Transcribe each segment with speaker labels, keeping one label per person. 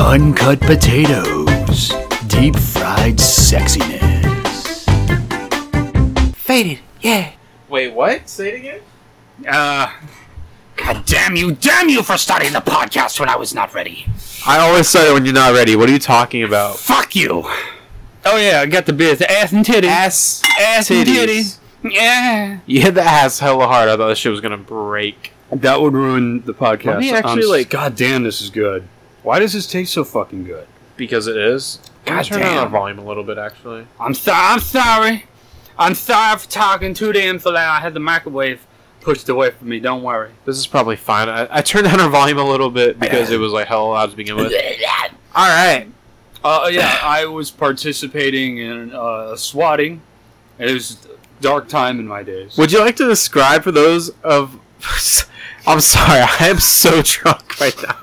Speaker 1: Uncut potatoes, deep fried sexiness.
Speaker 2: Faded, yeah.
Speaker 3: Wait, what? Say it again.
Speaker 4: Uh, God damn you, damn you for starting the podcast when I was not ready.
Speaker 5: I always say it when you're not ready. What are you talking about?
Speaker 4: Fuck you. Oh yeah, I got the biz, the ass and titty,
Speaker 5: Ass.
Speaker 4: ass
Speaker 5: titties.
Speaker 4: titty. Yeah,
Speaker 5: You hit the ass hella hard. I thought this shit was gonna break.
Speaker 4: that would ruin the podcast.
Speaker 5: Let me
Speaker 4: I'm
Speaker 5: actually,
Speaker 4: s-
Speaker 5: like-
Speaker 4: God damn, this is good. Why does this taste so fucking good?
Speaker 5: Because it is. Can I
Speaker 4: God
Speaker 5: turn down
Speaker 4: damn.
Speaker 5: the volume a little bit, actually.
Speaker 4: I'm sorry. I'm sorry. I'm sorry for talking too damn so loud. I had the microwave pushed away from me. Don't worry.
Speaker 5: This is probably fine. I, I turned down our volume a little bit because it was like hella loud to begin with.
Speaker 4: All right. Uh, yeah, I was participating in uh, swatting. It was a dark time in my days.
Speaker 5: Would you like to describe for those of? I'm sorry, I am so drunk right now.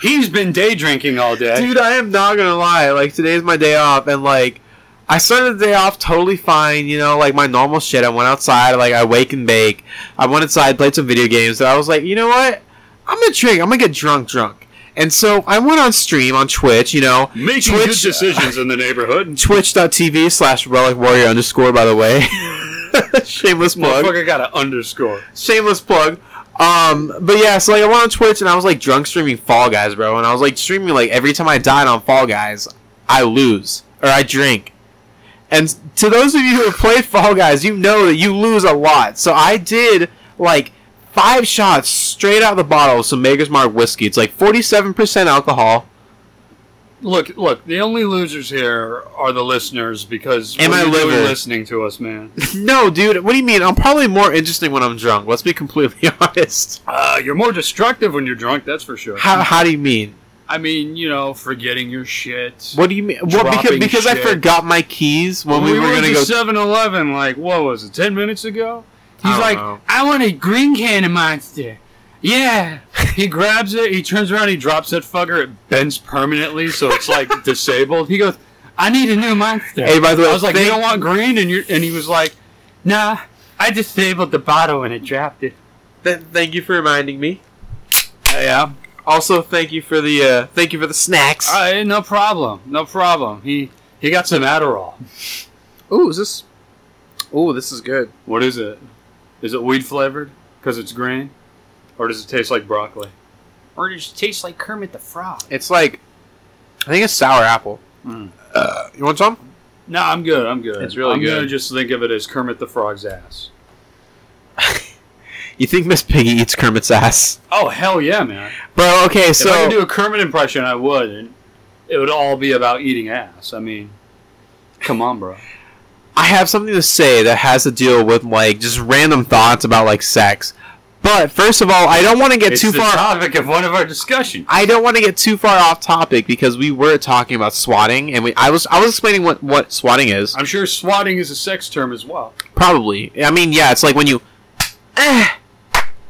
Speaker 4: He's been day drinking all day.
Speaker 5: Dude, I am not gonna lie. Like today's my day off, and like I started the day off totally fine. You know, like my normal shit. I went outside. Like I wake and bake. I went inside, played some video games. And I was like, you know what? I'm gonna drink. I'm gonna get drunk, drunk. And so I went on stream on Twitch. You know,
Speaker 4: Making good
Speaker 5: Twitch-
Speaker 4: decisions in the neighborhood.
Speaker 5: twitch.tv slash relic warrior underscore. By the way, shameless plug.
Speaker 4: Motherfucker got an underscore.
Speaker 5: shameless plug. Um, but yeah, so like I went on Twitch and I was like drunk streaming Fall Guys, bro, and I was like streaming like every time I died on Fall Guys, I lose or I drink. And to those of you who have played Fall Guys, you know that you lose a lot. So I did like five shots straight out of the bottle of some Maker's Mark whiskey. It's like forty-seven percent alcohol.
Speaker 4: Look, look, the only losers here are the listeners because
Speaker 5: And
Speaker 4: what
Speaker 5: my
Speaker 4: are you doing
Speaker 5: liver.
Speaker 4: listening to us, man.
Speaker 5: no, dude, what do you mean? I'm probably more interesting when I'm drunk. Let's be completely honest.
Speaker 4: Uh, you're more destructive when you're drunk, that's for sure.
Speaker 5: How, how do you mean?
Speaker 4: I mean, you know, forgetting your shit.
Speaker 5: What do you mean? Well, because
Speaker 4: Dropping
Speaker 5: because I
Speaker 4: shit.
Speaker 5: forgot my keys when we, were
Speaker 4: at
Speaker 5: gonna
Speaker 4: the
Speaker 5: go.
Speaker 4: 7-Eleven, like, what was it, 10 minutes ago?
Speaker 5: I
Speaker 4: He's
Speaker 5: don't
Speaker 4: like,
Speaker 5: know.
Speaker 4: I want a green candy monster. Yeah. he grabs it, he turns around, he drops that fucker, it bends permanently, so it's like disabled. He goes, I need a new monster.
Speaker 5: Hey, by the way,
Speaker 4: I was like,
Speaker 5: thank-
Speaker 4: you don't want green? And, you're, and he was like, nah, I disabled the bottle and it dropped it.
Speaker 5: Th- thank you for reminding me.
Speaker 4: yeah.
Speaker 5: Also, thank you for the uh, thank you for the snacks.
Speaker 4: Uh, no problem. No problem. He he got some Adderall.
Speaker 5: ooh, is this? Ooh, this is good.
Speaker 4: What is it? Is it weed flavored? Because it's green? Or does it taste like broccoli?
Speaker 2: Or does it taste like Kermit the Frog?
Speaker 5: It's like, I think it's sour apple.
Speaker 4: Mm.
Speaker 5: Uh, you want some?
Speaker 4: No, I'm good. I'm good.
Speaker 5: It's really
Speaker 4: I'm gonna
Speaker 5: good.
Speaker 4: just think of it as Kermit the Frog's ass.
Speaker 5: You think Miss Piggy eats Kermit's ass,
Speaker 4: Oh hell yeah, man!
Speaker 5: bro? Okay,
Speaker 4: if I
Speaker 5: so
Speaker 4: could do a Kermit impression, I would. And it would all be about eating ass. I mean, come on, bro.
Speaker 5: I have something to say that has to deal with like just random thoughts about like sex. But first of all, I don't want to get
Speaker 4: it's
Speaker 5: too
Speaker 4: the
Speaker 5: far.
Speaker 4: topic of one of our discussions.
Speaker 5: I don't want to get too far off topic because we were talking about swatting, and we I was I was explaining what what swatting is.
Speaker 4: I'm sure swatting is a sex term as well.
Speaker 5: Probably, I mean, yeah, it's like when you, eh,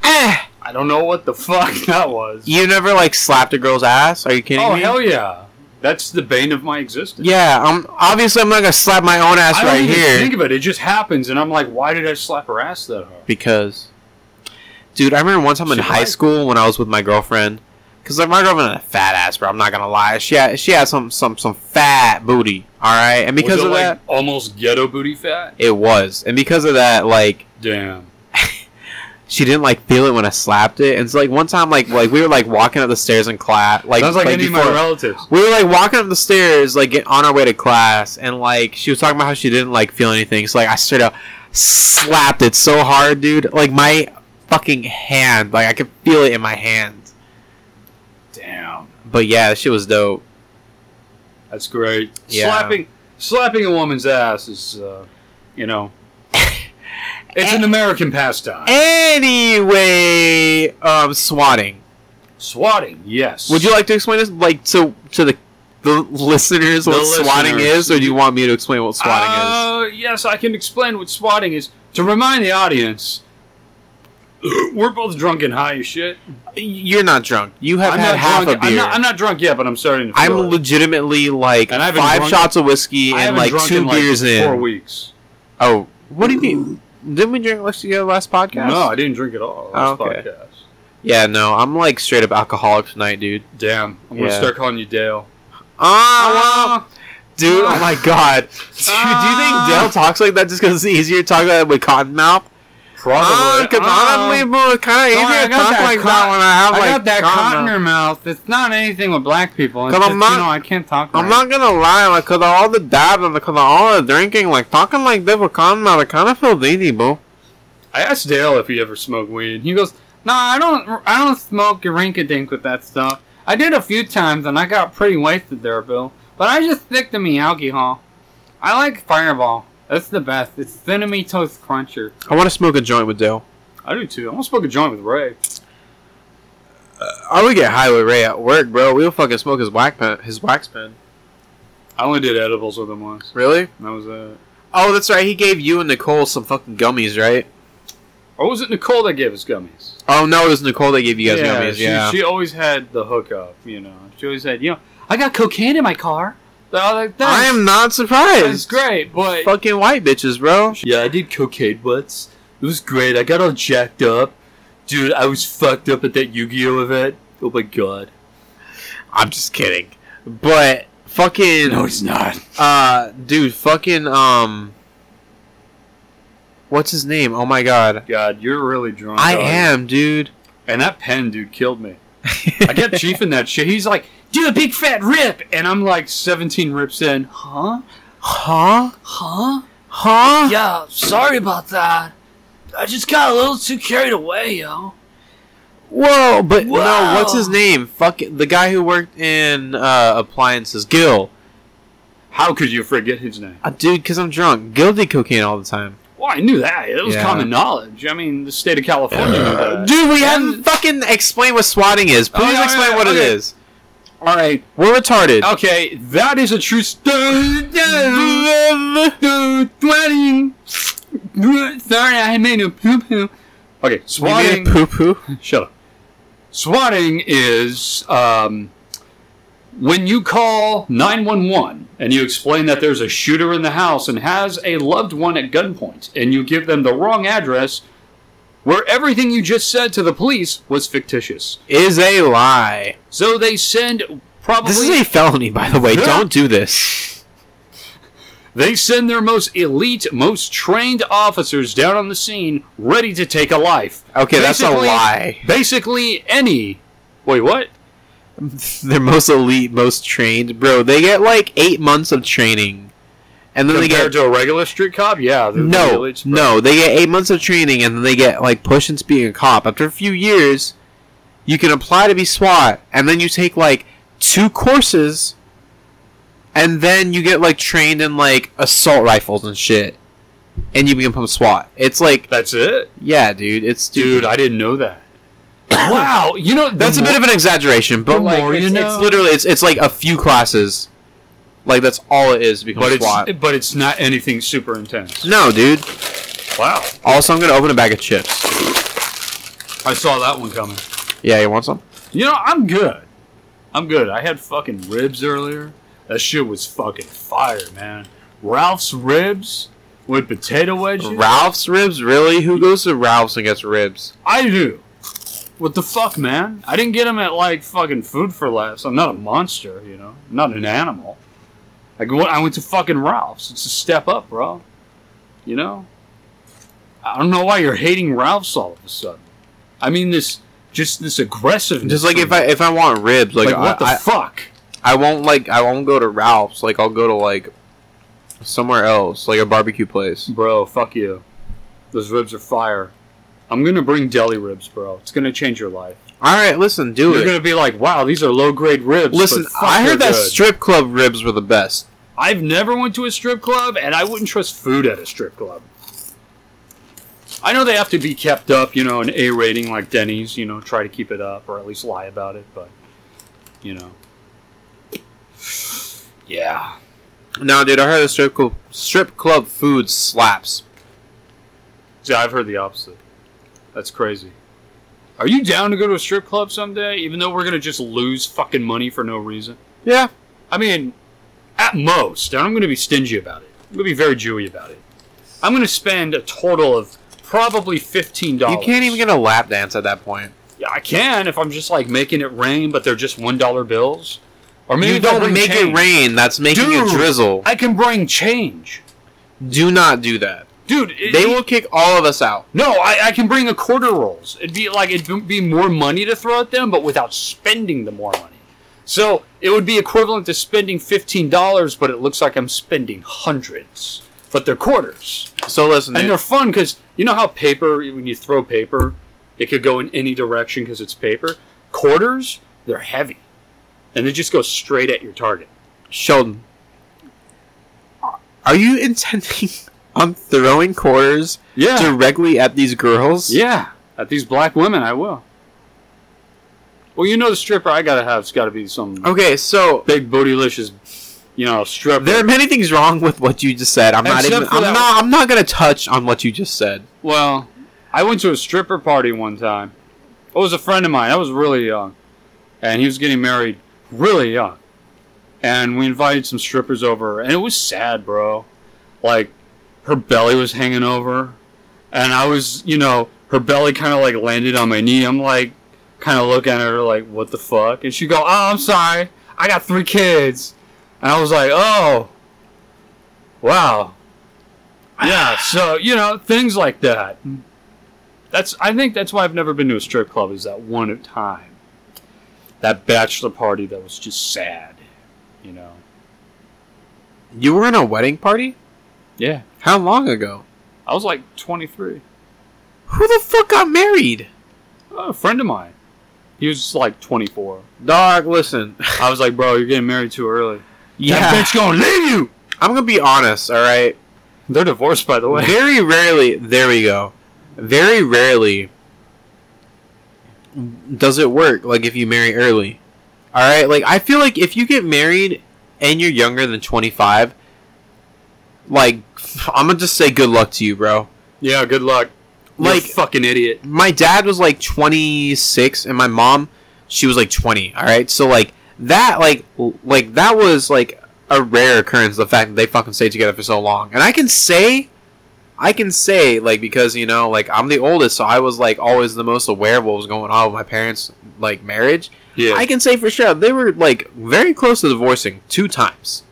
Speaker 5: eh.
Speaker 4: I don't know what the fuck that was.
Speaker 5: You never like slapped a girl's ass? Are you kidding
Speaker 4: Oh
Speaker 5: me?
Speaker 4: hell yeah! That's the bane of my existence.
Speaker 5: yeah, I'm obviously I'm not gonna slap my own ass
Speaker 4: I don't
Speaker 5: right
Speaker 4: even
Speaker 5: here
Speaker 4: think of it. It just happens, and I'm like, why did I slap her ass that hard?
Speaker 5: because, dude, I remember one time in
Speaker 4: She
Speaker 5: high
Speaker 4: liked it.
Speaker 5: school when I was with my girlfriend. Cause like my girlfriend had a fat ass, bro. I'm not gonna lie. She had she had some some some fat booty, all right. And because
Speaker 4: was it
Speaker 5: of
Speaker 4: like
Speaker 5: that,
Speaker 4: almost ghetto booty fat.
Speaker 5: it was. And because of that, like
Speaker 4: Damn.
Speaker 5: she didn't like feel it when I slapped it. And so like one time, like like we were like walking up the stairs in class, like
Speaker 4: Sounds like, any of my
Speaker 5: before-
Speaker 4: relatives.
Speaker 5: we were like walking up the stairs, like get on our way to class, and like she was talking about how she didn't like feel anything. So like I straight up slapped it so hard, dude. Like my fucking hand, like I could feel it in my hand.
Speaker 4: Damn,
Speaker 5: But yeah, that shit was dope.
Speaker 4: that's great.
Speaker 5: Yeah.
Speaker 4: Slapping, slapping a woman's ass is, uh, you know, it's
Speaker 5: Eh.
Speaker 4: an American pastime.
Speaker 5: Anyway, um, swatting.
Speaker 4: swatting, yes.
Speaker 5: Would you like to explain this, like to to the the listeners
Speaker 4: The
Speaker 5: what swatting
Speaker 4: listeners.
Speaker 5: is, or do you want me to explain what swatting is?
Speaker 4: Uh, yes, I can explain what swatting is. To remind the audience, we're both drunk and high as shit.
Speaker 5: You're not drunk. You have
Speaker 4: I'm
Speaker 5: had
Speaker 4: not
Speaker 5: half
Speaker 4: drunk.
Speaker 5: a beer.
Speaker 4: I'm not, I'm not drunk yet, but I'm starting to.
Speaker 5: I'm
Speaker 4: feel it.
Speaker 5: legitimately like
Speaker 4: And I haven't
Speaker 5: five
Speaker 4: drunk-
Speaker 5: shots of whiskey
Speaker 4: I
Speaker 5: and
Speaker 4: haven't
Speaker 5: like
Speaker 4: drunk
Speaker 5: two
Speaker 4: in,
Speaker 5: beers in.
Speaker 4: four weeks.
Speaker 5: Oh, what do you mean? Didn't we drink last year last podcast?
Speaker 4: No, I didn't drink at all.
Speaker 5: Oh,
Speaker 4: Last
Speaker 5: okay.
Speaker 4: podcast.
Speaker 5: Yeah, no, I'm like straight up alcoholic tonight, dude.
Speaker 4: Damn, I'm gonna
Speaker 5: Yeah.
Speaker 4: start calling you Dale. Ah.
Speaker 5: Oh, well, dude, oh my god. Dude, do you
Speaker 4: Ah.
Speaker 5: think Dale talks like that just because it's easier to talk like that with Cottonmouth? Ah,
Speaker 4: Probably.
Speaker 5: come on,
Speaker 4: Oh.
Speaker 5: people, it's kind of
Speaker 4: Don't worry, I
Speaker 5: easier to
Speaker 4: got
Speaker 5: talk
Speaker 4: that
Speaker 5: like
Speaker 4: con-
Speaker 5: that when I have
Speaker 4: I
Speaker 5: like
Speaker 4: got that cotton in
Speaker 5: Cottonmouth.
Speaker 4: her mouth. It's not anything with black people. It's
Speaker 5: Cause
Speaker 4: just,
Speaker 5: I'm
Speaker 4: you
Speaker 5: not-
Speaker 4: know, I can't talk.
Speaker 5: I'm
Speaker 4: right.
Speaker 5: not gonna lie, like, cause of all the dab and cause of all the drinking, like, talking like this with Cottonmouth, I kind of feel dainty, bro.
Speaker 4: I asked Dale if he ever smoked weed. He goes, "No, I don't. I don't smoke rink dink with that stuff. I did a few times, and I got pretty wasted there, Bill. But I just stick to me alcohol. I like Fireball. That's the best. It's cinnamon toast cruncher.
Speaker 5: I want to smoke a joint with Dale.
Speaker 4: I do too. I almost smoke a joint with Ray.
Speaker 5: I would get high with Ray at work, bro. We'll fucking smoke his wax pen. His wax pen.
Speaker 4: I only did edibles with him once.
Speaker 5: Really?
Speaker 4: That was uh,
Speaker 5: Oh, that's right. He gave you and Nicole some fucking gummies, right?
Speaker 4: or was it Nicole that gave us gummies?
Speaker 5: Oh no, it was Nicole that gave you guys gummies.
Speaker 4: she,
Speaker 5: yeah.
Speaker 4: she always had the hookup, you know. She always said, you know, I got cocaine in my car. The other thing.
Speaker 5: I am not
Speaker 4: It's
Speaker 5: surprised.
Speaker 4: great, but
Speaker 5: Fucking white bitches, bro.
Speaker 4: yeah, I did cocaine once. It was great. I got all jacked up, dude. I was fucked up at that Yu-Gi-Oh event. Oh my god.
Speaker 5: I'm just kidding. But fucking
Speaker 1: No, it's not.
Speaker 5: uh dude, fucking um What's his name? Oh my god.
Speaker 4: God, you're really drunk.
Speaker 5: I
Speaker 4: dog.
Speaker 5: am, dude.
Speaker 4: And that pen dude killed me. I kept chiefing that shit. He's like, do a big fat rip, and I'm like 17 rips in. Huh?
Speaker 5: Huh?
Speaker 2: Huh?
Speaker 5: Huh?
Speaker 2: Yeah, sorry about that. I just got a little too carried away, yo.
Speaker 5: Whoa, but no,
Speaker 2: Whoa.
Speaker 5: what's his name? Fucking the guy who worked in uh appliances, Gil.
Speaker 4: How could you forget his name?
Speaker 5: Uh, dude, cuz I'm drunk. Gil did cocaine all the time.
Speaker 4: Well, I knew that. It was
Speaker 5: Yeah.
Speaker 4: common knowledge. I mean, the state of California. knew that.
Speaker 5: Dude, we haven't
Speaker 4: Uh, And- Oh,
Speaker 5: fucking explained what swatting is. Please
Speaker 4: yeah,
Speaker 5: explain
Speaker 4: yeah,
Speaker 5: what
Speaker 4: okay.
Speaker 5: it is.
Speaker 4: All right.
Speaker 5: We're retarded.
Speaker 4: Okay, that is a true story. Sorry, I made a poo poo. Okay, swatting.
Speaker 5: poo poo.
Speaker 4: Shut up. Swatting is um, when you call 911 and you explain that there's a shooter in the house and has a loved one at gunpoint, and you give them the wrong address where everything you just said to the police was fictitious.
Speaker 5: Is a lie.
Speaker 4: So they send probably.
Speaker 5: This is a felony, by the way.
Speaker 4: Yeah.
Speaker 5: Don't do this.
Speaker 4: They send their most elite, most trained officers down on the scene, ready to take a life.
Speaker 5: Okay, that's a
Speaker 4: Basically-
Speaker 5: lie.
Speaker 4: Basically, any. Wait, what?
Speaker 5: They're most elite, most trained, bro. They get like eight months of training, and then
Speaker 4: Compared
Speaker 5: they get
Speaker 4: to a regular street cop? Yeah. they're the
Speaker 5: no,
Speaker 4: elites, bro.
Speaker 5: no. They get eight months of training, and then they get like push and being a cop. After a few years, you can apply to be SWAT, and then you take like two courses, and then you get like trained in like assault rifles and shit, and you become SWAT. It's like
Speaker 4: That's it,
Speaker 5: yeah, dude. It's
Speaker 4: dude. I didn't know that. wow, you know
Speaker 5: That's a bit of an exaggeration, but
Speaker 4: The
Speaker 5: like
Speaker 4: more
Speaker 5: it's,
Speaker 4: you
Speaker 5: it's
Speaker 4: know.
Speaker 5: literally it's it's like a few classes. Like that's all it is to become
Speaker 4: but
Speaker 5: SWAT.
Speaker 4: it's but it's not anything super intense.
Speaker 5: no, dude.
Speaker 4: Wow,
Speaker 5: Also, I'm gonna open a bag of chips.
Speaker 4: I saw that one coming.
Speaker 5: Yeah, you want some?
Speaker 4: You know, I'm good. I'm good. I had fucking ribs earlier. That shit was fucking fire, man. Ralph's ribs with potato wedges.
Speaker 5: Ralph's ribs, really? Who goes to Ralph's and gets ribs?
Speaker 4: I do. What the fuck, man? I didn't get them at like fucking Food for Less. I'm not a monster, you know. I'm not an animal. I go. I went to fucking Ralph's. It's a step up, bro. You know. I don't know why you're hating Ralph's all of a sudden. I mean, this just this aggressiveness.
Speaker 5: Just like
Speaker 4: from
Speaker 5: if I if I want ribs, like,
Speaker 4: like what the
Speaker 5: I,
Speaker 4: fuck?
Speaker 5: I, I won't like I won't go to Ralph's. Like I'll go to like somewhere else, like a barbecue place.
Speaker 4: Bro, fuck you. Those ribs are fire. I'm gonna bring deli ribs, bro. It's gonna change your life.
Speaker 5: All right, listen, do
Speaker 4: You're
Speaker 5: it.
Speaker 4: gonna be like, wow, these are low grade ribs.
Speaker 5: listen,
Speaker 4: but fuck,
Speaker 5: I heard
Speaker 4: they're
Speaker 5: that
Speaker 4: good."
Speaker 5: strip club ribs were the best.
Speaker 4: I've never went to a strip club, and I wouldn't trust food at a strip club. I know they have to be kept up, you know, an A rating like Denny's, you know, try to keep it up or at least lie about it, but you know. Yeah.
Speaker 5: No, dude, I heard the strip club strip club food slaps.
Speaker 4: See, I've heard the opposite. That's crazy. Are you down to go to a strip club someday, even though we're gonna just lose fucking money for no reason?
Speaker 5: Yeah.
Speaker 4: I mean, at most, and I'm going to be stingy about it. I'm going to be very Jewy about it. I'm going to spend a total of probably fifteen
Speaker 5: You
Speaker 4: dollars.
Speaker 5: can't even get a lap dance at that point.
Speaker 4: Yeah, I can if I'm just like making it rain, but they're just one dollar bills. Or
Speaker 5: You
Speaker 4: if I
Speaker 5: don't
Speaker 4: bring
Speaker 5: make
Speaker 4: change.
Speaker 5: it rain. That's making
Speaker 4: Dude.
Speaker 5: it drizzle.
Speaker 4: I can bring change,
Speaker 5: Do not do that.
Speaker 4: dude. It,
Speaker 5: They will kick all of us out.
Speaker 4: No, I, I can bring a quarter rolls. It'd be like it'd be more money to throw at them, but without spending the more money. So it would be equivalent to spending fifteen dollars, but it looks like I'm spending hundreds. But they're quarters,
Speaker 5: So listen,
Speaker 4: and
Speaker 5: dude,
Speaker 4: they're fun because you know how paper when you throw paper, it could go in any direction because it's paper. Quarters, they're heavy, and they just go straight at your target.
Speaker 5: Sheldon, are you intending on throwing quarters
Speaker 4: Yeah,
Speaker 5: directly at these girls?
Speaker 4: yeah. At these black women, I will. Well, you know the stripper I gotta have's got to be some.
Speaker 5: Okay, so
Speaker 4: big bootylicious, you know, stripper.
Speaker 5: there are many things wrong with what you just said. I'm not
Speaker 4: Except
Speaker 5: even.
Speaker 4: for
Speaker 5: I'm
Speaker 4: that-
Speaker 5: not. I'm not gonna touch on what you just said.
Speaker 4: well, I went to a stripper party one time. It was a friend of mine. I was really young, and he was getting married really young. And we invited some strippers over, and it was sad, bro. Like her belly was hanging over, and I was, you know, her belly kind of like landed on my knee. I'm like, kind of looking at her like, what the fuck? And she go, oh, I'm sorry, I got three kids. And I was like, oh, wow, yeah so you know things like that that's i think that's why i've never been to a strip club is that one time that bachelor party that was just sad you know
Speaker 5: You were in a wedding party?
Speaker 4: yeah
Speaker 5: How long ago?
Speaker 4: i was like 23
Speaker 5: Who the fuck got married?
Speaker 4: Oh, a friend of mine he was like 24
Speaker 5: Dog, listen.
Speaker 4: i was like bro you're getting married too early
Speaker 5: Yeah,
Speaker 4: that bitch gonna leave you
Speaker 5: I'm gonna be honest. All right.
Speaker 4: they're divorced by the way
Speaker 5: Very rarely, there we go. Very rarely does it work. Like if you marry early, all right. Like I feel like if you get married and you're younger than 25, like I'm gonna just say good luck to you, bro.
Speaker 4: yeah good luck like
Speaker 5: Like-
Speaker 4: fucking idiot
Speaker 5: My dad was like 26, and my mom, she was like 20. All right, so like that, like l- like that was like a rare occurrence. The fact that they fucking stayed together for so long, and I can say I can say like because you know like I'm the oldest, so I was like always the most aware of what was going on with my parents' like marriage.
Speaker 4: yeah
Speaker 5: I can say for sure they were like very close to divorcing two times.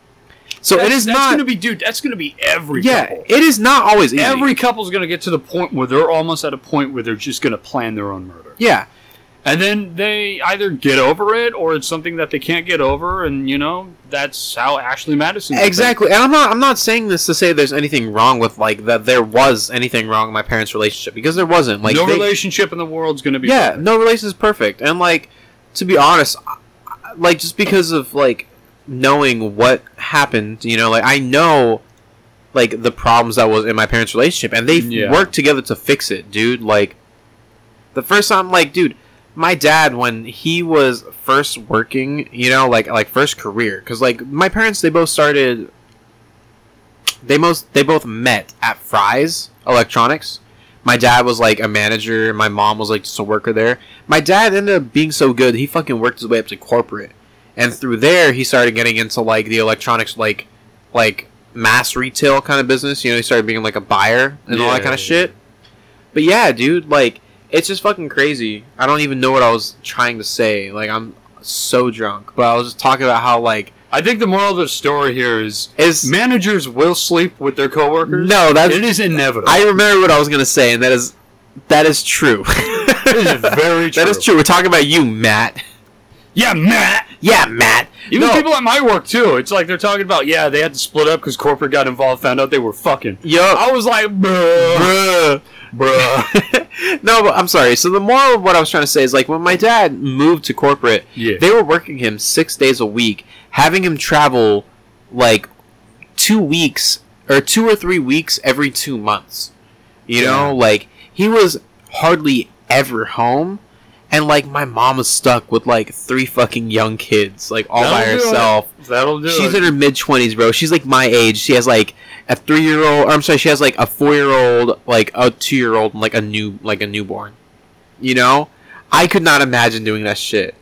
Speaker 5: So it is
Speaker 4: that's
Speaker 5: not
Speaker 4: gonna be dude that's gonna be every
Speaker 5: yeah,
Speaker 4: couple.
Speaker 5: it is not always easy.
Speaker 4: Every couple's going to get to the point where they're almost at a point where they're just going to plan their own murder.
Speaker 5: yeah,
Speaker 4: And then they either get over it or it's something that they can't get over and you know, that's how Ashley Madison did
Speaker 5: exactly. And I'm not I'm not saying this to say there's anything wrong with like that there was anything wrong with my parents' relationship because there wasn't.
Speaker 4: things. no
Speaker 5: Like they-
Speaker 4: relationship in the world's going to be
Speaker 5: yeah,
Speaker 4: perfect.
Speaker 5: no relation is perfect. And like, to be honest, I- I- like just because of like knowing what happened, you know, like I know like the problems that was in my parents' relationship, and they
Speaker 4: Yeah.
Speaker 5: worked together to fix it, dude. Like, the first time, like, dude, my dad when he was first working, you know, like like first career, because like my parents they both started. They most they both met at Fry's Electronics my dad was like a manager and my mom was like just a worker there my dad ended up being so good he fucking worked his way up to corporate and through there he started getting into like the electronics like like mass retail kind of business you know he started being like a buyer and all that
Speaker 4: Yeah.
Speaker 5: kind of shit but yeah dude like it's just fucking crazy i don't even know what i was trying to say like i'm so drunk but i was just talking about how like
Speaker 4: I think the moral of the story here is
Speaker 5: is
Speaker 4: managers will sleep with their coworkers.
Speaker 5: no that's
Speaker 4: It is inevitable.
Speaker 5: i remember what i was gonna say and that is that is true
Speaker 4: it is very true.
Speaker 5: That is true. We're talking about you, Matt.
Speaker 4: Yeah, Matt.
Speaker 5: Yeah, Matt.
Speaker 4: Even
Speaker 5: No.
Speaker 4: people at my work too. It's like they're talking about, yeah, they had to split up cuz corporate got involved, found out they were fucking.
Speaker 5: Yo.
Speaker 4: I was like, bruh,
Speaker 5: Bruh.
Speaker 4: bruh.
Speaker 5: no, but I'm sorry. So the moral of what I was trying to say is like when my dad moved to corporate,
Speaker 4: Yeah.
Speaker 5: they were working him six days a week, having him travel like two weeks or two or three weeks every two months. You
Speaker 4: Yeah.
Speaker 5: know, like he was hardly ever home. And like my mom was stuck with like three fucking young kids, like all by
Speaker 4: That'll do it.
Speaker 5: herself.
Speaker 4: That'll do it.
Speaker 5: She's in her mid twenties, bro. She's like my age. She has like a three year old. I'm sorry, she has like a four year old, like a two year old, and like a new, like a newborn. You know, I could not imagine doing that shit.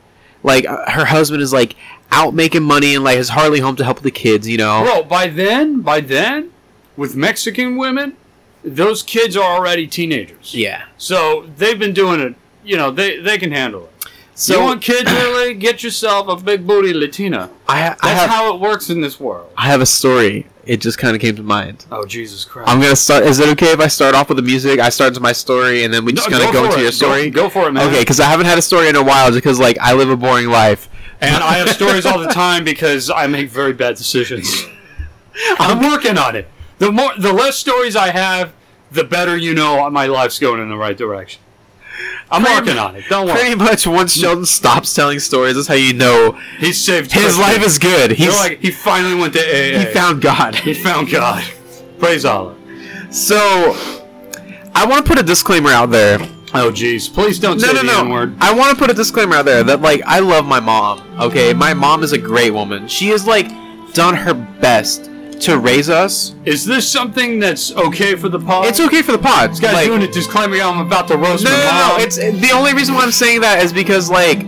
Speaker 5: Like uh, her husband is like out making money and like is hardly home to help the kids. You know,
Speaker 4: Bro, by then, by then, with Mexican women, those kids are already teenagers.
Speaker 5: yeah,
Speaker 4: So they've been doing it you know, they, they can handle it.
Speaker 5: So
Speaker 4: you want kids really? Get yourself a big booty Latina.
Speaker 5: I, ha- I
Speaker 4: That's
Speaker 5: have
Speaker 4: how it works in this world.
Speaker 5: I have a story. It just kind of came to mind.
Speaker 4: Oh Jesus Christ!
Speaker 5: I'm gonna start. Is it okay if I start off with the music? I start into my story, and then we
Speaker 4: No,
Speaker 5: just kind of go,
Speaker 4: for
Speaker 5: into
Speaker 4: it.
Speaker 5: your story.
Speaker 4: Go, go for it, man.
Speaker 5: okay, because I haven't had a story in a while, just because like I live a boring life.
Speaker 4: And I have stories all the time because I make very bad decisions. I'm working on it. The more, the less stories I have, the better you know my life's going in the right direction. I'm
Speaker 5: Pretty
Speaker 4: working on it. Don't worry.
Speaker 5: Pretty much once Sheldon stops telling stories, that's how you know
Speaker 4: He saved
Speaker 5: his life is good.
Speaker 4: They're
Speaker 5: He's
Speaker 4: like he finally went to AA.
Speaker 5: he found God.
Speaker 4: He found God. Praise Allah.
Speaker 5: So I want to put a disclaimer out there.
Speaker 4: Oh jeez, please don't
Speaker 5: No,
Speaker 4: say
Speaker 5: no,
Speaker 4: the
Speaker 5: no.
Speaker 4: N-word.
Speaker 5: I want to put a disclaimer out there that like I love my mom. Okay, my mom is a great woman. She has like done her best to raise us.
Speaker 4: Is this something that's okay for the pod?
Speaker 5: It's okay for the pod.
Speaker 4: This guy's
Speaker 5: like,
Speaker 4: doing a disclaimer. I'm about to roast
Speaker 5: No,
Speaker 4: my
Speaker 5: no, no,
Speaker 4: mom.
Speaker 5: no. It's the only reason why I'm saying that is because like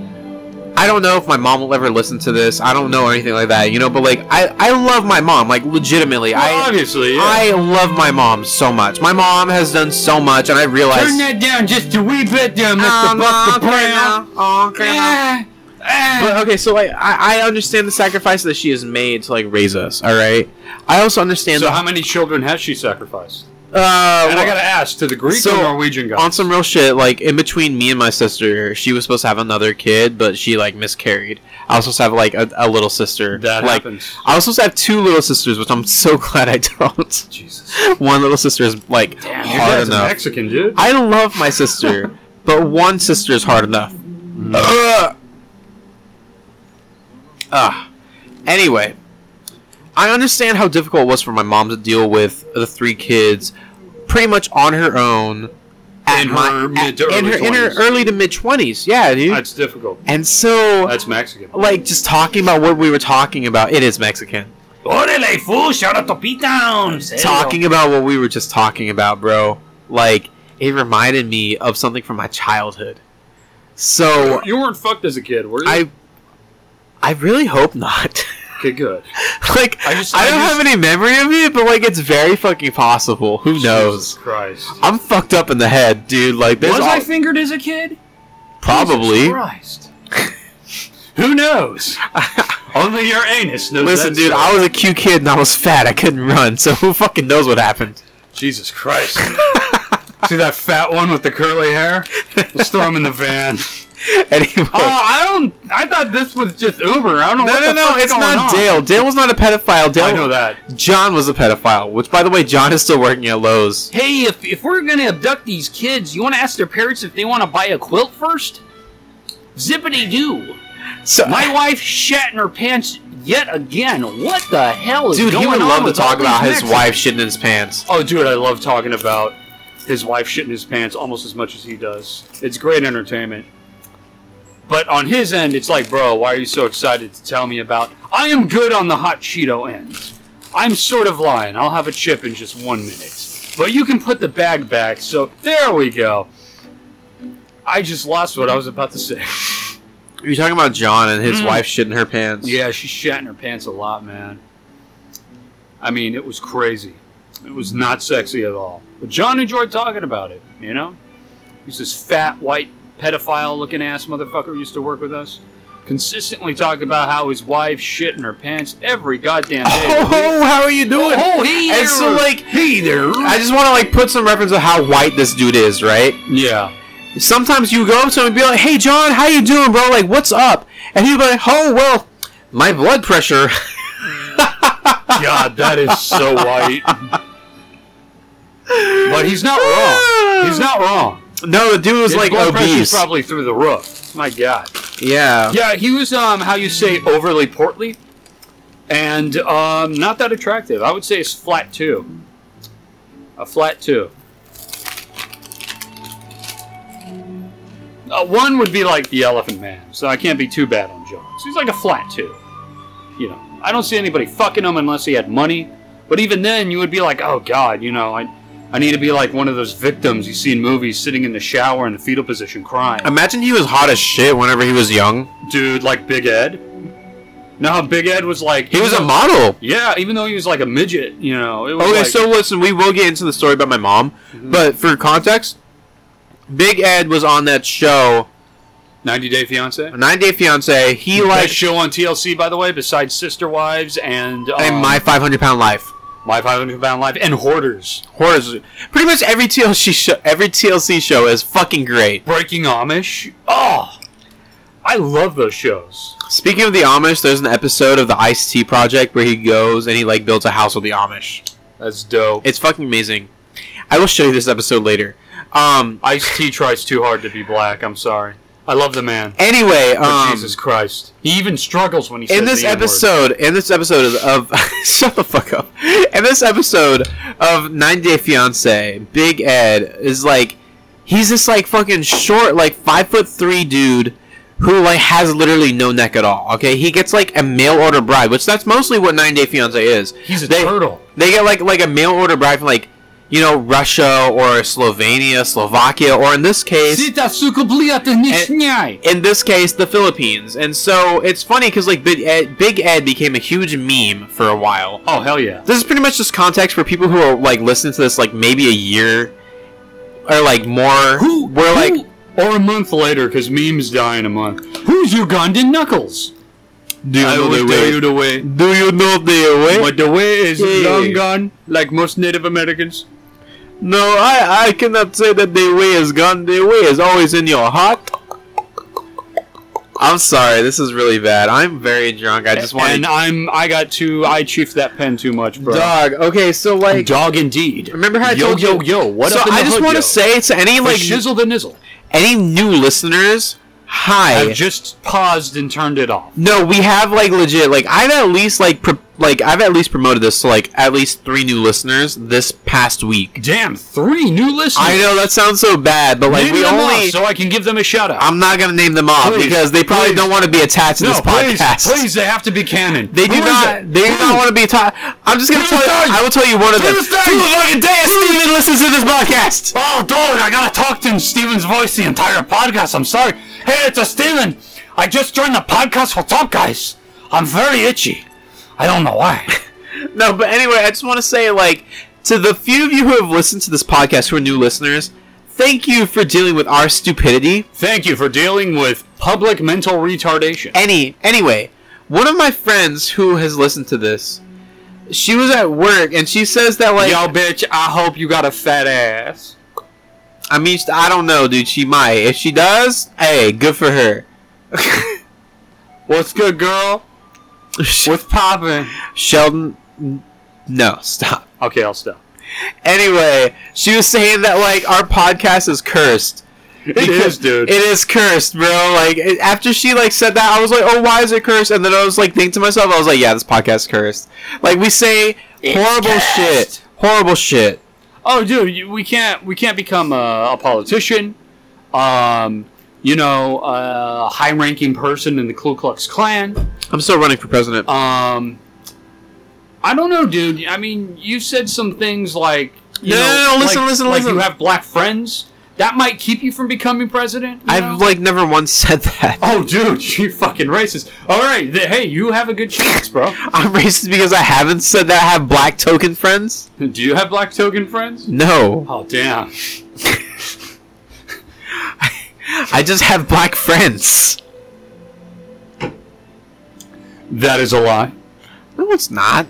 Speaker 5: I don't know if my mom will ever listen to this. I don't know anything like that, you know. But like I, I love my mom. Like legitimately,
Speaker 4: Well,
Speaker 5: I,
Speaker 4: obviously. Yeah.
Speaker 5: I love my mom so much. My mom has done so much, and I realize.
Speaker 4: Turn that down just a wee bit, down, Mr.
Speaker 5: Oh,
Speaker 4: Buck the
Speaker 5: no,
Speaker 4: Brown.
Speaker 5: Grandma. Oh, Grandma.
Speaker 4: Ah, ah.
Speaker 5: But okay, so like I, I understand the sacrifice that she has made to like raise us. All right. I also understand.
Speaker 4: so
Speaker 5: the-
Speaker 4: how many children has she sacrificed?
Speaker 5: uh,
Speaker 4: And
Speaker 5: well,
Speaker 4: I gotta ask to the Greek
Speaker 5: so,
Speaker 4: or Norwegian guy.
Speaker 5: on some real shit, like in between me and my sister, she was supposed to have another kid, but she like miscarried. I was supposed to have like a, a little sister.
Speaker 4: that
Speaker 5: like,
Speaker 4: happens.
Speaker 5: I was supposed to have two little sisters, which I'm so glad I don't.
Speaker 4: Jesus,
Speaker 5: One little sister is like
Speaker 4: damn, your
Speaker 5: hard
Speaker 4: dad's a
Speaker 5: enough.
Speaker 4: Mexican dude.
Speaker 5: I love my sister, but one sister is hard enough. Ugh. Ah. Anyway, I understand how difficult it was for my mom to deal with the three kids, pretty much on her own.
Speaker 4: In her mid to
Speaker 5: in
Speaker 4: early
Speaker 5: her in her
Speaker 4: 20s.
Speaker 5: early to mid twenties, yeah, dude.
Speaker 4: That's difficult.
Speaker 5: and so,
Speaker 4: That's Mexican.
Speaker 5: like, just talking about what we were talking about, it is Mexican.
Speaker 2: Orale, fool! Shout out to Pete Town! Say
Speaker 5: talking about what we were just talking about, bro. Like it reminded me of something from my childhood. So
Speaker 4: You weren't fucked as a kid, were you?
Speaker 5: I, I really hope not.
Speaker 4: okay, good.
Speaker 5: like I,
Speaker 4: I just- I
Speaker 5: don't
Speaker 4: just-
Speaker 5: have any memory of it, but like it's very fucking possible. Who knows?
Speaker 4: Jesus Christ.
Speaker 5: I'm fucked up in the head, dude. Like there's
Speaker 4: Was I
Speaker 5: al-
Speaker 4: fingered as a kid?
Speaker 5: probably.
Speaker 4: Jesus Christ. Who knows? Only your anus knows.
Speaker 5: Listen,
Speaker 4: that
Speaker 5: dude,
Speaker 4: stuff.
Speaker 5: I was a cute kid and I was fat. I couldn't run, so who fucking knows what happened?
Speaker 4: Jesus Christ. See that fat one with the curly hair? Let's throw him in the van.
Speaker 5: anyway.
Speaker 4: Oh, I don't. I thought this was just Uber. I don't know.
Speaker 5: no,
Speaker 4: what
Speaker 5: no,
Speaker 4: the
Speaker 5: no!
Speaker 4: fuck's
Speaker 5: It's
Speaker 4: going
Speaker 5: not
Speaker 4: on.
Speaker 5: Dale. Dale was not a pedophile. Dale
Speaker 4: I know that.
Speaker 5: John was a pedophile, which, by the way, John is still working at Lowe's.
Speaker 2: Hey, if, if we're gonna abduct these kids, you wanna ask their parents if they wanna buy a quilt first? Zippity doo!
Speaker 5: So,
Speaker 2: My wife shat in her pants yet again. What the hell is
Speaker 5: dude,
Speaker 2: going
Speaker 5: he would
Speaker 2: on
Speaker 5: love to
Speaker 2: with
Speaker 5: talk
Speaker 2: all these
Speaker 5: about his
Speaker 2: Mexicans?
Speaker 5: wife shitting in his pants.
Speaker 4: Oh, dude, I love talking about his wife shitting his pants almost as much as he does. It's great entertainment. But on his end, it's like, bro, why are you so excited to tell me about? I am good on the hot Cheeto end. I'm sort of lying. I'll have a chip in just one minute. But you can put the bag back. So there we go. I just lost what I was about to say.
Speaker 5: Are you talking about John and his
Speaker 4: Mm.
Speaker 5: wife shitting her pants?
Speaker 4: Yeah, she shat in her pants a lot, man. I mean, it was crazy. It was not sexy at all. But John enjoyed talking about it, you know? He's this fat, white, pedophile looking ass motherfucker who used to work with us. Consistently talking about how his wife shit in her pants every goddamn day.
Speaker 5: Oh, how are you doing?
Speaker 4: Oh, hey
Speaker 5: and
Speaker 4: there.
Speaker 5: so, like,
Speaker 4: Hey there.
Speaker 5: I just want to like put some reference of how white this dude is, right?
Speaker 4: Yeah.
Speaker 5: Sometimes you go up to him and be like, "Hey, John, how you doing, bro? Like, what's up?" And he'd be like, "Oh, well, my blood pressure."
Speaker 4: God, that is so white. but he's not wrong. He's not wrong.
Speaker 5: no, the dude was
Speaker 4: His
Speaker 5: like
Speaker 4: blood pressure's
Speaker 5: obese.
Speaker 4: probably through the roof. My God.
Speaker 5: yeah.
Speaker 4: Yeah, he was um how you say overly portly, and um not that attractive. I would say it's flat two. A flat two. Uh, one would be like the Elephant Man, so I can't be too bad on John. So he's like a flat two. You know, I don't see anybody fucking him unless he had money. But even then, you would be like, oh god, you know, I, I need to be like one of those victims you see in movies, sitting in the shower in the fetal position crying.
Speaker 5: Imagine he was hot as shit whenever he was young.
Speaker 4: dude like Big Ed. Know how Big Ed was like?
Speaker 5: He was a model.
Speaker 4: Yeah, even though he was like a midget, you know. It was
Speaker 5: Okay,
Speaker 4: like- Mm-hmm.
Speaker 5: so listen, we will get into the story about my mom, but for context, Big Ed was on that show,
Speaker 4: 90 Day Fiance.
Speaker 5: Nine Day Fiance. He
Speaker 4: Best
Speaker 5: like
Speaker 4: show on TLC, by the way, besides Sister Wives and, um,
Speaker 5: and my 500 pound life.
Speaker 4: My 500 Pound Life and Hoarders.
Speaker 5: Horrors. Pretty much every TLC show, every TLC show is fucking great.
Speaker 4: Breaking Amish. Oh, I love those shows.
Speaker 5: Speaking of the Amish, there's an episode of the Ice Tea Project where he goes and he like builds a house with the Amish.
Speaker 4: That's dope.
Speaker 5: It's fucking amazing. I will show you this episode later. Um.
Speaker 4: Ice T tries too hard to be black. I'm sorry. I love the man.
Speaker 5: Anyway,
Speaker 4: But
Speaker 5: um,
Speaker 4: Oh, Jesus Christ. He even struggles when he says
Speaker 5: in this
Speaker 4: the N-word.
Speaker 5: episode, in this episode of shut the fuck up. In this episode of 90 Day Fiance, Big Ed is like he's this like fucking short, like five foot three dude who like has literally no neck at all. Okay, he gets like a mail order bride, which that's mostly what 90 Day Fiance is.
Speaker 4: He's a
Speaker 5: They-
Speaker 4: turtle.
Speaker 5: They get like like a mail order bride from like you know Russia or Slovenia, Slovakia, or in this case
Speaker 4: Zita sukubliata nishnyai.
Speaker 5: in this case the philippines and so it's funny because like big ed, big ed became a huge meme for a while
Speaker 4: Oh, hell yeah.
Speaker 5: this is pretty much just context for people who are like listening to this like maybe a year or like more
Speaker 4: Who?
Speaker 5: we're like
Speaker 4: Or a month later, because memes die in a month. Who's Ugandan Knuckles?
Speaker 5: do you
Speaker 4: I
Speaker 5: know
Speaker 4: will
Speaker 5: the
Speaker 4: tell
Speaker 5: way
Speaker 4: you the way.
Speaker 5: do you know the way
Speaker 4: But the way is
Speaker 5: Yeah.
Speaker 4: long gone, like most Native Americans.
Speaker 5: no i i cannot say that the way is gone the way is always in your heart i'm sorry this is really bad i'm very drunk i just want
Speaker 4: and
Speaker 5: to
Speaker 4: I'm I got too I chiefed that pen too much, bro.
Speaker 5: dog okay so like
Speaker 4: Dog indeed.
Speaker 5: Remember how I
Speaker 4: yo
Speaker 5: told you-
Speaker 4: yo yo? What
Speaker 5: so
Speaker 4: up? In
Speaker 5: I
Speaker 4: the
Speaker 5: just
Speaker 4: hood,
Speaker 5: want
Speaker 4: yo?
Speaker 5: to say to any
Speaker 4: For
Speaker 5: like
Speaker 4: shizzle the nizzle.
Speaker 5: any new listeners, hi.
Speaker 4: I've just paused and turned it off.
Speaker 5: no, we have like legit like I've at least like pro- like I've at least promoted this to like at least three new listeners this past week.
Speaker 4: Damn, three new listeners.
Speaker 5: I know that sounds so bad, but like
Speaker 4: Name
Speaker 5: we
Speaker 4: them off
Speaker 5: only
Speaker 4: so I can give them a shout out.
Speaker 5: I'm not gonna name them off
Speaker 4: Please,
Speaker 5: because they probably
Speaker 4: please.
Speaker 5: don't want to be attached to
Speaker 4: no,
Speaker 5: this
Speaker 4: please,
Speaker 5: podcast.
Speaker 4: please, they have to be canon.
Speaker 5: They do
Speaker 4: Who is
Speaker 5: not.
Speaker 4: it?
Speaker 5: They do not
Speaker 4: Who?
Speaker 5: want to be attached. I'm just gonna
Speaker 4: Who
Speaker 5: tell. You,
Speaker 4: is that?
Speaker 5: I will tell you one of
Speaker 4: Who
Speaker 5: them.
Speaker 4: is that?
Speaker 5: Who the fucking day Steven listens to this podcast?
Speaker 4: Oh, dude, I gotta talk to Steven's voice the entire podcast. I'm sorry. Hey, it's a Steven. I just joined the podcast. What's up, guys? I'm very itchy. I don't know why.
Speaker 5: No, but anyway, I just want to say, like, to the few of you who have listened to this podcast who are new listeners, thank you for dealing with our stupidity.
Speaker 4: Thank you for dealing with public mental retardation.
Speaker 5: Any, anyway, one of my friends who has listened to this, she was at work and she says that, like,
Speaker 4: Yo, bitch, I hope you got a fat ass.
Speaker 5: I mean, I don't know, dude. She might. If she does, hey, good for her.
Speaker 4: What's good, girl? What's poppin'?
Speaker 5: Sheldon, n- no, stop.
Speaker 4: Okay, I'll stop.
Speaker 5: Anyway, she was saying that like our podcast is cursed.
Speaker 4: It is, dude.
Speaker 5: It is cursed, bro. Like it, after she like said that, I was like, "Oh, why is it cursed?" And then I was like, thinking to myself, I was like, "Yeah, this podcast is cursed." Like we say horrible shit, horrible shit.
Speaker 4: oh, dude, you- we can't we can't become a, a politician, um, you know, a high-ranking person in the Ku Klux Klan.
Speaker 5: I'm still running for president.
Speaker 4: Um, I don't know, dude. I mean, you said some things like you
Speaker 5: No,
Speaker 4: know,
Speaker 5: no, no, listen,
Speaker 4: like,
Speaker 5: listen,
Speaker 4: like
Speaker 5: listen.
Speaker 4: you have black friends. That might keep you from becoming president. you know?
Speaker 5: I've like never once said that.
Speaker 4: Oh, dude, you fucking racist. All right, th- hey, you have a good chance, bro.
Speaker 5: I'm racist because I haven't said that I have black token friends.
Speaker 4: Do you have black token friends?
Speaker 5: No,
Speaker 4: Oh, damn.
Speaker 5: I just have black friends.
Speaker 4: That is a lie.
Speaker 5: No, it's not.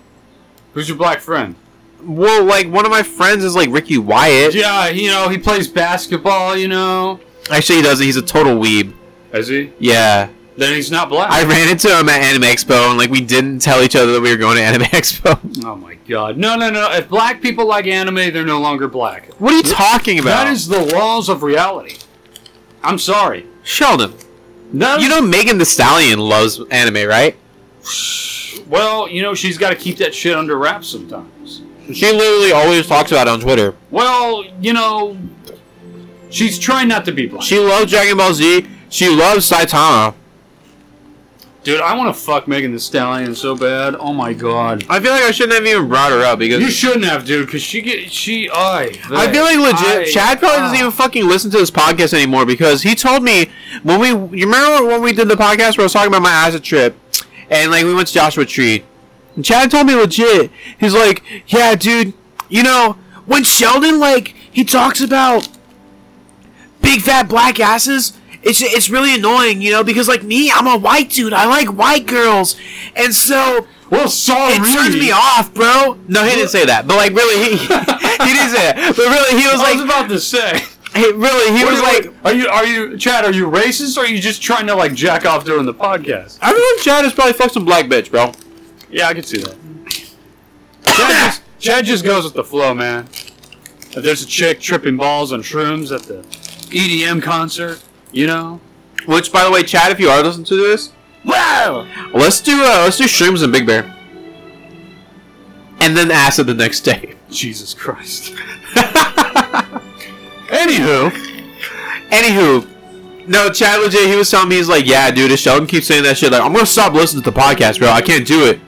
Speaker 4: Who's your black friend?
Speaker 5: Well, like one of my friends is like Ricky Wyatt.
Speaker 4: Yeah, you know, he plays basketball, you know.
Speaker 5: Actually, he doesn't. He's a total weeb.
Speaker 4: Is he?
Speaker 5: Yeah.
Speaker 4: Then he's not black.
Speaker 5: I ran into him at Anime Expo, and like we didn't tell each other that we were going to Anime Expo.
Speaker 4: oh, my God. No, no, no. If black people like anime, they're no longer black.
Speaker 5: What are you talking about?
Speaker 4: That is the laws of reality. I'm sorry.
Speaker 5: Sheldon.
Speaker 4: No,
Speaker 5: You know Megan the Stallion loves anime, right?
Speaker 4: Well, you know she's got to keep that shit under wraps sometimes.
Speaker 5: She literally always talks about it on Twitter.
Speaker 4: Well, you know, she's trying not to be black.
Speaker 5: She loves Dragon Ball Z. She loves Saitama.
Speaker 4: Dude, I want to fuck Megan the Stallion so bad. Oh my god.
Speaker 5: I feel like I shouldn't have even brought her up
Speaker 4: You
Speaker 5: because
Speaker 4: shouldn't have, dude, because she get she I.
Speaker 5: I feel like legit.
Speaker 4: I-
Speaker 5: Chad probably doesn't
Speaker 4: ah.
Speaker 5: even fucking listen to this podcast anymore because he told me when we you remember when we did the podcast where I was talking about my acid trip and like we went to Joshua Tree. And Chad told me legit. He's like, yeah, dude. You know when Sheldon like he talks about big fat black asses. It's it's really annoying, you know, because like me, I'm a white dude. I like white girls, and so
Speaker 4: Well, sorry.
Speaker 5: it turns me off, bro. No, he didn't say that, but like really, he he didn't say that. But really, he was
Speaker 4: I was
Speaker 5: like,
Speaker 4: about to say.
Speaker 5: he, really, he was like,
Speaker 4: are you are you Chad? Are you racist? or Are you just trying to like jack off during the podcast?
Speaker 5: I think Chad is probably fucked some black bitch, bro.
Speaker 4: Yeah, I can see that. Chad just, Chad just goes with the flow, man. If there's a chick tripping balls on shrooms at the EDM concert, you know.
Speaker 5: Which, by the way, Chad, if you are listening to this,
Speaker 4: Wow.
Speaker 5: let's do uh, let's do shrooms and Big Bear, and then acid the next day.
Speaker 4: Jesus Christ.
Speaker 5: Anywho, anywho, no, Chad legit, he was telling me he's like, yeah, dude, if Sheldon keeps saying that shit, like, I'm gonna stop listening to the podcast, bro. I can't do it.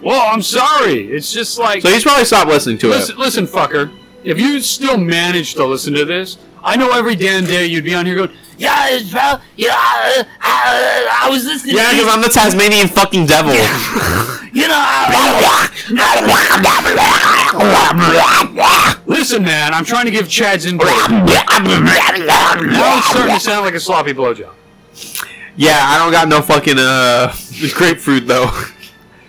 Speaker 4: Well, I'm sorry. It's just like
Speaker 5: So he's probably stopped listening to it.
Speaker 4: listen, listen, fucker. If you still manage to listen to this, I know every damn day you'd be on here going,
Speaker 2: Yeah, well, yeah, uh, uh, I was listening
Speaker 5: Yeah,
Speaker 2: to
Speaker 5: because I'm the Tasmanian fucking devil.
Speaker 2: you know, I,
Speaker 4: "Listen, man, I'm trying to give Chad's input." now it's starting to sound like a sloppy blowjob.
Speaker 5: yeah, I don't got no fucking uh grapefruit though.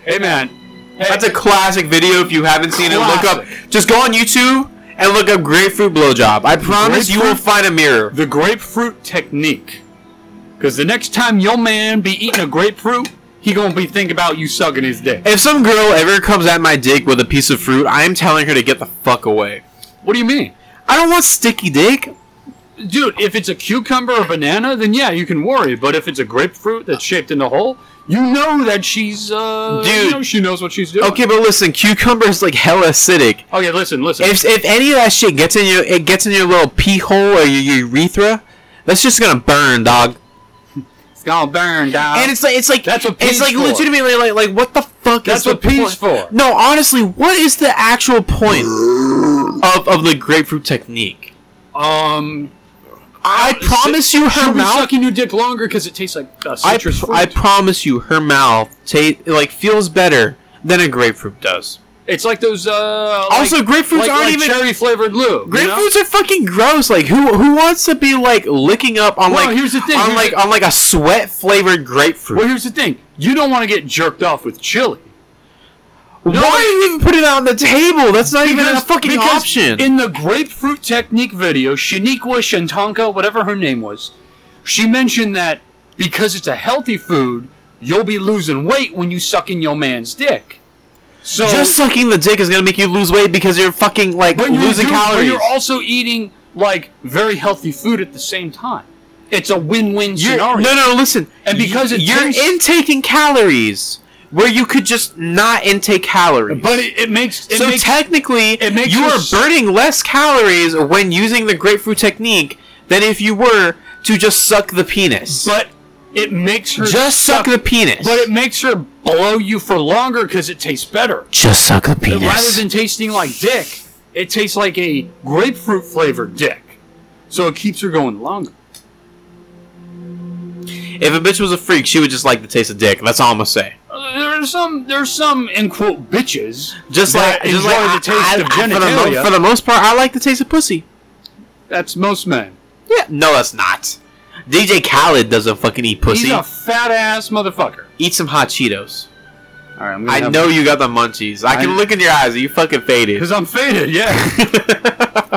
Speaker 4: Hey, man. Hey,
Speaker 5: That's a classic video. If you haven't seen it, look
Speaker 4: Classic.
Speaker 5: up. Just go on YouTube and look up grapefruit blowjob. I promise you will
Speaker 4: Grapefruit?
Speaker 5: find a mirror.
Speaker 4: the grapefruit technique. Because the next time your man be eating a grapefruit, he gonna be thinking about you sucking his dick.
Speaker 5: If some girl ever comes at my dick with a piece of fruit, I am telling her to get the fuck away.
Speaker 4: What do you mean?
Speaker 5: I don't want sticky dick.
Speaker 4: Dude, if it's a cucumber or banana, then yeah, you can worry. But if it's a grapefruit that's shaped in a hole, you know that she's, uh, you
Speaker 5: Dude.
Speaker 4: know she knows what she's doing.
Speaker 5: Okay, but listen, cucumber is like hella acidic.
Speaker 4: Okay, Oh, listen, listen.
Speaker 5: If if any of that shit gets in your it gets in your little pee hole or your urethra, that's just gonna burn, dog.
Speaker 4: it's gonna burn down.
Speaker 5: And it's like it's like
Speaker 4: That's what
Speaker 5: it's
Speaker 4: pee's
Speaker 5: like
Speaker 4: for.
Speaker 5: legitimately like like what the fuck
Speaker 4: That's
Speaker 5: is the
Speaker 4: what pee's
Speaker 5: point-
Speaker 4: for.
Speaker 5: No, honestly, what is the actual point of of the grapefruit technique?
Speaker 4: um,
Speaker 5: I promise you, her
Speaker 4: she'll be
Speaker 5: mouth.
Speaker 4: sucking your dick longer because it tastes like uh,
Speaker 5: I,
Speaker 4: citrus
Speaker 5: pr-
Speaker 4: fruit.
Speaker 5: I promise you, her mouth ta- like feels better than a grapefruit does.
Speaker 4: it's like those. uh...
Speaker 5: also,
Speaker 4: like,
Speaker 5: grapefruits
Speaker 4: like,
Speaker 5: aren't
Speaker 4: like
Speaker 5: even
Speaker 4: cherry flavored Lou. you know?
Speaker 5: grapefruits are fucking gross. Like who who wants to be like licking up on
Speaker 4: Well,
Speaker 5: like
Speaker 4: here's the thing,
Speaker 5: on
Speaker 4: here's
Speaker 5: like
Speaker 4: the-
Speaker 5: on like a sweat flavored grapefruit.
Speaker 4: Well, here's the thing. You don't want to get jerked off with chili.
Speaker 5: Why did you even put it out on the table? That's not even a
Speaker 4: Because-
Speaker 5: fucking
Speaker 4: because
Speaker 5: option.
Speaker 4: In the grapefruit technique video, Shaniqua Shantanka, whatever her name was, she mentioned that because it's a healthy food, you'll be losing weight when you suck in your man's dick. So
Speaker 5: Just sucking the dick is gonna make you lose weight because you're fucking like
Speaker 4: Oh. but you're
Speaker 5: losing
Speaker 4: do- But
Speaker 5: calories.
Speaker 4: you're also eating like very healthy food at the same time. It's a win-win
Speaker 5: You're-
Speaker 4: scenario.
Speaker 5: no, no, listen.
Speaker 4: And because it
Speaker 5: you're
Speaker 4: tastes-
Speaker 5: intaking calories where you could just not intake calories.
Speaker 4: But it, it makes it
Speaker 5: so
Speaker 4: makes
Speaker 5: technically,
Speaker 4: it makes
Speaker 5: you
Speaker 4: you
Speaker 5: are
Speaker 4: s-
Speaker 5: burning less calories when using the grapefruit technique than if you were to just suck the penis.
Speaker 4: but it makes her
Speaker 5: just suck, the penis.
Speaker 4: But it makes her blow you for longer because it tastes better.
Speaker 5: just suck the penis.
Speaker 4: Rather than tasting like dick, it tastes like a grapefruit flavored dick. So it keeps her going longer.
Speaker 5: if a bitch was a freak, she would just like the taste of dick. That's all I'm gonna say.
Speaker 4: Uh, there are some, there's some in quote bitches
Speaker 5: Just
Speaker 4: that
Speaker 5: like, just
Speaker 4: enjoy
Speaker 5: like I-
Speaker 4: the taste
Speaker 5: I-
Speaker 4: of
Speaker 5: I- for the mo-
Speaker 4: genitalia.
Speaker 5: for the most part, I like the taste of pussy.
Speaker 4: That's most men.
Speaker 5: Yeah, no, that's not. DJ Khaled doesn't fucking eat pussy.
Speaker 4: He's a fat ass motherfucker.
Speaker 5: eat some hot Cheetos.
Speaker 4: All right, I'm gonna
Speaker 5: I
Speaker 4: have-
Speaker 5: know you got the munchies. I can
Speaker 4: I-
Speaker 5: look in your eyes. You fucking faded.
Speaker 4: Cause I'm faded, yeah.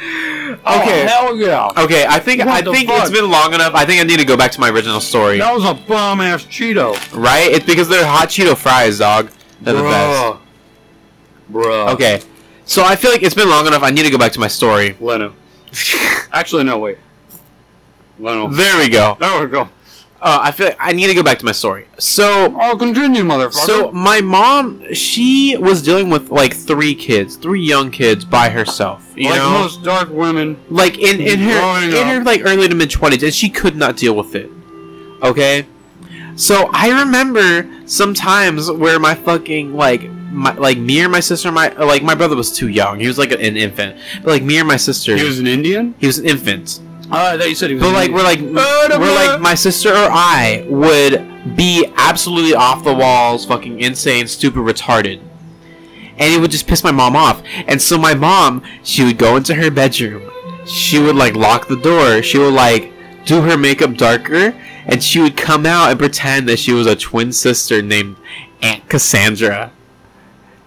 Speaker 5: Okay.
Speaker 4: Oh, hell yeah.
Speaker 5: Okay, I think
Speaker 4: What
Speaker 5: I
Speaker 4: the
Speaker 5: think
Speaker 4: fuck?
Speaker 5: it's been long enough. I think I need to go back to my original story.
Speaker 4: That was a bomb ass Cheeto.
Speaker 5: Right? It's because they're hot Cheeto fries, dog. They're the best.
Speaker 4: Bruh. Bruh.
Speaker 5: Okay. So I feel like it's been long enough. I need to go back to my story.
Speaker 4: Leno. Actually, no, wait. Leno.
Speaker 5: There we go.
Speaker 4: Oh. There we go.
Speaker 5: Uh, I feel like I need to go back to my story. So
Speaker 4: I'll Oh, continue, motherfucker.
Speaker 5: So my mom, she was dealing with like three kids, three young kids by herself. You
Speaker 4: like
Speaker 5: know,
Speaker 4: most dark women,
Speaker 5: like in in her
Speaker 4: Growing
Speaker 5: in her
Speaker 4: up.
Speaker 5: like early to mid twenties, and she could not deal with it. Okay, so I remember sometimes where my fucking like my like me or my sister, my like my brother was too young. He was like an infant. But, like me or my sister,
Speaker 4: he was an Indian.
Speaker 5: he was an infant.
Speaker 4: Uh, I thought you said he was.
Speaker 5: But
Speaker 4: an
Speaker 5: like
Speaker 4: Indian.
Speaker 5: we're like we're like my sister or I would be absolutely off the walls, fucking insane, stupid, retarded. And it would just piss my mom off. And so my mom, she would go into her bedroom. she would like lock the door. She would like do her makeup darker, and she would come out and pretend that she was a twin sister named Aunt Cassandra.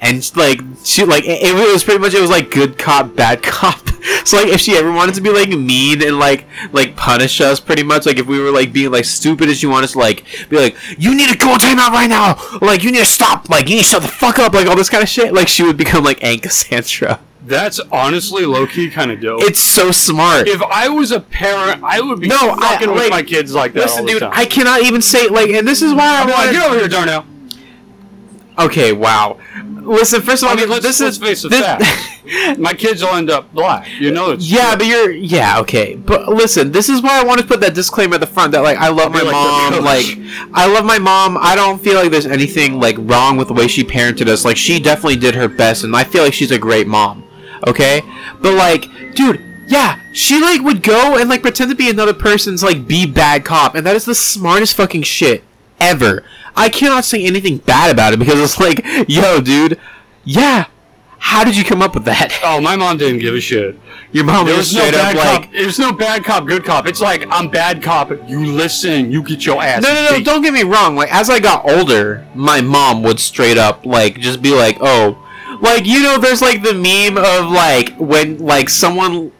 Speaker 5: And like she like it, it was pretty much it was like good cop bad cop. So like if she ever wanted to be like mean and like like punish us pretty much like if we were like being like stupid and she wanted to like be like you need to go on timeout right now like you need to stop like you need to shut the fuck up like all this kind of shit like she would become like Aunt Cassandra.
Speaker 4: That's honestly low key kind of dope.
Speaker 5: It's so smart.
Speaker 4: if I was a parent, I would be
Speaker 5: No, I-
Speaker 4: fucking with
Speaker 5: like,
Speaker 4: my kids like that. all
Speaker 5: Listen,
Speaker 4: the
Speaker 5: dude,
Speaker 4: time.
Speaker 5: I cannot even say like, and this is why I
Speaker 4: I'm like, get
Speaker 5: want.
Speaker 4: over here, Darnell.
Speaker 5: Okay, wow. Listen, first of all,
Speaker 4: I mean, let's,
Speaker 5: this
Speaker 4: let's
Speaker 5: is
Speaker 4: face the
Speaker 5: this-
Speaker 4: fact. My kids will end up black. You know it's
Speaker 5: yeah, but you're yeah okay. But listen, this is why I want to put that disclaimer at the front that like I love my
Speaker 4: be like the
Speaker 5: mom. Like
Speaker 4: coach.
Speaker 5: I love my mom. I don't feel like there's anything like wrong with the way she parented us. Like she definitely did her best, and I feel like she's a great mom. Okay, but like, dude. Yeah, she like would go and like pretend to be another person's like be bad cop, and that is the smartest fucking shit ever. I cannot say anything bad about it because it's like, yo, dude, yeah, how did you come up with that?
Speaker 4: Oh, my mom didn't give a shit.
Speaker 5: Your mom
Speaker 4: There's
Speaker 5: was
Speaker 4: no
Speaker 5: straight
Speaker 4: bad
Speaker 5: up like,
Speaker 4: cop. There's no bad cop, good cop. It's like I'm bad cop. You listen. You get your ass.
Speaker 5: No, no, no!
Speaker 4: beat.
Speaker 5: Don't get me wrong. Like as I got older, my mom would straight up like just be like, "Oh, like you know, there's like the meme of like when like someone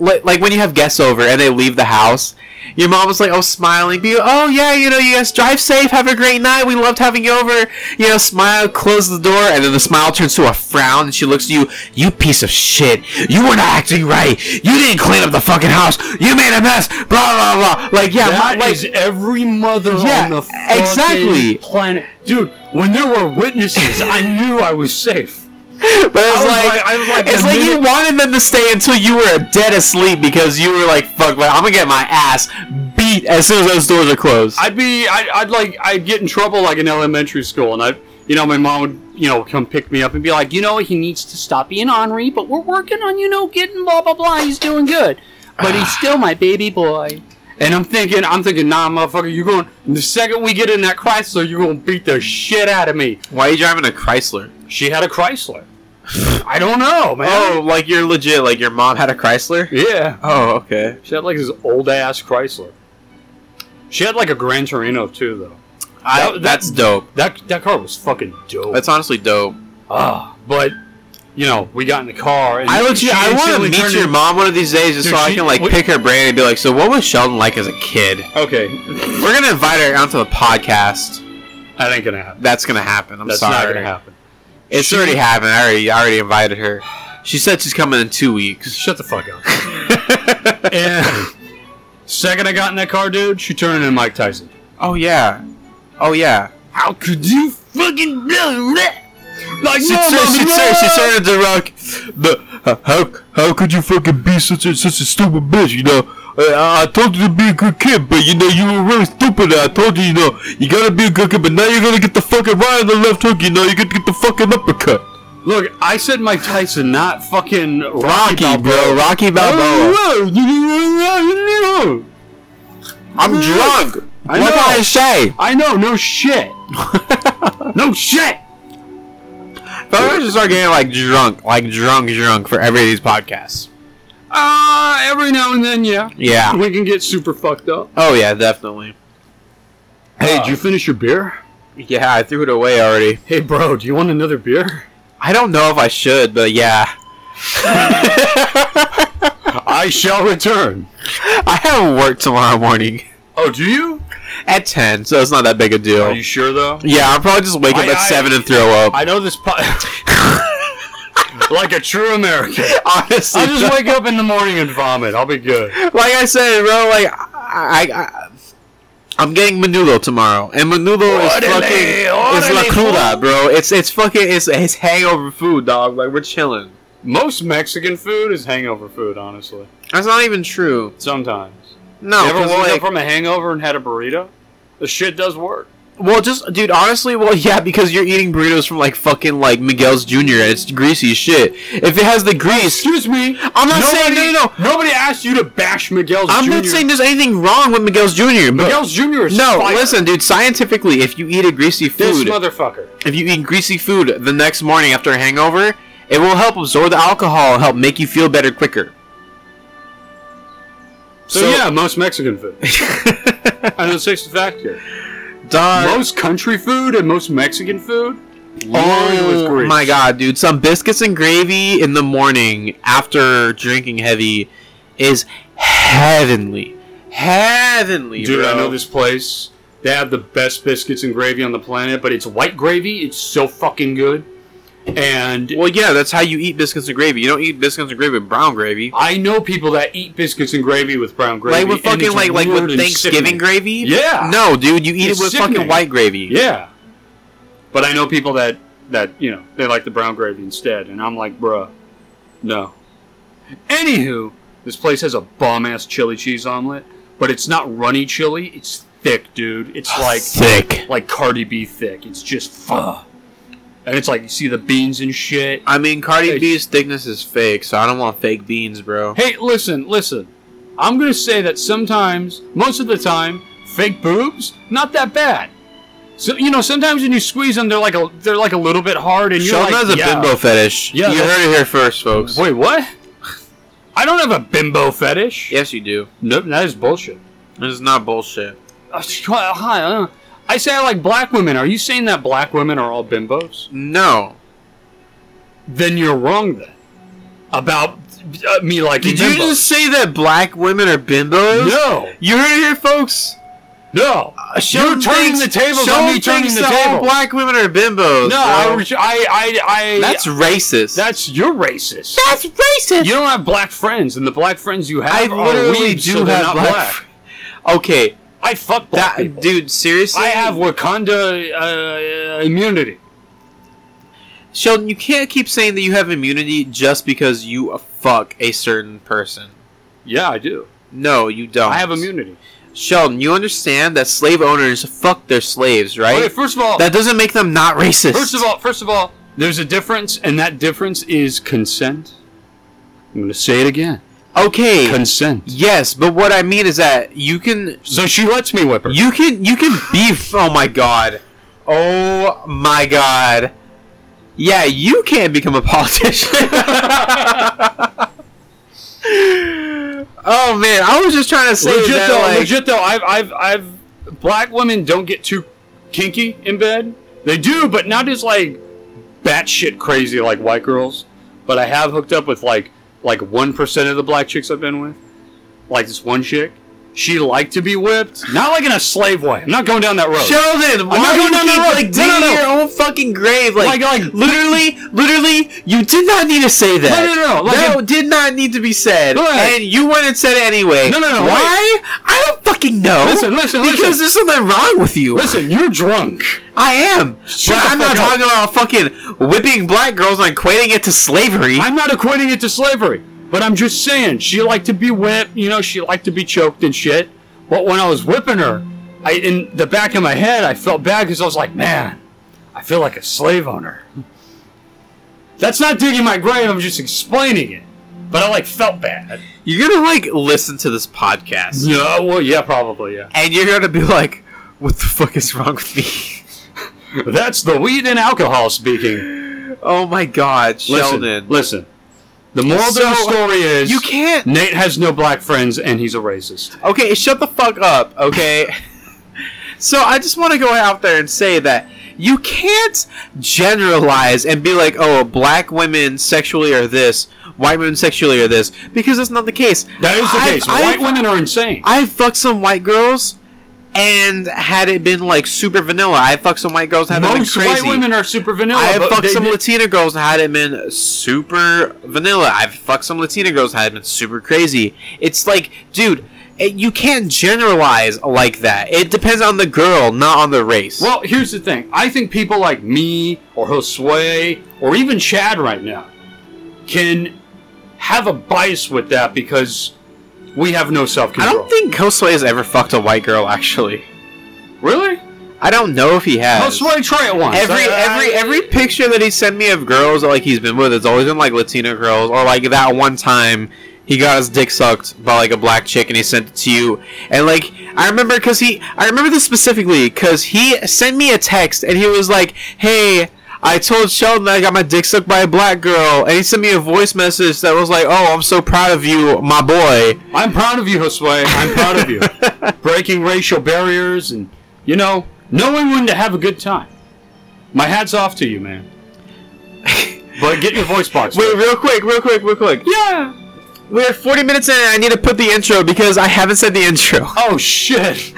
Speaker 5: like, like when you have guests over and they leave the house." Your mom was like, "Oh, smiling, be oh yeah, you know, you guys drive safe, have a great night. We loved having you over. You know, smile, close the door, and then the smile turns to a frown, and she looks at you, you piece of shit. You were not acting right. You didn't clean up the fucking house. You made a mess. Blah blah blah. Like yeah,
Speaker 4: That
Speaker 5: my, like,
Speaker 4: is every mother
Speaker 5: Yeah,
Speaker 4: on the fucking
Speaker 5: exactly.
Speaker 4: planet, dude. When there were witnesses, I knew I was safe.
Speaker 5: But it's
Speaker 4: I was
Speaker 5: like,
Speaker 4: like- I was like,
Speaker 5: it's
Speaker 4: the
Speaker 5: like you
Speaker 4: minute-
Speaker 5: wanted them to stay until you were dead asleep because you were like, "Fuck, man, I'm gonna get my ass beat as soon as those doors are closed."
Speaker 4: I'd be, I'd, I'd like, I'd get in trouble like in elementary school, and I, you know, my mom would, you know, come pick me up and be like, you know, he needs to stop being ornery, but we're working on, you know, getting blah blah blah. He's doing good, but he's still my baby boy. Ah. And I'm thinking, I'm thinking, nah, motherfucker, you're going. The second we get in that Chrysler, you're gonna beat the shit out of me.
Speaker 5: Why are you driving a Chrysler?
Speaker 4: She had a Chrysler. I don't know, man.
Speaker 5: Oh, like you're legit. Like your mom had a Chrysler.
Speaker 4: Yeah,
Speaker 5: Oh, okay.
Speaker 4: she had like this old ass Chrysler. She had like a Gran Torino too, though.
Speaker 5: I,
Speaker 4: That-
Speaker 5: that's dope.
Speaker 4: That that car was fucking dope.
Speaker 5: That's honestly dope.
Speaker 4: Ah, but you know, we got in the car. And
Speaker 5: I legit,
Speaker 4: she
Speaker 5: I want to
Speaker 4: instantly
Speaker 5: meet
Speaker 4: turned
Speaker 5: your
Speaker 4: in-
Speaker 5: mom one of these days just
Speaker 4: Dude,
Speaker 5: so I
Speaker 4: she-
Speaker 5: can like
Speaker 4: we-
Speaker 5: pick her brain and be like, "So what was Sheldon like as a kid?"
Speaker 4: Okay,
Speaker 5: We're gonna invite her onto the podcast.
Speaker 4: that ain't gonna happen.
Speaker 5: That's gonna happen. I'm
Speaker 4: That's
Speaker 5: sorry.
Speaker 4: not gonna happen.
Speaker 5: It's
Speaker 4: She-
Speaker 5: already happened. I already, I already invited her. She said she's coming in two weeks.
Speaker 4: Shut the fuck up. and second, I got in that car, dude. She turned in Mike Tyson.
Speaker 5: oh yeah, oh yeah.
Speaker 4: How could you fucking do that? Like
Speaker 5: She
Speaker 4: no,
Speaker 5: turned,
Speaker 4: Mama,
Speaker 5: she
Speaker 4: no.
Speaker 5: turned, she turned into rock. But uh, how how could you fucking be such a such a stupid bitch? You know, I, I told you to be a good kid, but you know you were really stupid. I told you, you know, you gotta be a good kid, but now you're gonna get the fucking right and the left hook. You know, you gotta get the fucking uppercut.
Speaker 4: Look, I said Mike Tyson, not fucking Rocky, Oh,
Speaker 5: Rocky, bro, Rocky Balboa.
Speaker 4: Balboa.
Speaker 5: I'm drunk.
Speaker 4: I
Speaker 5: what
Speaker 4: know.
Speaker 5: can I say?
Speaker 4: I know, no shit. no shit.
Speaker 5: I should start getting like drunk, like drunk, drunk for every of these podcasts.
Speaker 4: Uh, every now and then, yeah.
Speaker 5: Yeah.
Speaker 4: We can get super fucked up. Uh,
Speaker 5: Oh yeah, definitely.
Speaker 4: Hey, did you finish your beer?
Speaker 5: Yeah, I threw it away already.
Speaker 4: Hey, bro, do you want another beer?
Speaker 5: I don't know if I should, but yeah,
Speaker 4: I shall return.
Speaker 5: I have work tomorrow morning
Speaker 4: Oh, do you?
Speaker 5: at ten, so it's not that big a
Speaker 4: Are
Speaker 5: deal.
Speaker 4: you sure though?
Speaker 5: Yeah, I'll probably just wake up
Speaker 4: I-
Speaker 5: at
Speaker 4: I-
Speaker 5: seven and throw up.
Speaker 4: I know this pot. like a true American.
Speaker 5: Honestly,
Speaker 4: I'll just wake up in the morning and vomit. I'll be good.
Speaker 5: like I said, bro, like I. I, I I'm getting menudo tomorrow, and menudo is
Speaker 4: Orale,
Speaker 5: fucking it's la
Speaker 4: orale,
Speaker 5: cruda, bro. It's it's fucking it's it's hangover food, dog. Like we're chilling.
Speaker 4: Most Mexican food is hangover food, honestly.
Speaker 5: That's not even true.
Speaker 4: Sometimes.
Speaker 5: No,
Speaker 4: you ever
Speaker 5: 'cause,
Speaker 4: woke
Speaker 5: like-
Speaker 4: up from a hangover and had a burrito? The shit does work.
Speaker 5: Well, just dude, honestly, well, yeah, because you're eating burritos from like fucking like Miguel's Jr. and it's greasy as shit. If it has the grease,
Speaker 4: Excuse me.
Speaker 5: I'm not saying no, no, no.
Speaker 4: Nobody asked you to bash Miguel's
Speaker 5: I'm
Speaker 4: Jr.
Speaker 5: not saying there's anything wrong with Miguel's Jr. But
Speaker 4: Miguel's Jr. is
Speaker 5: no,
Speaker 4: fire.
Speaker 5: listen, dude. Scientifically, if you eat a greasy
Speaker 4: This
Speaker 5: food,
Speaker 4: motherfucker.
Speaker 5: if you eat greasy food the next morning after a hangover, it will help absorb the alcohol and help make you feel better quicker.
Speaker 4: So, yeah, most Mexican food. and the sixth factor:
Speaker 5: Dog.
Speaker 4: most country food and most Mexican food. loaded with
Speaker 5: Oh
Speaker 4: grease.
Speaker 5: my god, dude! Some biscuits and gravy in the morning after drinking heavy is heavenly, heavenly,
Speaker 4: Dude,
Speaker 5: bro.
Speaker 4: I know this place. They have the best biscuits and gravy on the planet, but it's white gravy. It's so fucking good. And
Speaker 5: Well, yeah, that's how you eat biscuits and gravy. You don't eat biscuits and gravy with brown gravy.
Speaker 4: I know people that eat biscuits and gravy with brown gravy.
Speaker 5: like
Speaker 4: and
Speaker 5: with fucking
Speaker 4: it's
Speaker 5: like like
Speaker 4: weird
Speaker 5: with
Speaker 4: and
Speaker 5: Thanksgiving
Speaker 4: sickening.
Speaker 5: gravy.
Speaker 4: Yeah.
Speaker 5: No, dude, you eat
Speaker 4: It's
Speaker 5: it with
Speaker 4: sickening.
Speaker 5: fucking white gravy.
Speaker 4: Yeah. But I know people that that you know they like the brown gravy instead, and I'm like, bruh, no. Anywho, this place has a bomb ass chili cheese omelet, but it's not runny chili. It's thick, dude. It's like
Speaker 5: Thick.
Speaker 4: like Cardi B thick. It's just fuck. And it's like you see the beans and shit.
Speaker 5: I mean, Cardi
Speaker 4: Hey.
Speaker 5: B's thickness is fake, so I don't want fake beans, bro.
Speaker 4: Hey, listen, listen. I'm gonna say that sometimes, most of the time, fake boobs not that bad. So you know, sometimes when you squeeze them, they're like a they're like a little bit hard, and you're
Speaker 5: Sheldon
Speaker 4: like,
Speaker 5: has a
Speaker 4: yeah.
Speaker 5: bimbo fetish.
Speaker 4: Yeah,
Speaker 5: you
Speaker 4: that's-
Speaker 5: heard it here first, folks.
Speaker 4: Wait, what? I don't have a bimbo fetish.
Speaker 5: Yes, you do.
Speaker 4: Nope, that is bullshit.
Speaker 5: This is not bullshit.
Speaker 4: Uh, hi, uh, I say I like black women. Are you saying that black women are all bimbos?
Speaker 5: No.
Speaker 4: Then you're wrong then about uh, me liking
Speaker 5: Did you
Speaker 4: bimbos.
Speaker 5: just say that black women are bimbos?
Speaker 4: no,
Speaker 5: You heard it here, folks.
Speaker 4: no.
Speaker 5: Sheldon
Speaker 4: turning
Speaker 5: Uh, thinks-
Speaker 4: the tables on
Speaker 5: Sheldon
Speaker 4: me turning
Speaker 5: thinks
Speaker 4: the
Speaker 5: that all
Speaker 4: table.
Speaker 5: black women are bimbos.
Speaker 4: No,
Speaker 5: bro.
Speaker 4: I, was- I, I, I.
Speaker 5: that's racist.
Speaker 4: that's you're racist.
Speaker 5: that's racist.
Speaker 4: You don't have black friends, and the black friends you have
Speaker 5: I
Speaker 4: are
Speaker 5: literally
Speaker 4: weebs,
Speaker 5: do
Speaker 4: so they're
Speaker 5: have
Speaker 4: not
Speaker 5: black.
Speaker 4: black.
Speaker 5: Okay,
Speaker 4: I fuck black
Speaker 5: that
Speaker 4: people.
Speaker 5: dude, seriously,
Speaker 4: I have Wakanda uh, immunity.
Speaker 5: Sheldon, you can't keep saying that you have immunity just because you fuck a certain person.
Speaker 4: Yeah, I do.
Speaker 5: No, you don't.
Speaker 4: I have immunity.
Speaker 5: Sheldon, you understand that slave owners fuck their slaves, right?
Speaker 4: Okay, first of all,
Speaker 5: that doesn't make them not racist.
Speaker 4: first of all, first of all, there's a difference, and that difference is consent. I'm gonna say it again.
Speaker 5: all, okay.
Speaker 4: Consent.
Speaker 5: yes, but what I mean is that you can,
Speaker 4: So she lets me whip her.
Speaker 5: you can, you can be. Oh my god. Oh my god. Yeah, you can't become a politician. oh man, I was just trying to say
Speaker 4: legit
Speaker 5: that.
Speaker 4: though,
Speaker 5: like,
Speaker 4: legit though, I've, I've, I've, black women don't get too kinky in bed. They do, but not as like batshit crazy like white girls. But I have hooked up with like, like one percent of the black chicks I've been with. Like this one chick, she liked to be whipped, not like in a slave way. I'm not going down that road.
Speaker 5: Sheldon, why
Speaker 4: not
Speaker 5: do you
Speaker 4: going down that road.
Speaker 5: keep like
Speaker 4: No, no,
Speaker 5: digging
Speaker 4: no.
Speaker 5: your own fucking grave? Like,
Speaker 4: Like- like-
Speaker 5: literally, literally, you did not need to say that.
Speaker 4: No, no, no, like-
Speaker 5: that did not need to be said,
Speaker 4: No, no, no.
Speaker 5: and you went and said it anyway.
Speaker 4: No, no, no,
Speaker 5: Why? I don't fucking know.
Speaker 4: Listen, listen,
Speaker 5: because
Speaker 4: listen.
Speaker 5: there's something wrong with you.
Speaker 4: Listen, you're drunk.
Speaker 5: I am,
Speaker 4: Shut
Speaker 5: but
Speaker 4: the
Speaker 5: I'm not
Speaker 4: fuck up.
Speaker 5: talking about fucking whipping black girls and equating it to slavery.
Speaker 4: I'm not equating it to slavery, but I'm just saying she liked to be whipped. You know, she liked to be choked and shit. But when I was whipping her, I in the back of my head, I felt bad because I was like, man, I feel like a slave owner. That's not digging my grave. I'm just explaining it. But I like felt bad.
Speaker 5: You're gonna like listen to this podcast,
Speaker 4: No, well, yeah, probably, yeah.
Speaker 5: and you're gonna be like, "What the fuck is wrong with me?"
Speaker 4: That's the weed and alcohol speaking.
Speaker 5: oh my god,
Speaker 4: Listen,
Speaker 5: Sheldon.
Speaker 4: listen. The moral of the
Speaker 5: So,
Speaker 4: story is
Speaker 5: you can't
Speaker 4: Nate has no black friends and he's a racist.
Speaker 5: Okay, shut the fuck up, okay? so I just want to go out there and say that you can't generalize and be like, oh, black women sexually are this, white women sexually are this, because that's not the case.
Speaker 4: That is the
Speaker 5: I've-
Speaker 4: case.
Speaker 5: I've-
Speaker 4: White women are insane.
Speaker 5: I fucked some white girls, and had it been like super vanilla, I fucked some white girls, had it been
Speaker 4: Most
Speaker 5: crazy.
Speaker 4: white women are super vanilla.
Speaker 5: I have
Speaker 4: but
Speaker 5: fucked
Speaker 4: they
Speaker 5: some
Speaker 4: did-
Speaker 5: Latina girls and had it been super vanilla. I've fucked some Latina girls and had it been super crazy. It's like, dude, it, you can't generalize like that. It depends on the girl, not on the race.
Speaker 4: Well, here's the thing. I think people like me or Josue or even Chad right now can have a bias with that because we have no self
Speaker 5: I
Speaker 4: control.
Speaker 5: don't think Josue has ever fucked a white girl. Actually,
Speaker 4: really.
Speaker 5: I don't know if he has.
Speaker 4: Josue, try it once.
Speaker 5: Every every every picture that he sent me of girls that like he's been with, it's always been like Latina girls or like that one time he got his dick sucked by like a black chick and he sent it to you. And like I remember because he I remember this specifically because he sent me a text and he was like, "Hey, I told Sheldon that I got my dick sucked by a black girl, and he sent me a voice message that was like, "Oh, I'm so proud of you, my boy."
Speaker 4: I'm proud of you, Josue. I'm proud of you. Breaking racial barriers and, you know, knowing when to have a good time. My hat's off to you, man. But get your voice box.
Speaker 5: Wait, real quick, real quick, real quick.
Speaker 4: yeah.
Speaker 5: We're 40 minutes in, and I need to put the intro because I haven't said the intro.
Speaker 4: Oh shit.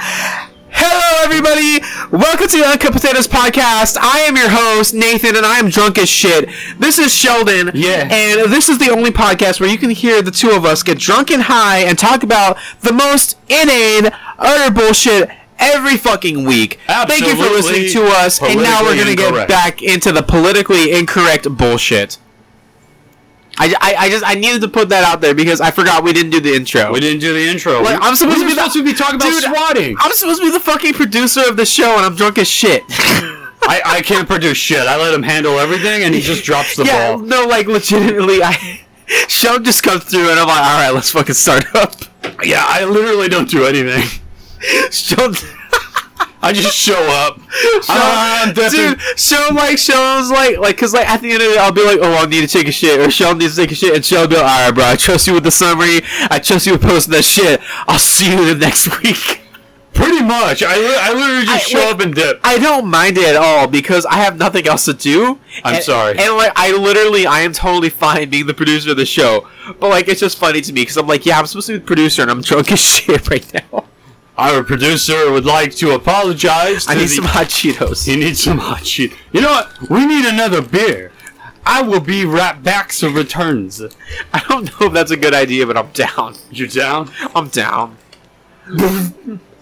Speaker 5: Hello, everybody! Welcome to the Uncut Potatoes Podcast. I am your host, Nathan, and I am drunk as shit. This is Sheldon.
Speaker 4: Yeah.
Speaker 5: And this is the only podcast where you can hear the two of us get drunk and high and talk about the most inane, utter bullshit every fucking week. Thank you for
Speaker 4: Absolutely
Speaker 5: listening to us, and now we're going
Speaker 4: politically
Speaker 5: to get
Speaker 4: incorrect.
Speaker 5: back into the politically incorrect bullshit. I, I, I just I needed to put that out there because I forgot we didn't do the intro.
Speaker 4: We didn't do the intro.
Speaker 5: Like,
Speaker 4: we,
Speaker 5: I'm supposed
Speaker 4: we
Speaker 5: to
Speaker 4: were
Speaker 5: be the-
Speaker 4: supposed to be talking about
Speaker 5: Dude,
Speaker 4: swatting.
Speaker 5: I'm supposed to be the fucking producer of the show, and I'm drunk as shit.
Speaker 4: I, I can't produce shit. I let him handle everything, and he just drops the
Speaker 5: yeah,
Speaker 4: ball.
Speaker 5: no, like legitimately, I Sean just comes through and I'm like, all right, let's fucking start up.
Speaker 4: Yeah, I literally don't do anything.
Speaker 5: Sean,
Speaker 4: I just show up. Ah, I'm dipping.
Speaker 5: dude, Sean like Sean's like like because like at the end of it, I'll be like, oh, I need to take a shit, or Sean needs to take a shit, and Sean will be like, all right, bro, I trust you with the summary, I trust you with posting that shit. I'll see you the next week.
Speaker 4: Pretty much. I, li- I literally just
Speaker 5: I-
Speaker 4: show
Speaker 5: like-
Speaker 4: up and dip.
Speaker 5: I don't mind it at all because I have nothing else to do.
Speaker 4: I'm
Speaker 5: And-
Speaker 4: sorry.
Speaker 5: And like, I literally, I am totally fine being the producer of the show. But like, it's just funny to me because I'm like, yeah, I'm supposed to be the producer, and I'm drunk as shit right now.
Speaker 4: Our producer would like to apologize. To
Speaker 5: I need
Speaker 4: the-
Speaker 5: some hot Cheetos.
Speaker 4: He needs some hot shit. You know what? We need another beer. I will be right back. So returns.
Speaker 5: I don't know if that's a good idea, but I'm down.
Speaker 4: You down?
Speaker 5: I'm down.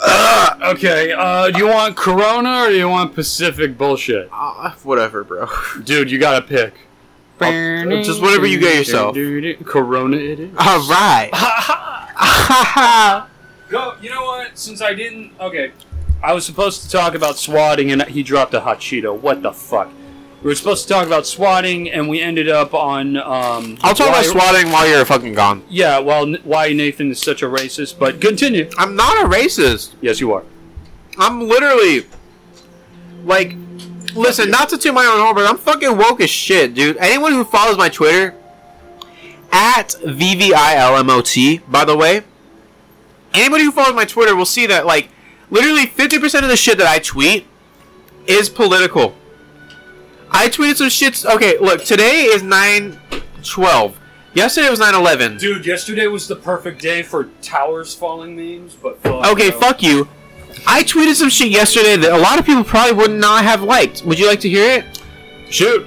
Speaker 4: Okay. Uh, do you want Corona or do you want Pacific bullshit,
Speaker 5: Uh, whatever, bro.
Speaker 4: dude? You gotta pick.
Speaker 5: I'll- just whatever you get yourself.
Speaker 4: Corona, it is.
Speaker 5: All right.
Speaker 4: Go. You know what? Since I didn't. Okay. I was supposed to talk about swatting, and he dropped a hot Cheeto. What the fuck? We were supposed to talk about swatting, and we ended up on. Um,
Speaker 5: I'll talk
Speaker 4: why-
Speaker 5: about swatting while you're fucking gone.
Speaker 4: Yeah, well, n- why Nathan is such a racist, but continue.
Speaker 5: I'm not a racist.
Speaker 4: Yes, you are.
Speaker 5: I'm literally like listen, not to toot my own horn, but I'm fucking woke as shit, dude. Anyone who follows my Twitter at VVILMOT, by the way, anybody who follows my Twitter will see that like literally 50% of the shit that I tweet is political. I tweeted some shits. Okay, look, today is 9/12. Yesterday was 9/11.
Speaker 4: Dude, yesterday was the perfect day for towers falling memes, but fuck.
Speaker 5: Okay, fuck you. I tweeted some shit yesterday that a lot of people probably would not have liked. Would you like to hear it?
Speaker 4: Shoot.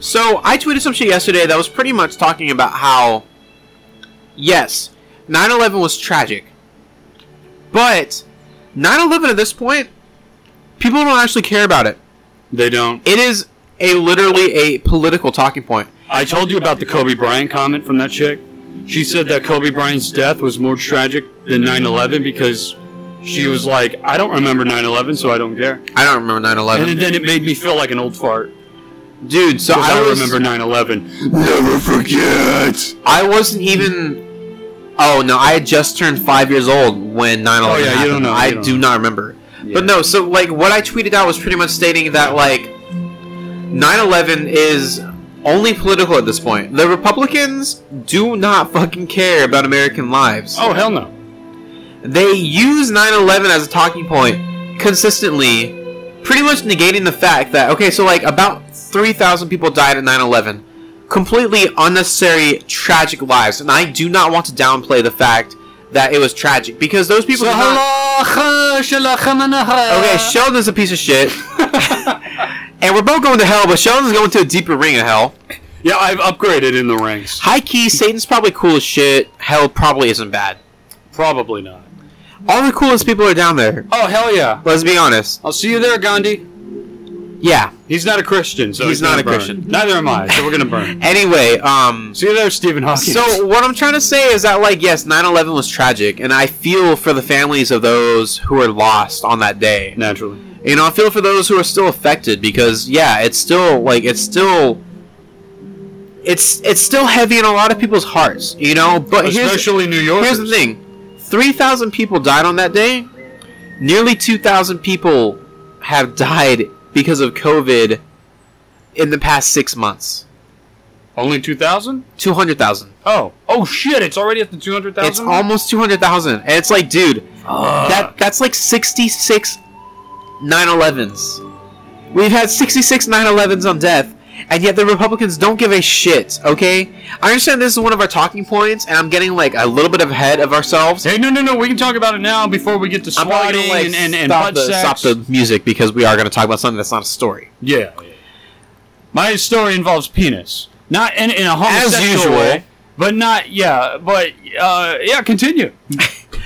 Speaker 5: So, I tweeted some shit yesterday that was pretty much talking about how, yes, 9 11 was tragic. But 9 11 at this point, people don't actually care about it.
Speaker 4: They don't.
Speaker 5: It is a literally a political talking point.
Speaker 4: I told you about the Kobe Bryant comment from that chick. She said that Kobe Bryant's death was more tragic than 9 11 because she was like, I don't remember 9 11, so I don't care.
Speaker 5: I don't remember 9 11.
Speaker 4: And then it made me feel like an old fart.
Speaker 5: Dude, so
Speaker 4: Because
Speaker 5: I,
Speaker 4: I,
Speaker 5: was,
Speaker 4: remember 9 11.
Speaker 1: Never forget.
Speaker 5: I wasn't even. Oh no, I had just turned five years old when 9/11
Speaker 4: Oh, yeah, you
Speaker 5: happened.
Speaker 4: don't know, you
Speaker 5: I
Speaker 4: don't
Speaker 5: do
Speaker 4: know.
Speaker 5: not remember. But no, so like what I tweeted out was pretty much stating that like 9/11 is only political at this point. The Republicans do not fucking care about American lives.
Speaker 4: Oh, hell no.
Speaker 5: They use 9/11 as a talking point consistently, pretty much negating the fact that okay, so like about 3,000 people died at 9/11, completely unnecessary tragic lives, and I do not want to downplay the fact that it was tragic because those people. did not- Okay, Sheldon's a piece of shit. And we're both going to hell, but Sheldon's going to a deeper ring of hell.
Speaker 4: Yeah, I've upgraded in the ranks.
Speaker 5: High key, Satan's probably cool as shit. Hell probably isn't bad.
Speaker 4: Probably not.
Speaker 5: All the coolest people are down there.
Speaker 4: Oh, hell yeah.
Speaker 5: Let's be honest.
Speaker 4: I'll see you there, Gandhi.
Speaker 5: Yeah.
Speaker 4: He's not a Christian, so
Speaker 5: He's
Speaker 4: he's,
Speaker 5: not
Speaker 4: gonna
Speaker 5: a
Speaker 4: burn.
Speaker 5: Christian.
Speaker 4: Neither am I, so we're gonna burn.
Speaker 5: Anyway, um,
Speaker 4: See you there, Stephen Hawking.
Speaker 5: So what I'm trying to say is that like yes, 9/11 was tragic, and I feel for the families of those who were lost on that day.
Speaker 4: naturally,
Speaker 5: You know, I feel for those who are still affected because yeah, it's still like it's still it's it's still heavy in a lot of people's hearts. You know, but here's
Speaker 4: especially New Yorkers.
Speaker 5: here's the thing: three thousand people died on that day. Nearly two thousand people have died because of COVID in the past six months?
Speaker 4: Only 2,000?
Speaker 5: Two hundred thousand.
Speaker 4: Oh. Oh shit, it's already at the 200,000?
Speaker 5: It's almost two hundred thousand, and it's like, dude,
Speaker 2: Oh,
Speaker 5: that that's like sixty six 9/11s. We've had sixty six 9/11s on death, and yet the Republicans don't give a shit. Okay, I understand this is one of our talking points, and I'm getting like a little bit ahead of ourselves.
Speaker 4: Hey, no, no, no. We can talk about it now before we get to
Speaker 5: I'm probably
Speaker 4: swatting
Speaker 5: gonna like
Speaker 4: and, and, and
Speaker 5: stop,
Speaker 4: butt
Speaker 5: the,
Speaker 4: sex.
Speaker 5: stop the music because we are gonna talk about something that's not a story.
Speaker 4: Yeah. My story involves penis, not in, in a homosexual
Speaker 5: usual.
Speaker 4: way, but not yeah, but uh, yeah. Continue.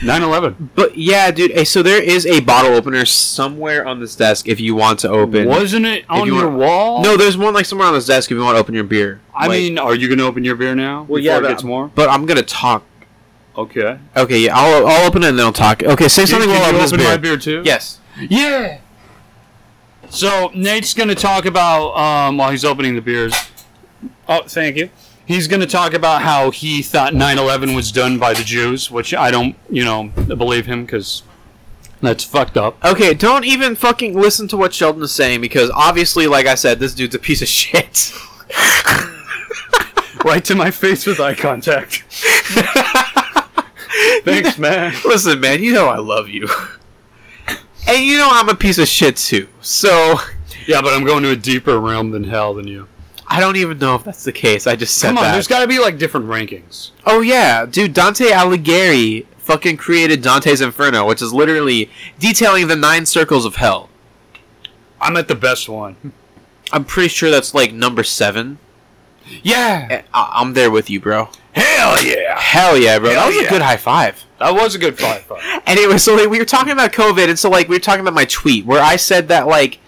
Speaker 4: 9-11.
Speaker 5: But yeah, dude. eh, So there is a bottle opener somewhere on this desk if you want to open.
Speaker 4: Wasn't it on
Speaker 5: you
Speaker 4: your
Speaker 5: want-
Speaker 4: wall?
Speaker 5: No, there's one like somewhere on this desk if you want to open your beer.
Speaker 4: I
Speaker 5: Like-
Speaker 4: mean, are you gonna open your beer now? before
Speaker 5: Well, yeah,
Speaker 4: it
Speaker 5: but-
Speaker 4: gets more.
Speaker 5: but I'm gonna talk.
Speaker 4: Okay.
Speaker 5: Okay, yeah, I'll, I'll open it and then I'll talk. Okay, say something
Speaker 4: Can
Speaker 5: while I
Speaker 4: you
Speaker 5: open this
Speaker 4: open
Speaker 5: beer.
Speaker 4: my beer too?
Speaker 5: Yes.
Speaker 4: Yeah. So Nate's going to talk about um, while he's opening the beers. Oh, thank you. He's going to talk about how he thought 9/11 was done by the Jews, which I don't, you know, believe him because that's fucked up.
Speaker 5: Okay, don't even fucking listen to what Sheldon is saying because obviously, like I said, this dude's a piece of shit.
Speaker 4: Right to my face with eye contact. Thanks, man.
Speaker 5: listen, man, you know I love you. And you know I'm a piece of shit too. So
Speaker 4: Yeah, but I'm going to a deeper realm than hell than you.
Speaker 5: I don't even know if that's the case. I just said
Speaker 4: Come on,
Speaker 5: that.
Speaker 4: there's got to be like different rankings.
Speaker 5: Oh yeah, dude, Dante Alighieri fucking created Dante's Inferno, which is literally detailing the nine circles of hell.
Speaker 4: I'm at the best one.
Speaker 5: I'm pretty sure that's like number seven.
Speaker 4: Yeah.
Speaker 5: Eh, I- I'm there with you, bro.
Speaker 4: Hell yeah.
Speaker 5: Hell yeah, bro. that
Speaker 4: Hell
Speaker 5: was a
Speaker 4: yeah.
Speaker 5: good high five.
Speaker 4: That was a good five. five.
Speaker 5: Anyway, so like we were talking about COVID, and so like we were talking about my tweet where I said that like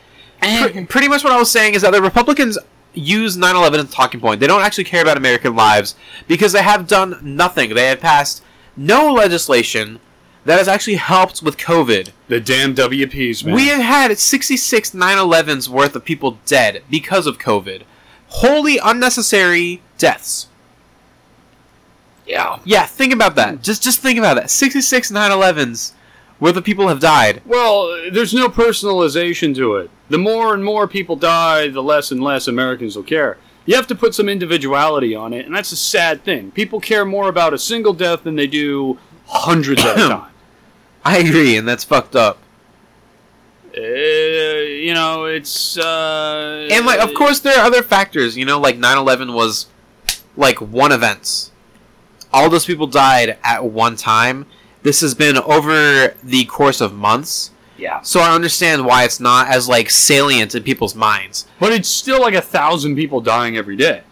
Speaker 6: Mm-hmm.
Speaker 5: pr- pretty much what I was saying is that the Republicans use 9/11 as a talking point. They don't actually care about American lives because they have done nothing. They have passed no legislation that has actually helped with COVID.
Speaker 4: The damn WPs, man.
Speaker 5: We have had 66 9/11s worth of people dead because of COVID. Wholly unnecessary deaths.
Speaker 2: Yeah.
Speaker 5: Yeah, think about that. Just just think about that. 66 9/11s where the people have died.
Speaker 4: Well, there's no personalization to it. The more and more people die, the less and less Americans will care. You have to put some individuality on it, and that's a sad thing. People care more about a single death than they do hundreds at a time.
Speaker 5: I agree, and that's fucked up.
Speaker 4: Uh, you know, it's uh,
Speaker 5: And like of course there are other factors, you know, like 9/11 was like one event. All those people died at one time. This has been over the course of months.
Speaker 2: Yeah.
Speaker 5: So I understand why it's not as like salient in people's minds.
Speaker 4: but it's still like a thousand people dying every day.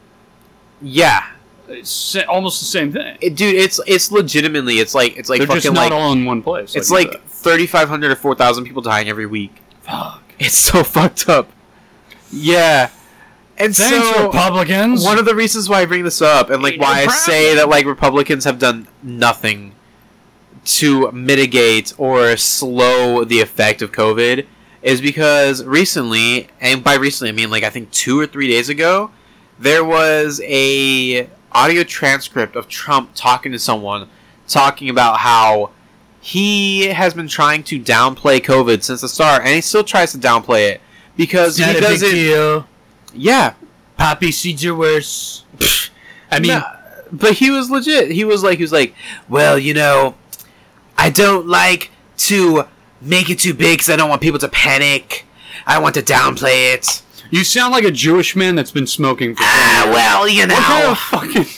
Speaker 5: Yeah.
Speaker 4: It's sa- almost the same thing.
Speaker 5: It- dude, it's it's legitimately it's like it's like
Speaker 4: They're
Speaker 5: fucking
Speaker 4: just not
Speaker 5: like
Speaker 4: all in one place. uh,
Speaker 5: it's
Speaker 4: you
Speaker 5: like
Speaker 4: said.
Speaker 5: 3500 or 4000 people dying every week.
Speaker 4: fuck.
Speaker 5: It's so fucked up. Yeah. And
Speaker 4: Thanks,
Speaker 5: so
Speaker 4: Republicans.
Speaker 5: one of the reasons why I bring this up and like
Speaker 2: Ain't no
Speaker 5: why I
Speaker 2: problem.
Speaker 5: say that like Republicans have done nothing to mitigate or slow the effect of COVID is because recently, and by recently I mean like I think 2 or 3 days ago, there was a audio transcript of Trump talking to someone talking about how he has been trying to downplay COVID since the start and he still tries to downplay it because he doesn't
Speaker 4: deal.
Speaker 5: yeah
Speaker 4: Poppy seeds are worse. I mean,
Speaker 5: No, but he was legit. He was like, he was like, well, you know, I don't like to make it too big because I don't want people to panic. I want to downplay it.
Speaker 4: You sound like a Jewish man that's been smoking for 20
Speaker 5: Ah,
Speaker 4: years. Oh,
Speaker 5: well, you know,
Speaker 4: What kind of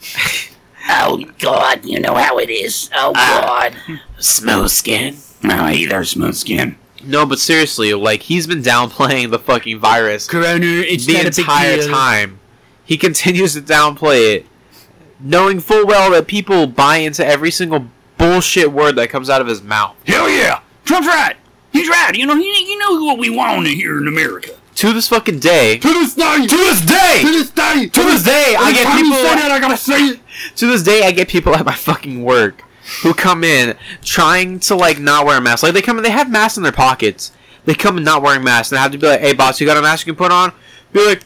Speaker 4: fucking
Speaker 2: Oh God, you know how it is. Oh God.
Speaker 5: smooth skin.
Speaker 2: I hate their smooth skin.
Speaker 5: No, but seriously, like he's been downplaying the fucking virus
Speaker 4: corona? It's
Speaker 5: the entire time. He continues to downplay it, knowing full well that people buy into every single bullshit word that comes out of his mouth.
Speaker 2: Hell yeah, Trump's right. He's right. You know, he, you know what we want here in America.
Speaker 5: To this fucking day,
Speaker 4: To this day, to this day, to this day,
Speaker 5: to this day, I get people.
Speaker 4: I gotta say it.
Speaker 5: to this day, I get people at my fucking work who come in trying to like not wear a mask. Like they come in, they have masks in their pockets. They come in not wearing masks, and I have to be like, "Hey, boss, you got a mask you can put on?" Be like,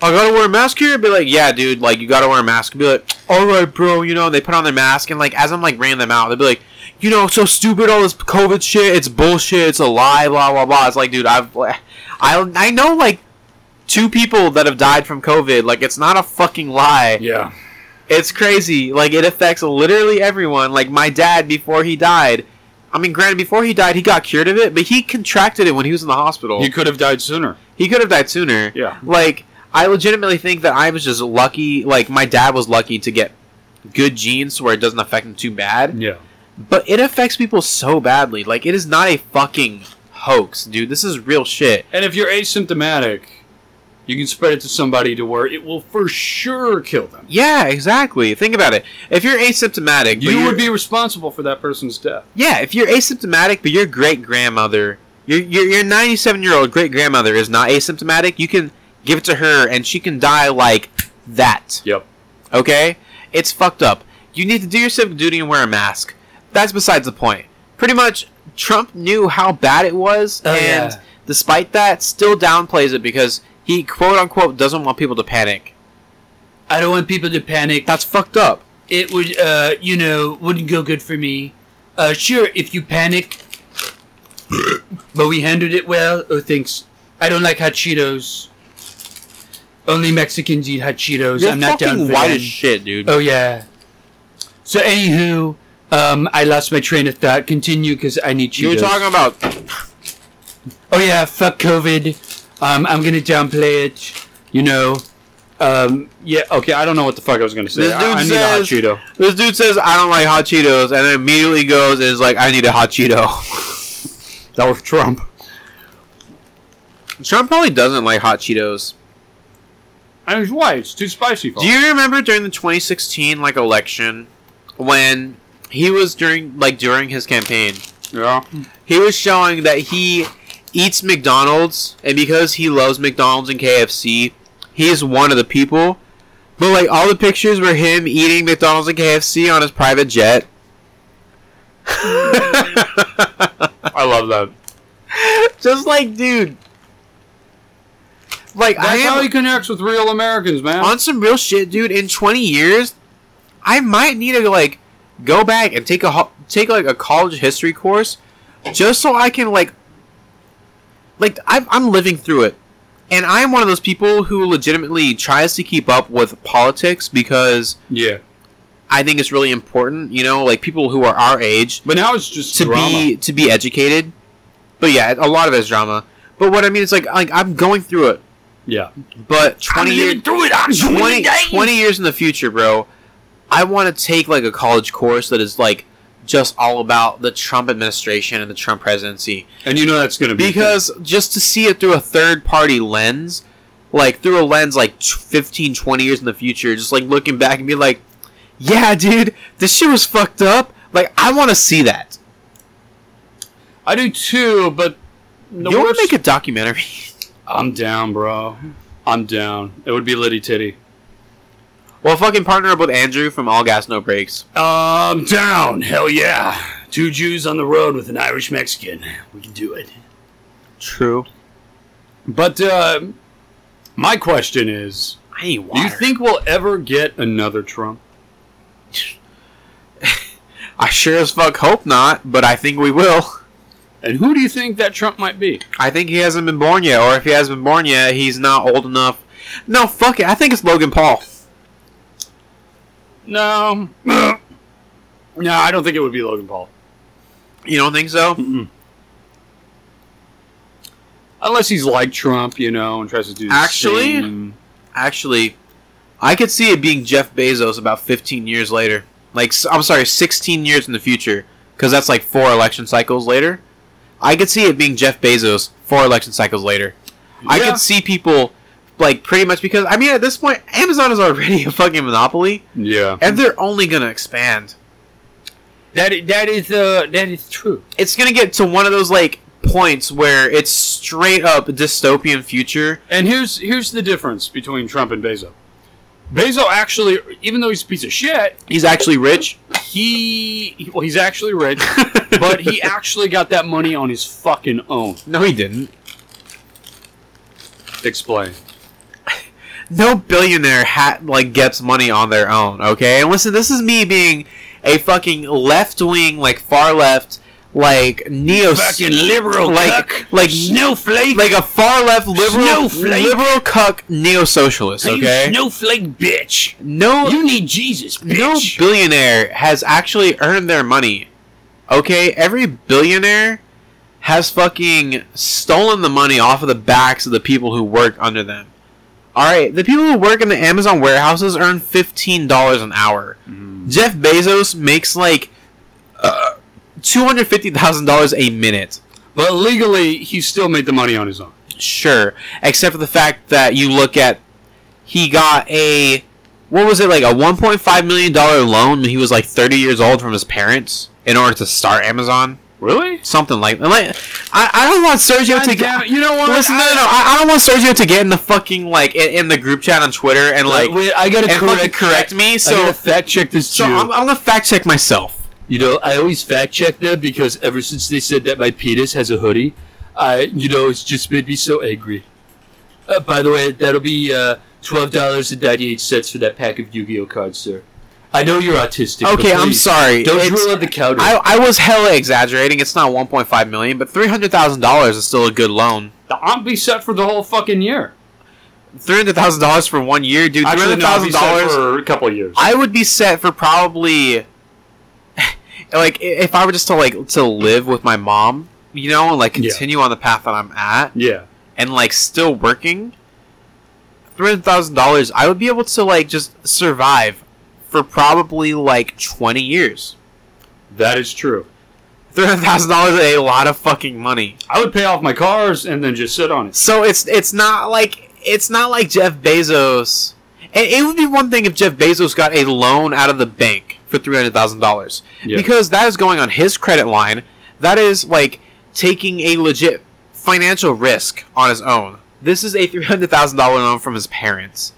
Speaker 5: "I gotta wear a mask here." Be like, "Yeah, dude, like you gotta wear a mask." Be like, "All right, bro," you know. And they put on their mask, and like as I'm like ringing them out, they'd be like, "You know, it's so stupid, all this COVID shit. It's bullshit. It's a lie, blah blah blah." It's like, dude, I've, I, I know like two people that have died from COVID. Like it's not a fucking lie.
Speaker 4: Yeah.
Speaker 5: It's crazy. Like it affects literally everyone. Like my dad before he died. I mean, granted, before he died, he got cured of it, but he contracted it when he was in the hospital.
Speaker 4: He could have died sooner.
Speaker 5: he could have died sooner.
Speaker 4: Yeah.
Speaker 5: Like I legitimately think that I was just lucky. Like my dad was lucky to get good genes where it doesn't affect him too bad.
Speaker 4: Yeah.
Speaker 5: But it affects people so badly. Like it is not a fucking hoax, dude. This is real shit.
Speaker 4: And if you're asymptomatic, you can spread it to somebody to where it will for sure kill them.
Speaker 5: Yeah, exactly. Think about it. If you're asymptomatic, but
Speaker 4: You
Speaker 5: you're-
Speaker 4: would be responsible for that person's death.
Speaker 5: yeah. If you're asymptomatic, but your great grandmother, your your your 97 year old great grandmother is not asymptomatic, you can give it to her and she can die like that.
Speaker 4: Yep.
Speaker 5: Okay? It's fucked up. You need to do your civic duty and wear a mask. That's besides the point. Pretty much, Trump knew how bad it was,
Speaker 2: Oh,
Speaker 5: and
Speaker 2: yeah.
Speaker 5: despite that, still downplays it because he quote unquote doesn't want people to panic.
Speaker 2: I don't want people to panic.
Speaker 5: That's fucked up.
Speaker 2: It would, uh, you know, wouldn't go good for me. Uh, sure, if you panic, but we handled it well. Oh, thanks. I don't like hot Cheetos. Only Mexicans eat hot Cheetos. I'm not down for
Speaker 5: white
Speaker 2: them.
Speaker 5: as shit, dude.
Speaker 2: Oh yeah. So anywho, um, I lost my train of thought. Continue because I need Cheetos.
Speaker 5: you were talking about
Speaker 2: oh yeah, fuck COVID. Um, I'm gonna downplay it. You know, um,
Speaker 4: Yeah, okay, I don't know what the fuck I was going to say.
Speaker 5: This
Speaker 4: I,
Speaker 5: dude
Speaker 4: I need a hot
Speaker 5: says-
Speaker 4: Cheeto.
Speaker 5: this dude says I don't like hot Cheetos, and then immediately goes and is like, I need a hot Cheeto.
Speaker 4: That was Trump.
Speaker 5: Trump probably doesn't like hot Cheetos.
Speaker 4: I mean, why? It's too spicy for
Speaker 5: Do you remember during the 2016 like election when he was during like during his campaign,
Speaker 4: him. Yeah.
Speaker 5: he was showing that he eats McDonald's and because he loves McDonald's and KFC, he is one of the people. But like all the pictures were him eating McDonald's and KFC on his private jet.
Speaker 4: I love that.
Speaker 5: Just like dude. Like I
Speaker 4: That's
Speaker 5: am
Speaker 4: how he connects with real Americans, man.
Speaker 5: on some real shit, dude. In 20 years, I might need to like go back and take a ho- take like a college history course, just so I can like like I've, I'm living through it, and I'm one of those people who legitimately tries to keep up with politics because
Speaker 4: yeah.
Speaker 5: I think it's really important. You know, like people who are our age
Speaker 4: But now it's just
Speaker 5: to
Speaker 4: drama.
Speaker 5: be to be educated. But yeah, a lot of it is drama. But what I mean is like like I'm going through it.
Speaker 4: yeah.
Speaker 5: But 20 years
Speaker 2: through it. I'm
Speaker 5: 20, 20 years in the future, bro, I want to take like a college course that is like just all about the Trump administration and the Trump presidency
Speaker 4: And you know that's going to be.
Speaker 5: because just to see it through a third party lens, like through a lens like t- 15, 20 years in the future, just like looking back and be like, yeah, dude, this shit was fucked up. Like, I want to see that.
Speaker 4: I do too, but. The
Speaker 5: you want
Speaker 4: worst-
Speaker 5: to make a documentary?
Speaker 4: I'm down, bro. I'm down. It would be Liddy Titty.
Speaker 5: well, fucking partner up with Andrew from All Gas No Breaks.
Speaker 2: Um, down. Hell yeah. Two Jews on the road with an Irish Mexican. We can do it.
Speaker 5: True.
Speaker 4: But uh, my question is
Speaker 5: I need
Speaker 4: Do
Speaker 5: water.
Speaker 4: you think we'll ever get another Trump?
Speaker 5: I sure as fuck hope not, but I think we will.
Speaker 4: And who do you think that Trump might be?
Speaker 5: I think he hasn't been born yet, or if he has been born yet, he's not old enough. No, fuck it. I think it's Logan Paul.
Speaker 4: No. no, I don't think it would be Logan Paul.
Speaker 5: You don't think so?
Speaker 4: Unless he's like Trump, you know, and tries to do the
Speaker 5: Actually-
Speaker 4: same-
Speaker 5: Actually, I could see it being Jeff Bezos about 15 years later. Like, s- I'm sorry, 16 years in the future, because that's like four election cycles later. I could see it being Jeff Bezos four election cycles later. I
Speaker 4: Yeah.
Speaker 5: could see people, like, pretty much because, I mean, at this point, Amazon is already a fucking monopoly,
Speaker 4: Yeah.
Speaker 5: and they're only going to expand.
Speaker 2: That i- that is uh that is true.
Speaker 5: it's gonna get to one of those like points where it's straight up dystopian future.
Speaker 4: And here's here's the difference between Trump and Bezos. Bezos actually, even though he's a piece of shit,
Speaker 5: He's actually rich.
Speaker 4: he well, he's actually rich, but he actually got that money on his fucking own.
Speaker 5: No, he didn't.
Speaker 4: Explain.
Speaker 5: No billionaire hat like gets money on their own. Okay, and listen, this is me being a fucking left wing, like far left, like neo
Speaker 2: Fucking liberal
Speaker 5: like
Speaker 2: cuck.
Speaker 5: like
Speaker 2: snowflake.
Speaker 5: like a far left liberal
Speaker 2: Snowflake.
Speaker 5: liberal cuck neo socialist.
Speaker 2: You
Speaker 5: Okay,
Speaker 2: snowflake bitch.
Speaker 5: no
Speaker 2: You need Jesus,
Speaker 5: no
Speaker 2: bitch.
Speaker 5: billionaire has actually earned their money. Okay, every billionaire has fucking stolen the money off of the backs of the people who work under them. All right, the people who work in the Amazon warehouses earn fifteen dollars an hour. Jeff Bezos makes like uh, two hundred fifty thousand dollars a minute.
Speaker 4: But legally, he still made the money on his own.
Speaker 5: Sure, except for the fact that you look at he got a what was it like a 1.5 million dollar loan when he was like 30 years old from his parents in order to start Amazon,
Speaker 4: Really?
Speaker 5: something like that. Like, I, I don't want Sergio to
Speaker 4: Damn it,
Speaker 5: get.
Speaker 4: you know what?
Speaker 5: Listen, no, no, no. I, I don't want Sergio to get in the fucking like in, in the group chat on Twitter and like
Speaker 2: Wait, I gotta
Speaker 5: and fucking
Speaker 2: correct.
Speaker 5: correct me.
Speaker 2: I gotta
Speaker 5: So,
Speaker 2: fact check this
Speaker 5: so
Speaker 2: Jew.
Speaker 5: I'm, I'm gonna fact check myself.
Speaker 2: You know, I always fact check them because ever since they said that my penis has a hoodie, I, you know, it's just made me so angry. Uh, by the way, that'll be uh, twelve dollars and ninety-eight cents for that pack of Yu-Gi-Oh cards, sir. I know you're autistic. but
Speaker 5: Okay, I'm
Speaker 2: please,
Speaker 5: sorry.
Speaker 2: Don't
Speaker 5: It's-
Speaker 2: drool on the counter.
Speaker 5: I, I was hella exaggerating. It's not 1.5 million, but 300 thousand dollars is still a good loan.
Speaker 4: I'm be set for the whole fucking year.
Speaker 5: three hundred thousand dollars for one year, dude. Three
Speaker 4: Actually,
Speaker 5: hundred
Speaker 4: no, I'll
Speaker 5: thousand
Speaker 4: be set
Speaker 5: dollars.
Speaker 4: for a couple of years.
Speaker 5: I would be set for probably, like, i- if I were just to like to live with my mom, you know, and like
Speaker 4: Yeah.
Speaker 5: continue on the path that I'm at,
Speaker 4: yeah.
Speaker 5: and like still working. Three hundred thousand dollars, I would be able to like just survive for probably like twenty years.
Speaker 4: That is true.
Speaker 5: Three hundred thousand dollars is a lot of fucking money.
Speaker 4: I would pay off my cars and then just sit on it.
Speaker 5: So it's it's not like it's not like Jeff Bezos. And it would be one thing if Jeff Bezos got a loan out of the bank for three hundred thousand dollars,
Speaker 4: Yeah.
Speaker 5: because that is going on his credit line. That is like taking a legit financial risk on his own. This is a three hundred thousand dollar loan from his parents.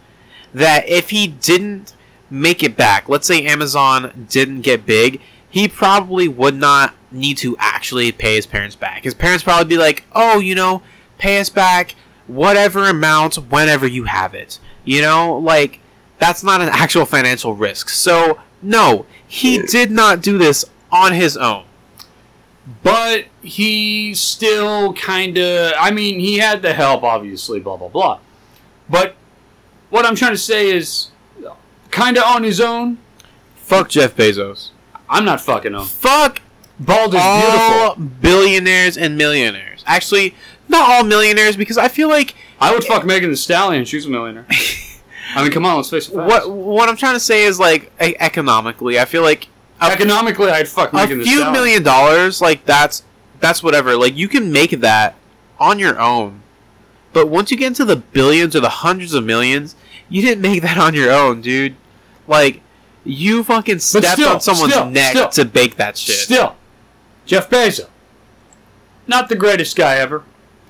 Speaker 5: That if he didn't make it back, let's say Amazon didn't get big, he probably would not need to actually pay his parents back. His parents probably be like, "Oh, you know, pay us back whatever amount whenever you have it." You know, like that's not an actual financial risk. So, no, he did not do this on his own.
Speaker 4: But he still kind of. I mean, he had the help, obviously, blah, blah, blah. But what I'm trying to say is kind of on his own.
Speaker 5: Fuck Jeff Bezos.
Speaker 4: I'm not fucking him.
Speaker 5: Fuck
Speaker 4: Bald is beautiful.
Speaker 5: all billionaires and millionaires. Actually, not all millionaires because I feel like
Speaker 4: I would fuck Megan the Stallion. She's a millionaire. I mean, come on, let's face it.
Speaker 5: what what I'm trying to say is like e- economically, I feel like a,
Speaker 4: Economically, I'd fuck
Speaker 5: a
Speaker 4: Megan the
Speaker 5: few
Speaker 4: Stallion.
Speaker 5: million dollars like that's that's whatever. Like you can make that on your own. But once you get into the billions or the hundreds of millions, you didn't make that on your own, dude. Like you fucking stepped
Speaker 4: still,
Speaker 5: on someone's
Speaker 4: still,
Speaker 5: neck
Speaker 4: still.
Speaker 5: to bake that shit.
Speaker 4: Still, Jeff Bezos, not the greatest guy ever,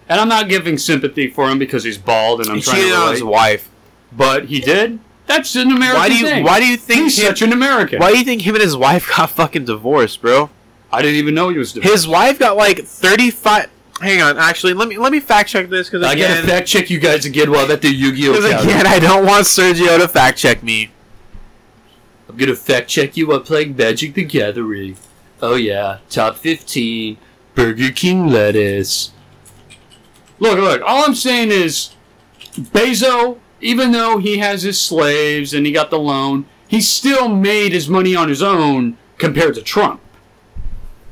Speaker 4: and I'm not giving sympathy for him because he's bald and I'm
Speaker 5: He
Speaker 4: trying
Speaker 5: cheated
Speaker 4: to
Speaker 5: on
Speaker 4: relate.
Speaker 5: his wife.
Speaker 4: But he did. That's an American
Speaker 5: Why do you
Speaker 4: thing.
Speaker 5: why do you think
Speaker 4: he's
Speaker 5: him,
Speaker 4: such an American?
Speaker 5: why do you think him and his wife got fucking divorced, bro?
Speaker 4: I didn't even know he was. Divorced.
Speaker 5: His wife got like thirty five. Hang on, actually, let me let me fact check this because
Speaker 2: I gotta
Speaker 5: again,
Speaker 2: fact check you guys again while I'm at the Yu-Gi-Oh
Speaker 5: 'cause
Speaker 2: counter.
Speaker 5: again, I don't want Sergio to fact check me.
Speaker 2: I'm gonna fact check you while playing Magic the Gathering. Oh yeah, top fifteen Burger King lettuce.
Speaker 4: Look, look. All I'm saying is, Bezos, even though he has his slaves and he got the loan, he still made his money on his own compared to Trump,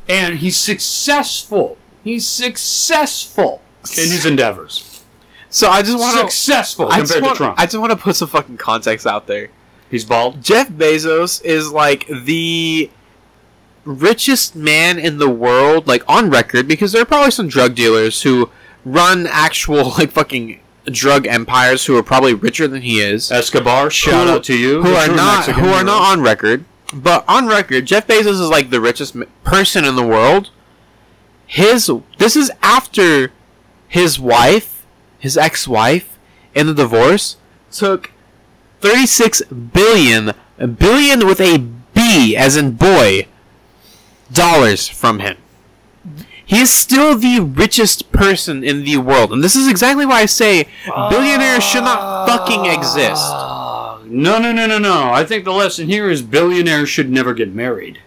Speaker 4: and he's successful. He's successful in his endeavors.
Speaker 5: So I just want to.
Speaker 4: successful
Speaker 5: I just
Speaker 4: compared
Speaker 5: want,
Speaker 4: to Trump.
Speaker 5: I just want to put some fucking context out there.
Speaker 4: He's bald.
Speaker 5: Jeff Bezos is like the richest man in the world, like on record, because there are probably some drug dealers who run actual like fucking drug empires who are probably richer than he is.
Speaker 4: Escobar, shout
Speaker 5: Who-
Speaker 4: out to you.
Speaker 5: who
Speaker 4: The
Speaker 5: are
Speaker 4: true
Speaker 5: not
Speaker 4: Mexican
Speaker 5: who are
Speaker 4: hero.
Speaker 5: not on record. But on record, Jeff Bezos is like the richest m- person in the world. His this is after his wife, his ex-wife, in the divorce took thirty-six billion a billion with a B as in boy dollars from him. He is still the richest person in the world, and this is exactly why I say billionaires should not fucking exist.
Speaker 4: No, no, no, no, no. I think the lesson here is billionaires should never get married.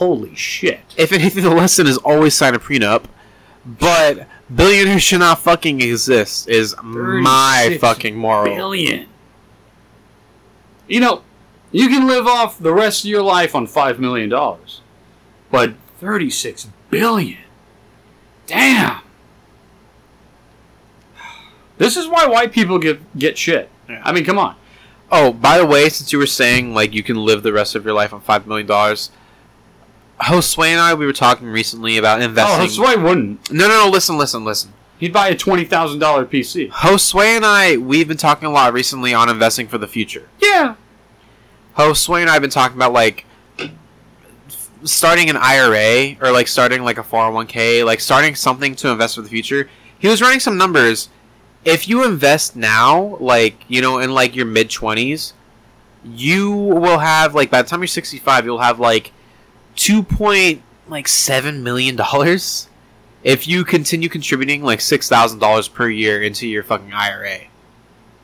Speaker 2: Holy shit.
Speaker 5: if anything, the lesson is always sign a prenup. But billionaires should not fucking exist is my
Speaker 2: 36
Speaker 5: fucking moral.
Speaker 2: Billion.
Speaker 4: You know, you can live off the rest of your life on five million dollars, but
Speaker 2: 36 billion. Damn.
Speaker 4: this is why white people get get shit.
Speaker 2: Yeah.
Speaker 4: I mean, come on.
Speaker 5: Oh, by the way, since you were saying like you can live the rest of your life on five million dollars, host Sway and I we were talking recently about investing.
Speaker 4: Oh, Sway wouldn't.
Speaker 5: no, no, no! Listen, listen, listen.
Speaker 4: He'd buy a twenty thousand dollar PC.
Speaker 5: Host Sway and I we've been talking a lot recently on investing for the future.
Speaker 4: Yeah.
Speaker 5: Host Sway and I have been talking about like f- starting an IRA or like starting like a 401k, like starting something to invest for the future. He was running some numbers. If you invest now, like, you know, in like your mid 20s, you will have like by the time you're 65, you'll have like 2. Point, like 7 million dollars if you continue contributing like $6,000 per year into your fucking IRA.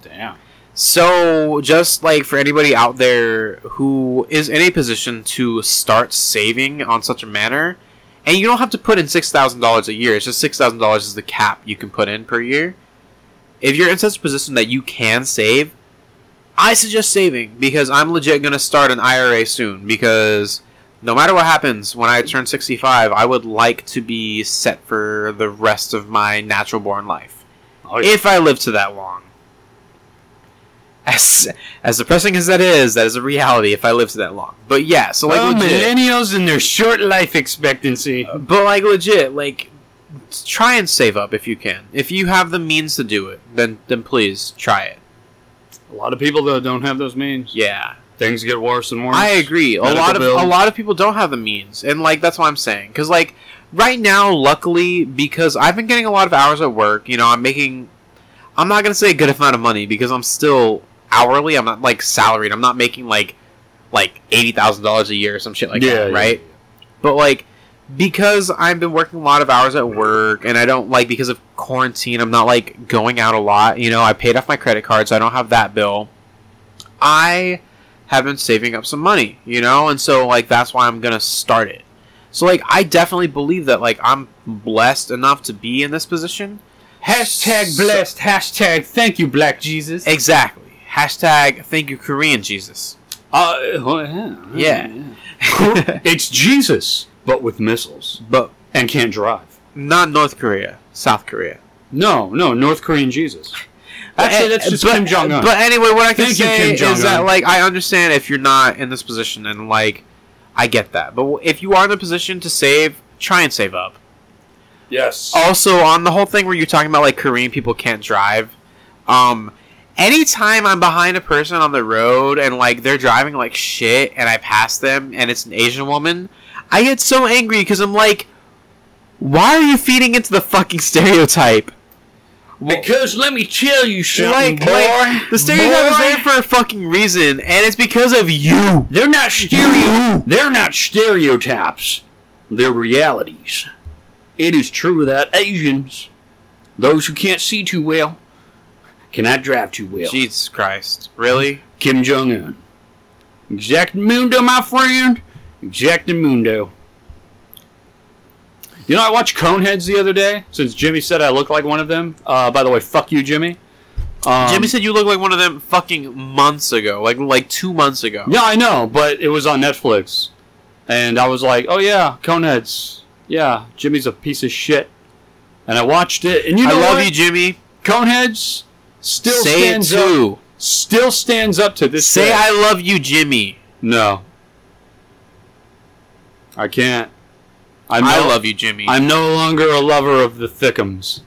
Speaker 4: Damn.
Speaker 5: So, just like for anybody out there who is in a position to start saving on such a manner, and you don't have to put in six thousand dollars a year. It's just six thousand dollars is the cap you can put in per year. If you're in such a position that you can save, I suggest saving because I'm legit gonna start an IRA soon. Because no matter what happens when I turn sixty-five, I would like to be set for the rest of my natural-born life
Speaker 4: Oh, yeah.
Speaker 5: if I live to that long. As as depressing as that is, that is a reality if I live to that long. But yeah, so like
Speaker 4: Well,
Speaker 5: legit,
Speaker 4: Oh, millennials and their short life expectancy.
Speaker 5: but like legit, like try and save up if you can. If you have the means to do it, then then please try it.
Speaker 4: A lot of people though don't have those means.
Speaker 5: Yeah.
Speaker 4: Things get worse and worse.
Speaker 5: I agree. A
Speaker 4: Medical
Speaker 5: lot of
Speaker 4: bill.
Speaker 5: a lot of people don't have the means, and like that's what I'm saying. Because like right now, luckily, because I've been getting a lot of hours at work. You know, I'm making. I'm not gonna say a good amount of money because I'm still hourly. I'm not like salaried. I'm not making like like eighty thousand dollars a year or some shit like
Speaker 4: Yeah,
Speaker 5: that,
Speaker 4: yeah,
Speaker 5: right? But like because I've been working a lot of hours at work, and I don't like because of quarantine, I'm not like going out a lot. You know, I paid off my credit card, so I don't have that bill. I have been saving up some money, you know, and so like that's why I'm gonna start it. So like I definitely believe that like I'm blessed enough to be in this position.
Speaker 2: Hashtag blessed. Hashtag thank you, Black Jesus.
Speaker 5: Exactly. Hashtag thank you Korean Jesus.
Speaker 4: Uh, well, yeah,
Speaker 5: Yeah.
Speaker 4: it's Jesus, but with missiles
Speaker 5: but
Speaker 4: and can't drive.
Speaker 5: not North Korea, South Korea. Eh,
Speaker 4: No, no, North Korean Jesus.
Speaker 2: Eh,
Speaker 4: Actually, that's just
Speaker 5: but,
Speaker 4: Kim Jong Un.
Speaker 5: But anyway, what I can
Speaker 4: Thank you,
Speaker 5: say
Speaker 4: Kim
Speaker 5: is that
Speaker 4: Jong-un.
Speaker 5: like I understand if you're not in this position, and like I get that. But w- if you are in a position to save, try and save up.
Speaker 4: yes.
Speaker 5: Also, on the whole thing where you're talking about like Korean people can't drive, um, anytime I'm behind a person on the road and like they're driving like shit, and I pass them and it's an Asian woman, I get so angry because I'm like, why are you feeding into the fucking stereotype?
Speaker 2: Because let me tell you something,
Speaker 5: Like,
Speaker 2: boy.
Speaker 5: like the stereotype is there for a fucking reason, and it's because of you.
Speaker 2: They're not stereo. They're not stereotypes. They're realities. It is true that Asians, those who can't see too well, cannot drive too well.
Speaker 5: Jesus Christ, really?
Speaker 2: Kim Jong Un. Exactamundo, my friend. Exactamundo.
Speaker 4: You know, I watched Coneheads the other day. Since Jimmy said I look like one of them. Uh, by the way, fuck you, Jimmy. Um,
Speaker 5: Jimmy said you look like one of them fucking months ago, like like two months ago.
Speaker 4: Yeah, I know, but it was on Netflix, and I was like, "Oh yeah, Coneheads. Yeah, Jimmy's a piece of shit." And I watched it, and you
Speaker 5: I
Speaker 4: know
Speaker 5: love
Speaker 4: what?
Speaker 5: you, Jimmy.
Speaker 4: Coneheads still
Speaker 5: Say it
Speaker 4: stands up.
Speaker 5: too.
Speaker 4: Still stands up to this.
Speaker 5: Say
Speaker 4: day.
Speaker 5: I love you, Jimmy.
Speaker 4: No. I can't. I'm
Speaker 5: i
Speaker 4: no,
Speaker 5: love you, Jimmy.
Speaker 4: I'm no longer a lover of the Thickums.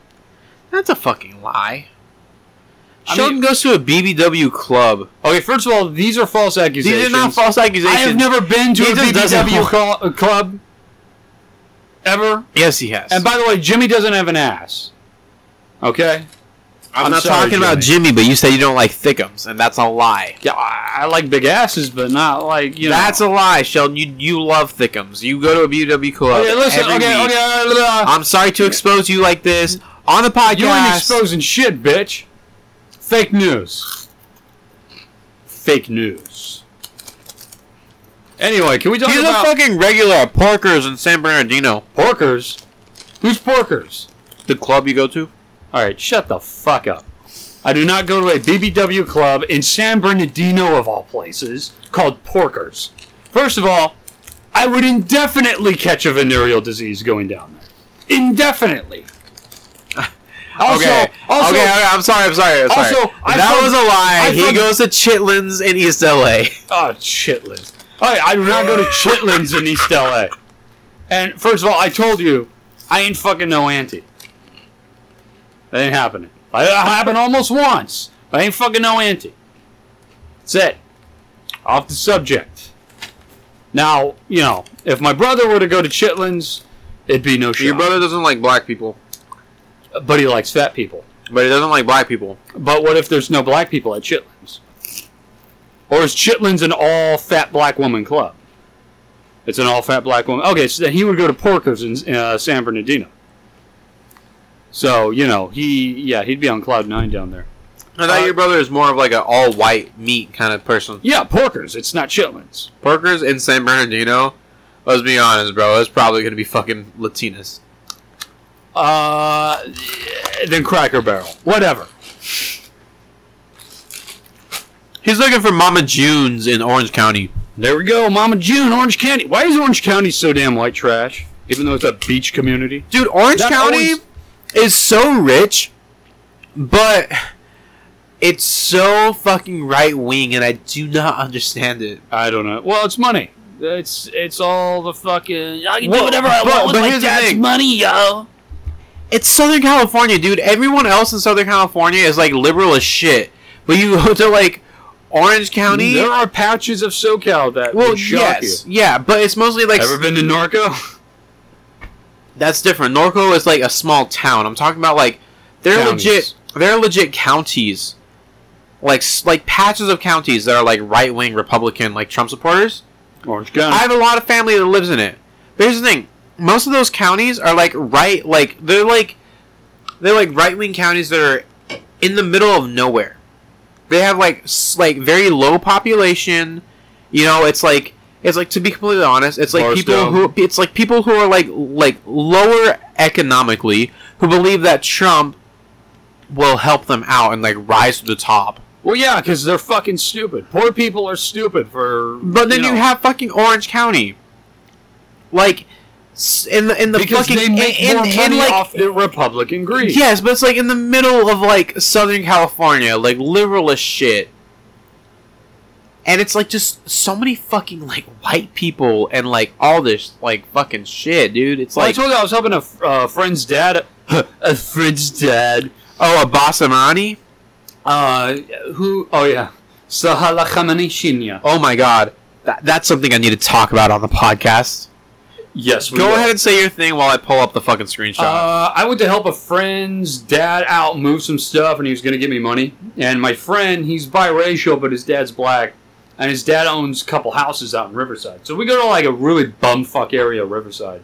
Speaker 5: That's a fucking lie.
Speaker 4: I
Speaker 5: Sheldon
Speaker 4: mean-
Speaker 5: goes to a BBW club.
Speaker 4: Okay, first of all, these are false
Speaker 5: These
Speaker 4: accusations.
Speaker 5: are not false
Speaker 4: I
Speaker 5: accusations.
Speaker 4: have never been to
Speaker 5: He
Speaker 4: a
Speaker 5: just doesn't
Speaker 4: BBW cl- club ever.
Speaker 5: Yes, he has.
Speaker 4: And by the way, Jimmy doesn't have an ass. Okay.
Speaker 5: I'm,
Speaker 4: I'm
Speaker 5: not
Speaker 4: sorry,
Speaker 5: talking about Jimmy, but you said you don't like thickums, and that's a lie.
Speaker 4: Yeah, I I like big asses, but not like you know.
Speaker 5: That's a lie, Sheldon. You you love thickums. You go to a BBW club.
Speaker 4: okay. Listen, okay,
Speaker 5: every
Speaker 4: okay,
Speaker 5: week.
Speaker 4: okay, blah, blah, blah.
Speaker 5: I'm sorry to expose you like this on the podcast.
Speaker 4: You ain't exposing shit, bitch. Fake news. Fake news. Anyway, can we talk
Speaker 5: He's
Speaker 4: about
Speaker 5: a fucking regular at Porkers in San Bernardino.
Speaker 4: Porkers? Who's Porkers?
Speaker 5: The club you go to?
Speaker 4: All right, shut the fuck up. I do not go to a BBW club in San Bernardino, of all places, called Porkers. First of all, I would indefinitely catch a venereal disease going down there. Indefinitely. Also,
Speaker 5: okay.
Speaker 4: also,
Speaker 5: okay, okay, I'm sorry, I'm sorry, I'm sorry.
Speaker 4: Also, I
Speaker 5: that
Speaker 4: fuck-
Speaker 5: was a lie.
Speaker 4: I
Speaker 5: he
Speaker 4: fuck-
Speaker 5: goes to Chitlins in East LA.
Speaker 4: Oh, Chitlins. I, I do not go to Chitlins in East LA. And first of all, I told you, I ain't fucking no auntie. That ain't happening. I- That happened almost once. I ain't fucking no auntie. That's it. Off the subject. Now, you know, if my brother were to go to Chitlins, it'd be no shit.
Speaker 5: doesn't like black people,
Speaker 4: But he likes fat people.
Speaker 5: but he doesn't like black people.
Speaker 4: But what if there's no black people at Chitlins? Or is Chitlins an all fat black woman club? It's an all fat black woman. Okay, so then he would go to Porkers in uh, San Bernardino. So you know he, yeah, he'd be on cloud nine down there.
Speaker 5: I thought
Speaker 4: Uh,
Speaker 5: your brother is more of like an all white meat kind of person.
Speaker 4: Yeah, Porkers. It's not Chitlins.
Speaker 5: Porkers in San Bernardino, let's be honest, bro, it's probably gonna be fucking Latinas.
Speaker 4: Uh, then Cracker Barrel. Whatever.
Speaker 5: He's looking for Mama June's in Orange County.
Speaker 4: There we go, Mama June, Orange County. Why is Orange County so damn white trash? Even though it's a beach community.
Speaker 5: Dude, Orange
Speaker 4: That
Speaker 5: County
Speaker 4: always-
Speaker 5: is so rich, but it's so fucking right wing, and I do not understand it.
Speaker 4: I don't know. Well, it's money. It's it's all the fucking. I can
Speaker 5: Well,
Speaker 4: do whatever I
Speaker 5: but-
Speaker 4: want with
Speaker 5: but
Speaker 4: my
Speaker 5: here's the
Speaker 4: dad's
Speaker 5: thing.
Speaker 4: money, yo.
Speaker 5: It's Southern California, dude. Everyone else in Southern California is like liberal as shit, but you go to like Orange County.
Speaker 4: There are patches of SoCal that
Speaker 5: well,
Speaker 4: would shock
Speaker 5: yes, yeah, but it's mostly like
Speaker 4: you. Ever been to Norco?
Speaker 5: that's different. Norco is like a small town. I'm talking about like they're
Speaker 4: Counties.
Speaker 5: legit. They're legit counties, like s- like patches of counties that are like right wing Republican, like Trump supporters.
Speaker 4: Orange County.
Speaker 5: I have a lot of family that lives in it. But here's the thing: most of those counties are like right, like they're like they're like right wing counties that are in the middle of nowhere. They have like s- like very low population. You know, it's like it's like to be completely honest, it's like people
Speaker 4: Barstow.
Speaker 5: who it's like people who are like like lower economically who believe that Trump will help them out and like rise to the top.
Speaker 4: well, yeah, because they're fucking stupid. Poor people are stupid for.
Speaker 5: But then you,
Speaker 4: know,
Speaker 5: have fucking Orange County, like s- in the in the
Speaker 4: because
Speaker 5: fucking
Speaker 4: they make
Speaker 5: in,
Speaker 4: more
Speaker 5: in,
Speaker 4: money
Speaker 5: in, like,
Speaker 4: off their Republican greed.
Speaker 5: Yes, but it's like in the middle of like Southern California, like liberal as shit. And it's like just so many fucking like white people and like all this like fucking shit, dude. It's
Speaker 4: Well,
Speaker 5: like
Speaker 4: I told you I was helping a uh, friend's dad. a friend's dad.
Speaker 5: oh, a Basamani.
Speaker 4: Uh, who? Oh yeah, Sahala Khamenei Shinya.
Speaker 5: Oh my god, that, that's something I need to talk about on the podcast.
Speaker 4: Yes, we
Speaker 5: Go
Speaker 4: will.
Speaker 5: ahead and say your thing while I pull up the fucking screenshot.
Speaker 4: Uh, I went to help a friend's dad out move some stuff, and he was going to give me money. And my friend, he's biracial, but his dad's black, and his dad owns a couple houses out in Riverside. So we go to like a really bumfuck area, of Riverside,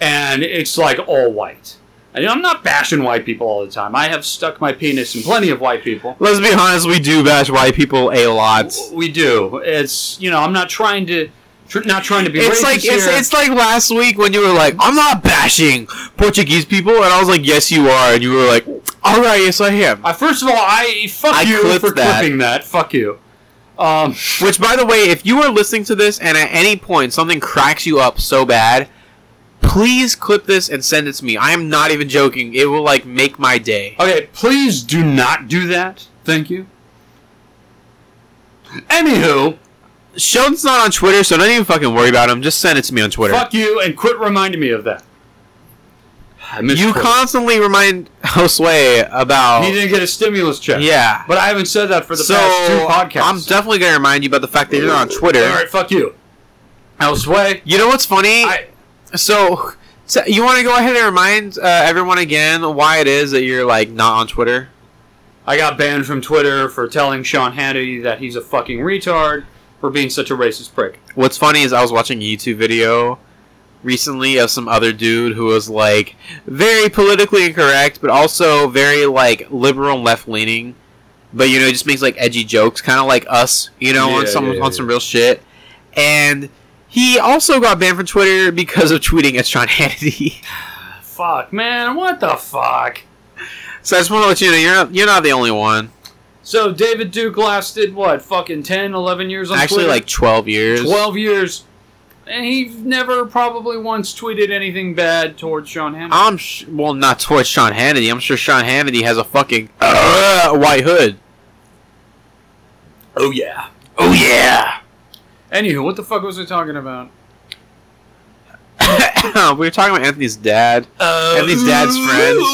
Speaker 4: and it's like all white. And I'm not bashing white people all the time. I have stuck my penis in plenty of white people.
Speaker 5: Let's be honest, we do bash white people a lot.
Speaker 4: We do. It's you know I'm not trying to, tr- not trying to be.
Speaker 5: It's
Speaker 4: racist
Speaker 5: like it's,
Speaker 4: here.
Speaker 5: it's like last week when you were like, "I'm not bashing Portuguese people," and I was like, "Yes, you are," and you were like, "All right, yes, I am."
Speaker 4: I, first of all, I fuck
Speaker 5: I
Speaker 4: you
Speaker 5: clipped
Speaker 4: for
Speaker 5: that.
Speaker 4: clipping that. Fuck you. Um,
Speaker 5: Which, by the way, if you are listening to this and at any point something cracks you up so bad, please clip this and send it to me. I am not even joking. It will like make my day.
Speaker 4: Okay, please do not do that. Thank you. Anywho,
Speaker 5: Sheldon's not on Twitter, so don't even fucking worry about him. Just send it to me on Twitter.
Speaker 4: fuck you and quit reminding me of that. I miss
Speaker 5: you
Speaker 4: Twitter.
Speaker 5: constantly remind Josue about
Speaker 4: He didn't get a stimulus check.
Speaker 5: Oh. yeah.
Speaker 4: But I haven't said that for the
Speaker 5: so
Speaker 4: past two podcasts.
Speaker 5: I'm definitely gonna remind you about the fact that you're not on Twitter.
Speaker 4: All right, fuck you. Elsewhere,
Speaker 5: You know what's funny?
Speaker 4: I,
Speaker 5: So, so you want to go ahead and remind uh, everyone again why it is that you're like not on Twitter?
Speaker 4: I got banned from Twitter for telling Sean Hannity that he's a fucking retard for being such a racist prick.
Speaker 5: What's funny is I was watching a YouTube video recently of some other dude who was like very politically incorrect, but also very like liberal and left leaning. But you know, just makes like edgy jokes, kind of like us, you know,
Speaker 4: Yeah,
Speaker 5: on some
Speaker 4: yeah, yeah,
Speaker 5: on some real shit. And He also got banned from Twitter because of tweeting at Sean Hannity.
Speaker 4: Fuck, man, what the fuck?
Speaker 5: so I just want to let you know you're not, you're not the only one.
Speaker 4: So David Duke lasted what, fucking 10, 11 years on
Speaker 5: Actually,
Speaker 4: Twitter?
Speaker 5: like 12 years.
Speaker 4: 12 years. And he never probably once tweeted anything bad towards Sean Hannity.
Speaker 5: I'm sh- well, not towards Sean Hannity. I'm sure Sean Hannity has a fucking uh, white hood.
Speaker 4: oh, yeah.
Speaker 1: Oh yeah!
Speaker 4: Anywho, what the fuck was I talking about?
Speaker 5: we were talking about Anthony's dad,
Speaker 2: Uh,
Speaker 5: Anthony's dad's friends.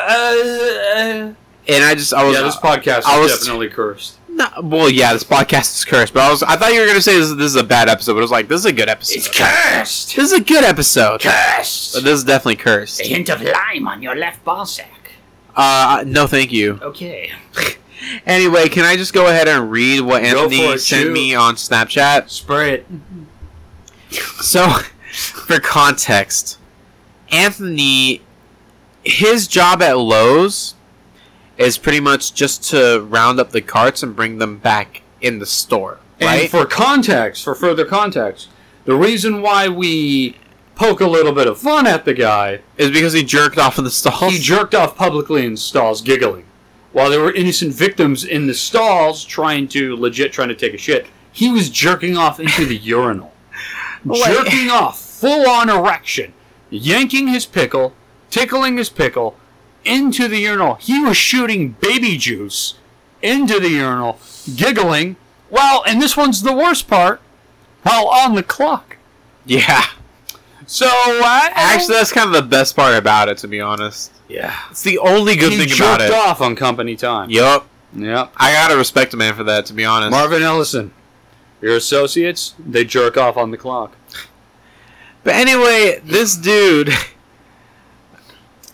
Speaker 4: uh,
Speaker 2: friends.
Speaker 5: and I just I was
Speaker 4: yeah, this podcast
Speaker 5: I
Speaker 4: is
Speaker 5: was-
Speaker 4: definitely cursed.
Speaker 5: not- well, yeah, this podcast is cursed. But I was I thought you were gonna say this, this is a bad episode. But I was like, this is a good episode.
Speaker 2: It's cursed.
Speaker 5: this is a good episode.
Speaker 2: Cursed.
Speaker 5: But this is definitely cursed.
Speaker 2: A hint of lime on your left ball sack.
Speaker 5: Uh, no, thank you.
Speaker 2: Okay.
Speaker 5: Anyway, can I just go ahead and read what
Speaker 2: for
Speaker 5: Anthony
Speaker 2: it,
Speaker 5: sent
Speaker 2: shoot.
Speaker 5: me on Snapchat?
Speaker 2: Spray it.
Speaker 5: So, for context, Anthony, his job at Lowe's is pretty much just to round up the carts and bring them back in the store,
Speaker 4: And
Speaker 5: right?
Speaker 4: for context, for further context, the reason why we poke a little bit of fun at the guy,
Speaker 5: is because he jerked off in the stalls.
Speaker 4: he jerked off publicly in stalls giggling. While there were innocent victims in the stalls trying to legit trying to take a shit, he was jerking off into the urinal. jerking off, full on erection, yanking his pickle, tickling his pickle into the urinal. He was shooting baby juice into the urinal, giggling. Well, and this one's the worst part. While on the clock.
Speaker 5: yeah,
Speaker 4: So I
Speaker 5: actually, that's kind of the best part about it, to be honest.
Speaker 4: yeah,
Speaker 5: It's the only good
Speaker 4: he
Speaker 5: thing
Speaker 4: jerked
Speaker 5: about it.
Speaker 4: off on company time.
Speaker 5: Yup,
Speaker 4: Yep.
Speaker 5: I gotta respect a man for that, to be honest.
Speaker 4: Marvin Ellison, your associates, they jerk off on the clock.
Speaker 5: But anyway, this dude,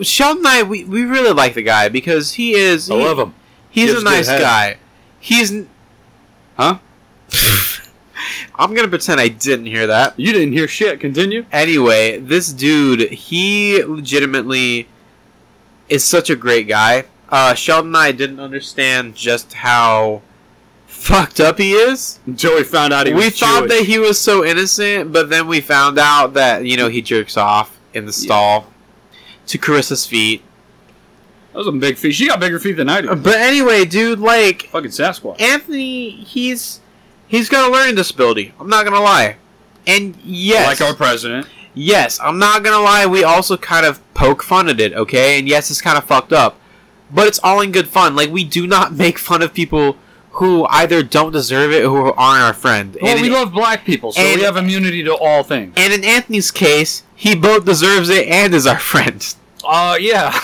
Speaker 5: Sheldon Knight, we, we really like the guy because he is he,
Speaker 4: I love him.
Speaker 5: he's
Speaker 4: Gives
Speaker 5: a nice
Speaker 4: good head.
Speaker 5: guy. He's n-
Speaker 4: Huh?
Speaker 5: I'm gonna pretend I didn't hear that.
Speaker 4: You didn't hear shit. Continue.
Speaker 5: Anyway, this dude, he legitimately is such a great guy. Uh, Sheldon and I didn't understand just how fucked up he is.
Speaker 4: Until we found out he
Speaker 5: we
Speaker 4: was
Speaker 5: thought
Speaker 4: Jewish.
Speaker 5: that he was so innocent, but then we found out that you know he jerks off in the stall to Carissa's feet.
Speaker 4: That was a big feet. She got bigger feet than I do.
Speaker 5: But anyway, dude, like
Speaker 4: Fucking Sasquatch.
Speaker 5: Anthony, he's he's got a learning disability. I'm not gonna lie, and yes,
Speaker 4: Like our president.
Speaker 5: yes, I'm not gonna lie. We also kind of poke fun at it, okay? And yes, it's kind of fucked up, but it's all in good fun. Like we do not make fun of people who either don't deserve it or who aren't our friend.
Speaker 4: Well,
Speaker 5: And
Speaker 4: we love black people, so
Speaker 5: and-
Speaker 4: we have immunity to all things.
Speaker 5: And in Anthony's case, he both deserves it and is our friend.
Speaker 4: Uh, yeah.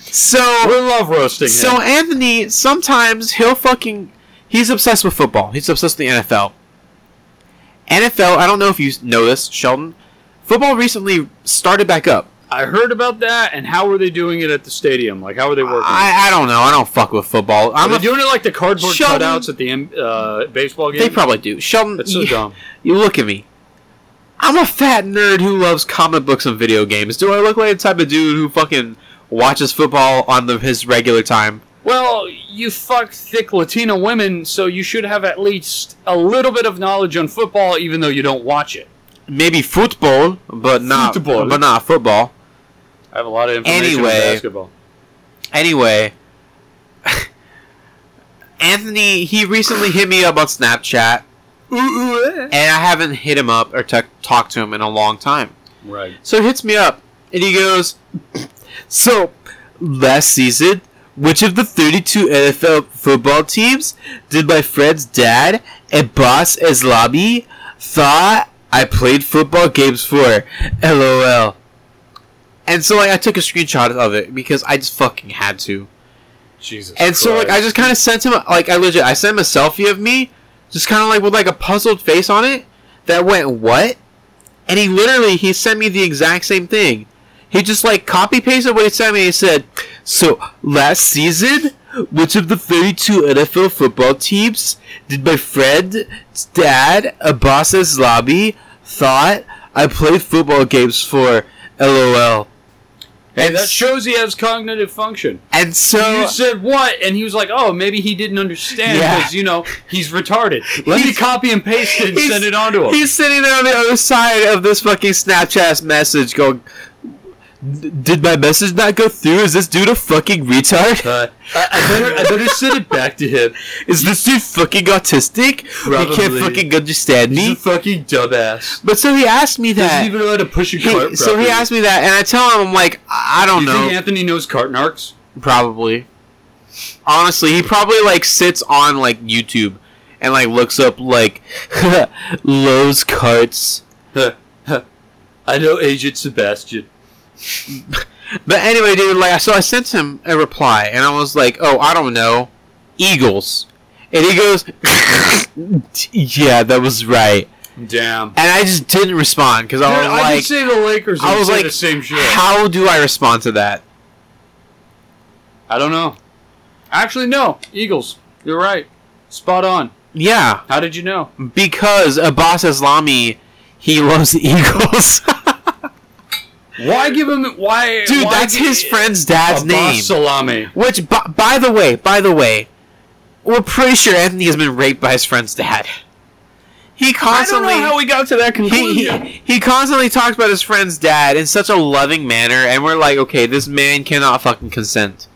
Speaker 5: So,
Speaker 4: We love roasting him.
Speaker 5: so Anthony sometimes he'll fucking he's obsessed with football. He's obsessed with the NFL. NFL. I don't know if you know this, Sheldon. Football recently started back up.
Speaker 4: I heard about that, and how were they doing it at the stadium? Like, how were they working?
Speaker 5: I, I don't know. I don't fuck with football.
Speaker 4: Are
Speaker 5: I'm
Speaker 4: they
Speaker 5: a,
Speaker 4: doing it like the cardboard
Speaker 5: Sheldon-
Speaker 4: cutouts at the M- uh, baseball game?
Speaker 5: they probably do. Sheldon,
Speaker 4: That's so
Speaker 5: you,
Speaker 4: dumb.
Speaker 5: you look at me. I'm a fat nerd who loves comic books and video games. Do I look like the type of dude who fucking watches football on the, his regular time?
Speaker 4: Well, you fuck thick Latina women, so you should have at least a little bit of knowledge on football, even though you don't watch it.
Speaker 5: maybe football, but not
Speaker 4: Football.
Speaker 5: but not football.
Speaker 4: I have a lot of information on
Speaker 5: Anyway.
Speaker 4: basketball.
Speaker 5: Anyway, Anthony he recently hit me up on Snapchat, and I haven't hit him up or t- talked to him in a long time.
Speaker 4: Right.
Speaker 5: So he hits me up, and he goes, "So last season." Which of the 32 NFL football teams did my friend's dad and boss Islami thought I played football games for? LOL. And so like I took a screenshot of it because I just fucking had to.
Speaker 4: Jesus.
Speaker 5: And so like I just kind of sent him like I legit I sent him a selfie of me, just kind of like with like a puzzled face on it that went what? And he literally he sent me the exact same thing. He just like copy pasted what he sent me. He said, "So last season, which of the 32 NFL football teams did my friend's dad Abbas Islami thought I played football games for?" LOL.
Speaker 4: Hey, that
Speaker 5: It's-
Speaker 4: shows he has cognitive function.
Speaker 5: And so
Speaker 4: you said what? And he was like, "Oh, maybe he didn't understand
Speaker 5: Uh, Yeah.
Speaker 4: because you know he's retarded." Let me copy and paste it and
Speaker 5: he's-
Speaker 4: send it on to him.
Speaker 5: he's sitting there on the other side of this fucking Snapchat message going, "D- Did my message not go through? Is this dude a fucking retard?
Speaker 4: Uh, I, I better, I better send it back to him.
Speaker 5: Is this dude fucking autistic? He can't
Speaker 4: Probably.
Speaker 5: fucking understand
Speaker 4: He's a
Speaker 5: me?
Speaker 4: fucking dumbass.
Speaker 5: But so he asked me
Speaker 4: Doesn't
Speaker 5: that.
Speaker 4: even know how to push a
Speaker 5: He-
Speaker 4: cart.
Speaker 5: so he
Speaker 4: properly.
Speaker 5: asked me that, and I tell him, I'm like, I I don't
Speaker 4: You
Speaker 5: know.
Speaker 4: think Anthony knows cart narcs?
Speaker 5: Probably. Honestly, he probably like sits on like YouTube and like looks up like Lowe's carts.
Speaker 4: I know Agent Sebastian.
Speaker 5: But anyway, dude, like so I sent him a reply and I was like, "Oh, I don't know, Eagles." And he goes, "Yeah, that was right."
Speaker 4: Damn.
Speaker 5: And I just didn't respond because I
Speaker 4: Dude,
Speaker 5: was
Speaker 4: I
Speaker 5: like,
Speaker 4: just say the Lakers.
Speaker 5: I
Speaker 4: and
Speaker 5: was
Speaker 4: say
Speaker 5: like,
Speaker 4: the same shit.
Speaker 5: "How do I respond to that?"
Speaker 4: I don't know. Actually, no. Eagles. You're right. Spot on.
Speaker 5: Yeah,
Speaker 4: How did you know?
Speaker 5: because Abbas Islami, he loves the Eagles.
Speaker 4: Why give him? Why?
Speaker 5: Dude,
Speaker 4: why
Speaker 5: that's
Speaker 4: give-
Speaker 5: his friend's dad's
Speaker 4: Abbas
Speaker 5: name.
Speaker 4: Salami.
Speaker 5: Which, by, by the way, by the way, we're pretty sure Anthony has been raped by his friend's dad. He constantly
Speaker 4: we got to that
Speaker 5: he, he, he constantly talks about his friend's dad in such a loving manner, and we're like, okay, this man cannot fucking consent.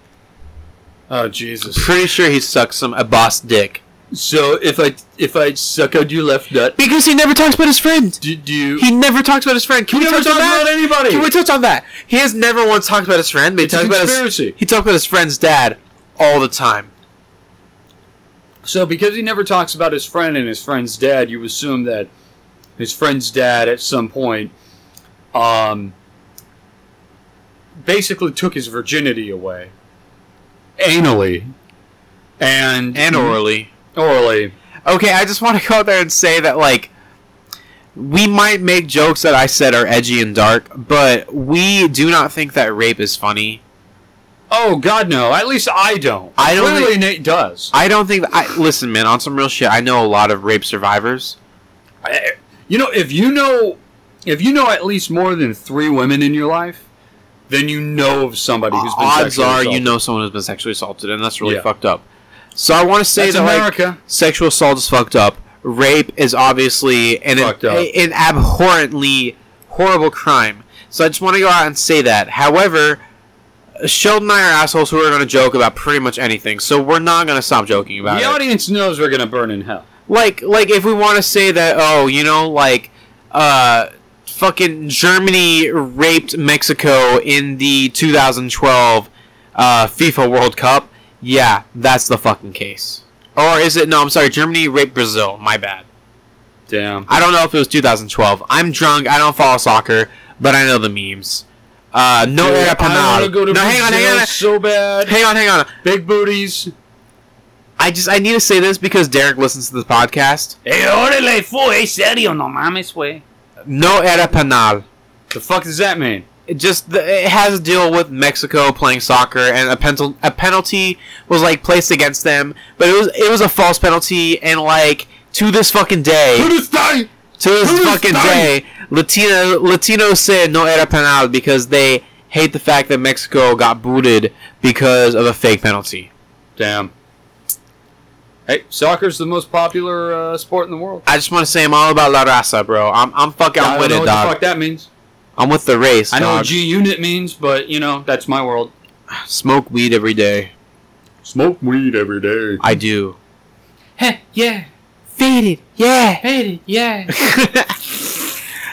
Speaker 4: oh Jesus!
Speaker 5: Pretty sure he sucks some a boss dick
Speaker 4: So if I if I suck on your left nut,
Speaker 5: because he never talks about his friend.
Speaker 4: do, do you?
Speaker 5: He never talks about his friend. Can we
Speaker 4: never
Speaker 5: touch on
Speaker 4: talks
Speaker 5: that?
Speaker 4: about anybody.
Speaker 5: Can we touch on that? He has never once talked about his friend, but he
Speaker 4: It's a
Speaker 5: talks about his
Speaker 4: conspiracy.
Speaker 5: he talks about his friend's dad all the time.
Speaker 4: So because he never talks about his friend and his friend's dad, you assume that his friend's dad at some point um basically took his virginity away anally and
Speaker 5: And orally.
Speaker 4: orally.
Speaker 5: Mm-hmm. Okay, I just want to go out there and say that like we might make jokes that I said are edgy and dark, but we do not think that rape is funny.
Speaker 4: Oh god no, at least I don't.
Speaker 5: I don't e-
Speaker 4: Clearly
Speaker 5: think-
Speaker 4: Nate does.
Speaker 5: I don't think that I listen, man, on some real shit, I know a lot of rape survivors.
Speaker 4: I- you know, if you know, if you know at least more than three women in your life, then you know of somebody who's been.
Speaker 5: Uh, Odds
Speaker 4: sexually
Speaker 5: are you
Speaker 4: assaulted.
Speaker 5: know someone who's been sexually assaulted and that's really
Speaker 4: Yeah.
Speaker 5: fucked up. So I want to say
Speaker 4: That's
Speaker 5: that like
Speaker 4: America.
Speaker 5: sexual assault is fucked up. Rape is obviously an,
Speaker 4: Fucked up.
Speaker 5: a- an abhorrently horrible crime. So I just want to go out and say that. However, Sheldon and I are assholes who are going to joke about pretty much anything. So we're not going to stop joking about
Speaker 4: the
Speaker 5: it.
Speaker 4: audience knows we're gonna burn in hell.
Speaker 5: Like, like if we want to say that, oh, you know, like, uh, fucking Germany raped Mexico in the 2012 uh, FIFA World Cup. Yeah, that's the fucking case. Or is it? No, I'm sorry. Germany raped Brazil. My bad.
Speaker 4: Damn.
Speaker 5: I don't know if it was 2012. I'm drunk. I don't follow soccer, but I know the memes. Uh, no
Speaker 4: Dude,
Speaker 5: era
Speaker 4: I wanna
Speaker 5: penal.
Speaker 4: go to
Speaker 5: No, hang on, hang
Speaker 4: Brazil
Speaker 5: on,
Speaker 4: So bad.
Speaker 5: hang on, hang on.
Speaker 4: Big booties.
Speaker 5: I just I need to say this because Derek listens to this podcast.
Speaker 4: Hey, órale, fool. Hey, serio, no mames, way.
Speaker 5: No era penal.
Speaker 4: The fuck does that mean?
Speaker 5: It just the, it has to deal with Mexico playing soccer, and a penalty a penalty was like placed against them, but it was it was a false penalty, and like to this fucking day. to this
Speaker 1: Who's
Speaker 5: fucking
Speaker 1: dying?
Speaker 5: day, Latino Latinos said no era penal because they hate the fact that Mexico got booted because of a fake penalty.
Speaker 4: Damn. Hey, soccer's the most popular uh, sport in the world.
Speaker 5: I just want to say I'm all about La Raza, bro. I'm I'm fucking
Speaker 4: I
Speaker 5: I'm
Speaker 4: don't
Speaker 5: with
Speaker 4: know
Speaker 5: it,
Speaker 4: what the
Speaker 5: dog.
Speaker 4: fuck that means.
Speaker 5: I'm with the race.
Speaker 4: I know
Speaker 5: dog.
Speaker 4: what G unit means, but you know that's my world.
Speaker 5: Smoke weed every day.
Speaker 1: Smoke weed every day.
Speaker 5: I do.
Speaker 2: Heh, yeah.
Speaker 5: Faded, yeah.
Speaker 2: Hate it, yeah.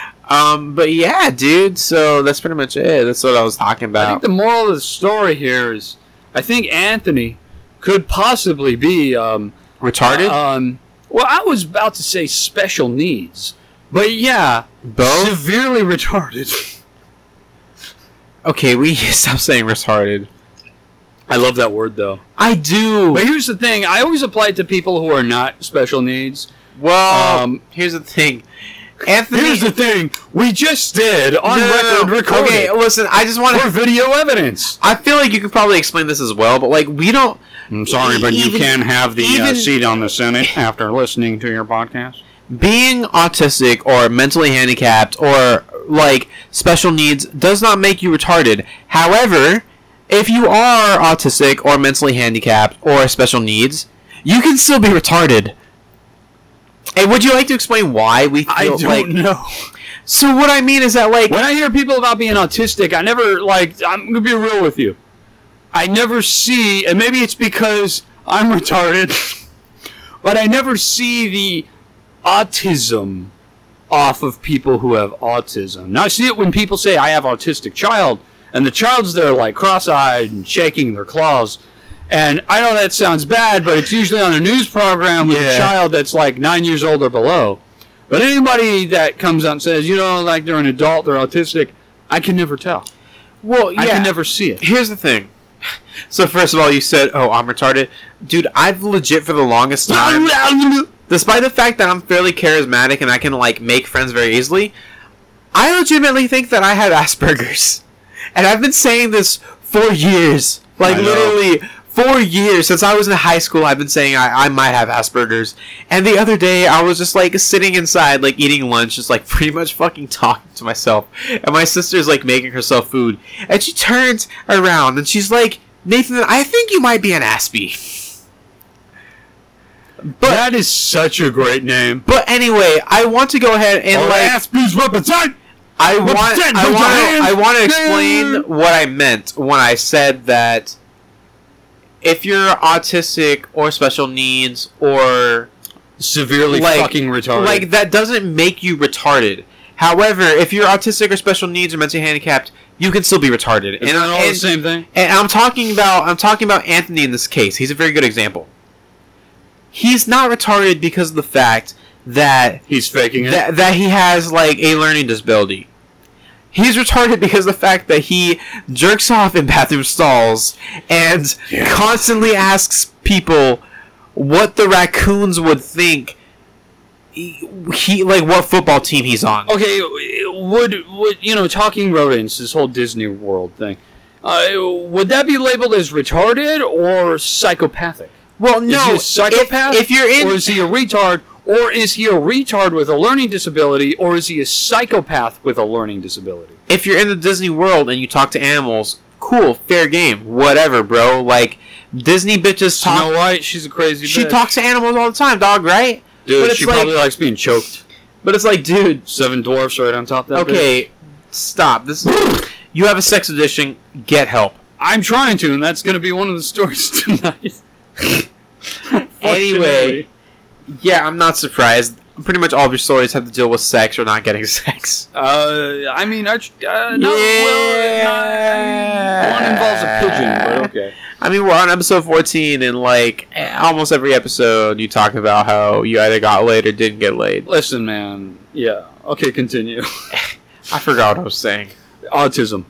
Speaker 5: um, but yeah, dude. So that's pretty much it. That's what I was talking
Speaker 4: I think
Speaker 5: about.
Speaker 4: the moral of the story here is, I think Anthony could possibly be um,
Speaker 5: Retarded.
Speaker 4: um well, I was about to say special needs, but yeah,
Speaker 5: Both.
Speaker 4: severely retarded.
Speaker 5: okay, we stop saying retarded.
Speaker 4: I love that word though.
Speaker 5: I do.
Speaker 4: But here's the thing: I always apply it to people who are not special needs.
Speaker 5: Well,
Speaker 4: Um,
Speaker 5: here's the thing. Anthony.
Speaker 4: Here's the thing: we just did
Speaker 5: No,
Speaker 4: on
Speaker 5: no, no, no.
Speaker 4: record recording
Speaker 5: Okay, listen. I just want
Speaker 4: for
Speaker 5: to.
Speaker 4: video evidence.
Speaker 5: I feel like you could probably explain this as well, but like we don't.
Speaker 4: I'm
Speaker 5: sorry, but you Even- can
Speaker 4: have
Speaker 5: the, uh, even- seat
Speaker 4: on the Senate after listening to your podcast.
Speaker 5: Being autistic or mentally handicapped or like special needs does not make you retarded. However, if you are autistic or mentally handicapped or special needs, you can still be retarded. And would you like to explain why we feel
Speaker 4: I don't
Speaker 5: like
Speaker 4: know.
Speaker 5: so what I mean is that like
Speaker 4: When I hear people about being autistic, I never like. I'm gonna be real with you. I never see, and maybe it's because I'm retarded, but I never see the autism off of people who have autism. Now I see it when people say I have autistic child, and the child's there like cross-eyed and shaking their claws. And I know that sounds bad, but it's usually on a news program with a
Speaker 5: Yeah.
Speaker 4: child that's like nine years old or below. But anybody that comes out and says, you know, like they're an adult, they're autistic, I can never tell.
Speaker 5: well yeah
Speaker 4: I can never see it.
Speaker 5: here's the thing. So first of all, you said, "Oh, I'm retarded, dude." I've legit for the longest time, despite the fact that I'm fairly charismatic and I can like make friends very easily, I legitimately think that I have Asperger's, and I've been saying this for years. Like
Speaker 4: I know.
Speaker 5: literally for years since I was in high school, I've been saying I, I might have Asperger's. And the other day, I was just like sitting inside, like eating lunch, just like pretty much fucking talking to myself. And my sister's like making herself food, and she turns around and she's like, "Nathan, I think you might be an Aspie." But
Speaker 4: that is such a great name.
Speaker 5: But anyway, I want to go ahead
Speaker 4: Oh,
Speaker 5: and like
Speaker 4: Aspie's represent.
Speaker 5: I
Speaker 4: What's
Speaker 5: want
Speaker 4: that,
Speaker 5: I
Speaker 4: Mr.
Speaker 5: want I
Speaker 4: Hands?
Speaker 5: want to explain what I meant when I said that if you're autistic or special needs or
Speaker 4: Severely
Speaker 5: Like-
Speaker 4: fucking retarded.
Speaker 5: like that doesn't make you retarded. However, if you're autistic or special needs or mentally handicapped, you can still be retarded.
Speaker 4: Isn't that all the same thing?
Speaker 5: And I'm talking about I'm talking about Anthony in this case. He's a very good example. He's not retarded because of the fact that
Speaker 4: He's faking it.
Speaker 5: that, that he has like a learning disability. He's retarded because of the fact that he jerks off in bathroom stalls and constantly asks people what the raccoons would think he, he- like what football team he's on.
Speaker 4: okay, would would you know talking rodents? This whole Disney World thing. Uh, would that be labeled as retarded or psychopathic?
Speaker 5: Well,
Speaker 4: Is
Speaker 5: no,
Speaker 4: he a psychopath?
Speaker 5: If, if you're in
Speaker 4: or is he a retard? Or is he a retard with a learning disability? Or is he a psychopath with a learning disability?
Speaker 5: if you're in the Disney World and you talk to animals, cool, fair game, whatever, bro. Like Disney bitches
Speaker 4: Snow
Speaker 5: talk.
Speaker 4: White, she's a crazy.
Speaker 5: She
Speaker 4: bitch.
Speaker 5: talks to animals all the time, dog. Right?
Speaker 4: Dude,
Speaker 5: but it's
Speaker 4: she
Speaker 5: like-
Speaker 4: probably likes being choked.
Speaker 5: But it's like, dude,
Speaker 4: Seven dwarfs right on top of that. bitch.
Speaker 5: Okay, stop. This is, you have a sex addiction. Get help.
Speaker 4: I'm trying to, and that's going to be one of the stories tonight.
Speaker 5: Anyway. Yeah, I'm not surprised. Pretty much all of your stories have to deal with sex or not getting sex.
Speaker 4: uh, I mean, I, tr- uh, no, well,
Speaker 5: Yeah.
Speaker 4: not, one involves a pigeon, but okay.
Speaker 5: I mean, we're on episode 14, and like eh, almost every episode, you talk about how you either got laid or didn't get laid.
Speaker 4: Listen, man. Yeah. Okay, continue.
Speaker 5: I forgot what I was saying.
Speaker 4: autism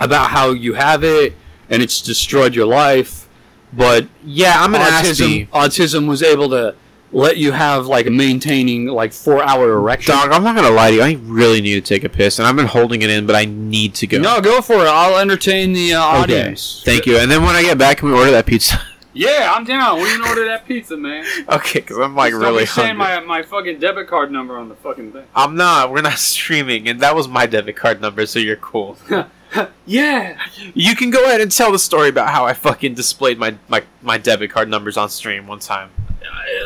Speaker 4: about how you have it and it's destroyed your life but
Speaker 5: Yeah, I'm an
Speaker 4: autism
Speaker 5: Aspie.
Speaker 4: autism was able to let you have like maintaining like 4 hour erection
Speaker 5: Dog, I'm not gonna lie to you. I really need to take a piss, and I've been holding it in, but I need to go.
Speaker 4: no go for it i'll entertain the uh,
Speaker 5: Okay.
Speaker 4: audience
Speaker 5: Thank you. And then when I get back, can we order that pizza?
Speaker 4: yeah i'm down we can order that pizza man
Speaker 5: okay, because I'm like really hungry.
Speaker 4: my fucking debit card number on the fucking thing
Speaker 5: I'm not. We're not streaming, and that was my debit card number, so you're cool.
Speaker 4: yeah
Speaker 5: You can go ahead and tell the story about how I fucking displayed my my, my debit card numbers on stream one time.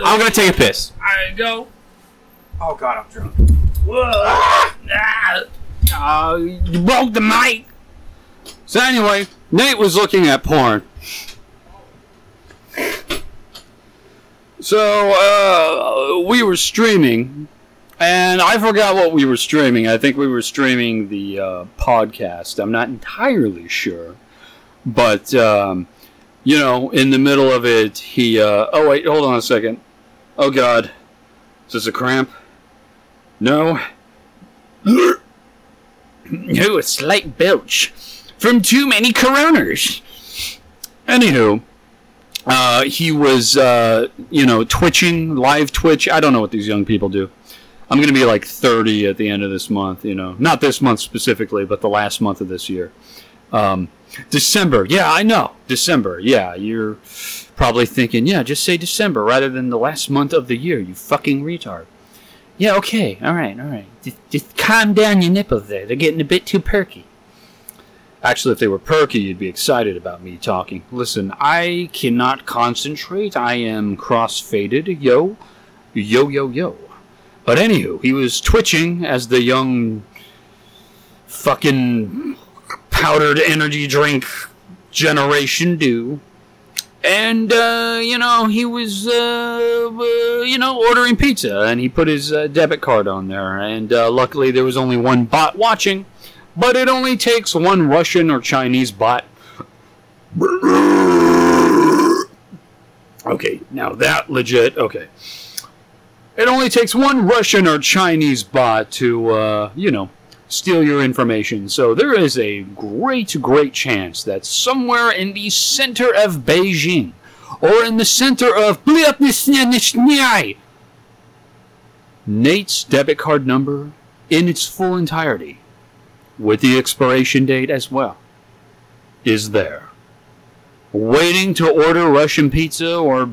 Speaker 5: I'm gonna take a piss.
Speaker 4: i go
Speaker 3: Oh god, I'm drunk.
Speaker 6: Ah!
Speaker 4: Uh, you broke the mic. So anyway, Nate was looking at porn. So uh, we were streaming, and I forgot what we were streaming. I think we were streaming the uh, podcast. I'm not entirely sure, but um, you know, in the middle of it, he. Uh, oh wait, hold on a second. Oh God, is this a cramp? No. No, a slight belch from too many coroners. Anywho, uh, he was, uh, you know, twitching, live twitch. I don't know what these young people do. I'm going to be like 30 at the end of this month, you know. Not this month specifically, but the last month of this year. Um, December. Yeah, I know. December. Yeah, you're probably thinking, yeah, just say December rather than the last month of the year, you fucking retard.
Speaker 2: Yeah, okay, all right, all right. Just, just calm down your nipples there. They're getting a bit too perky.
Speaker 4: Actually, if they were perky, you'd be excited about me talking. Listen, I cannot concentrate. I am cross-faded. Yo, yo, yo, yo. But anywho, he was twitching as the young fucking powdered energy drink generation do. And, uh, you know, he was, uh, uh, you know, ordering pizza, and he put his uh, debit card on there. And uh, luckily, there was only one bot watching, but it only takes one Russian or Chinese bot. Okay, now that legit. Okay. It only takes one Russian or Chinese bot to, uh, you know, steal your information. So there is a great, great chance that somewhere in the center of Beijing, or in the center of Blyatnysnyanyshnyai, Nate's debit card number in its full entirety, with the expiration date as well, is there. Waiting to order Russian pizza or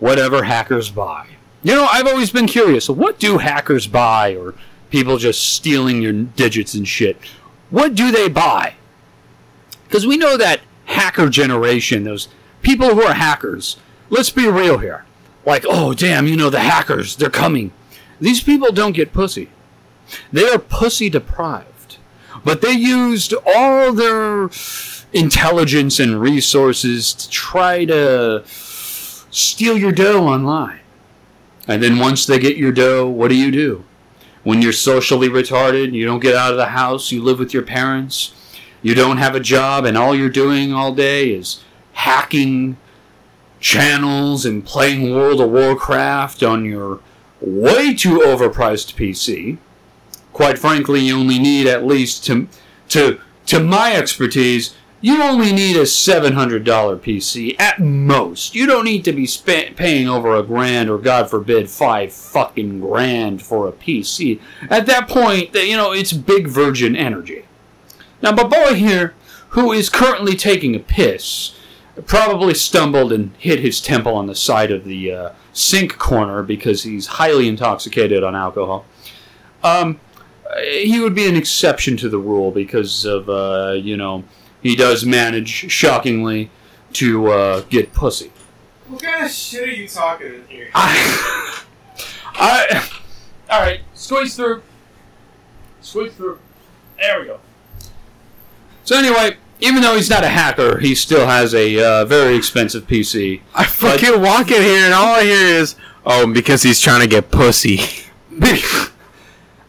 Speaker 4: whatever hackers buy. You know, I've always been curious. What do hackers buy, or people just stealing your digits and shit? What do they buy? Because we know that hacker generation, those people who are hackers, let's be real here. Like, oh, damn, you know, the hackers, they're coming. These people don't get pussy. They are pussy deprived. But they used all their intelligence and resources to try to steal your dough online. And then once they get your dough, what do you do? When you're socially retarded, you don't get out of the house, you live with your parents, you don't have a job, and all you're doing all day is hacking channels and playing World of Warcraft on your way too overpriced PC. Quite frankly, you only need at least to to to my expertise, you only need a $700 PC at most. You don't need to be spa paying over a grand or, God forbid, five fucking grand for a PC. At that point, th- you know, it's big virgin energy. Now, my boy here, who is currently taking a piss, probably stumbled and hit his temple on the side of the uh, sink corner because he's highly intoxicated on alcohol. Um, uh, he would be an exception to the rule because of, uh, you know, he does manage, shockingly, to uh, get pussy.
Speaker 3: What kind of shit are you talking in here?
Speaker 4: I, I, all right, squeeze through, squeeze through. There we go. So anyway, even though he's not a hacker, he still has a uh, very expensive PC.
Speaker 5: I fucking walk in here and all I hear is, oh, because he's trying to get pussy.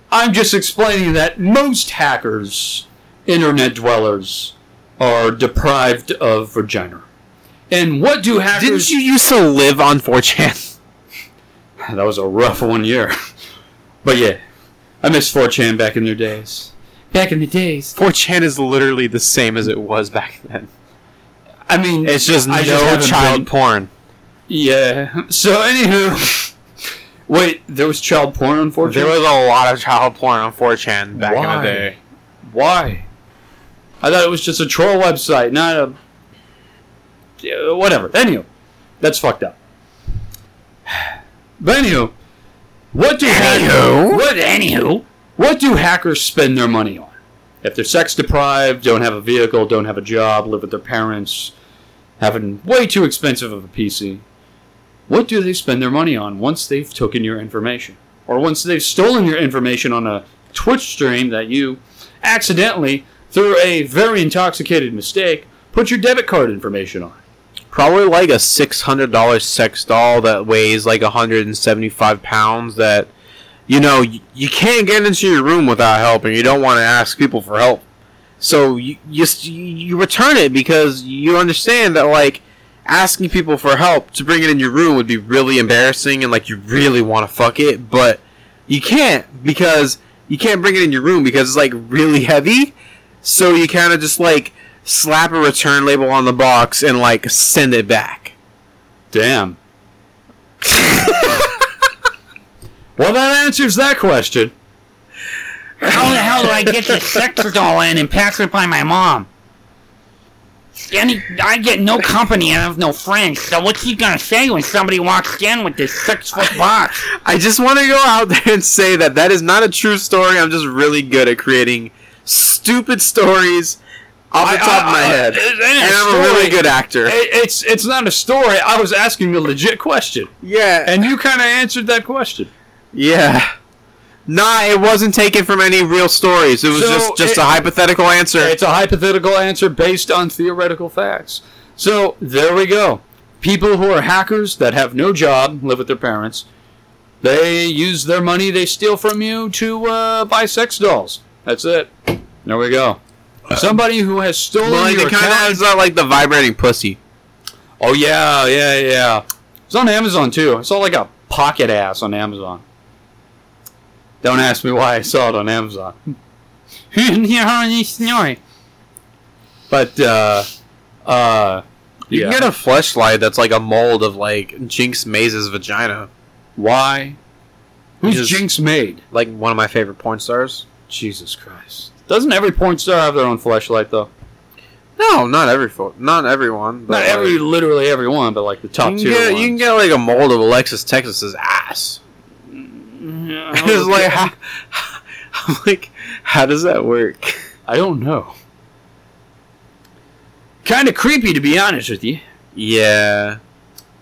Speaker 4: I'm just explaining that most hackers, internet dwellers, are deprived of vagina. And what do hackers?
Speaker 5: Didn't you used to live on 4chan?
Speaker 4: That was a rough one year. But yeah, I miss 4chan back in their days.
Speaker 2: Back in the days.
Speaker 5: 4chan is literally the same as it was back then.
Speaker 4: I mean,
Speaker 5: It's just
Speaker 4: I
Speaker 5: no
Speaker 4: just haven't
Speaker 5: child
Speaker 4: been-
Speaker 5: porn.
Speaker 4: yeah. So anywho, wait, there was child porn on 4chan.
Speaker 5: There was a lot of child porn on 4chan back in
Speaker 4: Why?
Speaker 5: the day.
Speaker 4: Why? I thought it was just a troll website, not a. Yeah, whatever. Anywho, that's fucked up. But anywho, what do
Speaker 5: Anywho?
Speaker 4: what anywho? What do hackers spend their money on? If they're sex deprived, don't have a vehicle, don't have a job, live with their parents, having way too expensive of a PC, what do they spend their money on once they've taken your information? Or once they've stolen your information on a Twitch stream that you accidentally, through a very intoxicated mistake, put your debit card information on.
Speaker 5: Probably like a six hundred dollar sex doll that weighs like hundred and seventy five pounds. That you know you, you can't get into your room without help, and you don't want to ask people for help. So you you, s- you return it because you understand that like asking people for help to bring it in your room would be really embarrassing, and like you really want to fuck it, but you can't because you can't bring it in your room because it's like really heavy. So you kind of just like slap a return label on the box and like send it back.
Speaker 4: Damn. well, that answers that question.
Speaker 2: How the hell do I get this sex doll in and pass it by my mom?
Speaker 6: any, I get no company and I have no friends. So what's he gonna say when somebody walks in with this six foot box?
Speaker 5: I just want to go out there and say that that is not a true story. I'm just really good at creating stupid stories off the top of
Speaker 4: uh,
Speaker 5: my head,
Speaker 4: and
Speaker 5: and I'm a really good actor.
Speaker 4: It's it's not a story. I was asking a legit question,
Speaker 5: Yeah,
Speaker 4: and you kind of answered that question.
Speaker 5: yeah. Nah, it wasn't taken from any real stories. It was
Speaker 4: So
Speaker 5: just just
Speaker 4: it-
Speaker 5: a hypothetical answer.
Speaker 4: It's a hypothetical answer based on theoretical facts. So there we go. People who are hackers that have no job, live with their parents, they use their money they steal from you to uh, buy sex dolls. That's it. There we go. Somebody who has stolen
Speaker 5: Uh, Well, like
Speaker 4: your
Speaker 5: it kind of
Speaker 4: account-
Speaker 5: is not like the vibrating pussy.
Speaker 4: Oh yeah, yeah, yeah. It's on Amazon too. I saw like a pocket ass on Amazon. Don't ask me why I saw it on Amazon. but uh uh
Speaker 5: You
Speaker 4: yeah.
Speaker 5: can get a fleshlight that's like a mold of like Jinx Maze's vagina.
Speaker 4: why? Who's
Speaker 5: Because-
Speaker 4: Jinx made?
Speaker 5: Like one of my favorite porn stars.
Speaker 4: Jesus Christ. Doesn't every porn star have their own flashlight though?
Speaker 5: No, not every fo- not everyone. But
Speaker 4: Not
Speaker 5: like,
Speaker 4: every literally every one, but like the top
Speaker 5: you can
Speaker 4: two.
Speaker 5: get-
Speaker 4: ones.
Speaker 5: you can get like a mold of Alexis Texas's ass.
Speaker 4: Oh,
Speaker 5: it's like how, I'm like, how does that work?
Speaker 4: I don't know. Kinda creepy to be honest with you.
Speaker 5: Yeah,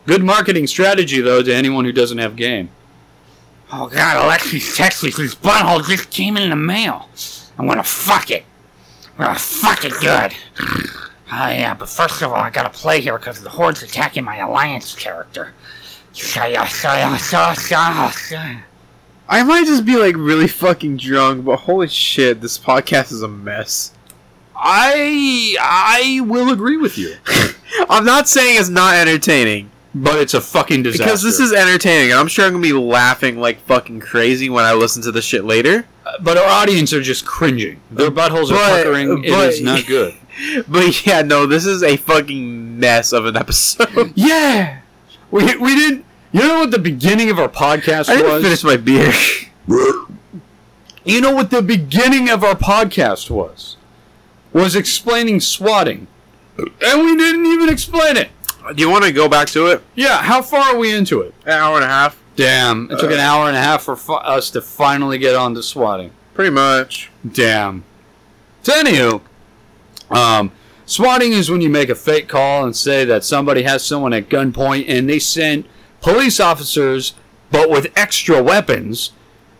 Speaker 4: Good marketing strategy, though, to anyone who doesn't have game.
Speaker 6: Oh god, Alexis Texas's butthole just came in the mail. I'm gonna fuck it. I'm gonna fuck it good. Oh yeah, but first of all, I gotta play here because the horde's attacking my alliance character. Saya, saya, saya, saya, saya.
Speaker 5: I might just be like really fucking drunk, but holy shit, this podcast is a mess.
Speaker 4: I I will agree with you,
Speaker 5: I'm not saying it's not entertaining
Speaker 4: but it's a fucking disaster.
Speaker 5: because this is entertaining, and I'm sure I'm gonna be laughing like fucking crazy when I listen to this shit later.
Speaker 4: but our audience are just cringing. Their buttholes are
Speaker 5: But-
Speaker 4: puckering. It
Speaker 5: but-
Speaker 4: is not good.
Speaker 5: But yeah, no, this is a fucking mess of an episode.
Speaker 4: yeah, we we didn't. You know what the beginning of our podcast
Speaker 5: I didn't
Speaker 4: was?
Speaker 5: finish my beer.
Speaker 4: You know what the beginning of our podcast was? Was explaining swatting, and we didn't even explain it.
Speaker 5: Do you want to go back to it?
Speaker 4: Yeah, how far are we into it?
Speaker 5: An hour and a half,
Speaker 4: Damn, it took an hour and a half for fi- us to finally get on to swatting.
Speaker 5: pretty much.
Speaker 4: Damn. So anywho, um, swatting is when you make a fake call and say that somebody has someone at gunpoint, and they send police officers, but with extra weapons,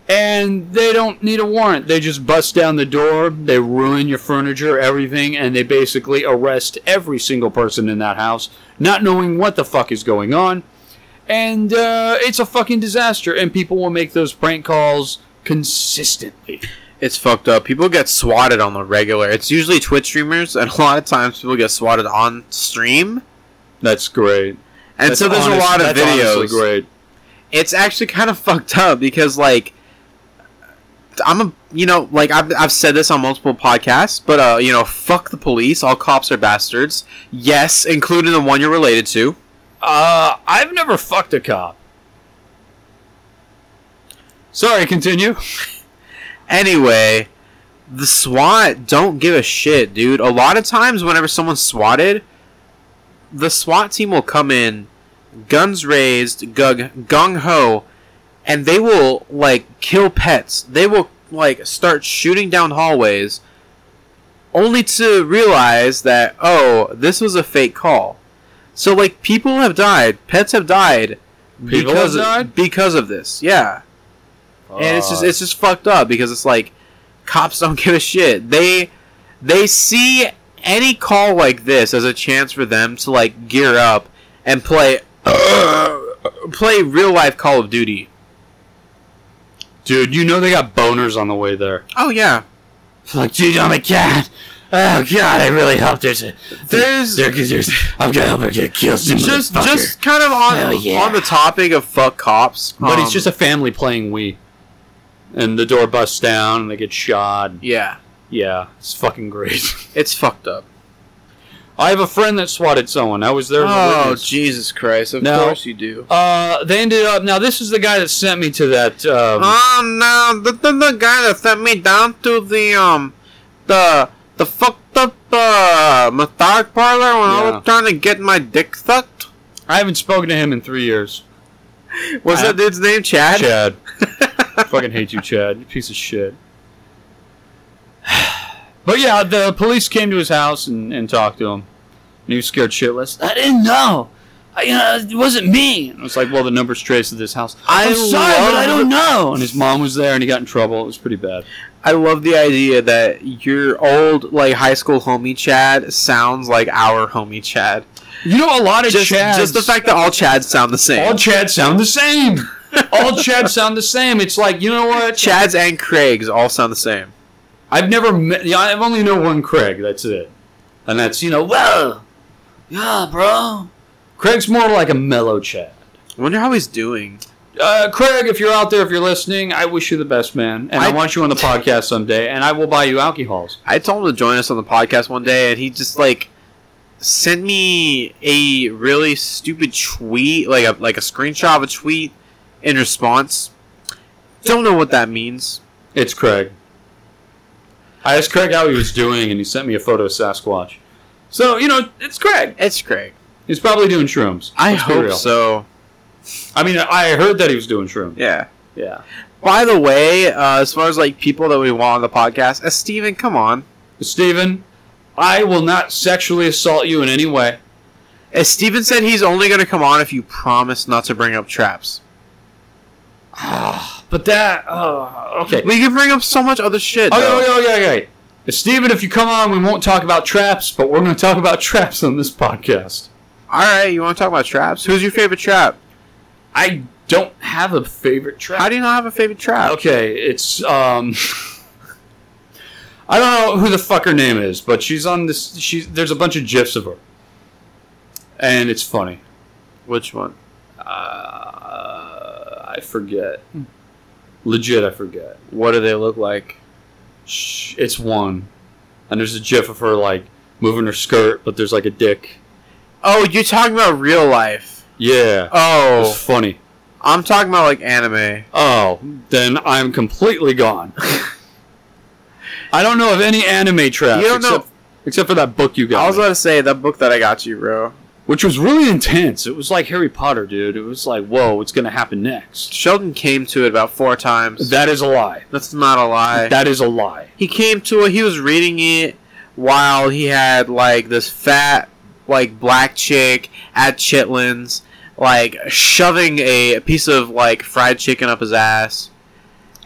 Speaker 4: and they don't need a warrant. They just bust down the door, they ruin your furniture, everything, and they basically arrest every single person in that house, not knowing what the fuck is going on. And uh, it's a fucking disaster, and people will make those prank calls consistently.
Speaker 5: It's fucked up. People get swatted on the regular. It's usually Twitch streamers, and a lot of times people get swatted on stream.
Speaker 4: That's great.
Speaker 5: And
Speaker 4: That's
Speaker 5: so there's
Speaker 4: honest-
Speaker 5: a lot of
Speaker 4: that's honestly
Speaker 5: videos.
Speaker 4: Great.
Speaker 5: It's actually kind of fucked up because like I'm a you know like I've, I've said this on multiple podcasts, but uh you know fuck the police. All cops are bastards. Yes, including the one you're related to.
Speaker 4: Uh, I've never fucked a cop. Sorry, continue.
Speaker 5: Anyway, the SWAT don't give a shit, dude. A lot of times, whenever someone's swatted, the SWAT team will come in, guns raised, gung ho, and they will like kill pets. They will like start shooting down hallways, only to realize that oh, this was a fake call. So like people have died, pets have died
Speaker 4: People have
Speaker 5: because
Speaker 4: died?
Speaker 5: because of this. Yeah and it's just
Speaker 4: Uh,
Speaker 5: it's just fucked up because it's like cops don't give a shit. They they see any call like this as a chance for them to like gear up and play play real life Call of Duty.
Speaker 4: dude, you know they got boners on the way there.
Speaker 5: Oh yeah,
Speaker 6: Like, dude, oh my god. Oh god, I really hope there's a.
Speaker 5: there's
Speaker 6: There, there's, I'm gonna help her get killed. some
Speaker 5: just
Speaker 6: motherfucker.
Speaker 5: just kind of on
Speaker 6: Hell yeah.
Speaker 5: on the topic of fuck cops,
Speaker 4: But
Speaker 5: um,
Speaker 4: it's just a family playing Wii, and the door busts down and they get shot.
Speaker 5: yeah,
Speaker 4: Yeah, it's fucking great.
Speaker 5: it's fucked up.
Speaker 4: I have a friend that swatted someone. I was there. as a
Speaker 5: Oh
Speaker 4: witness.
Speaker 5: Jesus Christ! Of
Speaker 4: No.
Speaker 5: course you do.
Speaker 4: Uh, they ended up. Now this is the guy that sent me to that. Um,
Speaker 5: Oh no, the, the, the guy that sent me down to the um the the fucked up uh, massage parlor when I
Speaker 4: Yeah.
Speaker 5: was trying to get my dick sucked?
Speaker 4: I haven't spoken to him in three years.
Speaker 5: What's
Speaker 4: Uh,
Speaker 5: that dude's name? Chad?
Speaker 4: Chad. Fucking hate you, Chad. You piece of shit. But yeah, the police came to his house and, and talked to him. And he was scared shitless.
Speaker 6: I didn't know. I, you know, it wasn't me.
Speaker 4: I was like, well, the number's traced to this house.
Speaker 5: I
Speaker 4: I'm sorry, but I
Speaker 5: love-
Speaker 4: don't know. And his mom was there and he got in trouble. It was pretty bad.
Speaker 5: I love the idea that your old like high school homie Chad sounds like our homie Chad.
Speaker 4: You know, a lot of
Speaker 5: Just,
Speaker 4: Chads.
Speaker 5: just the fact that all Chads sound the
Speaker 4: All
Speaker 5: same.
Speaker 4: Chads sound the same. all Chads sound the same. It's like, you know what?
Speaker 5: Chads and Craigs all sound the same.
Speaker 4: I've never met. yeah, I've only known one Craig. That's it. And that's, you know, well.
Speaker 6: Yeah, bro.
Speaker 4: Craig's more like a mellow Chad.
Speaker 5: I wonder how he's doing.
Speaker 4: uh, Craig, if you're out there, if you're listening, I wish you the best, man. And I,
Speaker 5: I-
Speaker 4: want you on the podcast someday, and I will buy you alcohols.
Speaker 5: I told him to join us on the podcast one day, and he just like sent me a really stupid tweet, like a like a screenshot of a tweet in response. Don't know what that means.
Speaker 4: It's Craig. I asked Craig how he was doing, and he sent me a photo of Sasquatch. So, you know, it's Craig.
Speaker 5: It's Craig.
Speaker 4: He's probably doing shrooms.
Speaker 5: I
Speaker 4: Let's be
Speaker 5: hope
Speaker 4: real.
Speaker 5: so.
Speaker 4: I mean, I heard that he was doing shrooms.
Speaker 5: Yeah.
Speaker 4: Yeah.
Speaker 5: By the way, uh, as far as like people that we want on the podcast, uh, Steven, come on.
Speaker 4: Steven, I will not sexually assault you in any way.
Speaker 5: Uh, Steven said he's only going to come on if you promise not to bring up traps.
Speaker 4: But that, oh, okay. Oh,
Speaker 5: We can bring up so much other shit.
Speaker 4: Okay,
Speaker 5: though.
Speaker 4: okay, okay, okay. Steven, if you come on, we won't talk about traps, but we're going to talk about traps on this podcast.
Speaker 5: All right, you want to talk about traps? Who's your favorite trap?
Speaker 4: I don't have a favorite trap.
Speaker 5: How do you not have a favorite trap?
Speaker 4: okay, it's um. I don't know who the fuck her name is, but she's on this. She's there's a bunch of gifs of her, and it's funny.
Speaker 5: Which one?
Speaker 4: Uh, I forget.
Speaker 5: Hmm.
Speaker 4: Legit, I forget.
Speaker 5: What do they look like?
Speaker 4: Sh- It's one, and there's a gif of her like moving her skirt, but there's like a dick.
Speaker 5: Oh, you're talking about real life.
Speaker 4: Yeah, it's
Speaker 5: Oh,
Speaker 4: funny.
Speaker 5: I'm talking about like anime.
Speaker 4: Oh, then I'm completely gone. I don't know of any anime traps.
Speaker 5: You don't know-
Speaker 4: except, except for that book you got,
Speaker 5: I was
Speaker 4: me,
Speaker 5: about to say that book that I got you, bro.
Speaker 4: which was really intense. It was like Harry Potter, dude. It was like, whoa, what's gonna happen next?
Speaker 5: Sheldon came to it about four times.
Speaker 4: That is a lie.
Speaker 5: That's not a lie.
Speaker 4: That is a lie.
Speaker 5: he came to it. He was reading it while he had like this fat, like black chick at Chitlins, like shoving a piece of like fried chicken up his ass.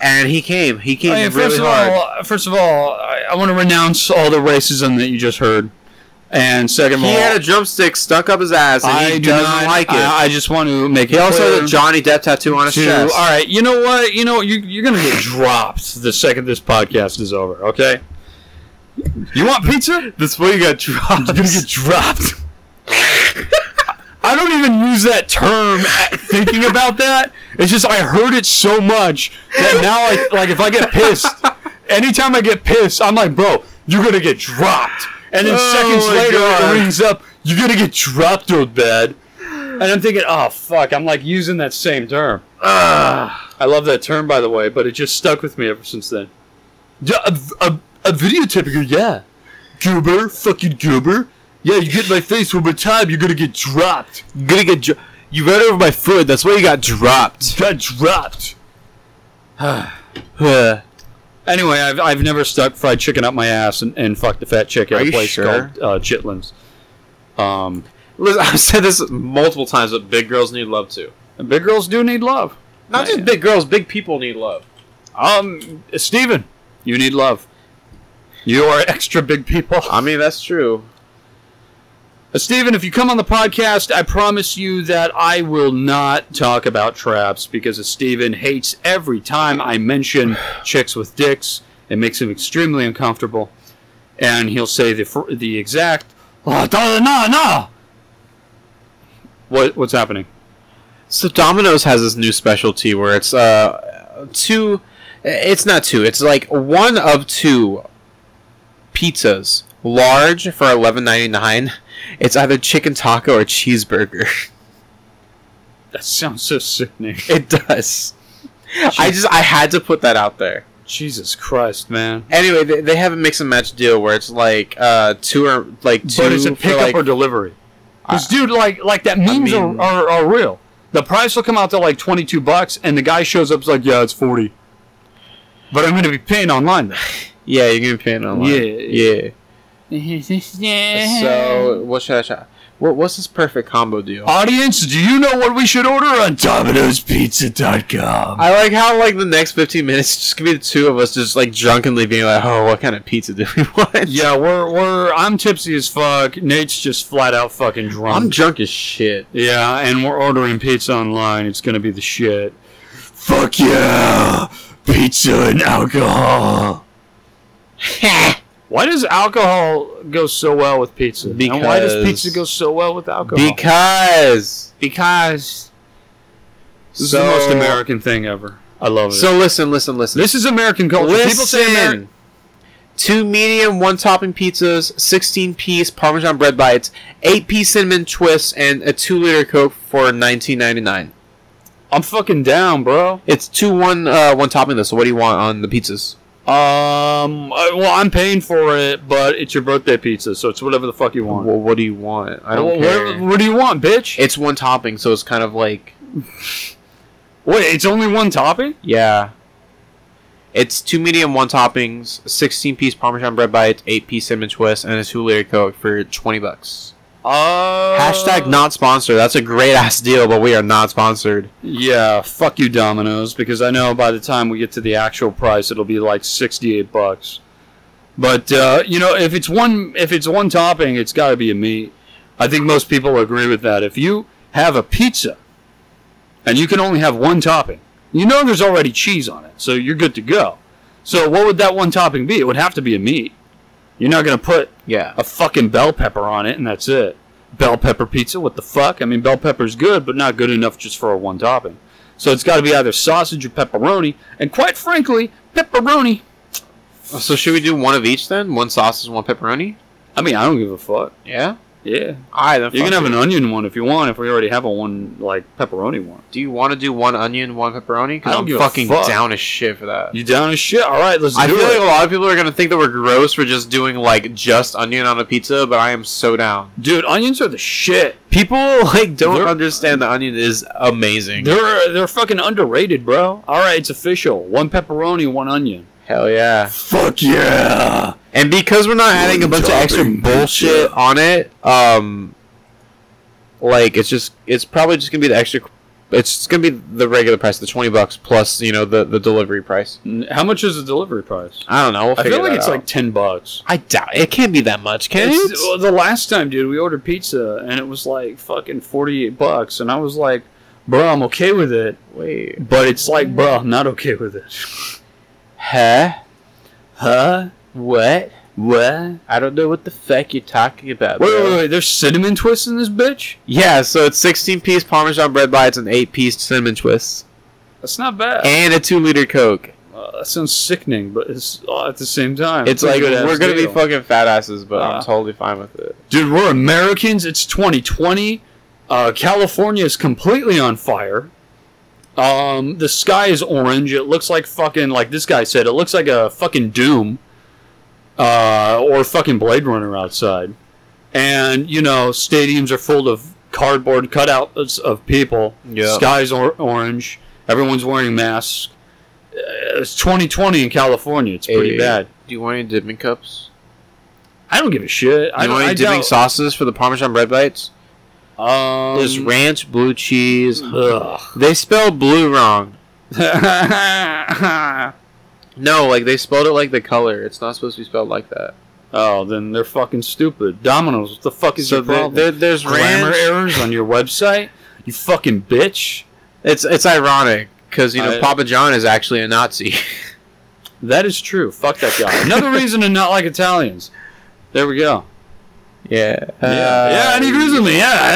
Speaker 5: And he came. He came
Speaker 4: Hey,
Speaker 5: really
Speaker 4: first, of
Speaker 5: hard.
Speaker 4: all, first of all, I, I want to renounce all the racism that you just heard. And second of
Speaker 5: he
Speaker 4: all,
Speaker 5: had a drumstick stuck up his ass, and
Speaker 4: I
Speaker 5: he
Speaker 4: do
Speaker 5: doesn't
Speaker 4: not
Speaker 5: like it.
Speaker 4: I, I just want to make
Speaker 5: he
Speaker 4: it
Speaker 5: also
Speaker 4: clear.
Speaker 5: has a Johnny Depp tattoo on his
Speaker 4: to-
Speaker 5: chest.
Speaker 4: All right, you know what? You know what? You, you're gonna get dropped the second this podcast is over. Okay. You want pizza?
Speaker 5: That's why you got dropped.
Speaker 4: You're gonna get dropped. I don't even use that term. at- Thinking about that, it's just I heard it so much that now, I, like, if I get pissed, anytime I get pissed, I'm like, bro, you're gonna get dropped. And then
Speaker 5: Oh
Speaker 4: seconds
Speaker 5: my
Speaker 4: later,
Speaker 5: God.
Speaker 4: it rings up, you're gonna get dropped, old bad. And I'm thinking, oh fuck, I'm like using that same term. I love that term, by the way, but it just stuck with me ever since then. Yeah, a, a, a videotaping, yeah. Goober, fucking goober. Yeah, you get in my face one more time, you're gonna get dropped.
Speaker 5: You're gonna get. Dro- you ran over my foot. That's why you got dropped.
Speaker 4: Got dropped.
Speaker 5: Huh.
Speaker 4: Anyway, I've, I've never stuck fried chicken up my ass and, and fucked a fat chick at
Speaker 5: Are
Speaker 4: a
Speaker 5: you
Speaker 4: place
Speaker 5: sure?
Speaker 4: called uh, Chitlins. Um,
Speaker 5: Listen, I've said this multiple times, but big girls need love too.
Speaker 4: and big girls do need love.
Speaker 5: Not just big girls, big people need love.
Speaker 4: Um, Steven, you need love. You are extra big people.
Speaker 5: I mean, that's true.
Speaker 4: Uh, Steven, if you come on the podcast, I promise you that I will not talk about traps because Steven hates every time I mention chicks with dicks. It makes him extremely uncomfortable. And he'll say the, fr- the exact, oh, no, no, no. What, what's happening?
Speaker 5: So Domino's has this new specialty where it's uh two it's not two, it's like one of two pizzas. Large for eleven ninety nine. It's either chicken taco or cheeseburger.
Speaker 4: That sounds so sickening.
Speaker 5: It does. I just I had to put that out there.
Speaker 4: Jesus Christ, man.
Speaker 5: Anyway, they, they have a mix and match deal where it's like uh two or like two
Speaker 4: but it's a
Speaker 5: for,
Speaker 4: pickup
Speaker 5: like,
Speaker 4: or delivery. 'Cause, dude, like, like that memes
Speaker 5: mean-
Speaker 4: are, are, are real. The price will come out to like twenty two bucks, and the guy shows up is like, yeah, it's forty. But I'm going to be paying online. Though.
Speaker 5: yeah, you're gonna pay it online.
Speaker 4: Yeah.
Speaker 5: yeah.
Speaker 6: Uh-huh.
Speaker 5: So what should I try? What, what's this perfect combo deal?
Speaker 4: Audience, do you know what we should order on Domino'sPizza.com?
Speaker 5: I like how like the next fifteen minutes just could be the two of us just like drunkenly being like, oh, what kind of pizza do we want?
Speaker 4: Yeah, we're we're I'm tipsy as fuck. Nate's just flat out fucking drunk.
Speaker 5: I'm drunk as shit.
Speaker 4: Yeah, and we're ordering pizza online. It's gonna be the shit. Fuck yeah! Pizza and alcohol! Why does alcohol go so well with pizza? And why does
Speaker 5: Because-
Speaker 4: pizza go so well with alcohol?
Speaker 5: Because
Speaker 4: because. This is the
Speaker 5: So-
Speaker 4: most American thing ever. I love it.
Speaker 5: so listen, listen, listen.
Speaker 4: this is American culture. People say Ameri-
Speaker 5: Listen. Two medium, one topping pizzas, 16 piece Parmesan bread bites, 8 piece cinnamon twists, and a 2 liter Coke for 19.99.
Speaker 4: I'm fucking down, bro.
Speaker 5: It's 2 1 uh, one topping list, so what do you want on the pizzas?
Speaker 4: Um, I- well, I'm paying for it, but it's your birthday pizza, so it's whatever the fuck you want.
Speaker 5: Well, what do you want? I
Speaker 4: Wha-
Speaker 5: don't
Speaker 4: whatever-
Speaker 5: care.
Speaker 4: what do you want, bitch?
Speaker 5: It's one topping, so it's kind of like,
Speaker 4: Wait, it's only one topping?
Speaker 5: yeah. It's two medium, one toppings, 16 piece Parmesan bread bites, 8 piece cinnamon twists, and a 2 liter Coke for 20 bucks.
Speaker 4: Uh,
Speaker 5: Hashtag not sponsored. That's a great ass deal, but we are not sponsored.
Speaker 4: Yeah, fuck you, Domino's, because I know by the time we get to the actual price, it'll be like sixty-eight bucks. But uh, you know, if it's one, if it's one topping, it's got to be a meat. I think most people agree with that. If you have a pizza and you can only have one topping, you know there's already cheese on it, so you're good to go. So what would that one topping be? It would have to be a meat. You're not gonna put
Speaker 5: Yeah.
Speaker 4: a fucking bell pepper on it, and that's it. Bell pepper pizza, what the fuck? I mean, bell pepper's good, but not good enough just for a one topping. So it's got to be either sausage or pepperoni, and quite frankly, pepperoni.
Speaker 5: So should we do one of each then? One sausage, one pepperoni.
Speaker 4: I mean, I don't give a fuck.
Speaker 5: Yeah.
Speaker 4: Yeah,
Speaker 5: All right. Then
Speaker 4: you can
Speaker 5: fuck
Speaker 4: have
Speaker 5: it.
Speaker 4: an onion one if you want. If we already have a one like pepperoni one,
Speaker 5: Do you want to do one onion, one
Speaker 4: I
Speaker 5: pepperoni? Because
Speaker 4: don't
Speaker 5: I'm
Speaker 4: give a
Speaker 5: fucking
Speaker 4: fuck.
Speaker 5: down as shit for that.
Speaker 4: you down as shit. All right, let's
Speaker 5: I
Speaker 4: do
Speaker 5: feel
Speaker 4: it.
Speaker 5: like a lot of people are gonna think that we're gross for just doing like just onion on a pizza, but I am so down.
Speaker 4: Dude, onions are the shit.
Speaker 5: People like don't
Speaker 4: They're-
Speaker 5: understand that onion is amazing.
Speaker 4: They're they're fucking underrated, bro. All right, it's official. One pepperoni, one onion.
Speaker 5: Hell yeah!
Speaker 1: Fuck yeah!
Speaker 5: And because we're not adding a bunch of extra
Speaker 1: topping
Speaker 5: bullshit on it, um, like it's just it's probably just gonna be the extra. It's just gonna be the regular price, the twenty bucks plus you know the the delivery price.
Speaker 4: N- How much is the delivery price?
Speaker 5: I don't know. We'll
Speaker 4: I
Speaker 5: figure
Speaker 4: feel like
Speaker 5: that
Speaker 4: it's
Speaker 5: out.
Speaker 4: like ten bucks.
Speaker 5: I doubt it can't be that much, can
Speaker 4: It's-
Speaker 5: it?
Speaker 4: well, the last time, dude, we ordered pizza and it was like fucking forty-eight bucks, and I was like, "Bro, I'm okay with it,"
Speaker 5: Wait,
Speaker 4: but it's like, "Bro, I'm not okay with it."
Speaker 5: huh?
Speaker 4: Huh?
Speaker 5: What?
Speaker 4: What?
Speaker 5: I don't know what the fuck you're talking about.
Speaker 4: Wait, wait,
Speaker 5: bro.
Speaker 4: wait! There's cinnamon twists in this bitch.
Speaker 5: Yeah, so it's 16 piece Parmesan bread bites and 8 piece cinnamon twists.
Speaker 4: That's not bad.
Speaker 5: And a 2 liter Coke.
Speaker 4: Uh, that sounds sickening, but it's uh, at the same time.
Speaker 5: It's like,
Speaker 4: a good-ass
Speaker 5: we're gonna be
Speaker 4: deal.
Speaker 5: fucking fat asses, but
Speaker 4: Uh.
Speaker 5: I'm totally fine with it.
Speaker 4: dude. We're Americans. It's 2020. Uh, California is completely on fire. Um, the sky is orange. It looks like fucking like this guy said. It looks like a fucking Doom, uh, or fucking Blade Runner outside. And you know, stadiums are full of cardboard cutouts of people.
Speaker 5: Yeah.
Speaker 4: Sky's or- orange. Everyone's wearing masks. Uh, It's 2020 in California. It's pretty
Speaker 5: Hey,
Speaker 4: bad.
Speaker 5: Do you want any dipping cups?
Speaker 4: I don't give a shit. I
Speaker 5: Do you
Speaker 4: don't.
Speaker 5: want
Speaker 4: I
Speaker 5: any dipping
Speaker 4: doubt-
Speaker 5: sauces for the Parmesan bread bites?
Speaker 4: Um,
Speaker 5: There's ranch, blue cheese.
Speaker 4: ugh.
Speaker 5: They spell blue wrong.
Speaker 4: oh,
Speaker 5: No, like they spelled it like the color. It's not supposed to be spelled like that.
Speaker 4: Oh, then they're fucking stupid. Domino's, what the fuck is
Speaker 5: So
Speaker 4: your
Speaker 5: there,
Speaker 4: problem?
Speaker 5: there, there's
Speaker 4: Grammar
Speaker 5: ranch.
Speaker 4: errors on your website? You fucking bitch.
Speaker 5: It's it's ironic because you know
Speaker 4: I-
Speaker 5: Papa John is actually a Nazi.
Speaker 4: That is true. Fuck that guy. Another reason to not like Italians. There we go.
Speaker 5: Yeah. Uh,
Speaker 4: yeah, and he agrees with me. Yeah,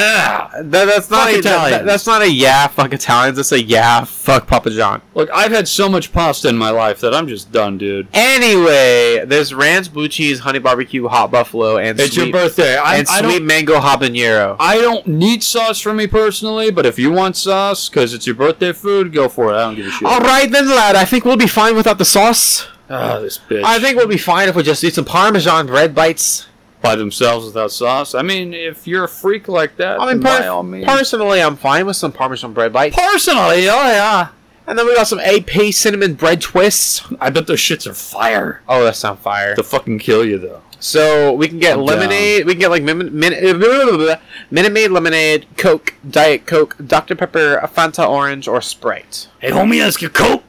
Speaker 4: yeah.
Speaker 5: That, that's not
Speaker 4: Fuck
Speaker 5: a, that-
Speaker 4: Italians.
Speaker 5: that's not a yeah fuck Italians. That's a yeah fuck Papa John.
Speaker 4: Look, I've had so much pasta in my life that I'm just done, dude.
Speaker 5: Anyway, there's ranch, blue cheese, honey barbecue, hot buffalo, and
Speaker 4: It's
Speaker 5: sweet,
Speaker 4: your birthday. I,
Speaker 5: and
Speaker 4: I
Speaker 5: sweet
Speaker 4: don't.
Speaker 5: mango habanero.
Speaker 4: I don't need sauce for me personally, but if you want sauce because it's your birthday food, go for it. I don't give a shit.
Speaker 5: All right then, lad. I think we'll be fine without the sauce.
Speaker 4: Ah, this bitch.
Speaker 5: I think we'll be fine if we just eat some Parmesan bread bites.
Speaker 4: by themselves without sauce. I mean, if you're a freak like that,
Speaker 5: I
Speaker 4: then
Speaker 5: mean,
Speaker 4: by
Speaker 5: per-
Speaker 4: all means.
Speaker 5: Personally, I'm fine with some Parmesan bread bites.
Speaker 4: personally, oh yeah.
Speaker 5: And then we got some AP cinnamon bread twists.
Speaker 4: I bet those shits are fire.
Speaker 5: Oh, that's on fire.
Speaker 4: To fucking kill you though.
Speaker 5: So we can get
Speaker 4: I'm
Speaker 5: lemonade. We can get like min- min- uh, blah, blah, blah, blah. Minute Maid lemonade, Coke, Diet Coke, Dr Pepper, a Fanta orange, or Sprite.
Speaker 6: Hey, homie, let's get coke.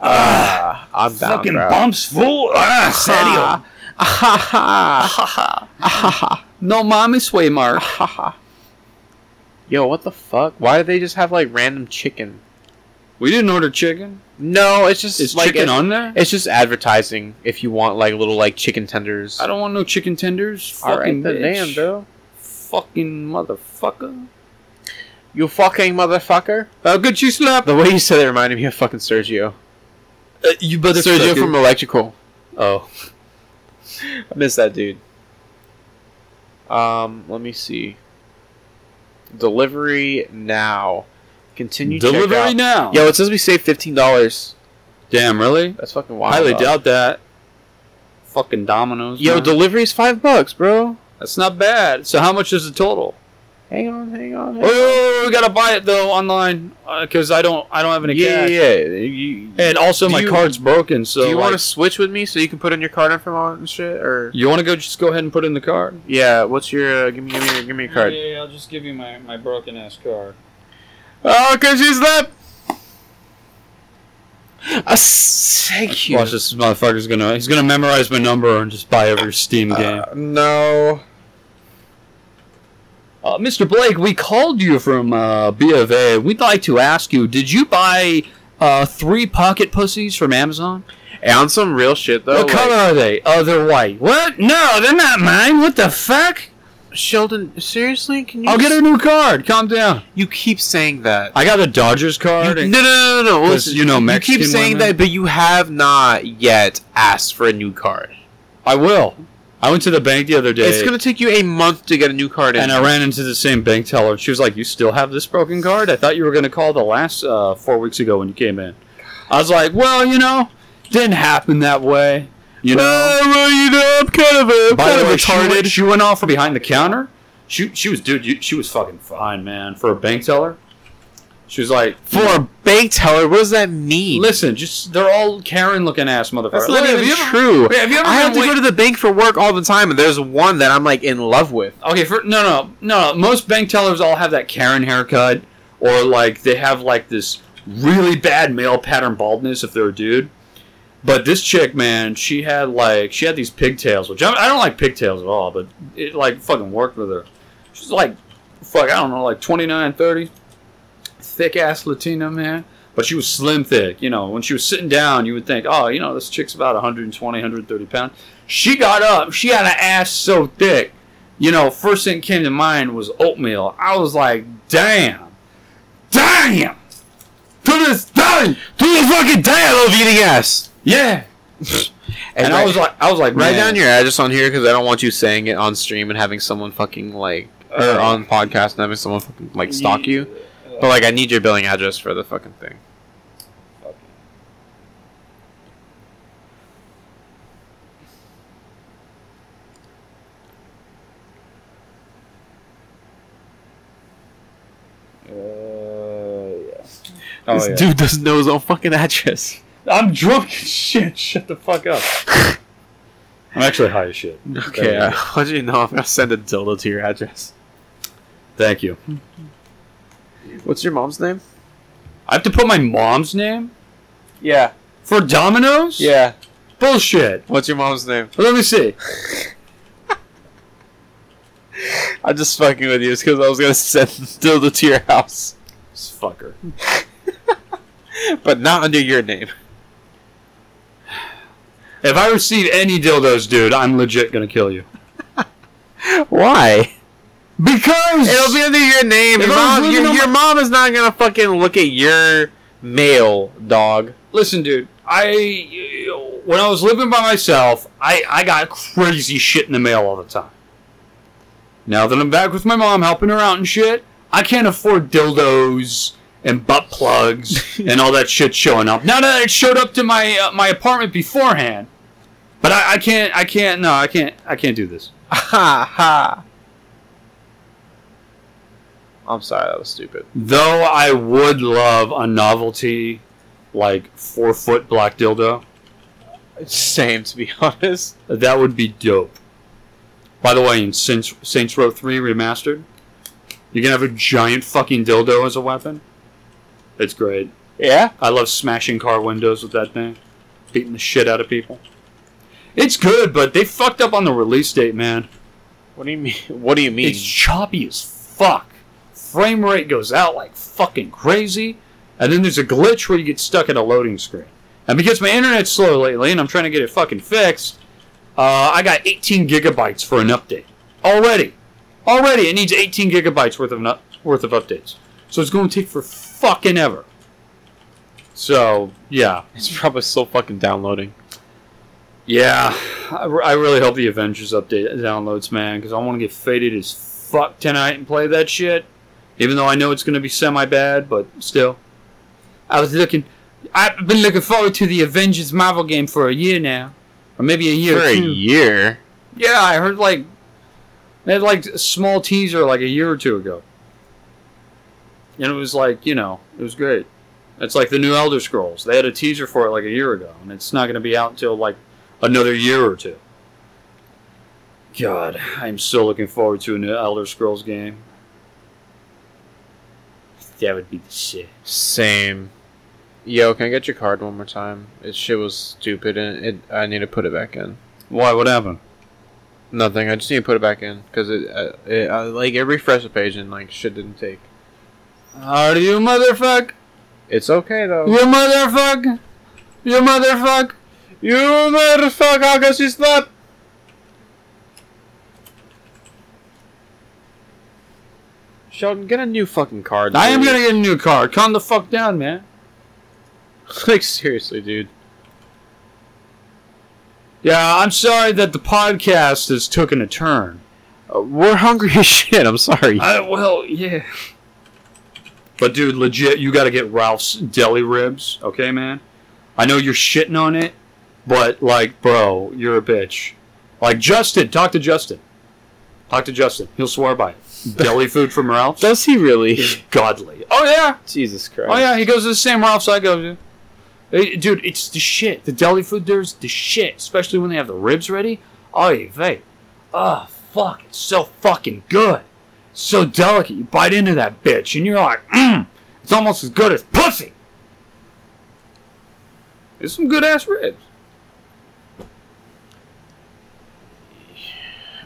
Speaker 5: Ah, I'm down,
Speaker 6: Fucking
Speaker 5: bro.
Speaker 6: bumps, fool. Ah, serio.
Speaker 5: Ah, ha, ha,
Speaker 4: No mommy sway mark.
Speaker 5: ha, ha. Yo, what the fuck? Why do they just have like random chicken?
Speaker 4: We didn't order chicken.
Speaker 5: No, it's just
Speaker 4: Is
Speaker 5: like
Speaker 4: chicken
Speaker 5: it's,
Speaker 4: on there?
Speaker 5: it's just advertising. If you want like little like chicken tenders.
Speaker 4: I don't want no chicken tenders.
Speaker 5: All right,
Speaker 4: Fucking
Speaker 5: then,
Speaker 4: bitch.
Speaker 5: damn, bro.
Speaker 4: Fucking motherfucker.
Speaker 5: You fucking motherfucker.
Speaker 4: Uh, good you slap.
Speaker 5: The way you said it reminded me of fucking Sergio.
Speaker 4: Uh, you better
Speaker 5: Sergio
Speaker 4: fucking-
Speaker 5: from Electrical.
Speaker 4: Oh.
Speaker 5: I miss that dude. Um, let me see. Delivery now. Continue
Speaker 4: Delivery
Speaker 5: checkout.
Speaker 4: now.
Speaker 5: Yo, it says we saved fifteen dollars.
Speaker 4: Damn, really?
Speaker 5: That's fucking wild.
Speaker 4: Highly
Speaker 5: dog.
Speaker 4: doubt that. Fucking Domino's.
Speaker 5: Yo,
Speaker 4: man.
Speaker 5: delivery's five bucks, bro.
Speaker 4: that's not bad. So how much is the total?
Speaker 5: Hang on, hang on. Hang on.
Speaker 4: Oh, we gotta buy it though online because I don't, I don't have any
Speaker 5: yeah,
Speaker 4: cash.
Speaker 5: yeah, yeah. You,
Speaker 4: And also,
Speaker 5: Do
Speaker 4: my
Speaker 5: you-
Speaker 4: card's broken. So
Speaker 5: do you
Speaker 4: like,
Speaker 5: want to switch with me so you can put in your card info and shit? Or
Speaker 4: You want to go? Just go ahead and put in the card.
Speaker 5: yeah, what's your? Uh, give me, give me, give me a card.
Speaker 4: Yeah, I'll just give you my, my broken ass card.
Speaker 5: Oh, cause you slept. Uh, s- thank you.
Speaker 4: Watch this motherfucker's gonna he's gonna memorize my number and just buy every Steam game.
Speaker 5: Uh, no.
Speaker 4: Uh, Mr. Blake, we called you from uh, B of A. We'd like to ask you: Did you buy uh, three pocket pussies from Amazon?
Speaker 5: Hey, on some real shit though.
Speaker 4: what color are they? Oh, they're white. What? No, they're not mine. What the fuck?
Speaker 5: Sheldon, seriously? Can you?
Speaker 4: I'll get a new card. Calm down.
Speaker 5: You keep saying that.
Speaker 4: I got a Dodgers
Speaker 5: You,
Speaker 4: card.
Speaker 5: no, no, no, no, no.
Speaker 4: 'Cause
Speaker 5: Listen,
Speaker 4: you know Mexican
Speaker 5: keep saying
Speaker 4: women.
Speaker 5: that, but you have not yet asked for a new card.
Speaker 4: I will. I went to the bank the other day.
Speaker 5: It's gonna take you a month to get a new card.
Speaker 4: and
Speaker 5: in.
Speaker 4: I ran into the same bank teller, and she was like, "You still have this broken card? I thought you were going to call the last uh, four weeks ago when you came in." I was like, "Well, you know, didn't happen that way. You know, Oh, well, you know, I'm kind of a
Speaker 5: kind of
Speaker 4: she went-
Speaker 5: retarded.
Speaker 4: She went off from behind the counter. She she was dude. You, she was fucking fine, man, for a bank teller. She was like,
Speaker 5: for a bank teller, what does that mean?
Speaker 4: listen, just they're all Karen looking ass motherfuckers.
Speaker 5: That's
Speaker 4: Look,
Speaker 5: not
Speaker 4: have
Speaker 5: even
Speaker 4: you ever-
Speaker 5: true.
Speaker 4: Wait, have you ever
Speaker 5: I have to
Speaker 4: been
Speaker 5: go
Speaker 4: wait-
Speaker 5: to the bank for work all the time, and there's one that I'm like in love with.
Speaker 4: Okay, for, no, no, no, no. Most bank tellers all have that Karen haircut, or like they have like this really bad male pattern baldness if they're a dude. But this chick, man, she had like she had these pigtails, which I, I don't like pigtails at all, but it like fucking worked with her. She's like, fuck, I don't know, like 29, 30. thick ass Latina man. But she was slim thick, you know. When she was sitting down, you would think, oh, you know, this chick's about 120, 130 pounds. She got up. She had an ass so thick you know, first thing came to mind was oatmeal. I was like, damn, damn, to this day,
Speaker 5: Do the fucking day I love eating ass.
Speaker 4: yeah. And, I was like, I was like,
Speaker 5: Write
Speaker 4: man,
Speaker 5: down your address on here because I don't want you saying it on stream and having someone fucking like or on podcast and having someone fucking like stalk you. But like, I need your billing address for the fucking thing.
Speaker 4: Oh,
Speaker 5: this
Speaker 4: Uh, yeah.
Speaker 5: dude doesn't know his own fucking address.
Speaker 4: I'm drunk as shit. Shut the fuck up. I'm actually high as shit.
Speaker 5: Okay,
Speaker 4: There
Speaker 5: uh,
Speaker 4: we go.
Speaker 5: how do you know I'm gonna send a dildo to your address?
Speaker 4: Thank you.
Speaker 5: What's your mom's name?
Speaker 4: I have to put my mom's name
Speaker 5: Yeah,
Speaker 4: for Domino's.
Speaker 5: yeah.
Speaker 4: Bullshit.
Speaker 5: What's your mom's name?
Speaker 4: Let me see.
Speaker 5: I'm just fucking with you. It's because I was gonna send the dildo to your house,
Speaker 4: This fucker.
Speaker 5: but not under your name.
Speaker 4: If I receive any dildos, dude, I'm legit gonna kill you.
Speaker 5: Why?
Speaker 4: Because
Speaker 5: It'll be under your name.
Speaker 4: If
Speaker 5: Your
Speaker 4: I was
Speaker 5: mom,
Speaker 4: living
Speaker 5: your,
Speaker 4: on
Speaker 5: your mom is not gonna fucking look at your mail, dog.
Speaker 4: listen, dude. I when I was living by myself, I I got crazy shit in the mail all the time. Now that I'm back with my mom, helping her out and shit, I can't afford dildos and butt plugs and all that shit showing up. Now that it showed up to my uh, my apartment beforehand, but I, I can't I can't no I can't I can't do this.
Speaker 5: Ha ha. I'm sorry, that was stupid.
Speaker 4: Though I would love a novelty, like four foot black dildo.
Speaker 5: Same, to be honest.
Speaker 4: That would be dope. By the way, in Saints, Saints Row 3 Remastered, you can have a giant fucking dildo as a weapon. It's great.
Speaker 5: Yeah.
Speaker 4: I love smashing car windows with that thing, beating the shit out of people. It's good, but they fucked up on the release date, man.
Speaker 5: What do you mean? What do you mean?
Speaker 4: It's choppy as fuck. Frame rate goes out like fucking crazy, and then there's a glitch where you get stuck in a loading screen. And because my internet's slow lately, and I'm trying to get it fucking fixed, uh, I got 18 gigabytes for an update already. Already, it needs 18 gigabytes worth of nu- worth of updates. So it's going to take for fucking ever. So yeah,
Speaker 5: It's probably still fucking downloading.
Speaker 4: yeah, I, re- I really hope the Avengers update downloads, man, because I want to get faded as fuck tonight and play that shit. Even though I know it's going to be semi bad, but still. I was looking. I've been looking forward to the Avengers Marvel game for a year now. Or maybe a year.
Speaker 5: For
Speaker 4: or
Speaker 5: a
Speaker 4: two.
Speaker 5: year.
Speaker 4: Yeah, I heard like. They had like a small teaser like a year or two ago. And it was like, you know, it was great. It's like the new Elder Scrolls. They had a teaser for it like a year ago, and it's not going to be out until like another year or two. God, I'm still looking forward to a new Elder Scrolls game. That would be the shit.
Speaker 5: Same. Yo, can I get your card one more time? It shit was stupid, and it I need to put it back in.
Speaker 4: Why? What happened?
Speaker 5: Nothing. I just need to put it back in because it, uh, it uh, like it refreshed the page and like shit didn't take.
Speaker 4: Are you motherfuck?
Speaker 5: It's okay though.
Speaker 4: You motherfuck? You motherfuck?
Speaker 5: You motherfucker, how could she slept? Sheldon, get a new fucking card.
Speaker 4: I am
Speaker 5: dude.
Speaker 4: gonna get a new car. Calm the fuck down, man.
Speaker 5: like seriously, dude.
Speaker 4: Yeah, I'm sorry that the podcast has taken a turn.
Speaker 5: Uh, we're hungry as shit. I'm sorry.
Speaker 4: I, well, yeah. But dude, legit, you gotta get Ralph's deli ribs, okay, man? I know you're shitting on it, but like, bro, you're a bitch. Like Justin, talk to Justin. Talk to Justin. He'll swear by it. deli food from Ralph's
Speaker 5: Does he really?
Speaker 4: is godly. Oh yeah.
Speaker 5: Jesus Christ.
Speaker 4: Oh yeah, he goes to the same Ralph's I go to. Hey, dude, it's the shit. The deli food there's the shit, especially when they have the ribs ready. Oh, hey, oh fuck, it's so fucking good, so delicate. You bite into that bitch, and you're like, mmm, it's almost as good as pussy. It's some good ass ribs.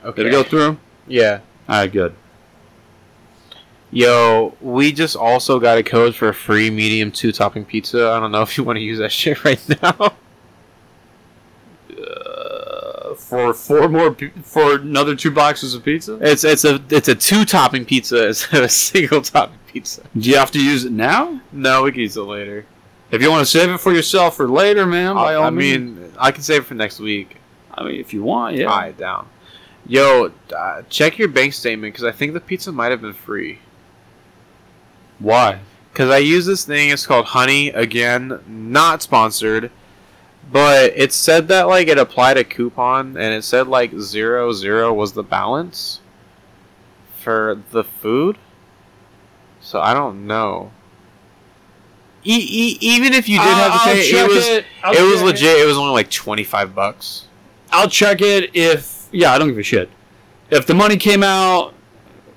Speaker 5: Okay.
Speaker 4: Did it go through? All
Speaker 5: Yeah.
Speaker 4: right, good.
Speaker 5: Yo, we just also got a code for a free medium two topping pizza. I don't know if you want to use that shit right now.
Speaker 4: Uh, for four more, pi- for another two boxes of pizza.
Speaker 5: It's it's a it's a two topping pizza instead of a single topping pizza.
Speaker 4: Do you have to use it now?
Speaker 5: No, we can use it later.
Speaker 4: If you want to save it for yourself for later, man, by all
Speaker 5: I
Speaker 4: means.
Speaker 5: mean, I can save it for next week.
Speaker 4: I mean, if you want, yeah.
Speaker 5: All right, down. Yo, uh, check your bank statement because I think the pizza might have been free.
Speaker 4: Why?
Speaker 5: Because I use this thing. It's called Honey. Again, not sponsored. But it said that like it applied a coupon and it said like zero zero was the balance for the food. So I don't know. E- e- even if you did have to pay, it was it,
Speaker 4: I'll
Speaker 5: was
Speaker 4: check
Speaker 5: legit. It was only like twenty five bucks.
Speaker 4: I'll check it if yeah, I don't give a shit. If the money came out,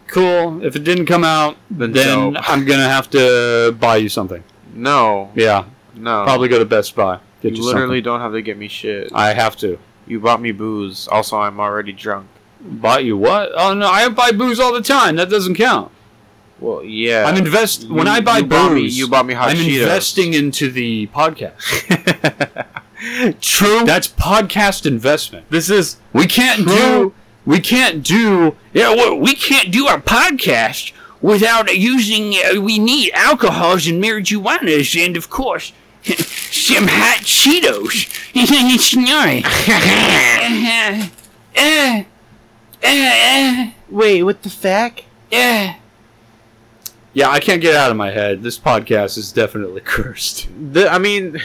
Speaker 4: cool. If it didn't come out,
Speaker 5: Then
Speaker 4: then
Speaker 5: dope.
Speaker 4: I'm gonna have to buy you something.
Speaker 5: No,
Speaker 4: Yeah,
Speaker 5: no.
Speaker 4: probably go to Best Buy. Get
Speaker 5: Oh. you
Speaker 4: you
Speaker 5: literally don't have to get me shit.
Speaker 4: something. I have to.
Speaker 5: You bought me booze. Also, I'm already drunk.
Speaker 4: Bought you what? Oh no, I buy booze all the time. That doesn't count.
Speaker 5: Well, yeah.
Speaker 4: I'm invest when
Speaker 5: You-
Speaker 4: I buy
Speaker 5: you bought me,
Speaker 4: booze.
Speaker 5: you bought me hot
Speaker 4: I'm
Speaker 5: Cheetos.
Speaker 4: investing into the podcast.
Speaker 5: True.
Speaker 4: That's podcast investment.
Speaker 5: this is
Speaker 4: We can't
Speaker 5: True
Speaker 4: do We can't do
Speaker 6: Yeah, well, we can't do our podcast without using. Uh, we need alcohols and marijuanas, and of course, some hot Cheetos. it's nice. uh, uh, uh,
Speaker 5: Wait, what the fuck?
Speaker 6: uh,
Speaker 4: Yeah, I can't get it out of my head. This podcast is definitely cursed.
Speaker 5: The, I mean,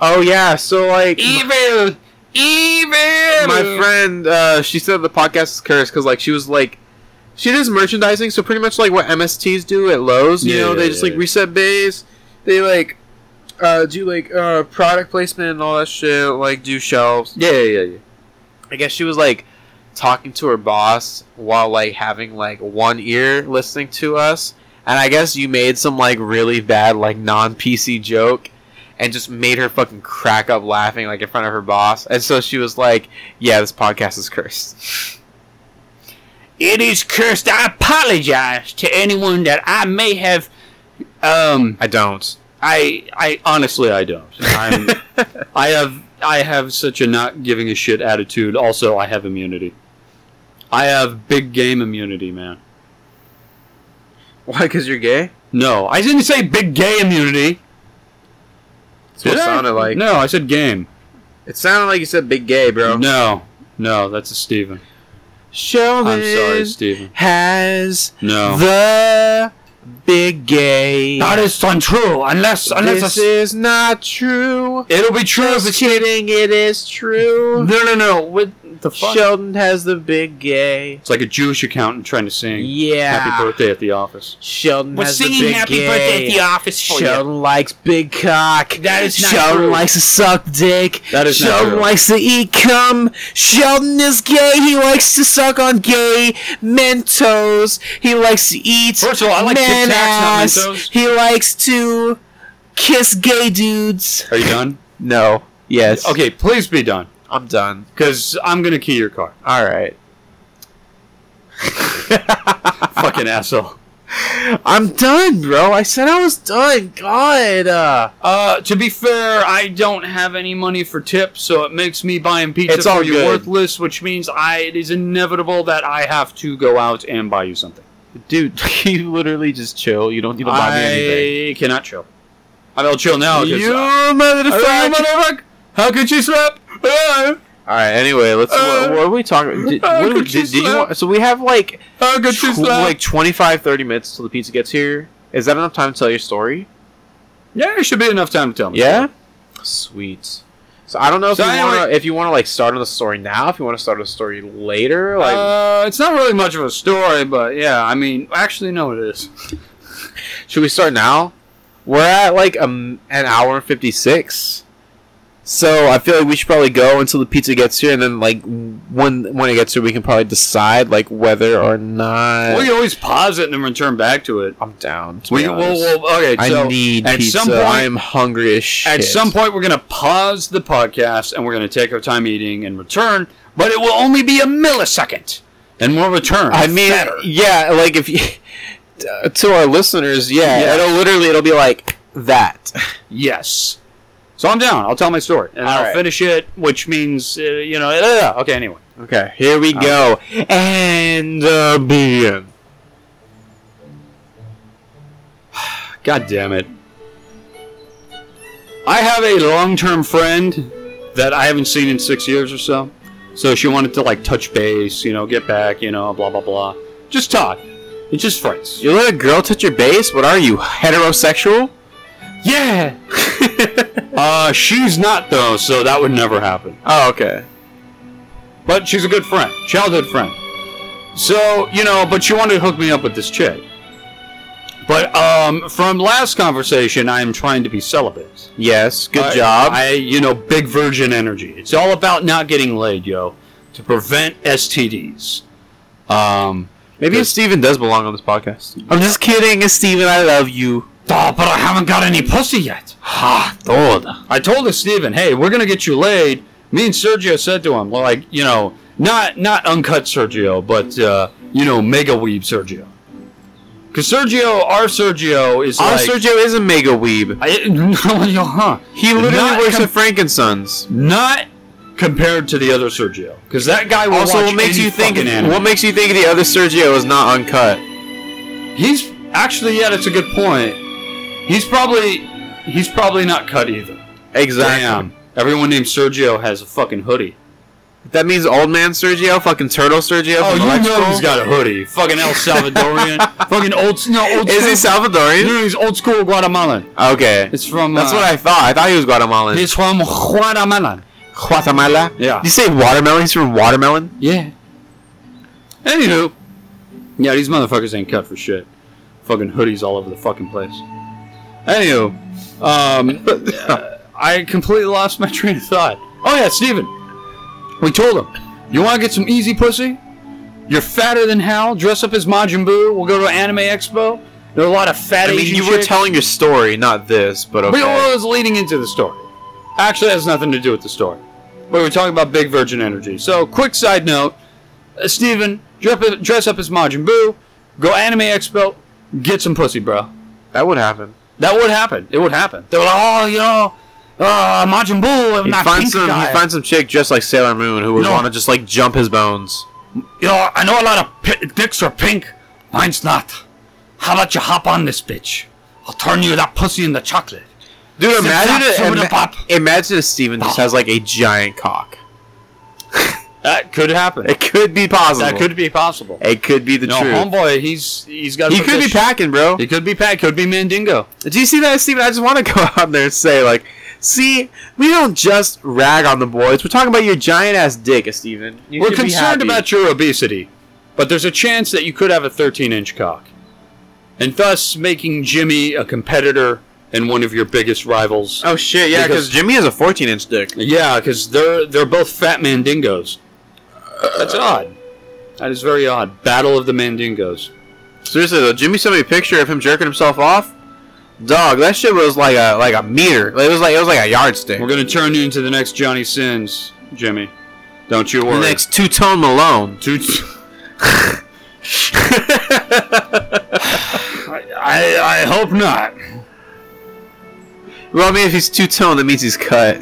Speaker 5: oh yeah. So like,
Speaker 6: evil, evil.
Speaker 5: my friend, uh, she said the podcast is cursed because like she was like, she does merchandising, so pretty much like what MSTs do at Lowe's. You
Speaker 4: Yeah,
Speaker 5: know,
Speaker 4: yeah,
Speaker 5: they just
Speaker 4: yeah.
Speaker 5: like reset bays. They like uh, do like uh, product placement and all that shit. Like do shelves.
Speaker 4: Yeah, yeah, yeah.
Speaker 5: I guess she was like talking to her boss while like having like one ear listening to us. And I guess you made some like really bad like non PC joke and just made her fucking crack up laughing like in front of her boss. And so she was like, "Yeah, this podcast is cursed."
Speaker 6: It is cursed. I apologize to anyone that I may have. Um,
Speaker 5: I don't.
Speaker 4: I, I honestly, I don't. I'm, I have, I have such a not giving a shit attitude. Also, I have immunity. I have big game immunity, man.
Speaker 5: Why? Because you're gay?
Speaker 4: No, I didn't say big gay immunity.
Speaker 5: That's what it
Speaker 4: Did I?
Speaker 5: sounded like.
Speaker 4: No, I said game.
Speaker 5: It sounded like you said big gay, bro.
Speaker 4: No, no, that's a Steven.
Speaker 5: Sheldon
Speaker 4: I'm sorry, Steven.
Speaker 5: has
Speaker 4: No.
Speaker 5: the big gay.
Speaker 6: that is untrue. Unless, unless
Speaker 5: this
Speaker 6: a-
Speaker 5: is not true.
Speaker 4: It'll be true if
Speaker 5: Just
Speaker 4: it's
Speaker 5: kidding, it is true.
Speaker 4: No, no, no. What the fuck?
Speaker 5: Sheldon has the big gay.
Speaker 4: It's like a Jewish accountant trying to sing
Speaker 5: Yeah.
Speaker 4: "Happy Birthday" at the office.
Speaker 5: Sheldon
Speaker 6: We're
Speaker 5: has the
Speaker 6: singing
Speaker 5: big
Speaker 6: happy
Speaker 5: gay.
Speaker 6: birthday at the office for you.
Speaker 5: Sheldon likes big cock.
Speaker 6: That is not
Speaker 5: Sheldon
Speaker 6: true.
Speaker 5: likes to suck dick.
Speaker 4: That is not
Speaker 5: Sheldon
Speaker 4: true.
Speaker 5: likes to eat cum. Sheldon is gay. He likes to suck on gay Mentos. He likes to eat
Speaker 4: First of all, I like Tic Tacs,
Speaker 5: man
Speaker 4: not
Speaker 5: ass.
Speaker 4: Mentos.
Speaker 5: He likes to kiss gay dudes.
Speaker 4: Are you done?
Speaker 5: No. Yes.
Speaker 4: Okay, please be done,
Speaker 5: I'm done.
Speaker 4: because I'm gonna key your car.
Speaker 5: All right.
Speaker 4: Fucking asshole.
Speaker 5: I'm done, bro. I said I was done. God. Uh,
Speaker 4: Uh, to be fair, I don't have any money for tips, so it makes me buying pizza
Speaker 5: It's
Speaker 4: for
Speaker 5: all
Speaker 4: you
Speaker 5: good.
Speaker 4: worthless, which means I it is inevitable that I have to go out and buy you something.
Speaker 5: dude, you literally just chill. You don't need to buy me anything. Oh,
Speaker 4: I cannot chill. I mean, I'll chill now. 'cause,
Speaker 5: you
Speaker 4: uh,
Speaker 5: motherfucker!
Speaker 4: motherfucker! How could you slap? Uh,
Speaker 5: All right. Anyway, let's.
Speaker 4: Uh,
Speaker 5: what, what are we talking? Did,
Speaker 4: uh,
Speaker 5: what,
Speaker 4: could
Speaker 5: did,
Speaker 4: you
Speaker 5: did you
Speaker 4: slap?
Speaker 5: want, so we have like
Speaker 4: how could
Speaker 5: tw- like 25, 30 minutes till the pizza gets here. Is that enough time to tell your story?
Speaker 4: yeah, it should be enough time to tell me.
Speaker 5: Yeah. Sweet. So I don't know if
Speaker 4: So
Speaker 5: you
Speaker 4: anyway-
Speaker 5: want to if you want to like start on the story now, if you want to start on the story later, like
Speaker 4: uh, it's not really much of a story, but yeah, I mean, actually, no, it is.
Speaker 5: Should we start now? We're at like um, an hour and 56. So I feel like we should probably go until the pizza gets here, and then like when when it gets here, we can probably decide like whether or not
Speaker 4: we can always pause it and then return back to it.
Speaker 5: I'm down. to
Speaker 4: We,
Speaker 5: be
Speaker 4: well,
Speaker 5: honest.
Speaker 4: well, okay, so
Speaker 5: I need
Speaker 4: at
Speaker 5: pizza.
Speaker 4: some point,
Speaker 5: I'm hungry as shit.
Speaker 4: at some point, we're gonna pause the podcast and we're gonna take our time eating and return, but it will only be a millisecond, and we'll return.
Speaker 5: I mean,
Speaker 4: fatter.
Speaker 5: yeah, like if you, to our listeners, yeah,
Speaker 4: Yeah.
Speaker 5: it'll literally it'll be like that.
Speaker 4: yes. So I'm down. I'll tell my story and I'll
Speaker 5: Alright.
Speaker 4: finish it, which means uh, you know. uh, okay, anyway.
Speaker 5: Okay, here we
Speaker 4: Oh.
Speaker 5: go, and uh, begin.
Speaker 4: God damn it. I have a long term friend that I haven't seen in six years or so. So she wanted to like touch base, you know, get back, you know, blah, blah, blah. Just talk. It's just friends.
Speaker 5: You let a girl touch your base? What are you, heterosexual?
Speaker 4: Yeah! uh, she's not though, so that would never happen.
Speaker 5: Oh, okay.
Speaker 4: But she's a good friend, childhood friend. So, you know, but she wanted to hook me up with this chick. But um, from last conversation, I am trying to be celibate.
Speaker 5: Yes, good
Speaker 4: I-
Speaker 5: job.
Speaker 4: I, you know, big virgin energy. It's all about not getting laid, yo, to prevent STDs. Um,
Speaker 5: Maybe Steven does belong on this podcast. I'm just kidding, Steven, I love you.
Speaker 4: "Duh, Oh, but I haven't got any pussy yet.
Speaker 5: Ha, toda.
Speaker 4: I told her, Steven, hey, we're gonna get you laid. Me and Sergio said to him, like, you know, not not uncut Sergio, but uh, you know, mega weeb Sergio. Cause Sergio, our Sergio is
Speaker 5: Our
Speaker 4: like,
Speaker 5: Sergio is a mega weeb.
Speaker 4: I, no, yo, huh?
Speaker 5: He literally
Speaker 4: Not
Speaker 5: works
Speaker 4: com-
Speaker 5: at Frankensons.
Speaker 4: not compared to the other Sergio, because that guy will
Speaker 5: Also,
Speaker 4: watch
Speaker 5: what makes
Speaker 4: any
Speaker 5: you think?
Speaker 4: fucking anime.
Speaker 5: What makes you think the other Sergio is not uncut?
Speaker 4: He's actually yeah, that's a good point. He's probably he's probably not cut either.
Speaker 5: Exactly.
Speaker 4: Damn. Everyone named Sergio has a fucking hoodie.
Speaker 5: That means old man Sergio, fucking turtle Sergio.
Speaker 4: Oh,
Speaker 5: from
Speaker 4: you know
Speaker 5: Electrical.
Speaker 4: he's got a hoodie. Fucking El Salvadorian. fucking old no old
Speaker 5: Is he
Speaker 4: school,
Speaker 5: Salvadorian?
Speaker 4: no, he's old school Guatemalan.
Speaker 5: Okay,
Speaker 4: It's from
Speaker 5: that's
Speaker 4: uh,
Speaker 5: what I thought. I thought he was Guatemalan.
Speaker 4: He's from Guatemala.
Speaker 5: Guatemala.
Speaker 4: Yeah.
Speaker 5: Did you say watermelon? He's from watermelon.
Speaker 4: Yeah. Anywho. Yeah, these motherfuckers ain't cut for shit. Fucking hoodies all over the fucking place. Anywho. Um, uh, I completely lost my train of thought. Oh, yeah, Steven. We told him, you want to get some easy pussy? You're fatter than Hal. Dress up as Majin Buu. We'll go to Anime Expo. There are a lot of fat
Speaker 5: I mean,
Speaker 4: Asian
Speaker 5: you were
Speaker 4: chicks.
Speaker 5: telling your story, not this, but
Speaker 4: But
Speaker 5: okay.
Speaker 4: it was leading into the story. Actually, it has nothing to do with the story. But we were talking about big virgin energy. So, quick side note uh, Steven, dress up, dress up as Majin Buu, go Anime Expo, get some pussy, bro.
Speaker 5: That would happen.
Speaker 4: That would happen. It would happen. They were like, oh, you know, uh, Majin Buu,
Speaker 5: He
Speaker 4: not
Speaker 5: finds
Speaker 4: pink
Speaker 5: some.
Speaker 4: guy.
Speaker 5: He finds some chick just like Sailor Moon who would
Speaker 4: No.
Speaker 5: want to just like jump his bones.
Speaker 6: You know, I know a lot of p- dicks are pink. Mine's not. How about you hop on this bitch? I'll turn you that pussy into chocolate.
Speaker 5: Dude, imagine
Speaker 6: zap,
Speaker 5: it.
Speaker 6: soda
Speaker 5: ima-
Speaker 6: pop.
Speaker 5: imagine if Steven just has like a giant cock.
Speaker 4: that could happen.
Speaker 5: It could be possible.
Speaker 4: That could be possible.
Speaker 5: It could be the
Speaker 4: No,
Speaker 5: truth.
Speaker 4: homeboy, he's he's got.
Speaker 5: he could be packing, bro.
Speaker 4: He could be Pat. Could be Mandingo.
Speaker 5: Do you see that, Steven? I just want to go out there and say, like, see, we don't just rag on the boys. We're talking about your giant ass dick, Steven. You
Speaker 4: We're
Speaker 5: should be
Speaker 4: concerned
Speaker 5: happy.
Speaker 4: about your obesity, but there's a chance that you could have a 13 inch cock, and thus making Jimmy a competitor and one of your biggest rivals.
Speaker 5: Oh shit, yeah,
Speaker 4: because-
Speaker 5: because Jimmy has a 14 inch dick.
Speaker 4: Yeah, because they're they're both fat mandingos. That's odd. That is very odd. Battle of the mandingos.
Speaker 5: Seriously though, Jimmy sent me a picture of him jerking himself off. Dog, that shit was like a like a meter. Like, It was like it was like a yardstick.
Speaker 4: We're gonna turn you into the next Johnny Sins, Jimmy. Don't you
Speaker 5: the
Speaker 4: worry.
Speaker 5: next two tone Malone.
Speaker 4: Two. I, I I hope not.
Speaker 5: Well, I mean, if he's two tone, that means he's cut.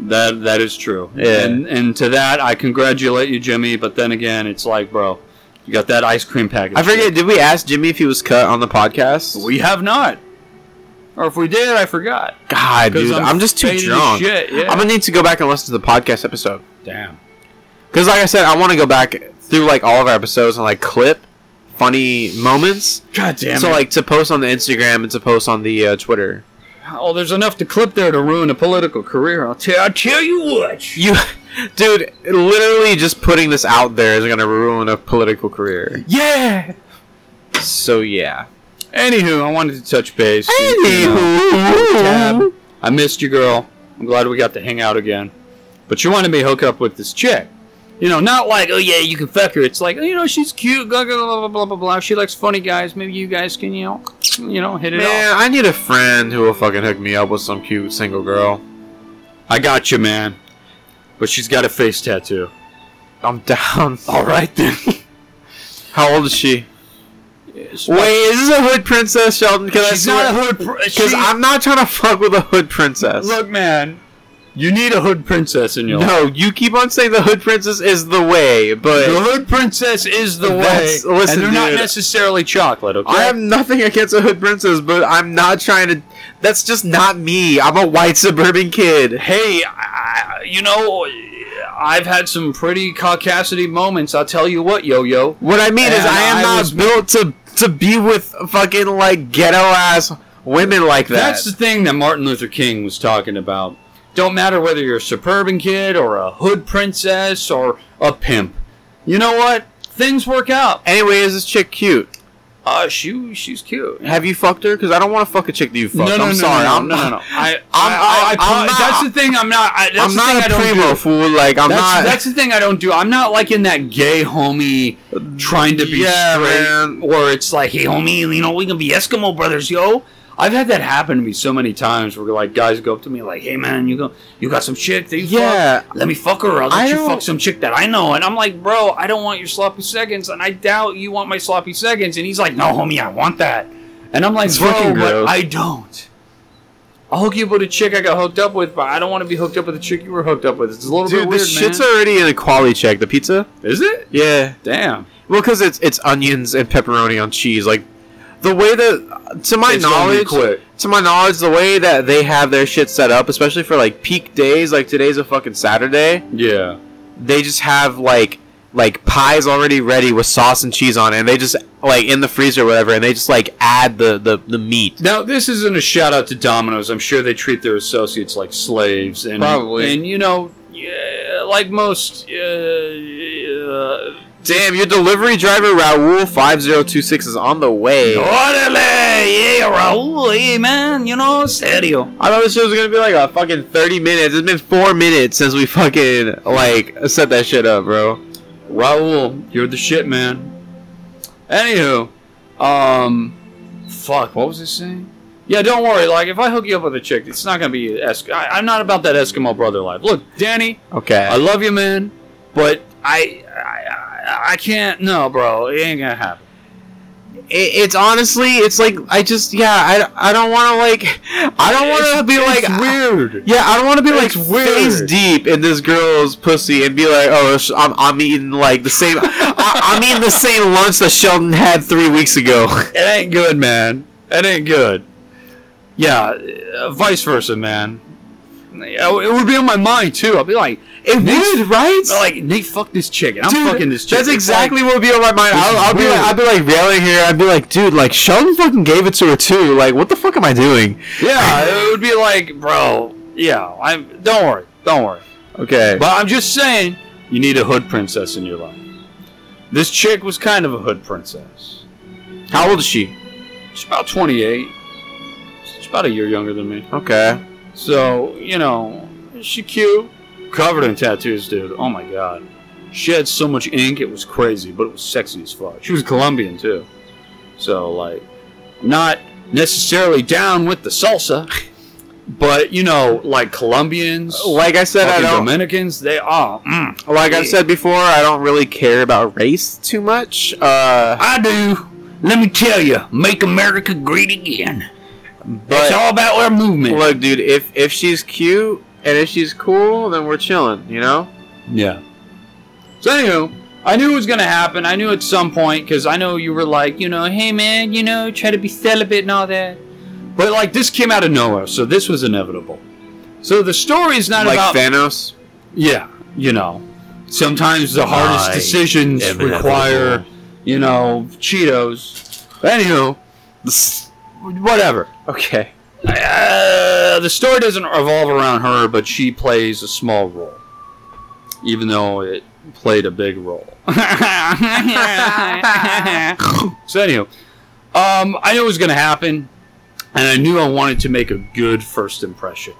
Speaker 4: That that is true.
Speaker 5: Yeah.
Speaker 4: And and to that I congratulate you, Jimmy, but then again it's like, bro, you got that ice cream package.
Speaker 5: I forget. Did we ask Jimmy if he was cut on the podcast?
Speaker 4: We have not. Or if we did, I forgot.
Speaker 5: God, dude, I'm, just too
Speaker 4: faded as
Speaker 5: drunk.
Speaker 4: Shit, yeah.
Speaker 5: I'm gonna need to go back and listen to the podcast episode.
Speaker 4: Damn.
Speaker 5: Because, like I said, I want to go back through like all of our episodes and like clip funny moments.
Speaker 4: God damn
Speaker 5: so,
Speaker 4: it.
Speaker 5: like to post on the Instagram and to post on the uh, Twitter.
Speaker 4: oh, there's enough to clip there to ruin a political career. I'll tell I tell you what.
Speaker 5: You, dude, literally just putting this out there is gonna ruin a political career.
Speaker 4: Yeah.
Speaker 5: So yeah.
Speaker 4: Anywho, I wanted to touch base. You know,
Speaker 5: Anywho,
Speaker 4: tab. I missed you, girl. I'm glad we got to hang out again. But you wanted me to hook up with this chick. You know, not like, oh yeah, you can fuck her. It's like, oh, you know, she's cute, blah, blah, blah, blah, blah, blah, blah. She likes funny guys. Maybe you guys can, you know, you know, hit it off.
Speaker 5: man, I need a friend who will fucking hook me up with some cute single girl.
Speaker 4: I got you, man. But she's got a face tattoo.
Speaker 5: I'm down.
Speaker 4: All right, then.
Speaker 5: How old is she? Wait, is this a hood princess, Sheldon? Because
Speaker 4: she's not a hood
Speaker 5: Because I'm not trying to fuck with a hood princess.
Speaker 4: Look, man, you need a hood princess in your life.
Speaker 5: no, you keep on saying the hood princess is the way,
Speaker 4: The
Speaker 5: but
Speaker 4: hood princess is the way.
Speaker 5: That's- listen,
Speaker 4: and they're not
Speaker 5: dude.
Speaker 4: necessarily chocolate, okay?
Speaker 5: I have nothing against a hood princess, but I'm not trying to. That's just not me. I'm a white suburban kid.
Speaker 4: hey, I, you know, I've had some pretty caucasity moments. I'll tell you what, yo yo.
Speaker 5: What I mean is,
Speaker 4: And
Speaker 5: I am
Speaker 4: I
Speaker 5: not
Speaker 4: was-
Speaker 5: built to to be with fucking like ghetto ass women like that.
Speaker 4: That's the thing that Martin Luther King was talking about. Don't matter whether you're a suburban kid or a hood princess or a pimp. You know what? Things work out.
Speaker 5: anyway, is this chick cute?
Speaker 4: Uh, she she's cute.
Speaker 5: Have you fucked her? Because I don't want to fuck a chick that you fucked.
Speaker 4: no, no,
Speaker 5: I'm
Speaker 4: no,
Speaker 5: sorry.
Speaker 4: No,
Speaker 5: I'm
Speaker 4: no,
Speaker 5: not.
Speaker 4: no, no. I,
Speaker 5: I-
Speaker 4: I, I,
Speaker 5: I'm
Speaker 4: I-
Speaker 5: not-
Speaker 4: That's the thing. I'm not. I, that's the thing
Speaker 5: I'm not
Speaker 4: I
Speaker 5: a
Speaker 4: don't
Speaker 5: primo
Speaker 4: do.
Speaker 5: fool. Like I'm
Speaker 4: That's,
Speaker 5: not.
Speaker 4: that's the thing I don't do. I'm not like in that gay homie trying to be
Speaker 5: Yeah,
Speaker 4: straight,
Speaker 5: man.
Speaker 4: where it's like, hey homie, you know, we can be Eskimo brothers, yo. I've had that happen to me so many times where like guys go up to me like, hey man, you go, you got some chick that you
Speaker 5: Yeah.
Speaker 4: fuck? Let me fuck her. or I'll let
Speaker 5: I
Speaker 4: you
Speaker 5: don't-
Speaker 4: fuck some chick that I know. And I'm like, bro, I don't want your sloppy seconds, and I doubt you want my sloppy seconds. And he's like, no homie, I want that. And I'm like,
Speaker 5: It's
Speaker 4: bro,
Speaker 5: fucking
Speaker 4: but
Speaker 5: gross.
Speaker 4: I don't. I'll hook you up with a chick I got hooked up with, but I don't want to be hooked up with a chick you were hooked up with. It's a little bit
Speaker 5: Dude,
Speaker 4: weird,
Speaker 5: this shit's
Speaker 4: man.
Speaker 5: already in a quality check. The pizza?
Speaker 4: Is it?
Speaker 5: Yeah.
Speaker 4: Damn.
Speaker 5: Well, because it's it's onions and pepperoni on cheese. Like the way that, to my
Speaker 4: It's gonna be
Speaker 5: knowledge,
Speaker 4: quick.
Speaker 5: to my knowledge, the way that they have their shit set up, especially for like peak days, like today's a fucking Saturday,
Speaker 4: Yeah.
Speaker 5: they just have like like pies already ready with sauce and cheese on it, and they just like in the freezer or whatever, and they just like add the the, the meat.
Speaker 4: Now this isn't a shout out to Domino's. I'm sure they treat their associates like slaves, and
Speaker 5: Probably.
Speaker 4: and you know, yeah, like most. Uh, uh,
Speaker 5: Damn, your delivery driver Raul five zero two six is on the way.
Speaker 6: Orale, yeah, Raul, hey man, you know, serio.
Speaker 5: I thought this shit was gonna be like a fucking thirty minutes. It's been four minutes since we fucking like set that shit up, bro.
Speaker 4: Raul, you're the shit, man. Anywho, um, fuck, what was I saying? Yeah, don't worry. Like, if I hook you up with a chick, it's not gonna be Eskimo. I'm not about that Eskimo brother life. Look, Danny,
Speaker 5: Okay.
Speaker 4: I love you, man, but I, I, I- I can't. No, bro, it ain't gonna happen.
Speaker 5: it, it's honestly, it's like I just yeah, I, I don't want to like, I don't want to be like
Speaker 4: weird.
Speaker 5: Yeah, I don't want to be like
Speaker 4: It's weird.
Speaker 5: face deep in this girl's pussy and be like, oh, sh- I'm, I'm eating like the same, I, I'm eating the same lunch that Sheldon had three weeks ago.
Speaker 4: It ain't good, man. It ain't good. Yeah, uh, vice versa, man. Yeah, It would be on my mind too. I'd be like,
Speaker 5: It would, right?
Speaker 4: like Nate, fuck this chick, and I'm
Speaker 5: Dude,
Speaker 4: fucking this chick.
Speaker 5: That's
Speaker 4: It's
Speaker 5: exactly what would be on my mind.
Speaker 4: This
Speaker 5: I'll,
Speaker 4: is
Speaker 5: I'll be
Speaker 4: weird.
Speaker 5: like, I'll be like railing here. I'd be like, dude, like Sheldon fucking gave it to her too. Like, what the fuck am I doing?
Speaker 4: Yeah, it would be like, bro. Yeah, I'm. Don't worry, don't worry.
Speaker 5: Okay.
Speaker 4: But I'm just saying, you need a hood princess in your life. This chick was kind of a hood princess.
Speaker 5: How old is she?
Speaker 4: She's about 28. She's about a year younger than me.
Speaker 5: Okay.
Speaker 4: So you know, she cute, covered in tattoos, dude. Oh my god, she had so much ink, it was crazy, but it was sexy as fuck. She was Colombian too, so like, not necessarily down with the salsa, but you know, like Colombians,
Speaker 5: Like I said, I
Speaker 4: fucking
Speaker 5: don't.
Speaker 4: Dominicans, they are. Mm,
Speaker 5: Like I've said before, I don't really care about race too much. Uh,
Speaker 6: I do. Let me tell you, make America great again. it's
Speaker 5: but
Speaker 6: all about our movement.
Speaker 5: look, dude, if if she's cute and if she's cool, then we're chilling. You know.
Speaker 4: yeah. So anywho. I knew it was gonna happen. I knew at some point because I know you were like, you know, hey man, you know, try to be celibate and all that. But like this came out of nowhere, so this was inevitable. So the story is not
Speaker 5: Like
Speaker 4: about
Speaker 5: Thanos.
Speaker 4: yeah, you know. Sometimes the hardest
Speaker 5: I
Speaker 4: decisions
Speaker 5: am
Speaker 4: require, you know, Cheetos. Anywho,
Speaker 5: Thanos.
Speaker 4: whatever.
Speaker 5: Okay.
Speaker 4: Uh, the story doesn't revolve around her, but she plays a small role, even though it played a big role. So anyway, um, I knew it was going to happen, and I knew I wanted to make a good first impression.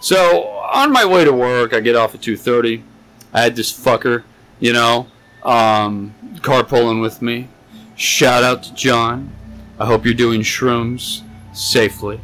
Speaker 4: So on my way to work, I get off at two thirty. I had this fucker, you know, um, carpooling with me. Shout out to John. I hope you're doing shrooms safely.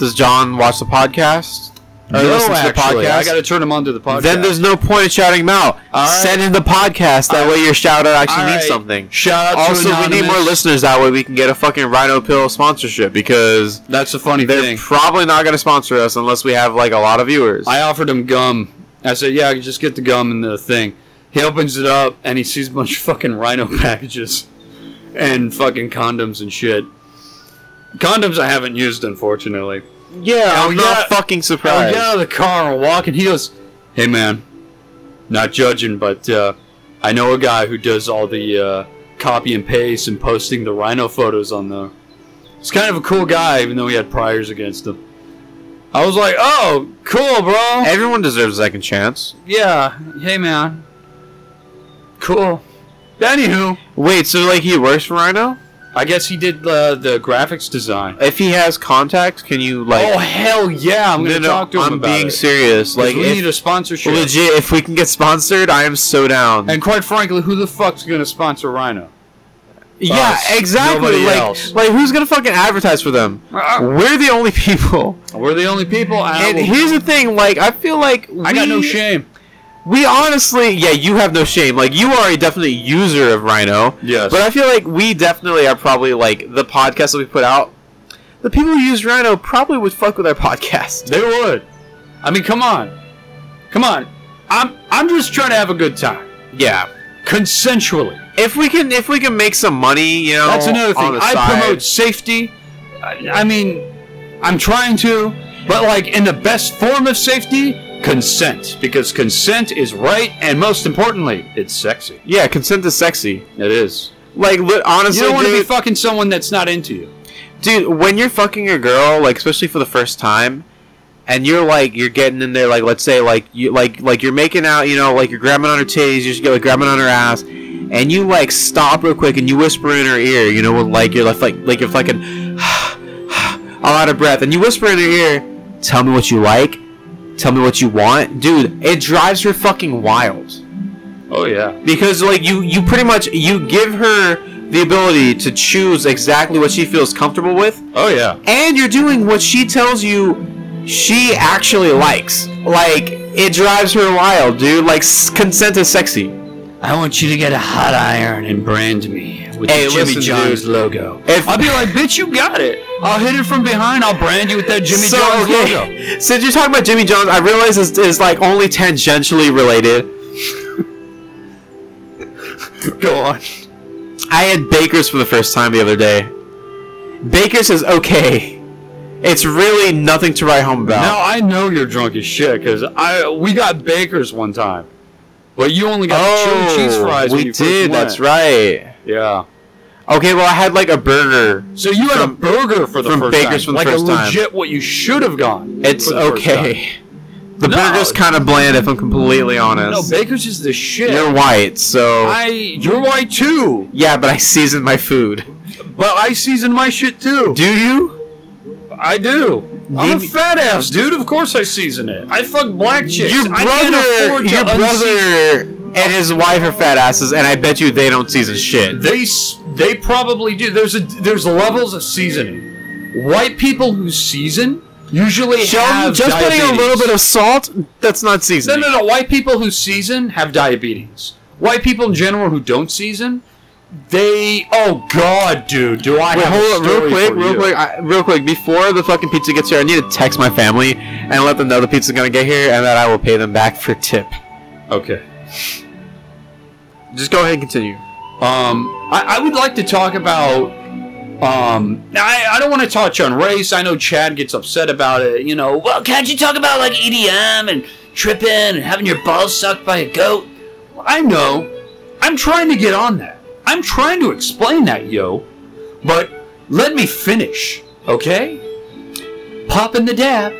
Speaker 5: Does John watch the podcast? Or listen to the
Speaker 4: I
Speaker 5: podcast?
Speaker 4: got to turn him onto the podcast.
Speaker 5: Then there's no point in shouting him out.
Speaker 4: All right.
Speaker 5: Send in the podcast. That way your shout out actually
Speaker 4: All
Speaker 5: means
Speaker 4: right.
Speaker 5: something.
Speaker 4: shout out
Speaker 5: Also,
Speaker 4: to
Speaker 5: we need more
Speaker 4: Anonymous.
Speaker 5: listeners. That way we can get a fucking Rhino Pill sponsorship because
Speaker 4: That's the funny
Speaker 5: they're
Speaker 4: thing.
Speaker 5: probably not going to sponsor us unless we have like a lot of viewers.
Speaker 4: I offered him gum. I said, "Yeah, just get the gum and the thing." He opens it up and he sees a bunch of fucking rhino packages and fucking condoms and shit. Condoms I haven't used, unfortunately.
Speaker 5: yeah, I'm
Speaker 4: we got-
Speaker 5: not fucking
Speaker 4: I
Speaker 5: surprised.
Speaker 4: get out of the car and walk, and he goes, "Hey, man, not judging, but uh, I know a guy who does all the uh, copy and paste and posting the rhino photos on there. He's kind of a cool guy, even though he had priors against him." I was like, "Oh, cool, bro."
Speaker 5: Everyone deserves a second chance.
Speaker 4: Yeah. Hey, man. Cool. Anywho,
Speaker 5: Wait, so like he works for Rhino?
Speaker 4: I guess he did uh, the graphics design.
Speaker 5: If he has contacts, can you like?
Speaker 4: oh hell yeah! I'm gonna talk to him
Speaker 5: I'm
Speaker 4: about
Speaker 5: being
Speaker 4: it.
Speaker 5: serious.
Speaker 4: 'Cause
Speaker 5: Like,
Speaker 4: we
Speaker 5: if-
Speaker 4: need a sponsorship.
Speaker 5: legit, if we can get sponsored, I am so down.
Speaker 4: And quite frankly, who the fuck's gonna sponsor Rhino?
Speaker 5: yeah,
Speaker 4: us,
Speaker 5: exactly.
Speaker 4: nobody
Speaker 5: Like,
Speaker 4: else.
Speaker 5: like who's gonna fucking advertise for them? We're the only people.
Speaker 4: We're the only people. And I
Speaker 5: And
Speaker 4: will-
Speaker 5: here's the thing, like I feel like we,
Speaker 4: I got no shame.
Speaker 5: We honestly, yeah, you have no shame. Like you are a definite user of Rhino,
Speaker 4: Yes.
Speaker 5: but I feel like we definitely are probably like the podcast that we put out. The people who use Rhino probably would fuck with our podcast.
Speaker 4: They would. I mean, come on, come on. I'm I'm just trying to have a good time,
Speaker 5: Yeah.
Speaker 4: consensually.
Speaker 5: If we can, if we can make some money, you know,
Speaker 4: That's another thing.
Speaker 5: on the
Speaker 4: I
Speaker 5: side.
Speaker 4: promote safety. I, I mean, I'm trying to, but like in the best form of safety, consent. Because consent is right, and most importantly, it's sexy.
Speaker 5: Yeah, consent is sexy.
Speaker 4: It is.
Speaker 5: Like, li-
Speaker 4: You
Speaker 5: honestly,
Speaker 4: don't want to be
Speaker 5: dude,
Speaker 4: fucking someone that's not into you.
Speaker 5: dude, when you're fucking a girl, like especially for the first time, and you're like, you're getting in there, like, let's say, like, you, like, like you're making out, you know, like you're grabbing on her titties, you're just like grabbing on her ass, and you like stop real quick and you whisper in her ear, you know, with, like you're like, like, like you're fucking all out of breath, and you whisper in her ear, tell me what you like, tell me what you want, dude. It drives her fucking wild.
Speaker 4: Oh yeah.
Speaker 5: because like you you pretty much you give her the ability to choose exactly what she feels comfortable with
Speaker 4: Oh yeah.
Speaker 5: and you're doing what she tells you she actually likes like it drives her wild dude like s- consent is sexy
Speaker 2: I want you to get a hot iron and brand me with
Speaker 5: Hey,
Speaker 2: the Jimmy
Speaker 5: listen,
Speaker 2: John's
Speaker 5: dude.
Speaker 2: logo.
Speaker 5: if
Speaker 4: I'll be like, bitch, you got it. I'll hit it from behind. I'll brand you with that Jimmy
Speaker 5: so,
Speaker 4: John's
Speaker 5: okay,
Speaker 4: logo.
Speaker 5: since you're talking about Jimmy John's, I realize this is like only tangentially related.
Speaker 4: Go on.
Speaker 5: I had Baker's for the first time the other day. Baker's is okay. It's really nothing to write home about.
Speaker 4: Now I know you're drunk as shit because I we got Baker's one time, but you only got the chili cheese fries.
Speaker 5: Oh, we
Speaker 4: when you first
Speaker 5: did.
Speaker 4: went.
Speaker 5: That's right.
Speaker 4: Yeah.
Speaker 5: Okay, well, I had like a burger.
Speaker 4: So you had
Speaker 5: From-
Speaker 4: a burger for the
Speaker 5: from
Speaker 4: first
Speaker 5: Baker's
Speaker 4: time,
Speaker 5: for the
Speaker 4: like
Speaker 5: first
Speaker 4: a
Speaker 5: time.
Speaker 4: legit what you should have gone.
Speaker 5: It's
Speaker 4: for the first time.
Speaker 5: okay. The
Speaker 4: No.
Speaker 5: burger's kind of bland, if I'm completely
Speaker 4: No,
Speaker 5: honest.
Speaker 4: Baker's is the shit.
Speaker 5: You're white, so
Speaker 4: I you're white too,
Speaker 5: yeah, but I season my food.
Speaker 4: but I season my shit too.
Speaker 5: Do you?
Speaker 4: I do. I'm a
Speaker 5: Maybe-
Speaker 4: fat ass dude. Of course I season it. I fuck black chicks.
Speaker 5: Your
Speaker 4: I can't
Speaker 5: brother,
Speaker 4: afford to
Speaker 5: your
Speaker 4: unseason-
Speaker 5: brother, and his wife are fat asses, and I bet you they don't season shit.
Speaker 4: They s- they probably do. There's a there's levels of seasoning. White people who season usually
Speaker 5: Show
Speaker 4: have
Speaker 5: just putting a
Speaker 4: diabetes.
Speaker 5: little bit of salt. That's not
Speaker 4: No,
Speaker 5: seasoning.
Speaker 4: no, no. White people who season have diabetes. White people in general who don't season, they. Oh God, dude, do I
Speaker 5: Wait,
Speaker 4: have
Speaker 5: hold
Speaker 4: a
Speaker 5: up, real
Speaker 4: story
Speaker 5: quick,
Speaker 4: for
Speaker 5: real
Speaker 4: you.
Speaker 5: quick, I, real quick. Before the fucking pizza gets here, I need to text my family and let them know the pizza's gonna get here, and that I will pay them back for tip.
Speaker 4: Okay.
Speaker 5: Just go ahead and continue.
Speaker 4: Um, I, I would like to talk about. Um, I, I don't want to touch on race. I know Chad gets upset about it. You know,
Speaker 2: Well, can't you talk about
Speaker 4: E
Speaker 2: like EDM and tripping and having your balls sucked by a goat?
Speaker 4: I know. I'm trying to get on that. I'm trying to explain that, yo. But let me finish, okay? Pop in the dab.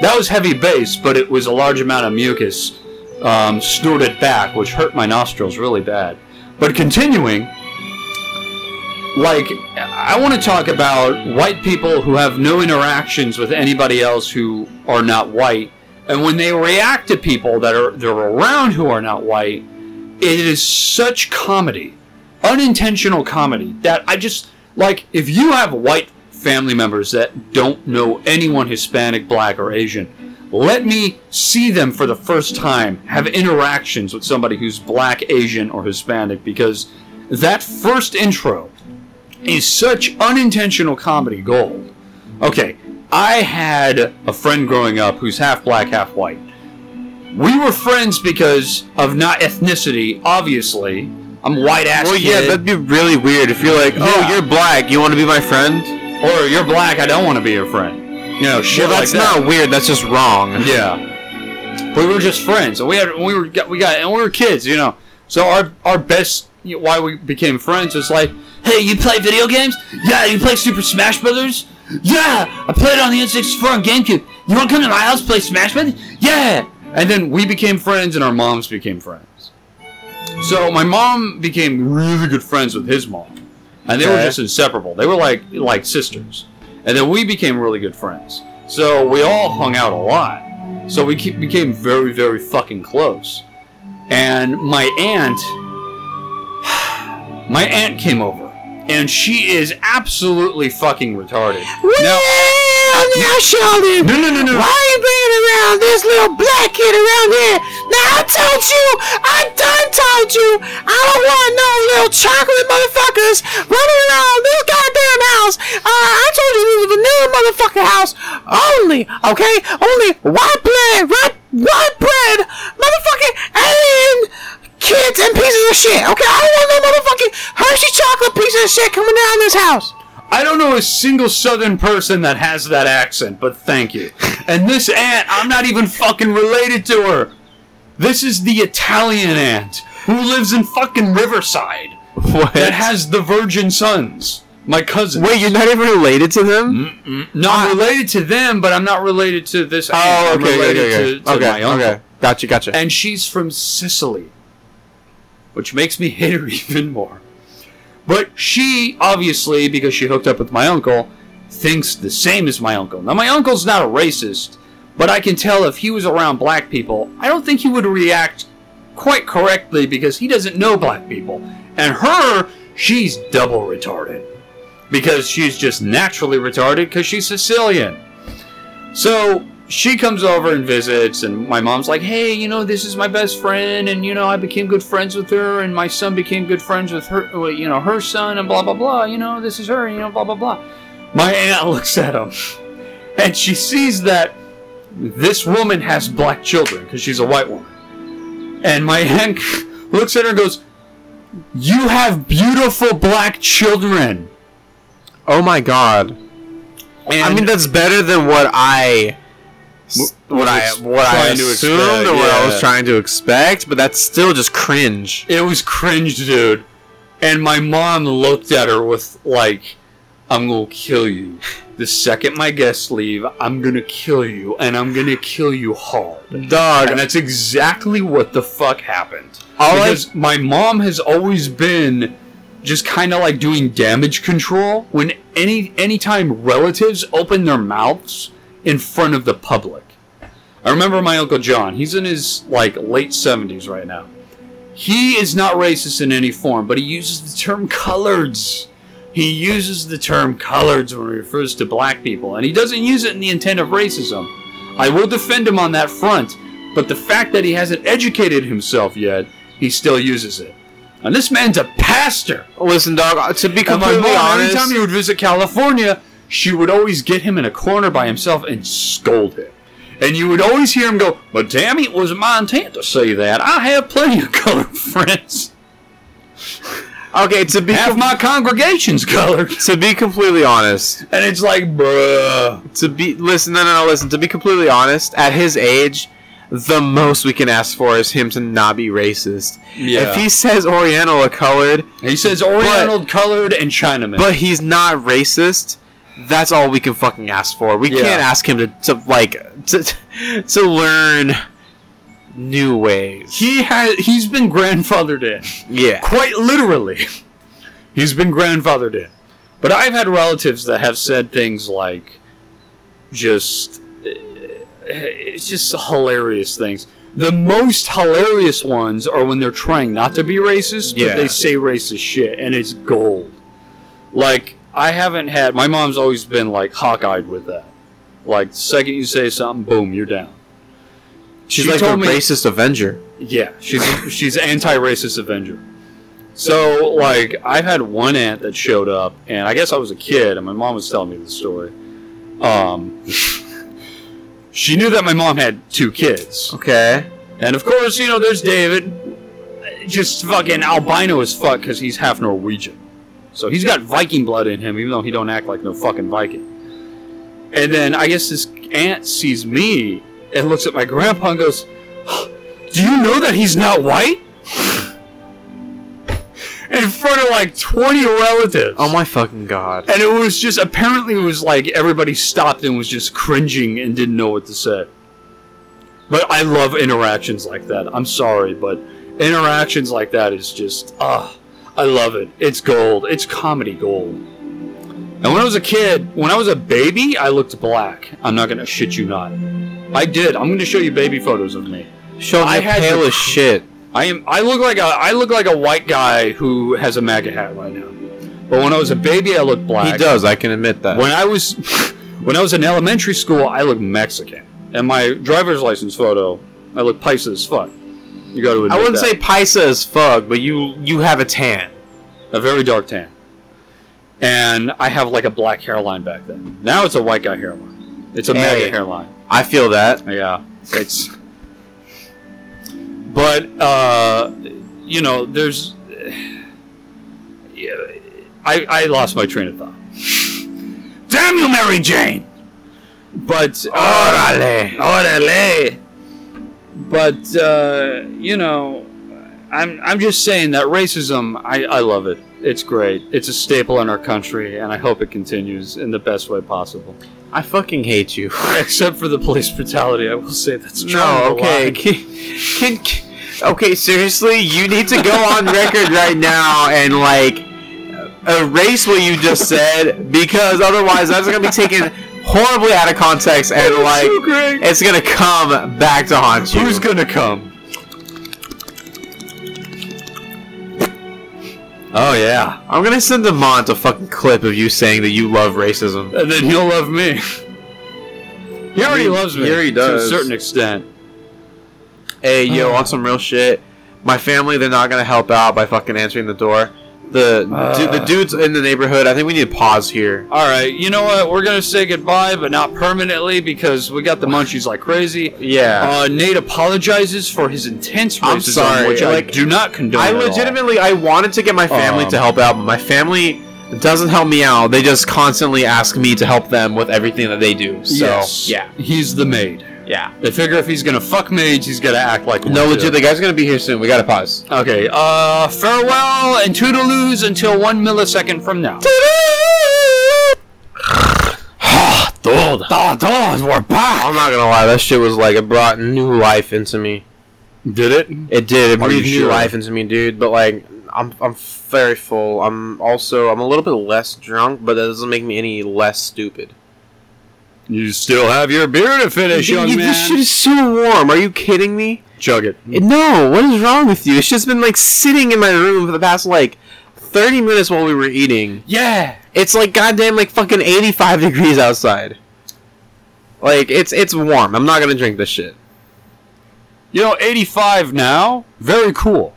Speaker 4: that was heavy bass, but it was a large amount of mucus um, snorted back, which hurt my nostrils really bad. But continuing, like, I want to talk about white people who have no interactions with anybody else who are not white and when they react to people that are they're around who are not white, it is such comedy, unintentional comedy that I just like. If you have white family members that don't know anyone Hispanic, Black, or Asian, let me see them for the first time have interactions with somebody who's Black, Asian, or Hispanic because that first intro is such unintentional comedy gold. Okay, I had a friend growing up who's half black, half white. We were friends because of not ethnicity, obviously. I'm white ass
Speaker 5: Well, yeah,
Speaker 4: kid,
Speaker 5: that'd be really weird if you're like, oh,
Speaker 4: Yeah.
Speaker 5: you're black, you want to be my friend?
Speaker 4: or you're black. I don't want to be your friend. You know, shit
Speaker 5: Well, that's
Speaker 4: like that.
Speaker 5: not weird. That's just wrong.
Speaker 4: Yeah. We were just friends, and we had we were got, we got and we were kids, you know. So our our best you know, why we became friends was like,
Speaker 2: Hey, you play video games? Yeah, you play Super Smash Brothers? Yeah, I played it on the N64 and GameCube. You want to come to my house play Smash Brothers?
Speaker 4: yeah. And then we became friends, and our moms became friends. So my mom became really good friends with his mom, and they were
Speaker 5: Okay.
Speaker 4: just inseparable. They were like like sisters, and then we became really good friends. So we all hung out a lot. So we ke- became very very fucking close. And my aunt my aunt came over and she is absolutely fucking retarded. Now,
Speaker 5: now, Sheldon,
Speaker 4: no, no, no, no.
Speaker 5: are you bringing around this little black kid around here? Now, I told you, I done told you, I don't want no little chocolate motherfuckers running around this goddamn house house. Uh, I told you this is a vanilla motherfucking house. Only, okay? Only white bread, white, white bread, motherfucking alien kids and pieces of shit, okay? I don't want no motherfucking Hershey chocolate pieces of shit coming down this house.
Speaker 4: I don't know a single Southern person that has that accent, but thank you. And this aunt, I'm not even fucking related to her. This is the Italian aunt who lives in fucking Riverside
Speaker 5: What?
Speaker 4: that has the Virgin Sons. My cousin.
Speaker 5: Wait, you're not even related to them?
Speaker 4: no, I'm related to them, but I'm not related to this. Aunt.
Speaker 5: Oh,
Speaker 4: I'm
Speaker 5: okay,
Speaker 4: related
Speaker 5: okay, okay,
Speaker 4: To, to
Speaker 5: okay,
Speaker 4: my uncle.
Speaker 5: okay. Gotcha, gotcha.
Speaker 4: And she's from Sicily, which makes me hate her even more. But she, obviously, because she hooked up with my uncle, thinks the same as my uncle. Now, my uncle's not a racist, but I can tell if he was around black people, I don't think he would react quite correctly because he doesn't know black people. And her, she's double retarded because she's just naturally retarded because she's Sicilian. So she comes over and visits, and my mom's like, "Hey, you know, this is my best friend, and you know, I became good friends with her, and my son became good friends with her, well, you know, her son, and blah blah blah. You know, this is her, you know, blah blah blah." My aunt looks at him, and she sees that this woman has black children because she's a white woman, and my aunt looks at her and goes, "You have beautiful black children."
Speaker 5: oh my god.
Speaker 4: And
Speaker 5: I mean, that's better than what I. What I what I
Speaker 4: trying to
Speaker 5: assumed
Speaker 4: expect,
Speaker 5: or what I
Speaker 4: yeah.
Speaker 5: was trying to expect, but that's still just cringe.
Speaker 4: It was cringe, dude. And my mom looked at her with like, "I'm gonna kill you." The second my guests leave, I'm gonna kill you, and I'm gonna kill you hard.
Speaker 5: Dog,
Speaker 4: And that's exactly what the fuck happened.
Speaker 5: All I-
Speaker 4: because my mom has always been just kind of like doing damage control when any anytime relatives open their mouths in front of the public. I remember my uncle John. He's in his like late 70s right now. He is not racist in any form, but he uses the term coloreds. He uses the term coloreds when he refers to black people, and he doesn't use it in the intent of racism. I will defend him on that front, but the fact that he hasn't educated himself yet, he still uses it. And this man's a pastor.
Speaker 5: listen, dog. uh, To be
Speaker 4: And my
Speaker 5: completely
Speaker 4: mom,
Speaker 5: honest,
Speaker 4: anytime he would visit California, she would always get him in a corner by himself and scold him. And you would always hear him go, But damn, it was my intent to say that. I have plenty of colored friends.
Speaker 5: okay. To be
Speaker 4: Half
Speaker 5: com-
Speaker 4: my congregation's colored.
Speaker 5: to be completely honest,
Speaker 4: And it's like, bruh.
Speaker 5: to be listen, no, no, no, listen. To be completely honest, at his age, the most we can ask for is him to not be racist.
Speaker 4: Yeah.
Speaker 5: If he says Oriental or colored,
Speaker 4: he says Oriental, colored, and Chinaman.
Speaker 5: but he's not racist. That's all we can fucking ask for. We
Speaker 4: Yeah.
Speaker 5: can't ask him to, to like to, to learn new ways.
Speaker 4: he has he's been grandfathered in.
Speaker 5: Yeah.
Speaker 4: quite literally. He's been grandfathered in. But I've had relatives that have said things like, just, eh, it's just hilarious things. The most hilarious ones are when they're trying not to be racist, but
Speaker 5: Yeah.
Speaker 4: they say racist shit, and it's gold. Like, I haven't had, my mom's always been like hawk-eyed with that. Like, the second you say something, boom, you're down.
Speaker 5: She's
Speaker 4: She
Speaker 5: like a
Speaker 4: told me-
Speaker 5: racist Avenger.
Speaker 4: yeah, she's she's anti-racist Avenger. So like I've had one aunt that showed up, and I guess I was a kid, and my mom was telling me the story. Um, she knew that my mom had two kids,
Speaker 5: Okay.
Speaker 4: and of course, you know, there's David, just fucking albino as fuck because he's half Norwegian, so he's got Viking blood in him, even though he don't act like no fucking Viking. And then I guess this aunt sees me and looks at my grandpa and goes, do you know that he's not white? In front of like 20 relatives.
Speaker 5: Oh my fucking god.
Speaker 4: and it was just apparently it was like everybody stopped and was just cringing and didn't know what to say. But I love interactions like that. I'm sorry, but interactions like that is just ah, I love it. It's gold. It's comedy gold. And when I was a kid, when I was a baby, I looked black. I'm not gonna shit you not. I did. I'm gonna show you baby photos of me.
Speaker 5: Show
Speaker 4: I
Speaker 5: me
Speaker 4: had
Speaker 5: pale
Speaker 4: the-
Speaker 5: as shit.
Speaker 4: I am. I look like a. I look like a white guy who has a MAGA hat right now. But when I was a baby, I looked black.
Speaker 5: He does. I can admit that.
Speaker 4: When I was, when I was in elementary school, I looked Mexican. And my driver's license photo, I look Pisces as fuck. You got to admit
Speaker 5: I wouldn't
Speaker 4: that.
Speaker 5: say Pisa as fuck, but you you have a tan.
Speaker 4: a very dark tan. and I have like a black hairline back then. Now it's a white guy hairline. It's a mega
Speaker 5: Hey.
Speaker 4: hairline.
Speaker 5: I feel that.
Speaker 4: Yeah, it's. But uh, you know, there's. Yeah, I I lost my train of thought.
Speaker 6: Damn you, Mary Jane!
Speaker 4: But uh,
Speaker 5: Orale.
Speaker 4: Orale. But uh, you know, I'm I'm just saying that racism. I I love it. It's great. It's a staple in our country, and I hope it continues in the best way possible.
Speaker 5: I fucking hate you.
Speaker 4: Except for the police brutality, I will say that's
Speaker 5: No,
Speaker 4: drawn the
Speaker 5: okay.
Speaker 4: line.
Speaker 5: Can, can- okay, seriously, you need to go on record right now and like erase what you just said because otherwise that's gonna be taken horribly out of context and like
Speaker 4: so great.
Speaker 5: it's gonna come back to haunt you.
Speaker 4: Who's gonna come? Oh yeah,
Speaker 5: I'm gonna send Demont a fucking clip of you saying that you love racism.
Speaker 4: and then he'll love me. He already
Speaker 5: He-
Speaker 4: loves me.
Speaker 5: he already
Speaker 4: to a
Speaker 5: does.
Speaker 4: certain extent.
Speaker 5: Hey, yo, on some real shit. My family, they're not gonna help out by fucking answering the door. The du- the dudes in the neighborhood. I think we need to pause here.
Speaker 4: All right, you know what? We're gonna say goodbye, but not permanently because we got the munchies like crazy.
Speaker 5: Yeah.
Speaker 4: Uh, Nate apologizes for his intense racism,
Speaker 5: I'm sorry,
Speaker 4: which I
Speaker 5: like,
Speaker 4: do not condone.
Speaker 5: I
Speaker 4: at all.
Speaker 5: legitimately I wanted to get my family
Speaker 4: Um,
Speaker 5: to help out, but my family doesn't help me out. They just constantly ask me to help them with everything that they do. So
Speaker 4: Yes.
Speaker 5: yeah,
Speaker 4: He's the maid.
Speaker 5: yeah.
Speaker 4: They figure if he's gonna fuck maids, he's gonna act like one
Speaker 5: No,
Speaker 4: too.
Speaker 5: legit. The guy's gonna be here soon. We gotta pause.
Speaker 4: Okay, uh, farewell and toodaloos until one millisecond from now.
Speaker 5: Ah, Dude.
Speaker 6: Oh, those were back!
Speaker 5: I'm not gonna lie. That shit was like it brought new life into me.
Speaker 4: Did it?
Speaker 5: It did. It
Speaker 4: Are you
Speaker 5: breathed new
Speaker 4: sure?
Speaker 5: life into me, dude. But like, I'm I'm very full. I'm also I'm a little bit less drunk, but that doesn't make me any less stupid.
Speaker 4: You still have your beer to finish, young
Speaker 5: Dude,
Speaker 4: man.
Speaker 5: This shit is so warm. Are you kidding me?
Speaker 4: Chug it.
Speaker 5: Mm. No, what is wrong with you? It's just been like sitting in my room for the past like 30 minutes while we were eating.
Speaker 4: Yeah.
Speaker 5: It's like goddamn like fucking 85 degrees outside. Like it's it's warm. I'm not gonna drink this shit.
Speaker 4: You know, 85 now. Very cool.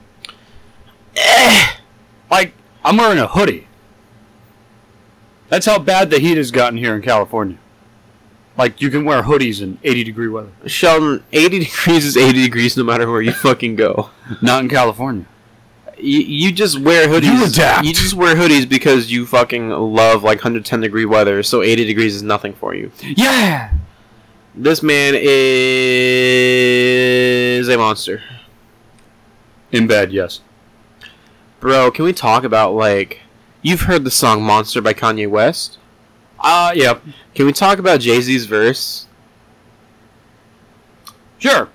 Speaker 5: Eh.
Speaker 4: like I'm wearing a hoodie. That's how bad the heat has gotten here in California. Like you can wear hoodies in 80 degree weather.
Speaker 5: Sheldon, 80 degrees is 80 degrees no matter where you fucking go.
Speaker 4: Not in California.
Speaker 5: You, you just wear hoodies.
Speaker 4: You adapt.
Speaker 5: you just wear hoodies because you fucking love like 110 degree weather. So 80 degrees is nothing for you.
Speaker 4: Yeah.
Speaker 5: This man is a monster.
Speaker 4: In bed, yes.
Speaker 5: Bro, can we talk about like you've heard the song Monster by Kanye West?
Speaker 4: Uh, yep.
Speaker 5: Can we talk about Jay-Z's verse?
Speaker 4: Sure.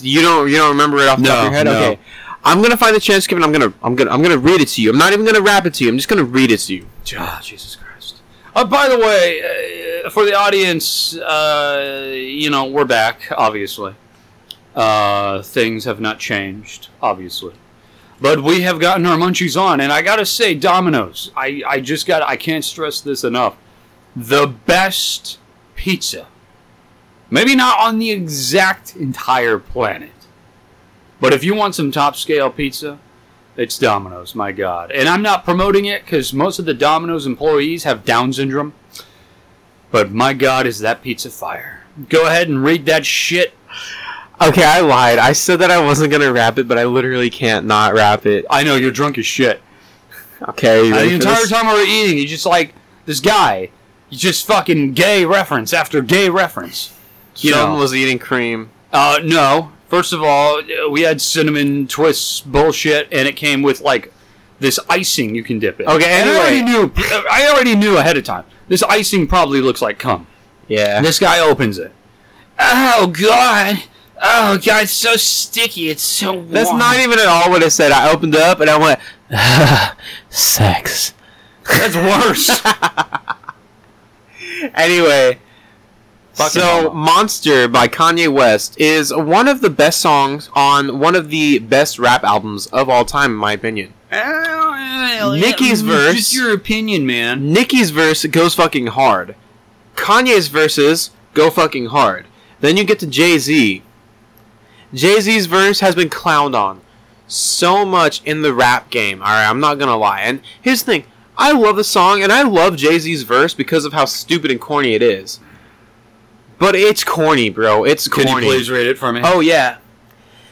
Speaker 5: You don't you don't remember it off the
Speaker 4: No,
Speaker 5: top of your head?
Speaker 4: no.
Speaker 5: Okay. I'm gonna find the transcript and I'm gonna I'm gonna I'm gonna read it to you. I'm not even gonna rap it to you, I'm just gonna read it to you.
Speaker 4: Ah, Jesus Christ. Uh, by the way, uh, for the audience, uh, you know, we're back, obviously. Uh, things have not changed, obviously. But we have gotten our munchies on, and I gotta say, Domino's, I, I just got, I can't stress this enough. The best pizza. Maybe not on the exact entire planet. But if you want some top scale pizza, it's Domino's, my God. And I'm not promoting it because most of the Domino's employees have Down syndrome. But my God, is that pizza fire? Go ahead and read that shit.
Speaker 5: Okay, I lied. I said that I wasn't gonna rap it, but I literally can't not rap it.
Speaker 4: I know you're drunk as shit.
Speaker 5: Okay, are you
Speaker 4: Uh,
Speaker 5: ready
Speaker 4: the
Speaker 5: for
Speaker 4: entire
Speaker 5: this?
Speaker 4: time we were eating, you just like this guy. You just fucking gay reference after gay reference. you
Speaker 5: Sheldon
Speaker 4: know.
Speaker 5: was eating cream.
Speaker 4: Uh, no. First of all, uh, we had cinnamon twists bullshit, and it came with like this icing you can dip it.
Speaker 5: Okay,
Speaker 4: And I already
Speaker 5: anyway.
Speaker 4: knew. I already knew ahead of time. This icing probably looks like cum.
Speaker 5: Yeah.
Speaker 4: This guy opens it.
Speaker 6: Oh, God! Oh, God, it's so sticky, it's so warm.
Speaker 5: That's not even at all what I said. I opened up and I went, sex.
Speaker 4: That's worse.
Speaker 5: Anyway,
Speaker 4: Fucking
Speaker 5: so
Speaker 4: homo.
Speaker 5: Monster by Kanye West is one of the best songs on one of the best rap albums of all time, in my opinion. Nicki's verse-
Speaker 4: Just your opinion, man.
Speaker 5: Nicki's verse goes fucking hard. Kanye's verses go fucking hard. Then you get to Jay Z. Jay Z's verse has been clowned on so much in the rap game. All right, I'm not gonna lie. And here's the thing: I love the song, and I love Jay Z's verse because of how stupid and corny it is. But it's corny, bro. It's
Speaker 4: Can
Speaker 5: corny.
Speaker 4: you please read it for me?
Speaker 5: Oh yeah.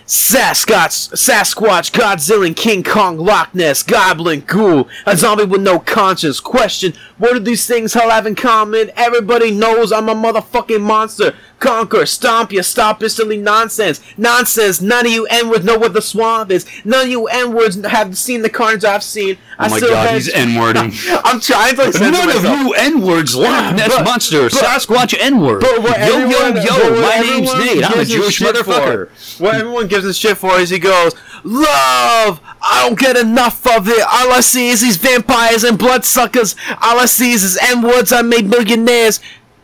Speaker 5: Sasquatch, Sasquatch, Godzilla, and King Kong, Loch Ness, Goblin, Ghoul, a zombie with no conscience. Question: What do these things all have in common? Everybody knows I'm a motherfucking monster. Conquer, stomp you, stop your silly nonsense, nonsense. None of you N words know what the swamp is. None of you N words have seen the carnage I've seen.
Speaker 4: Oh my god, he's N wording.
Speaker 5: I'm trying to. Like,
Speaker 4: None of you N words laugh. That's
Speaker 5: but-
Speaker 4: monster,
Speaker 5: but-
Speaker 4: Sasquatch N word. Yo
Speaker 5: But what
Speaker 4: yo
Speaker 5: everyone-
Speaker 4: yo!
Speaker 5: but what
Speaker 4: My name's
Speaker 5: everyone
Speaker 4: Nate. I'm a
Speaker 5: gives a
Speaker 4: Jewish
Speaker 5: shit
Speaker 4: motherfucker.
Speaker 5: What everyone gives a shit for is he goes, Love! I don't get enough of it. All I see is these vampires and bloodsuckers. All I see is these M words I made millionaires.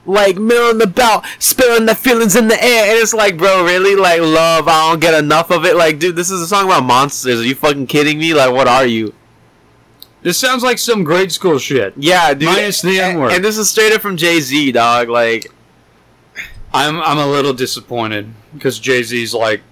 Speaker 5: Like milling about, spilling their feelings in the air, and it's like, bro, really? Like, love, I don't get enough of it. Like, dude, this is a song about monsters. Are you fucking kidding me? Like, what are you?
Speaker 4: This sounds like some grade school shit.
Speaker 5: Yeah, dude.
Speaker 4: Minus the
Speaker 5: and-
Speaker 4: N-word.
Speaker 5: And this is straight up from Jay Z, dog. Like,
Speaker 4: I'm I'm a little disappointed because Jay Z's like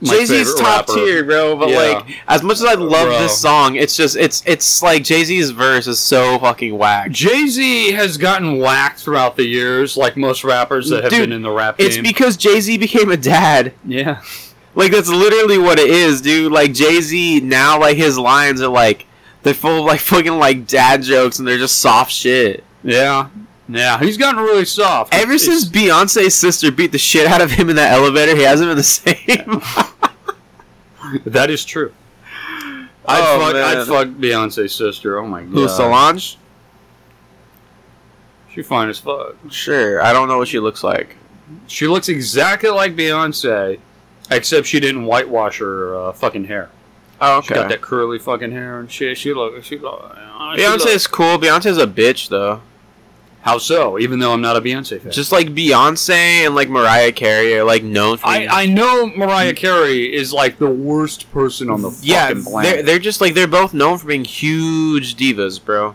Speaker 4: my
Speaker 5: Jay Z's
Speaker 4: favorite
Speaker 5: top
Speaker 4: rapper.
Speaker 5: tier, bro. But
Speaker 4: Yeah.
Speaker 5: like, as much as I love
Speaker 4: Bro.
Speaker 5: this song, it's just it's it's like Jay Z's verse is so fucking whack.
Speaker 4: Jay Z has gotten whacked throughout the years, like most rappers that have
Speaker 5: Dude,
Speaker 4: been in the rap
Speaker 5: It's
Speaker 4: game.
Speaker 5: because Jay Z became a dad.
Speaker 4: yeah,
Speaker 5: Like that's literally what it is, dude. Like Jay Z now, like his lines are like they're full of like fucking like dad jokes and they're just soft shit.
Speaker 4: yeah, yeah. He's gotten really soft.
Speaker 5: Ever
Speaker 4: It's-
Speaker 5: since Beyonce's sister beat the shit out of him in that elevator, he hasn't been the same.
Speaker 4: that is true. I'd,
Speaker 5: Oh,
Speaker 4: fuck, I'd
Speaker 5: man.
Speaker 4: fuck Beyonce's sister. Oh my god,
Speaker 5: Who Solange?
Speaker 4: She fine as fuck.
Speaker 5: Sure, I don't know what she looks like.
Speaker 4: She looks exactly like Beyonce, except she didn't whitewash her uh, fucking hair.
Speaker 5: Oh,
Speaker 4: She got that curly fucking hair and shit. She look, she look. uh, she look-
Speaker 5: Beyonce's cool. Beyonce's a bitch though.
Speaker 4: How so? Even though I'm not a Beyonce fan.
Speaker 5: Just like Beyonce and like Mariah Carey are like known for.
Speaker 4: I, I know Mariah Carey is like the worst person on the
Speaker 5: yeah,
Speaker 4: fucking planet.
Speaker 5: they're they're just like they're both known for being huge divas, bro.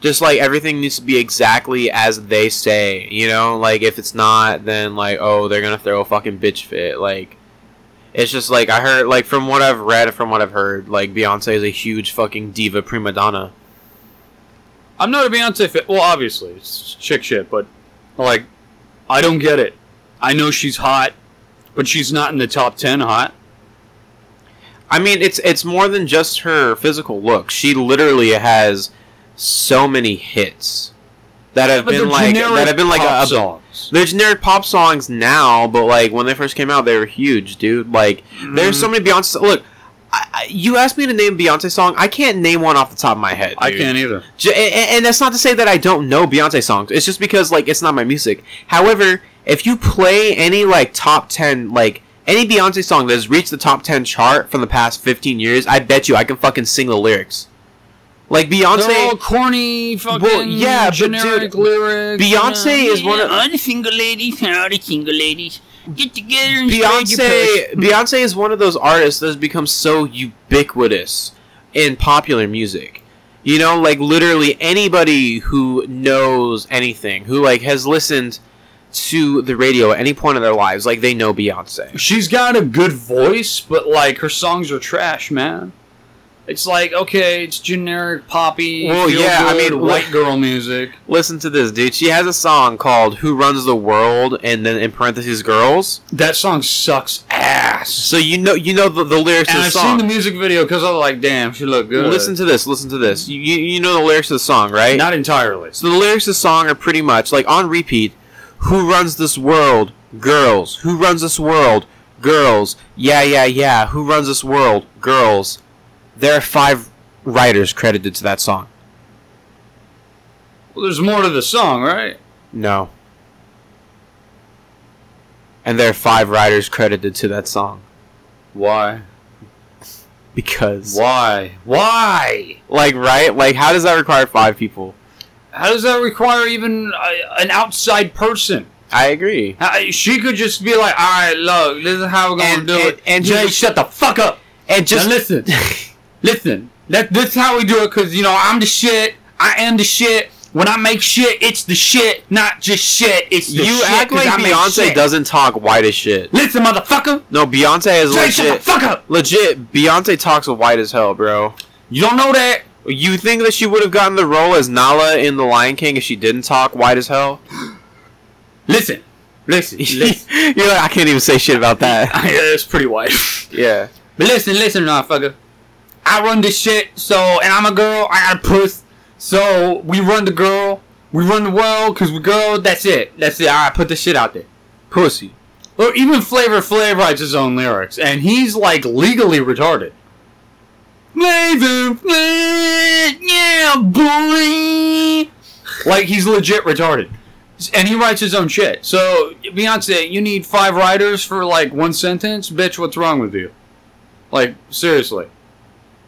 Speaker 5: Just like everything needs to be exactly as they say, you know. Like if it's not, then like oh they're gonna throw a fucking bitch fit. Like it's just like I heard like from what I've read, from what I've heard, like Beyonce is a huge fucking diva prima donna.
Speaker 4: I'm not a Beyonce fan. Well, obviously, it's chick shit, but like, I don't get it. I know she's hot, but she's not in the top ten hot.
Speaker 5: I mean, it's it's more than just her physical look. She literally has so many hits that have
Speaker 4: But
Speaker 5: been
Speaker 4: they're
Speaker 5: like
Speaker 4: generic
Speaker 5: that have been like
Speaker 4: pop
Speaker 5: a, a
Speaker 4: songs.
Speaker 5: they're generic pop songs now, but like when they first came out, they were huge, dude. Like there's
Speaker 4: Mm.
Speaker 5: so many Beyonce. Look, I, I- you asked me to name a Beyonce song. I can't name one off the top of my head.
Speaker 4: I
Speaker 5: dude.
Speaker 4: can't either.
Speaker 5: J- and, and- and that's not to say that I don't know Beyonce songs. It's just because like it's not my music. However, if you play any like top ten, like any Beyonce song that has reached the top ten chart from the past fifteen years, I bet you I can fucking sing the lyrics. Like
Speaker 4: They're all
Speaker 5: Beyonce,
Speaker 4: corny, fucking
Speaker 5: yeah, but
Speaker 4: generic
Speaker 5: dude,
Speaker 4: lyrics.
Speaker 5: Beyonce is one of
Speaker 6: all the single ladies and all the single ladies get together and spread your purse.
Speaker 5: Beyonce. Beyonce is one of those artists that has become so ubiquitous in popular music. You know, like literally anybody who knows anything, who like has listened to the radio at any point in their lives, like they know Beyonce.
Speaker 4: She's got a good voice, but like her songs are trash, man. It's like okay, it's generic poppy.
Speaker 5: Well,
Speaker 4: feel
Speaker 5: yeah, I
Speaker 4: good,
Speaker 5: mean,
Speaker 4: white girl music.
Speaker 5: Listen to this, dude. She has a song called "Who Runs the World" and then in parentheses, "Girls."
Speaker 4: That song sucks ass.
Speaker 5: So you know, you know the, the lyrics
Speaker 4: And
Speaker 5: of the
Speaker 4: I've
Speaker 5: song.
Speaker 4: seen the music video because I was like, damn, she looked good.
Speaker 5: listen to this. Listen to this. You, you you know the lyrics of the song, right?
Speaker 4: not entirely.
Speaker 5: So the lyrics of the song are pretty much like on repeat. Who runs this world? Girls. Who runs this world? Girls. Yeah, yeah, yeah. Who runs this world? Girls. There are five writers credited to that song.
Speaker 4: Well, there's more to the song, right?
Speaker 5: No. And there are five writers credited to that song
Speaker 4: Why?
Speaker 5: because
Speaker 4: Why? Why?
Speaker 5: like right like how does that require five people?
Speaker 4: How does that require even uh, an outside person?
Speaker 5: I agree.
Speaker 4: How, she could just be like, all right, look, this is how we're gonna
Speaker 5: And-
Speaker 4: do
Speaker 5: and-
Speaker 4: it.
Speaker 5: and
Speaker 4: Jay,
Speaker 5: just-
Speaker 4: shut the fuck up.
Speaker 5: And just
Speaker 4: now listen, listen. That this is how we do it, cause you know I'm the shit. I am the shit. When I make shit, it's the shit, not just shit. It's the
Speaker 5: you
Speaker 4: shit,
Speaker 5: act
Speaker 4: 'cause
Speaker 5: like
Speaker 4: I make
Speaker 5: Beyonce
Speaker 4: shit.
Speaker 5: doesn't talk white as shit.
Speaker 4: Listen, motherfucker.
Speaker 5: No, Beyonce is
Speaker 4: Jay, shut the
Speaker 5: legit.
Speaker 4: fuck up.
Speaker 5: Legit, Beyonce talks white as hell, bro.
Speaker 4: You don't know that.
Speaker 5: You think that she would have gotten the role as Nala in The Lion King if she didn't talk white as hell?
Speaker 2: Listen, listen,
Speaker 5: You're
Speaker 2: listen. uh,
Speaker 5: like, I can't even say shit about that.
Speaker 2: it's pretty white.
Speaker 5: Yeah.
Speaker 2: But listen, listen, motherfucker. I run this shit, so and I'm a girl. I got a puss, so we run the girl. We run the world, cause we girl. That's it. That's it. I put this shit out there.
Speaker 4: Pussy. Or even Flavor Flav writes his own lyrics, and he's like legally retarded. Flavor Flav, yeah, boy. Like he's legit retarded, and he writes his own shit. So Beyonce, you need five writers for like one sentence, bitch. What's wrong with you? Like seriously.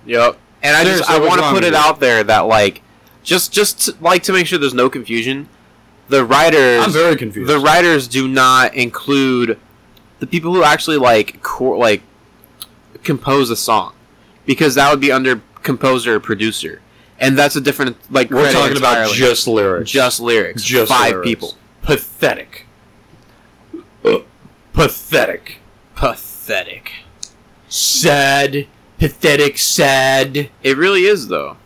Speaker 4: Yep.
Speaker 5: And I just
Speaker 4: Seriously,
Speaker 5: I
Speaker 4: what's
Speaker 5: want to
Speaker 4: wrong
Speaker 5: put
Speaker 4: with
Speaker 5: it
Speaker 4: you?
Speaker 5: out there that like just just to, like to make sure there's no confusion. The writers
Speaker 4: I'm very confused.
Speaker 5: the writers do not include the people who actually like cor- like compose a song because that would be under composer or producer and that's a different like
Speaker 4: We're
Speaker 5: credit
Speaker 4: talking about
Speaker 5: entirely.
Speaker 4: just lyrics.
Speaker 5: just lyrics
Speaker 4: Just
Speaker 5: five
Speaker 4: lyrics.
Speaker 5: people
Speaker 4: pathetic. Pathetic.
Speaker 5: pathetic
Speaker 2: Sad, pathetic, sad.
Speaker 5: it really is though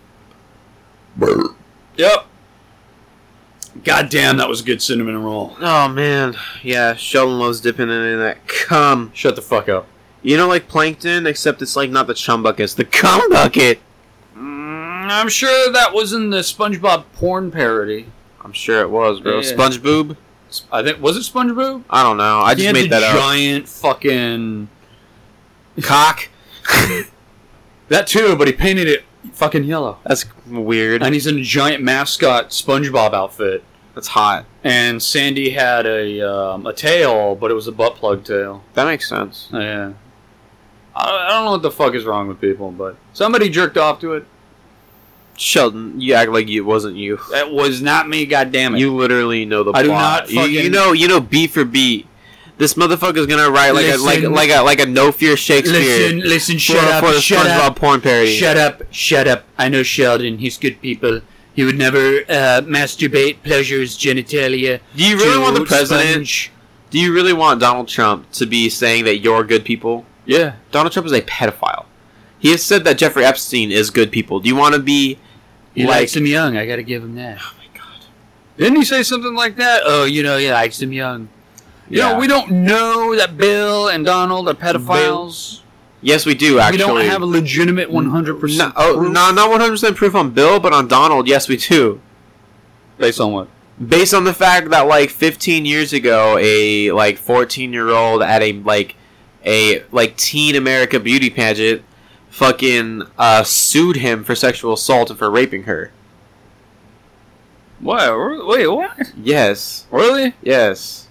Speaker 4: Yep. Goddamn, that was a good cinnamon roll.
Speaker 5: oh man yeah Sheldon loves dipping in that cum
Speaker 4: Shut the fuck up.
Speaker 5: you know like plankton except it's like not the chum bucket it's the cum bucket
Speaker 4: Mm, I'm sure that was in the SpongeBob porn parody.
Speaker 5: I'm sure it was bro
Speaker 4: Yeah.
Speaker 5: sponge boob
Speaker 4: Sp- I think was it SpongeBob?
Speaker 5: I don't know I
Speaker 4: He
Speaker 5: just
Speaker 4: had
Speaker 5: made
Speaker 4: the
Speaker 5: that up
Speaker 4: Giant fucking
Speaker 5: cock
Speaker 4: that too, but he painted it fucking yellow,
Speaker 5: that's weird
Speaker 4: and he's in a giant mascot SpongeBob outfit.
Speaker 5: that's hot
Speaker 4: And Sandy had a um, a tail, but it was a butt plug tail.
Speaker 5: That makes sense.
Speaker 4: Yeah. I, I don't know what the fuck is wrong with people, but somebody jerked off to it.
Speaker 5: Sheldon, you act like it wasn't you.
Speaker 4: That was not me, goddammit.
Speaker 5: You literally know the
Speaker 4: I do
Speaker 5: plot.
Speaker 4: not
Speaker 5: You- you,
Speaker 4: fucking-
Speaker 5: know, you know, beat for beat. This motherfucker's gonna write like a, like
Speaker 2: Listen.
Speaker 5: like a like a no fear Shakespeare
Speaker 2: Listen, listen.
Speaker 5: for,
Speaker 2: Shut up.
Speaker 5: for the
Speaker 2: shut
Speaker 5: SpongeBob
Speaker 2: up.
Speaker 5: porn parody.
Speaker 2: Shut up. Shut up. I know Sheldon. He's good people. He would never uh, masturbate, pleasures, genitalia.
Speaker 5: Do you really
Speaker 2: to
Speaker 5: want the president?
Speaker 2: sponge.
Speaker 5: Do you really want Donald Trump to be saying that you're good people?
Speaker 4: yeah.
Speaker 5: Donald Trump is a pedophile. He has said that Jeffrey Epstein is good people. Do you want to be
Speaker 2: He
Speaker 5: like? Oh
Speaker 2: likes him young. I gotta give him that.
Speaker 4: Didn't he say something like that?
Speaker 2: Oh, you know, he likes him young.
Speaker 4: You
Speaker 5: yeah.
Speaker 4: know, we don't know that Bill and Donald are pedophiles.
Speaker 5: yes, we do actually.
Speaker 4: We don't have a legitimate 100%
Speaker 5: no, oh,
Speaker 4: proof.
Speaker 5: no, not one hundred percent proof on Bill, but on Donald, yes, we do.
Speaker 4: Based on what?
Speaker 5: based on the fact that like 15 years ago a like 14 year old at a like a like teen america beauty pageant fucking uh sued him for sexual assault and for raping her
Speaker 4: What? Re- Wait, what?
Speaker 5: yes
Speaker 4: Really?
Speaker 5: yes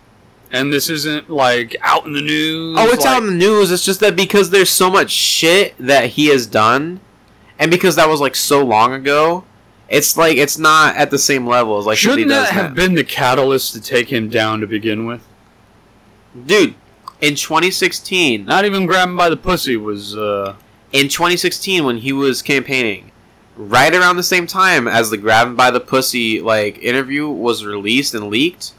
Speaker 4: And this isn't, like, out in the news?
Speaker 5: oh it's
Speaker 4: like-
Speaker 5: out in the news it's just that because there's so much shit that he has done and because that was like so long ago it's like it's not at the same level as like somebody
Speaker 4: Shouldn't
Speaker 5: does
Speaker 4: that have
Speaker 5: now.
Speaker 4: been the catalyst to take him down to begin with?
Speaker 5: dude in 2016
Speaker 4: Not even grabbing by the pussy was, uh...
Speaker 5: in 2016 when he was campaigning right around the same time as the grab 'em by the pussy like interview was released and leaked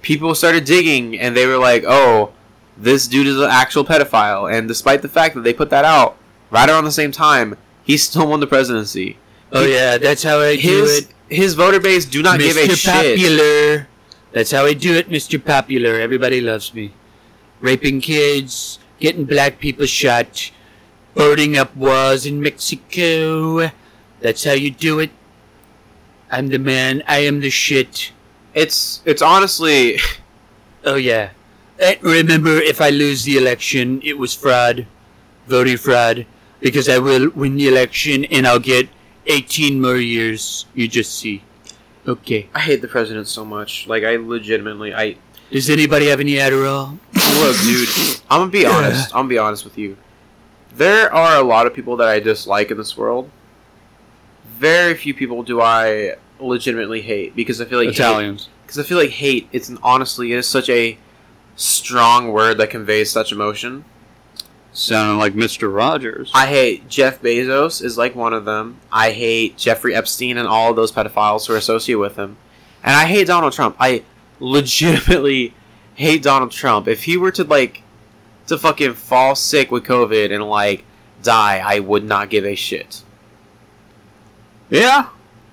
Speaker 5: people started digging and they were like oh this dude is an actual pedophile and despite the fact that they put that out right around the same time he still won the presidency
Speaker 2: Oh yeah, that's how I do
Speaker 5: his
Speaker 2: it,
Speaker 5: his voter base do not give a
Speaker 2: Mr.
Speaker 5: shit
Speaker 2: Popular. That's how I do it, Mr. Popular. Everybody loves me. Raping kids, getting black people shot, burning up walls in Mexico. That's how you do it. I'm the man. I am the shit.
Speaker 5: it's it's honestly
Speaker 2: Oh yeah. And remember, if I lose the election, it was fraud, voting fraud, because I will win the election and I'll get 18 more years. You just see. Okay.
Speaker 5: i hate the president so much like i legitimately i
Speaker 2: Does anybody have any Adderall?
Speaker 5: Look, dude, I'm gonna be honest. I'm gonna be honest with you. There are a lot of people that I dislike in this world. Very few people do I legitimately hate because I feel like
Speaker 4: Italians.
Speaker 5: because I feel like hate. It's an, honestly, it is such a strong word that conveys such emotion.
Speaker 4: Sounding like Mr. Rogers.
Speaker 5: I hate Jeff Bezos is like one of them. I hate Jeffrey Epstein and all of those pedophiles who are associated with him. And I hate Donald Trump. I legitimately hate Donald Trump. If he were to like to fucking fall sick with COVID and like die, I would not give a shit.
Speaker 4: Yeah,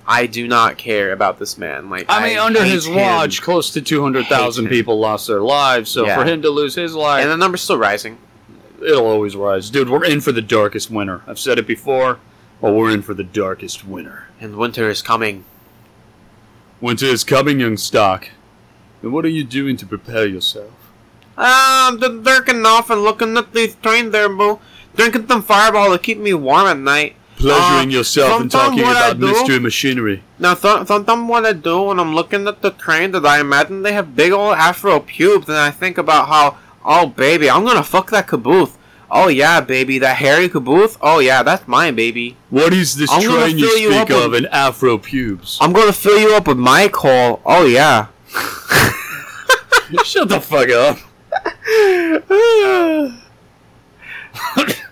Speaker 5: I do not care about this man. Like
Speaker 4: I mean, under
Speaker 5: hate
Speaker 4: his
Speaker 5: him.
Speaker 4: watch, close to two hundred thousand
Speaker 5: him.
Speaker 4: people lost their lives. So
Speaker 5: Yeah.
Speaker 4: for him to lose his life,
Speaker 5: and the number's still rising.
Speaker 4: it'll always rise, dude. We're in for the darkest winter. I've said it before, but we're in for the darkest winter.
Speaker 5: And winter is coming.
Speaker 4: Winter is coming, young stock. And what are you doing to prepare yourself?
Speaker 5: Ah, I'm just jerking off and looking at these train there, boo. Drinking some fireball to keep me warm at night.
Speaker 4: Pleasuring
Speaker 5: Uh,
Speaker 4: yourself and
Speaker 5: sometime
Speaker 4: talking
Speaker 5: what I
Speaker 4: about
Speaker 5: do-
Speaker 4: mystery machinery.
Speaker 5: Now, th- sometimes what I do when I'm looking at the train that I imagine they have big old afro pubes, and I think about how, oh baby, I'm gonna fuck that caboose. Oh yeah, baby, that hairy caboose. Oh yeah, that's mine, baby.
Speaker 4: What is this
Speaker 5: I'm gonna
Speaker 4: train you
Speaker 5: fill you
Speaker 4: speak
Speaker 5: up with-
Speaker 4: of in Afro pubes?
Speaker 5: I'm gonna fill you up with my coal. Oh yeah.
Speaker 4: Shut the fuck up.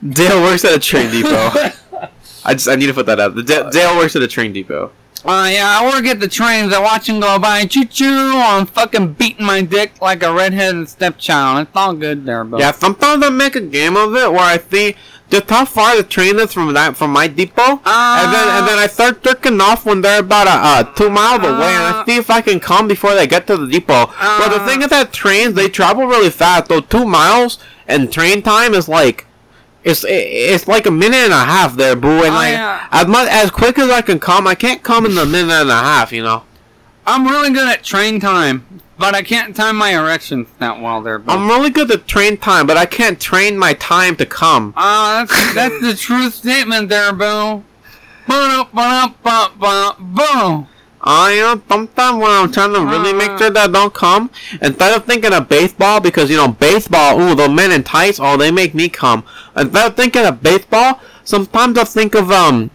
Speaker 5: Dale works at a train depot. I just I need to put that out. The Da- Dale works at a train depot.
Speaker 6: Uh, yeah, I work at the trains. I watch them go by. Choo choo! I'm fucking beating my dick like a redheaded stepchild. It's all good there, bro.
Speaker 5: Yeah, sometimes I make a game of it where I see just how far the train is from that from my depot, and then
Speaker 6: Uh,
Speaker 5: and then I start jerking off when they're about uh, uh, two miles away, and I see if I can come before they get to the depot.
Speaker 6: uh,
Speaker 5: but the thing is that trains they travel really fast, so two miles and train time is like. It's it, it's like a minute and a half there, boo, and
Speaker 6: Oh,
Speaker 5: like
Speaker 6: yeah.
Speaker 5: as much as quick as I can come, I can't come in a minute and a half, you know.
Speaker 6: I'm really good at train time, but I can't time my erections that well there, bro.
Speaker 5: I'm really good at train time, but I can't train my time to come.
Speaker 6: Ah, that's, that's the true statement there, boo. Boom, boom, boom, boom, boom.
Speaker 5: I am sometimes when I'm trying to really make sure that I don't come, instead of thinking of baseball, because you know, baseball, ooh, the men in tights, oh, they make me come. Instead of thinking of baseball, sometimes I'll think of, um,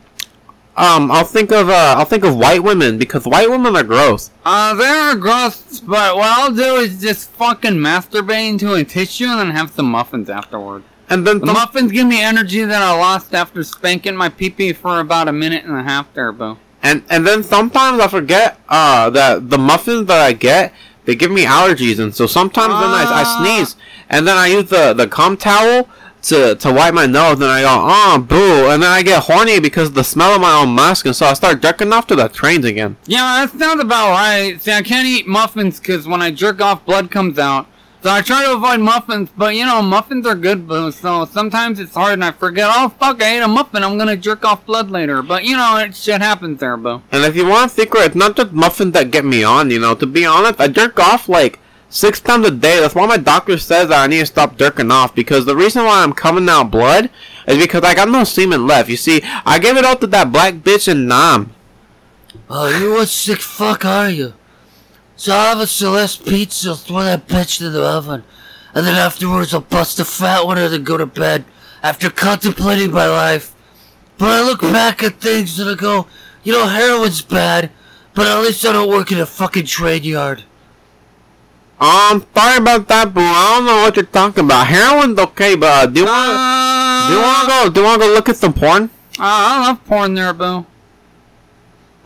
Speaker 5: um, I'll think of, uh, I'll think of white women, because white women are gross.
Speaker 6: Uh, they're gross, but what I'll do is just fucking masturbate into a tissue and then have some muffins afterward.
Speaker 5: And then
Speaker 6: The
Speaker 5: some-
Speaker 6: muffins give me energy that I lost after spanking my pee-pee for about a minute and a half there, boo.
Speaker 5: And and then sometimes I forget uh that the muffins that I get they give me allergies and so sometimes then I, I sneeze and then I use the the cum towel to to wipe my nose and I go oh boo and then I get horny because of the smell of my own musk and so I start jerking off to the trains again.
Speaker 6: Yeah, that sounds about right. See, I can't eat muffins because when I jerk off, blood comes out. So I try to avoid muffins, but you know, muffins are good, boo. So sometimes it's hard and I forget, oh fuck, I ate a muffin, I'm gonna jerk off blood later. But you know, it shit happens there, boo.
Speaker 5: And if you want a secret, it's not just muffins that get me on. You know, to be honest, I jerk off like. Six times a day. That's why my doctor says that I need to stop jerking off because the reason why I'm coming out blood is because I got no semen left. You see, I gave it all to that black bitch in Nam.
Speaker 2: Oh, you what sick fuck are you? So I'll have a Celeste pizza, throw that bitch in the oven, and then afterwards I'll bust a fat one and then go to bed after contemplating my life. But I look back at things and I go, you know, heroin's bad, but at least I don't work in a fucking train yard.
Speaker 5: Um, sorry about that, boo. I don't know what you're talking about. Heroin's okay, but uh, do you want do you want to go? Do you want to go look at some porn?
Speaker 6: Ah, I love porn there, boo.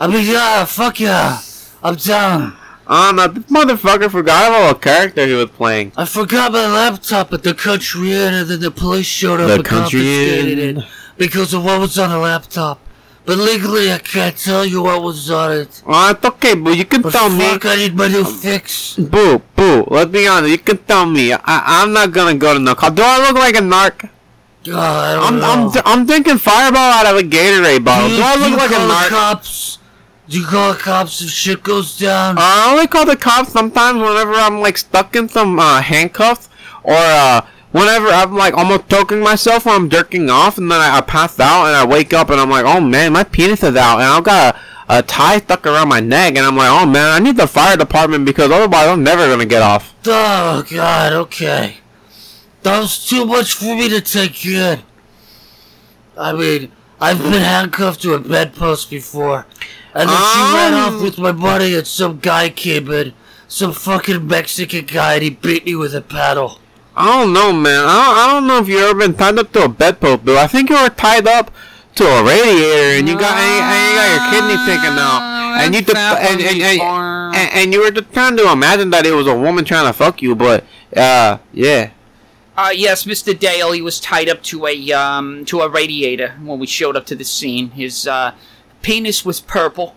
Speaker 2: I mean, yeah, fuck yeah. I'm down.
Speaker 5: Um, uh, this motherfucker forgot about what character he was playing.
Speaker 2: I forgot my laptop at the country inn, and then the police showed up
Speaker 5: The
Speaker 2: and
Speaker 5: country
Speaker 2: confiscated
Speaker 5: inn.
Speaker 2: it because of what was on the laptop. But legally, I can't tell you what was on it.
Speaker 5: Uh, it's okay, boo. You can
Speaker 2: But
Speaker 5: tell me. Um,
Speaker 2: fuck, I need my new fix.
Speaker 5: Boo, boo. Let's be honest. You can tell me. I, I'm not gonna go to no cop. Do I look like a narc?
Speaker 2: Oh, I don't
Speaker 5: I'm,
Speaker 2: know.
Speaker 5: I'm, I'm drinking fireball out of a Gatorade bottle.
Speaker 2: you,
Speaker 5: Do I
Speaker 2: you
Speaker 5: look like a
Speaker 2: call the
Speaker 5: narc?
Speaker 2: cops? Do you call the cops if shit goes down?
Speaker 5: I only call the cops sometimes whenever I'm like stuck in some uh, handcuffs or uh, whenever I'm like almost choking myself or I'm jerking off and then I, I pass out and I wake up and I'm like, oh man, my penis is out and I've got a, a tie stuck around my neck and I'm like, oh man, I need the fire department because otherwise I'm never gonna get off.
Speaker 2: Oh God, okay. That was too much for me to take in. I mean, I've been handcuffed to a bedpost before, and then she ran
Speaker 5: Um.
Speaker 2: off with my money, and some guy came in, some fucking Mexican guy, and he beat me with a paddle.
Speaker 5: I don't know, man. I don't, I don't know if you've ever been tied up to a bedpost, but I think you were tied up to a radiator and you got and, and you got your kidney taken out, and you
Speaker 6: That's
Speaker 5: dep- and, and, and,
Speaker 6: happened
Speaker 5: and, and you were just trying to imagine that it was a woman trying to fuck you, but uh, yeah.
Speaker 7: Uh, yes, Mr. Dale. He was tied up to a um to a radiator when we showed up to the scene. His uh, penis was purple.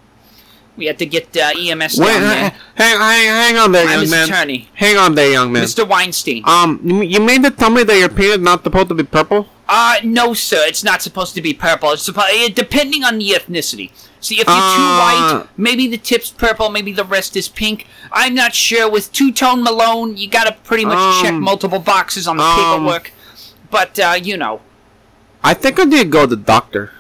Speaker 7: We had to get uh, EMS
Speaker 5: Wait,
Speaker 7: down
Speaker 5: hang,
Speaker 7: there.
Speaker 5: hang, hang on there,
Speaker 7: I'm
Speaker 5: young
Speaker 7: his
Speaker 5: man.
Speaker 7: attorney,
Speaker 5: Hang on there, young man.
Speaker 7: Mr. Weinstein.
Speaker 5: Um, you you mean to tell me that your penis not supposed to be purple?
Speaker 7: Uh, no, sir. It's not supposed to be purple. It's supposed depending on the ethnicity. See, if you're too
Speaker 5: Uh.
Speaker 7: white, maybe the tip's purple, maybe the rest is pink. I'm not sure. With two tone Malone, you gotta pretty much check
Speaker 5: Um,
Speaker 7: multiple boxes on the
Speaker 5: um,
Speaker 7: paperwork. But uh, you know,
Speaker 5: I think I did go to the doctor.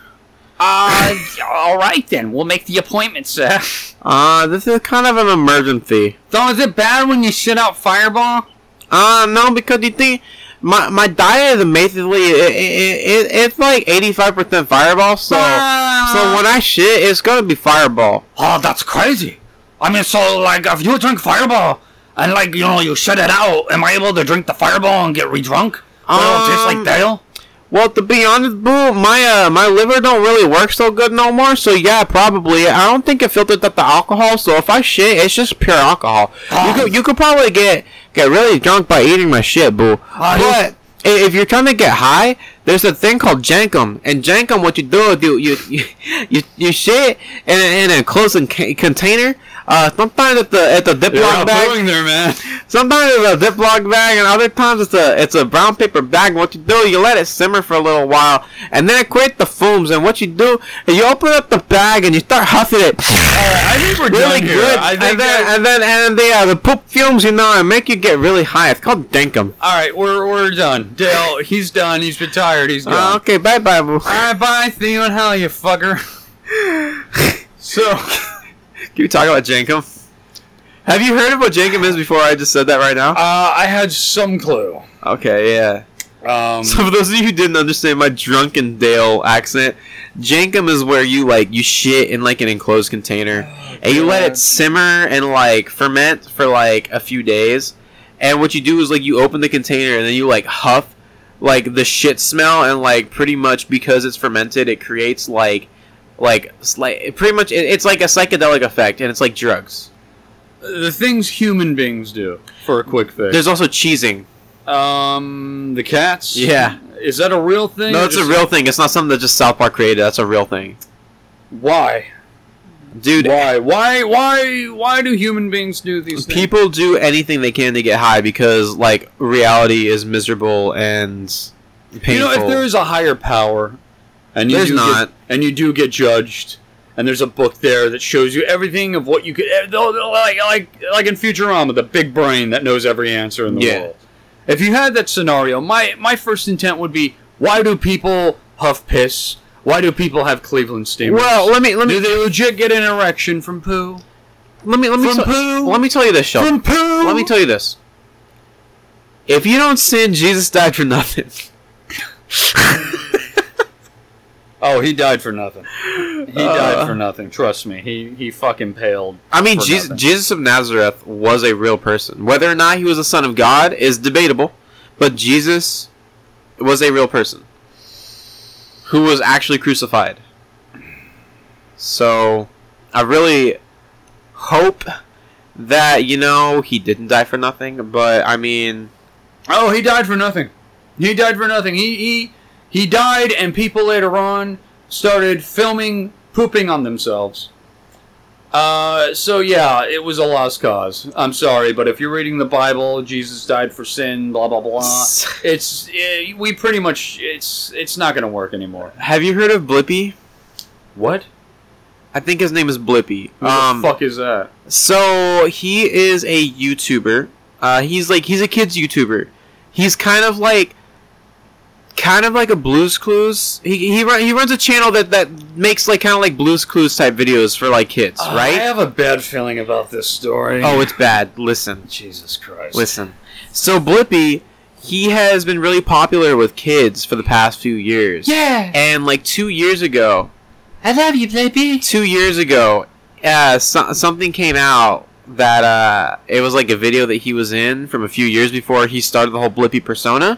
Speaker 7: uh, all right then. We'll make the appointment, sir.
Speaker 5: Uh, this is kind of an emergency.
Speaker 4: So is it bad when you shit out Fireball?
Speaker 5: Uh, no, because you think my my diet is amazingly it, it, it, it's like eighty five percent fireball. So so when I shit, it's gonna be fireball.
Speaker 6: Oh, that's crazy. I mean, so like, if you drink Fireball and like you know you shut it out, am I able to drink the Fireball and get re-drunk? But it'll taste
Speaker 5: Um,
Speaker 6: like Dale.
Speaker 5: Well, to be honest, boo, my uh, my liver don't really work so good no more. So yeah, probably. I don't think it filtered out the alcohol. So if I shit, it's just pure alcohol. You could you could probably get get really drunk by eating my shit, boo. but i- if you're trying to get high, there's a thing called jankum. And jankum, what you do is you you you, you, you shit in a, in a closed con- container. Uh, sometimes at the at the Ziploc bag.
Speaker 4: there, man.
Speaker 5: Sometimes it's a Ziploc bag, and other times it's a it's a brown paper bag. What you do, you let it simmer for a little while, and then it creates the fumes. And what you do, is you open up the bag and you start huffing it
Speaker 4: I think we're
Speaker 5: Uh,
Speaker 4: done
Speaker 5: really good,
Speaker 4: here. I think
Speaker 5: and then and then and the uh, the poop fumes, you know, and make you get really high. It's called denkum.
Speaker 4: All right, we're we're done. Dale, he's done. He's retired. He's gone.
Speaker 5: Uh, okay, bye bye. boo.
Speaker 4: All right, bye. See you in hell, you fucker. so,
Speaker 5: Can we talk about jankum? Have you heard of what jankum is before? I just said that right now.
Speaker 4: uh, I had some clue.
Speaker 5: Okay, yeah.
Speaker 4: Um,
Speaker 5: So for those of you who didn't understand my drunken Dale accent, jankum is where you like you shit in like an enclosed container and you let it simmer and like ferment for like a few days. And what you do is like you open the container and then you like huff like the shit smell and like pretty much because it's fermented it creates like like slight pretty much it, it's like a psychedelic effect and it's like drugs.
Speaker 4: the things human beings do for a quick fix.
Speaker 5: There's also cheesing.
Speaker 4: um, the cats.
Speaker 5: Yeah.
Speaker 4: Is that a real thing?
Speaker 5: No,
Speaker 4: or
Speaker 5: it's a
Speaker 4: just-
Speaker 5: real thing. It's not something that just South Park created. That's a real thing.
Speaker 4: Why?
Speaker 5: Dude,
Speaker 4: Why? Why? Why? Why do human beings do these things?
Speaker 5: people do anything they can to get high because like reality is miserable and painful.
Speaker 4: You know, if there is a higher power, and you
Speaker 5: There's
Speaker 4: do get-
Speaker 5: not.
Speaker 4: and you do get judged, and there's a book there that shows you everything of what you could, eh, though, though, like like like in Futurama, the big brain that knows every answer in the
Speaker 5: Yeah.
Speaker 4: world. If you had that scenario, my my first intent would be, why do people huff piss? Why do people have Cleveland steamers?
Speaker 5: well, let me let
Speaker 4: do
Speaker 5: me
Speaker 4: they legit get an erection from poo?
Speaker 5: let me let me
Speaker 4: From
Speaker 5: tell-
Speaker 4: poo?
Speaker 5: let me tell you this, Sheldon.
Speaker 4: From poo?
Speaker 5: Let me tell you this. If you don't sin, Jesus died for nothing.
Speaker 4: Oh, he died for nothing. He died
Speaker 5: Uh.
Speaker 4: for nothing. Trust me. He he fucking paled.
Speaker 5: I mean,
Speaker 4: For
Speaker 5: Jesus,
Speaker 4: nothing.
Speaker 5: Jesus of Nazareth was a real person. Whether or not he was a son of God is debatable, but Jesus was a real person who was actually crucified. So, I really hope that you know he didn't die for nothing. But I mean,
Speaker 4: Oh, he died for nothing. He died for nothing. He he he died, and people later on started filming pooping on themselves. Uh, so yeah, it was a lost cause. I'm sorry, but if you're reading the Bible, Jesus died for sin, blah blah blah. It's eh, we pretty much it's it's not gonna work anymore.
Speaker 5: have you heard of Blippy?
Speaker 4: What?
Speaker 5: I think his name is Blippy. Um,
Speaker 4: Who the fuck is that?
Speaker 5: So he is a YouTuber. Uh, he's like he's a kids YouTuber. He's kind of like, kind of like a Blues Clues. He he, run, he runs a channel that that makes like kind of like Blues Clues type videos for like kids,
Speaker 4: I
Speaker 5: right?
Speaker 4: have a bad feeling about this story.
Speaker 5: Oh, it's bad. Listen.
Speaker 4: Jesus Christ!
Speaker 5: Listen. So Blippy, he has been really popular with kids for the past few years.
Speaker 2: Yeah,
Speaker 5: And like two years ago,
Speaker 2: I love you, baby.
Speaker 5: two years ago, uh, so- something came out that uh, it was like a video that he was in from a few years before he started the whole Blippy persona,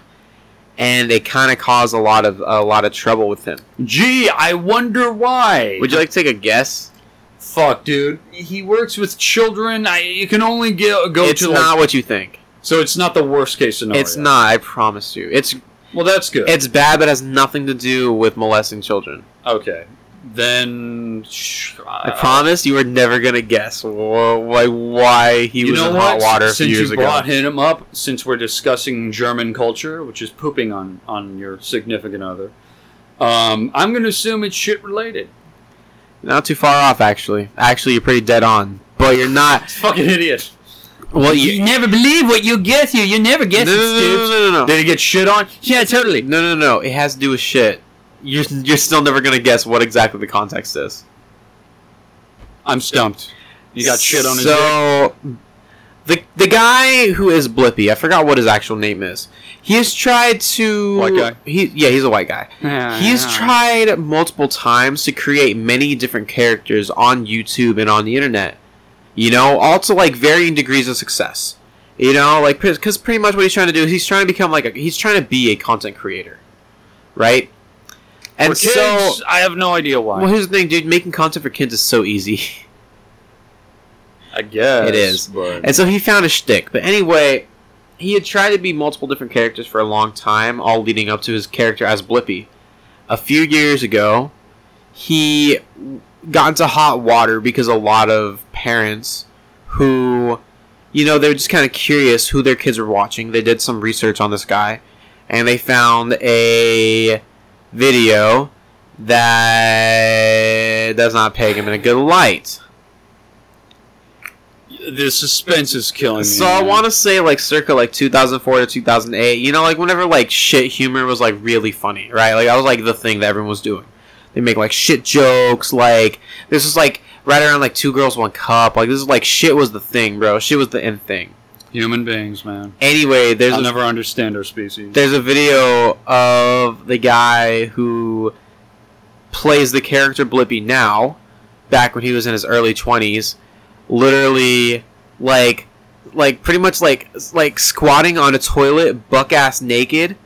Speaker 5: and it kind of caused a lot of a lot of trouble with him.
Speaker 4: Gee, I wonder why.
Speaker 5: Would you like to take a guess?
Speaker 4: Fuck, dude. He works with children. I, you can only go, go
Speaker 5: It's
Speaker 4: to
Speaker 5: not
Speaker 4: like,
Speaker 5: what you think.
Speaker 4: so it's not the worst case scenario.
Speaker 5: It's not. I promise you. It's
Speaker 4: Well, that's good.
Speaker 5: it's bad, but has nothing to do with molesting children.
Speaker 4: okay. then sh-
Speaker 5: I promise you were never gonna guess wh- why why he
Speaker 4: you
Speaker 5: was
Speaker 4: know
Speaker 5: in
Speaker 4: what?
Speaker 5: hot water a few
Speaker 4: since
Speaker 5: years
Speaker 4: you
Speaker 5: ago.
Speaker 4: brought him up, since we're discussing German culture, which is pooping on on your significant other, um, I'm going to assume it's shit related.
Speaker 5: Not too far off, actually. Actually, you're pretty dead on, but you're not.
Speaker 4: Fucking idiot!
Speaker 5: Well, you.
Speaker 2: You never believe what you get here. You never
Speaker 5: No,
Speaker 2: guess
Speaker 5: no,
Speaker 2: it,
Speaker 5: no,
Speaker 2: Stoops.
Speaker 5: no, no, no,
Speaker 4: Did he get shit on?
Speaker 2: Yeah, totally.
Speaker 5: no, no, no. It has to do with shit. You're you're still never gonna guess what exactly the context is.
Speaker 4: I'm stumped. You got shit on his. dick?
Speaker 5: So the the guy who is Blippy, I forgot what his actual name is. He has tried to
Speaker 4: White guy?
Speaker 5: He yeah, he's a white guy. He has tried multiple times to create many different characters on YouTube and on the internet. You know, all to like varying degrees of success. You know, like because pretty much what he's trying to do is he's trying to become like a, he's trying to be a content creator, right? And
Speaker 4: For kids,
Speaker 5: so,
Speaker 4: I have no idea why.
Speaker 5: well, here's the thing, dude. Making content for kids is so easy.
Speaker 4: I guess
Speaker 5: It is.
Speaker 4: But
Speaker 5: And so he found a shtick. But anyway, he had tried to be multiple different characters for a long time, all leading up to his character as Blippy. A few years ago, he got into hot water because a lot of parents who, you know, they were just kind of curious who their kids were watching. They did some research on this guy, and they found a video that does not peg him in a good light.
Speaker 4: the suspense is killing me.
Speaker 5: So I want to say like circa like 2004 to 2008. You know, like whenever like shit humor was like really funny, right? Like I was like the thing that everyone was doing. They make like shit jokes. Like this was like right around like two girls one cup. Like this is like shit was the thing, bro. Shit was the end thing.
Speaker 4: human beings, man.
Speaker 5: Anyway, there's
Speaker 4: I'll
Speaker 5: a
Speaker 4: never understand our species.
Speaker 5: there's a video of the guy who plays the character Blippy now, back when he was in his early twenties, literally like like pretty much like like squatting on a toilet buck ass naked,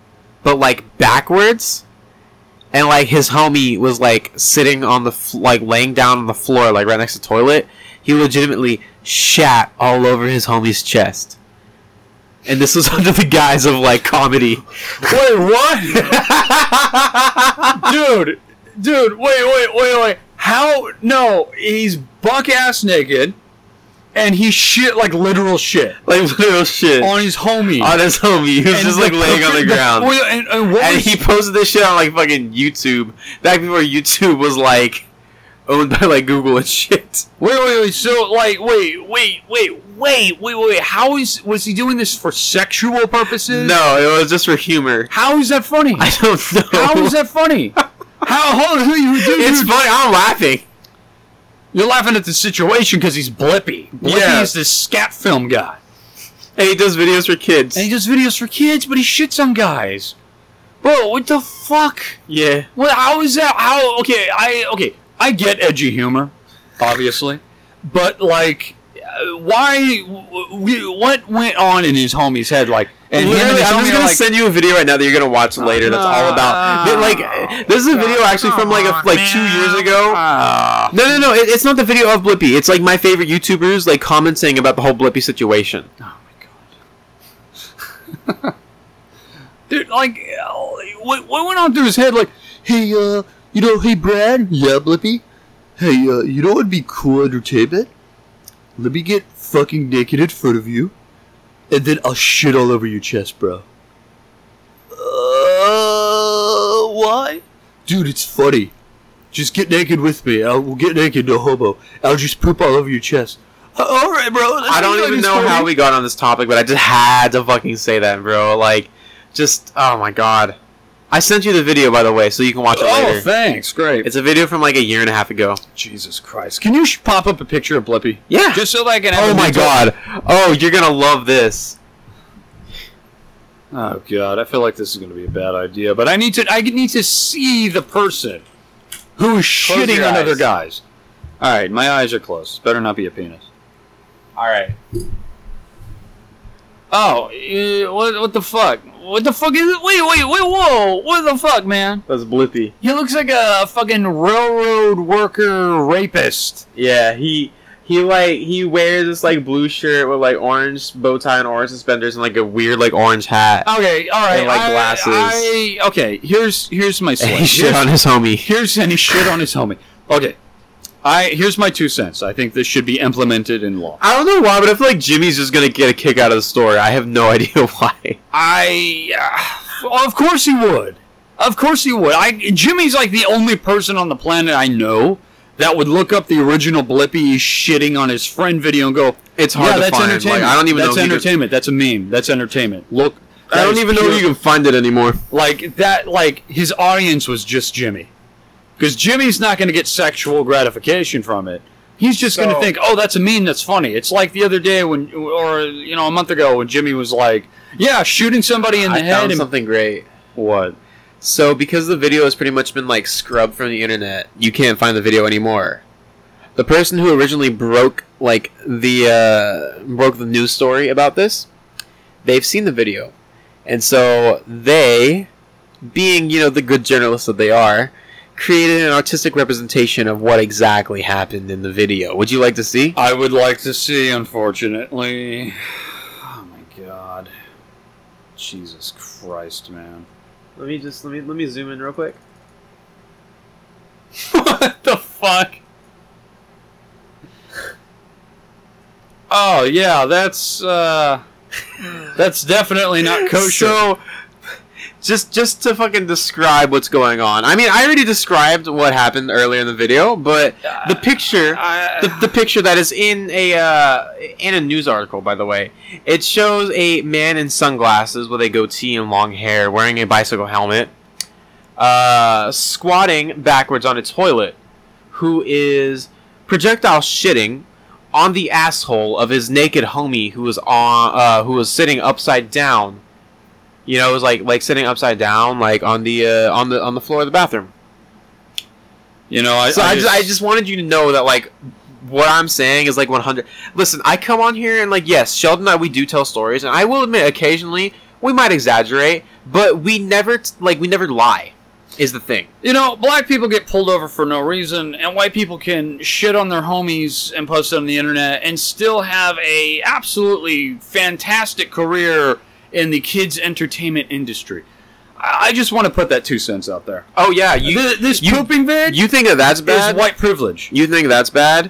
Speaker 5: but like backwards. And like his homie was like sitting on the f- like laying down on the floor like right next to the toilet. He legitimately shat all over his homie's chest and this was under the guise of like comedy.
Speaker 4: Wait, what? dude, dude, wait, wait, wait, wait. How? No, he's buck ass naked, and he shit like literal shit
Speaker 5: Like literal shit. Oh,
Speaker 4: on his homie.
Speaker 5: On his homie, he was
Speaker 4: And
Speaker 5: just like
Speaker 4: the-
Speaker 5: laying on the ground.
Speaker 4: Wait, and, and what
Speaker 5: And
Speaker 4: was-
Speaker 5: he posted this shit on like fucking YouTube back before YouTube was like owned by like Google and shit.
Speaker 4: Wait, wait, wait. So, like, wait, wait, wait, wait, wait, wait. How is was he doing this for sexual purposes?
Speaker 5: No, it was just for humor.
Speaker 4: How is that funny?
Speaker 5: I don't know.
Speaker 4: How is that funny? How? Hold on, who you dude,
Speaker 5: It's
Speaker 4: dude,
Speaker 5: funny. I'm laughing.
Speaker 4: You're laughing at the situation because he's Blippy. Blippy
Speaker 5: Yeah.
Speaker 4: is this scat film guy,
Speaker 5: And he does videos for kids.
Speaker 4: and he does videos for kids, but he shits on guys. Bro, what the fuck?
Speaker 5: Yeah.
Speaker 4: Well, how is that? How? Okay, I okay, I get edgy humor, obviously, but like, uh, why? w- w- What went on in his homie's head? Like, and him and
Speaker 5: Literally,
Speaker 4: his
Speaker 5: I'm
Speaker 4: homie
Speaker 5: just
Speaker 4: are
Speaker 5: gonna
Speaker 4: like,
Speaker 5: send you a video right now that you're gonna
Speaker 6: Oh,
Speaker 5: watch later. that's all about. that, like, this is a video actually from like a, like two years ago.
Speaker 4: ah,
Speaker 5: No, no, no. It, it's not the video of Blippy. It's like my favorite YouTubers like commenting about the whole Blippy situation.
Speaker 4: dude, like, uh, what, what went on through his head? Like, hey, uh, you know, hey, Brad, yeah, Blippy, hey, uh, you know what'd be cool entertainment? Let me get fucking naked in front of you, and then I'll shit all over your chest, bro.
Speaker 2: Uh, why?
Speaker 4: dude, it's funny. Just get naked with me. I'll, we'll get naked, no homo. I'll just poop all over your chest.
Speaker 2: Uh, all right, bro.
Speaker 5: I don't even know how we got on this topic, but I just had to fucking say that, bro. Like, just oh my god. I sent you the video by the way, so you can watch it
Speaker 4: Oh,
Speaker 5: later.
Speaker 4: thanks, great.
Speaker 5: it's a video from like a year and a half ago.
Speaker 4: Jesus Christ! Can you sh- pop up a picture of Blippy?
Speaker 5: Yeah.
Speaker 4: Just so that I can. Have
Speaker 5: oh
Speaker 4: a
Speaker 5: my
Speaker 4: mental-
Speaker 5: god. Oh, you're gonna love this.
Speaker 4: Oh god! I feel like this is going to be a bad idea, but I need to. I need to see the person who's shitting
Speaker 6: your
Speaker 4: on
Speaker 6: eyes.
Speaker 4: other guys. All right, my eyes are closed. Better not be a penis.
Speaker 6: All right.
Speaker 4: Oh, uh, what, what the fuck? What the fuck is it? Wait, wait, wait! Whoa! What the fuck, man?
Speaker 5: That's Blippy.
Speaker 4: He looks like a fucking railroad worker rapist.
Speaker 5: Yeah, he He like he wears this like blue shirt with like orange bow tie and orange suspenders and like a weird like orange hat.
Speaker 4: Okay, all right.
Speaker 5: And, like,
Speaker 4: I-
Speaker 5: glasses.
Speaker 4: I- okay, here's here's my
Speaker 5: and
Speaker 4: slight.
Speaker 5: he shit on his homie.
Speaker 4: here's any shit on his homie. Okay, I here's my two cents. I think this should be implemented in law.
Speaker 5: I don't know why, but I feel like Jimmy's just gonna get a kick out of the story. I have no idea why.
Speaker 4: I, uh, well, of course he would. Of course he would. I Jimmy's like the only person on the planet I know that would look up the original Blippy shitting on his friend video and go,
Speaker 5: It's
Speaker 4: "Yeah,
Speaker 5: hard to
Speaker 4: that's
Speaker 5: find.
Speaker 4: entertainment.
Speaker 5: Like, I don't even
Speaker 4: that's
Speaker 5: know. if you can-
Speaker 4: entertainment. That's a meme. That's entertainment. Look,
Speaker 5: I
Speaker 4: that
Speaker 5: don't
Speaker 4: is
Speaker 5: even know
Speaker 4: pure-
Speaker 5: if you can find it anymore.
Speaker 4: like that like his audience was just jimmy because jimmy's not going to get sexual gratification from it he's just going to
Speaker 3: So-
Speaker 4: think oh that's a meme that's funny it's like the other day when or you know a month ago when jimmy was like yeah shooting somebody in the
Speaker 5: I
Speaker 4: head
Speaker 5: found
Speaker 4: and
Speaker 5: something great.
Speaker 4: what
Speaker 5: So because the video has pretty much been like scrubbed from the internet, you can't find the video anymore. The person who originally broke like the uh, broke the news story about this, they've seen the video, and so they, being you know the good journalists that they are, created an artistic representation of what exactly happened in the video. Would you like to see?
Speaker 4: i would like to see unfortunately oh my god jesus christ man
Speaker 5: Let me just let me let me zoom in real quick.
Speaker 4: what the fuck? Oh yeah, that's uh, that's definitely not kosher.
Speaker 5: So, just just to fucking describe what's going on. I mean, I already described what happened earlier in the video, but the picture,
Speaker 4: I-
Speaker 5: the, the picture that is in a uh, in a news article, by the way, it shows a man in sunglasses with a goatee and long hair, wearing a bicycle helmet, uh, squatting backwards on a toilet, who is projectile shitting on the asshole of his naked homie who was on uh, who was sitting upside down. You know, it was like like sitting upside down, like on the uh, on the on the floor of the bathroom.
Speaker 4: you know, I,
Speaker 5: So I just, I just wanted you to know that like what I'm saying is like 100. Listen, I come on here and like yes, Sheldon and I we do tell stories, and I will admit occasionally we might exaggerate, but we never t- like we never lie. Is the thing.
Speaker 4: you know, black people get pulled over for no reason, and white people can shit on their homies and post it on the internet, and still have a absolutely fantastic career in the kids entertainment industry. I I just want to put that two cents out there.
Speaker 5: Oh yeah, you
Speaker 4: Th- this
Speaker 5: you-
Speaker 4: pooping vid
Speaker 5: you think that that's
Speaker 4: is
Speaker 5: bad?
Speaker 4: white privilege.
Speaker 5: You think that's bad?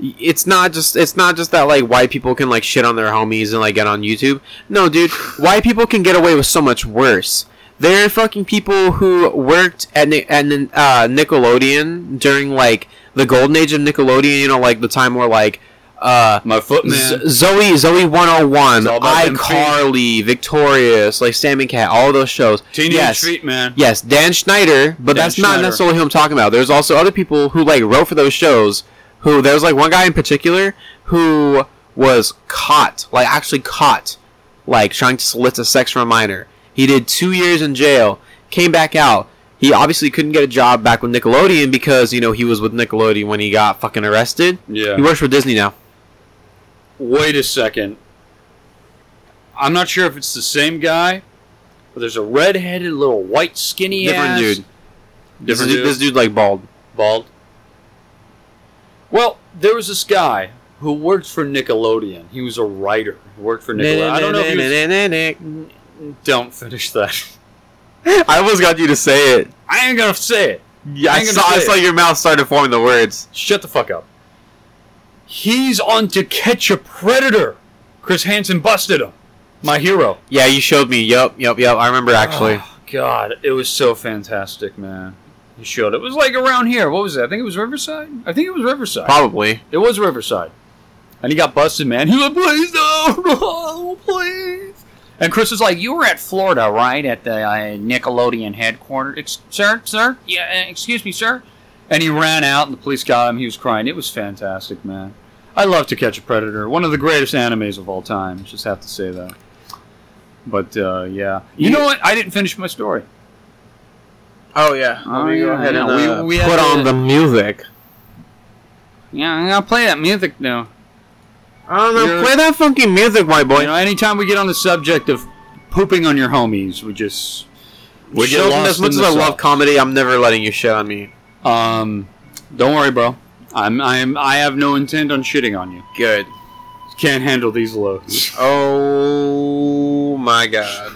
Speaker 5: Y- It's not just it's not just that like white people can like shit on their homies and like get on YouTube. No, dude, white people can get away with so much worse. There are fucking people who worked at Ni- at Nin- uh, Nickelodeon during like the golden age of Nickelodeon. You know, like the time where like uh,
Speaker 4: My footman.
Speaker 5: Z- Zoe Zoe one hundred and one,
Speaker 4: It's all about them
Speaker 5: iCarly, Victorious, like Sam and Cat, all those shows.
Speaker 4: Teenage
Speaker 5: yes,
Speaker 4: Treat Man.
Speaker 5: Yes, Dan Schneider, but
Speaker 4: Dan
Speaker 5: that's not
Speaker 4: Schneider.
Speaker 5: necessarily who I'm talking about. There's also other people who like wrote for those shows. Who there was like one guy in particular who was caught, like actually caught, like trying to solicit sex from a minor. He did two years in jail, came back out. He obviously couldn't get a job back with Nickelodeon because you know he was with Nickelodeon when he got fucking arrested.
Speaker 4: Yeah.
Speaker 5: He works for Disney now.
Speaker 4: Wait a second. I'm not sure if it's the same guy, but there's a red-headed little white skinny
Speaker 5: Different
Speaker 4: ass-
Speaker 5: dude. This
Speaker 4: Different
Speaker 5: dude,
Speaker 4: dude.
Speaker 5: this dude like bald.
Speaker 4: bald. Well, there was this guy who worked for Nickelodeon. He was a writer. He worked for Nickelodeon. I don't know if he was... Don't finish that.
Speaker 5: I almost got you to say it.
Speaker 4: I ain't gonna say it.
Speaker 5: Yeah,
Speaker 4: I
Speaker 5: I
Speaker 4: ain't gonna
Speaker 5: saw, I
Speaker 4: say
Speaker 5: saw
Speaker 4: it.
Speaker 5: your mouth started forming the words.
Speaker 4: Shut the fuck up. He's on to catch a predator. Chris Hansen busted him. My hero.
Speaker 5: Yeah, you showed me. Yup, yup, yup. I remember actually.
Speaker 4: Oh, God, it was so fantastic, man. He showed it. It was like around here. What was that? I think it was Riverside. I think it was Riverside.
Speaker 5: Probably.
Speaker 4: It was Riverside. And he got busted, man. He was like, please no, no, please. And Chris was like,
Speaker 7: You were at Florida, right? At the uh, Nickelodeon headquarters. Ex- sir, sir? Yeah, uh, excuse me, sir?
Speaker 4: and he ran out, and the police got him. He was crying. It was fantastic, man. I love to catch a predator. One of the greatest animes of all time. Just have to say that. But uh, yeah, you know what? I didn't finish my story.
Speaker 5: Oh yeah.
Speaker 7: Oh, yeah, yeah,
Speaker 4: we- we
Speaker 5: put
Speaker 4: had
Speaker 5: on the music.
Speaker 7: Yeah, I'm gonna play that music now.
Speaker 5: I don't know.
Speaker 4: You're-
Speaker 5: Play that funky music, my boy.
Speaker 4: You know, anytime we get on the subject of pooping on your homies, we just we get
Speaker 5: Sheldon,
Speaker 4: lost
Speaker 5: as much
Speaker 4: in
Speaker 5: as
Speaker 4: the
Speaker 5: I
Speaker 4: sub-
Speaker 5: love comedy, I'm never letting you shit on me.
Speaker 4: Um, don't worry, bro. I'm I'm I have no intent on shitting on you.
Speaker 5: Good.
Speaker 4: Can't handle these loads.
Speaker 5: Oh my god.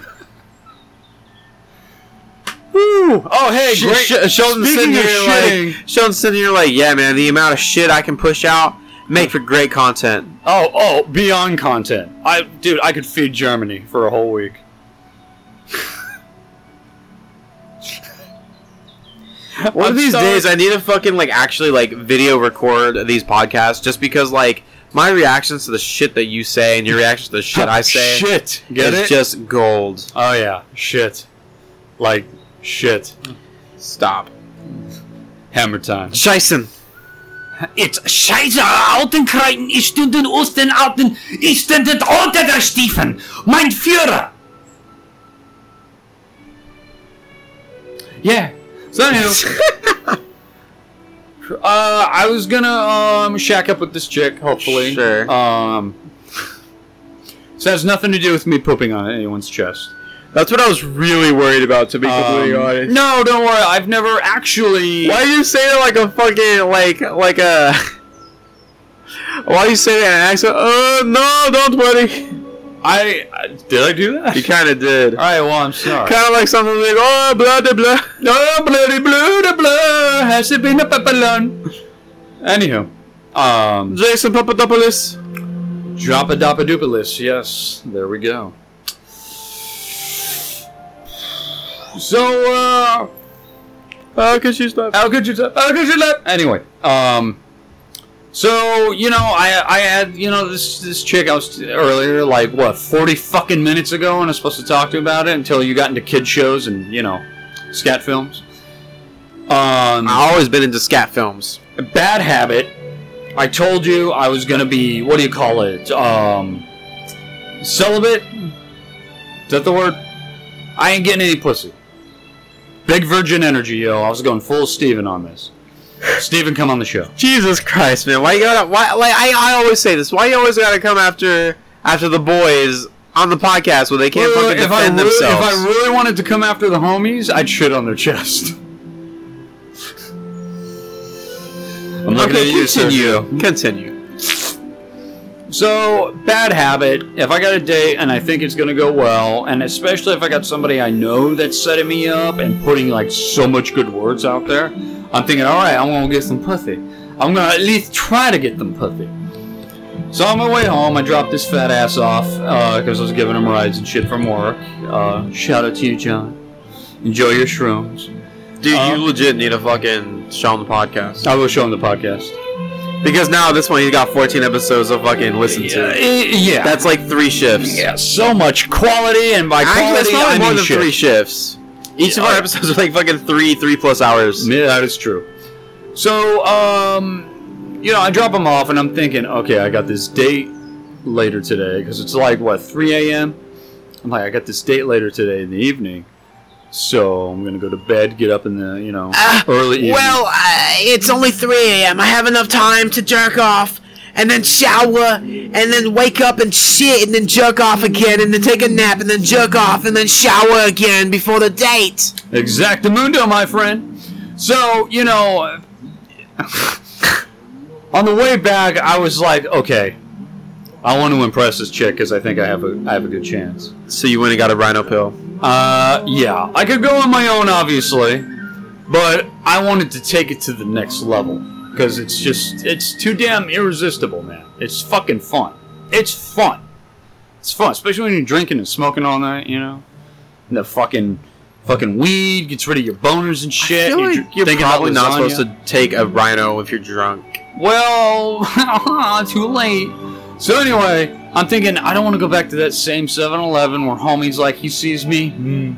Speaker 4: Woo! Oh hey,
Speaker 5: Sh-
Speaker 4: great.
Speaker 5: Sh- Sheldon's sitting
Speaker 4: Speaking of
Speaker 5: here
Speaker 4: shitting,
Speaker 5: like Sheldon's sitting here like, yeah, man. The amount of shit I can push out make for great content.
Speaker 4: oh oh, beyond content. I dude, I could feed Germany for a whole week.
Speaker 5: One of
Speaker 4: I'm
Speaker 5: these
Speaker 4: so-
Speaker 5: days, I need to fucking like actually like video record these podcasts just because like my reactions to the shit that you say and your reactions to the shit I say
Speaker 4: Shit. Get
Speaker 5: is
Speaker 4: it?
Speaker 5: just gold.
Speaker 4: oh yeah, shit. Like shit.
Speaker 5: Stop,
Speaker 4: Hammer time.
Speaker 5: Jason.
Speaker 6: It's scheiße alten Kreiden, ich stünden aus den alten, ich stünden unter der Stiefen, mein Führer!
Speaker 4: Yeah. So anywho, uh, I was gonna um shack up with this chick, hopefully.
Speaker 5: Sure.
Speaker 4: Um. So it has nothing to do with me pooping on anyone's chest.
Speaker 5: That's what I was really worried about, to be completely
Speaker 4: Um,
Speaker 5: honest.
Speaker 4: no, don't worry. I've never actually.
Speaker 5: Why do you say that like a fucking like like a? Why do you say that in an accent? Uh, no, don't worry.
Speaker 4: I
Speaker 5: Uh,
Speaker 4: uh, I- did I do that?
Speaker 5: You kind of did.
Speaker 4: All right. Well, I'm sorry.
Speaker 5: Kind of like something like oh blah blah blah.
Speaker 4: Oh, bloody blue, the blue has it been a papillon? Anywho, um,
Speaker 5: Jason Papadopoulos.
Speaker 4: drop a dopadoopolis. Yes, there we go. So, uh,
Speaker 5: How could you stop?
Speaker 4: How could you tell? How could you let? Anyway, um, so you know, I I had you know this this chick I was earlier like what forty fucking minutes ago, and I was supposed to talk to about it until you got into kid shows and you know, scat films. Um,
Speaker 5: I've always been into scat films.
Speaker 4: bad habit. I told you I was gonna be what do you call it? Um, celibate. Is that the word? I ain't getting any pussy. Big virgin energy, yo. I was going full Steven on this. Steven, come on the show.
Speaker 5: Jesus Christ, man! Why you gotta? Why like I, I always say this? Why you always gotta come after after the boys on the podcast where they can't
Speaker 4: Well,
Speaker 5: fucking
Speaker 4: if, I
Speaker 5: defend
Speaker 4: really, if
Speaker 5: themselves?
Speaker 4: I really wanted to come after the homies, I'd shit on their chest. I'm looking
Speaker 5: okay,
Speaker 4: at you, sir.
Speaker 5: continue. Continue.
Speaker 4: So, bad habit. If I got a date and I think it's going to go well, and especially if I got somebody I know that's setting me up and putting like so much good words out there, I'm thinking, all right, I'm going to get some pussy. I'm going to at least try to get them pussy. So, on my way home, I dropped this fat ass off because I was giving him rides and shit from work. Uh, shout out to you, John. Enjoy your shrooms.
Speaker 5: Dude,
Speaker 4: Uh,
Speaker 5: you legit need a fucking show on the podcast
Speaker 4: I will show him the podcast.
Speaker 5: Uh, because now this one he's got 14 episodes to fucking listen to.
Speaker 4: yeah.
Speaker 5: That's like three shifts.
Speaker 4: yeah, so much quality, and by
Speaker 5: Actually, that's
Speaker 4: quality,
Speaker 5: probably
Speaker 4: I
Speaker 5: more
Speaker 4: mean
Speaker 5: than
Speaker 4: shit.
Speaker 5: three shifts. Each of our
Speaker 4: Yeah.
Speaker 5: episodes are like fucking three, three plus hours.
Speaker 4: Yeah, that is true. So, um, you know, I drop him off, and I'm thinking, okay, I got this date later today because it's like what 3 a.m. I'm like, I got this date later today in the evening, so I'm gonna go to bed, get up in the, you know,
Speaker 5: Ah,
Speaker 4: early evening.
Speaker 5: uh, it's only 3 a.m. I have enough time to jerk off and then shower and then wake up and shit and then jerk off again and then take a nap and then jerk off and then shower again before the date.
Speaker 4: Exactamundo, my friend. So, you know, on the way back, I was like, okay, I want to impress this chick because I think I have a, I have a good chance.
Speaker 5: So you went and got a rhino pill.
Speaker 4: Uh, yeah, I could go on my own, obviously, but I wanted to take it to the next level because it's just it's too damn irresistible, man. It's fucking fun. It's fun. It's fun, especially when you're drinking and smoking all night, you know. And the fucking fucking weed gets rid of your boners and shit. and dr-
Speaker 5: you're
Speaker 4: thinking about
Speaker 5: probably not
Speaker 4: lasagna.
Speaker 5: supposed to take a rhino if you're drunk.
Speaker 4: Well, uh-huh, too late. So anyway, I'm thinking I don't want to go back to that same 7-Eleven where homie's like he sees me, hmm,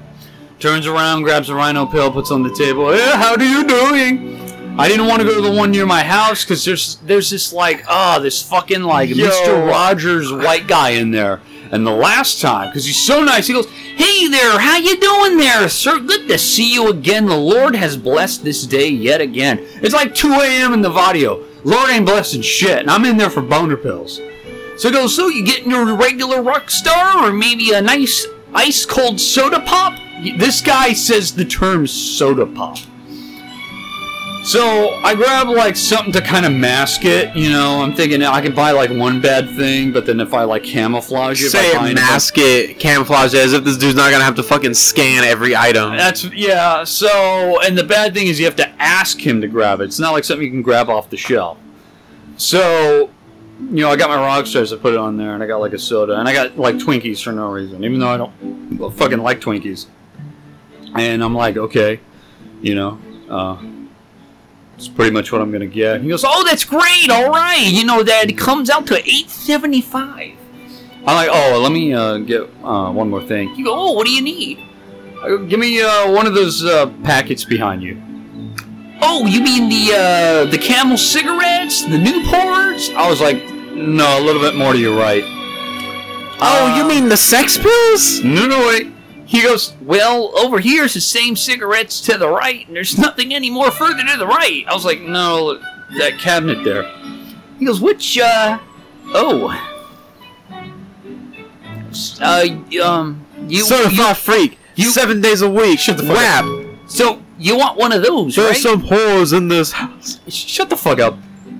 Speaker 4: turns around, grabs a rhino pill, puts on the table. Yeah, how do you doing? I didn't want to go to the one near my house because there's there's this like ah this fucking like
Speaker 5: Yo.
Speaker 4: Mr. Rogers white guy in there. And the last time, because he's so nice, he goes, "Hey there, how you doing there, sir? Good to see you again. The Lord has blessed this day yet again. It's like 2 a.m. in Nevadio. Lord ain't blessing shit, and I'm in there for boner pills. So he goes, so you getting your regular rock star, or maybe a nice ice cold soda pop? This guy says the term soda pop. So I grab like something to kind of mask it, you know. I'm thinking I can buy like one bad thing, but then if I like camouflage it,
Speaker 5: Say
Speaker 4: by buying
Speaker 5: it,
Speaker 4: a bunch-
Speaker 5: mask it, camouflage it, as if this dude's not gonna have to fucking scan every item.
Speaker 7: Um,
Speaker 4: That's yeah. So, and the bad thing is you have to ask him to grab it. It's not like something you can grab off the shelf. So, you know, I got my rock stars. I put it on there, and I got like a soda, and I got like Twinkies for no reason, even though I don't fucking like Twinkies. And I'm like, okay, you know, uh, it's pretty much what I'm gonna get. He goes, oh, that's great. All right, you know that it comes out to eight seventy five. I'm like, oh, let me uh, get uh, one more thing.
Speaker 7: You go, oh, what do you need?
Speaker 4: Uh, Give me uh, one of those uh, packets behind you.
Speaker 7: Oh, you mean the uh, the Camel cigarettes, the Newports?
Speaker 4: I was like, no, a little bit more to your right.
Speaker 5: oh, you mean the sex pills?
Speaker 4: No, no, wait. He goes,
Speaker 7: Well, over here's the same cigarettes to the right, and there's nothing any more further to the right.
Speaker 4: I was like, no, look, that cabinet there.
Speaker 7: He goes, which, uh, oh, S- uh, um, you,
Speaker 5: Certified freak.
Speaker 7: you-
Speaker 5: Seven days a week. Shut the fuck Whap.
Speaker 7: so you want one of those,
Speaker 5: There's
Speaker 7: right?
Speaker 5: some whores in this house.
Speaker 4: Sh- Shut the fuck up.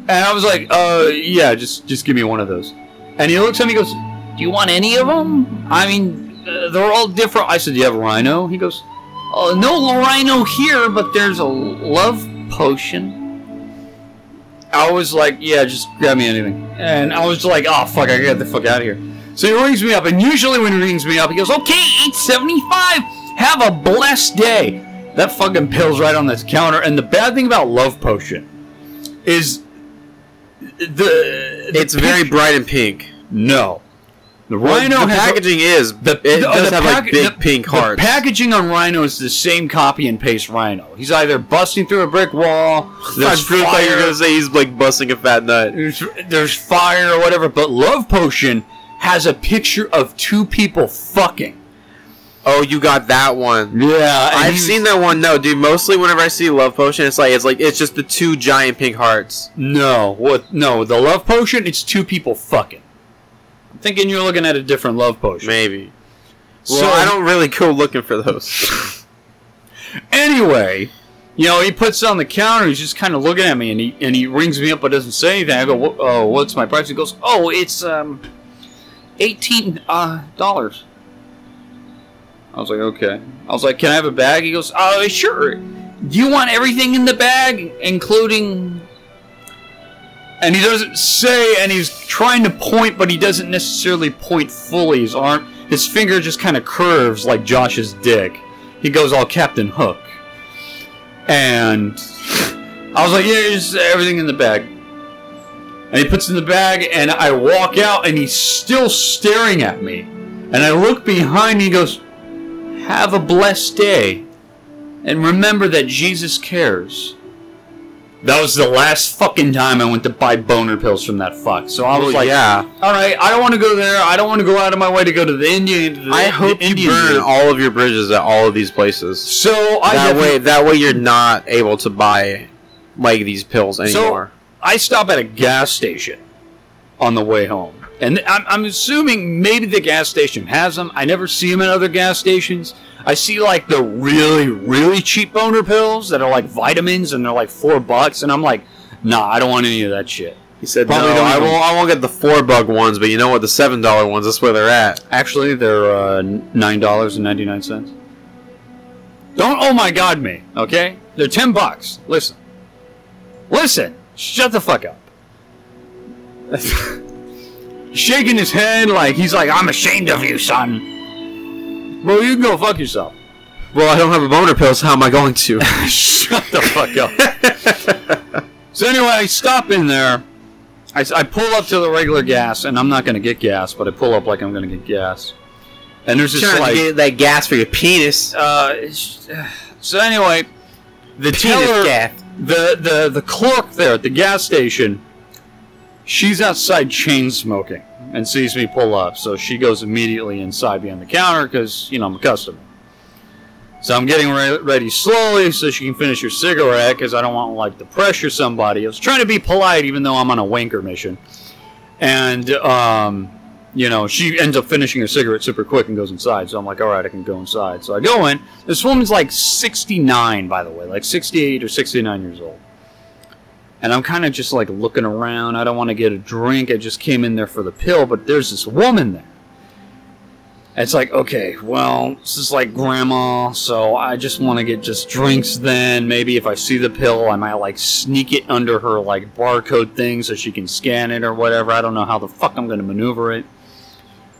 Speaker 4: And I was like, uh, yeah, just just give me one of those. And he looks at me, and goes,
Speaker 7: do you want any of them?
Speaker 4: I mean, uh, they're all different. I said, do you have rhino? He goes, "Oh,
Speaker 7: Uh, no Lorino here, but there's a love potion.
Speaker 4: I was like, yeah, just grab me anything. And I was like, oh fuck, I gotta get the fuck out of here. So he rings me up, and usually when he rings me up, he goes, okay, 875, have a blessed day. That fucking pill's right on this counter. And the bad thing about love potion is the, the
Speaker 5: It's very
Speaker 4: pic-
Speaker 5: bright and pink.
Speaker 4: no. The
Speaker 5: Rhino
Speaker 4: rhino
Speaker 5: the
Speaker 4: has a-
Speaker 5: packaging is.
Speaker 4: the,
Speaker 5: it
Speaker 4: the-
Speaker 5: does
Speaker 4: the
Speaker 5: have
Speaker 4: pack-
Speaker 5: like big
Speaker 4: the-
Speaker 5: pink
Speaker 4: the
Speaker 5: hearts.
Speaker 4: packaging on Rhino is the same copy and paste Rhino. He's either busting through a brick wall.
Speaker 5: I
Speaker 4: There's
Speaker 5: feel like you're
Speaker 4: fire,
Speaker 5: gonna say he's like busting a fat nut.
Speaker 4: there's, there's fire or whatever, but Love Potion has a picture of two people fucking.
Speaker 5: Oh, you got that one.
Speaker 4: Yeah,
Speaker 5: I've seen that one. No, dude. Mostly whenever I see Love Potion, it's like it's like it's just the two giant pink hearts.
Speaker 4: No, what? No, the Love Potion. It's two people fucking. I'm thinking you're looking at a different Love Potion.
Speaker 5: Maybe. Well,
Speaker 4: So-
Speaker 5: I don't really go looking for those.
Speaker 4: Anyway, you know, he puts it on the counter. He's just kind of looking at me, and he and he rings me up, but doesn't say anything. I go, "Wha- "Oh, what's my price?" He goes, "Oh, it's um, eighteen uh dollars." I was like, "Okay." I was like, "Can I have a bag?" He goes, "Uh, sure." Do you want everything in the bag, including? And he doesn't say, and he's trying to point, but he doesn't necessarily point fully. His arm, his finger just kind of curves like Josh's dick he goes all Captain Hook. And I was like, yeah, just everything in the bag. And he puts it in the bag, and I walk out, and he's still staring at me. And I look behind me, he goes, Have a blessed day. And remember that Jesus cares. That was the last fucking time I went to buy boner pills from that fuck. So I was
Speaker 5: Well,
Speaker 4: like,
Speaker 5: yeah.
Speaker 4: all right, I don't want to go there. I don't want to go out of my way to go to the Indian. to the-
Speaker 5: I
Speaker 4: the
Speaker 5: hope you
Speaker 4: Indian
Speaker 5: burn
Speaker 4: dude."
Speaker 5: all of your bridges at all of these places.
Speaker 4: So I
Speaker 5: that
Speaker 4: definitely-
Speaker 5: way, that way you're not able to buy like these pills anymore.
Speaker 4: I stop at a gas station on the way home. And I'm, I'm assuming maybe the gas station has them. I never see them at other gas stations. I see like the really, really cheap boner pills that are like vitamins and they're like four bucks. And I'm like, nah, I don't want any of that shit.
Speaker 5: he said,
Speaker 4: Probably
Speaker 5: "No,
Speaker 4: don't
Speaker 5: I
Speaker 4: even-
Speaker 5: won't. I won't get the four bug ones, but you know what? The seven dollar ones. That's where they're at.
Speaker 4: Actually, they're uh, $9.99. Don't oh my god me, okay? They're 10 bucks. Listen. Listen. Shut the fuck up. Shaking his head like he's like, I'm ashamed of you, son. Bro, you can go fuck yourself.
Speaker 5: Well, I don't have a boner pill, so how am I going to?
Speaker 4: Shut the fuck up. so anyway, I stop in there. I, s- I pull up to the regular gas, and I'm not gonna get gas, but I pull up like I'm gonna get gas. And there's just
Speaker 5: Trying
Speaker 4: like
Speaker 5: to get that gas for your penis.
Speaker 4: uh, sh- so anyway, the
Speaker 5: penis
Speaker 4: teller,
Speaker 5: gas.
Speaker 4: the the the clerk there at the gas station, she's outside chain smoking and sees me pull up, so she goes immediately inside behind the counter because you know I'm a customer. So I'm getting re- ready slowly so she can finish her cigarette because I don't want like to pressure somebody. I was trying to be polite even though I'm on a wanker mission, and um you know, she ends up finishing her cigarette super quick and goes inside. So I'm like, all right, I can go inside. So I go in. This woman's like 69, by the way, like 68 or 69 years old. and I'm kind of just like looking around. I don't want to get a drink. I just came in there for the pill, but there's this woman there. It's like, okay, well, this is like grandma, so I just want to get just drinks then. Maybe if I see the pill, I might like sneak it under her like barcode thing so she can scan it or whatever. I don't know how the fuck I'm going to maneuver it.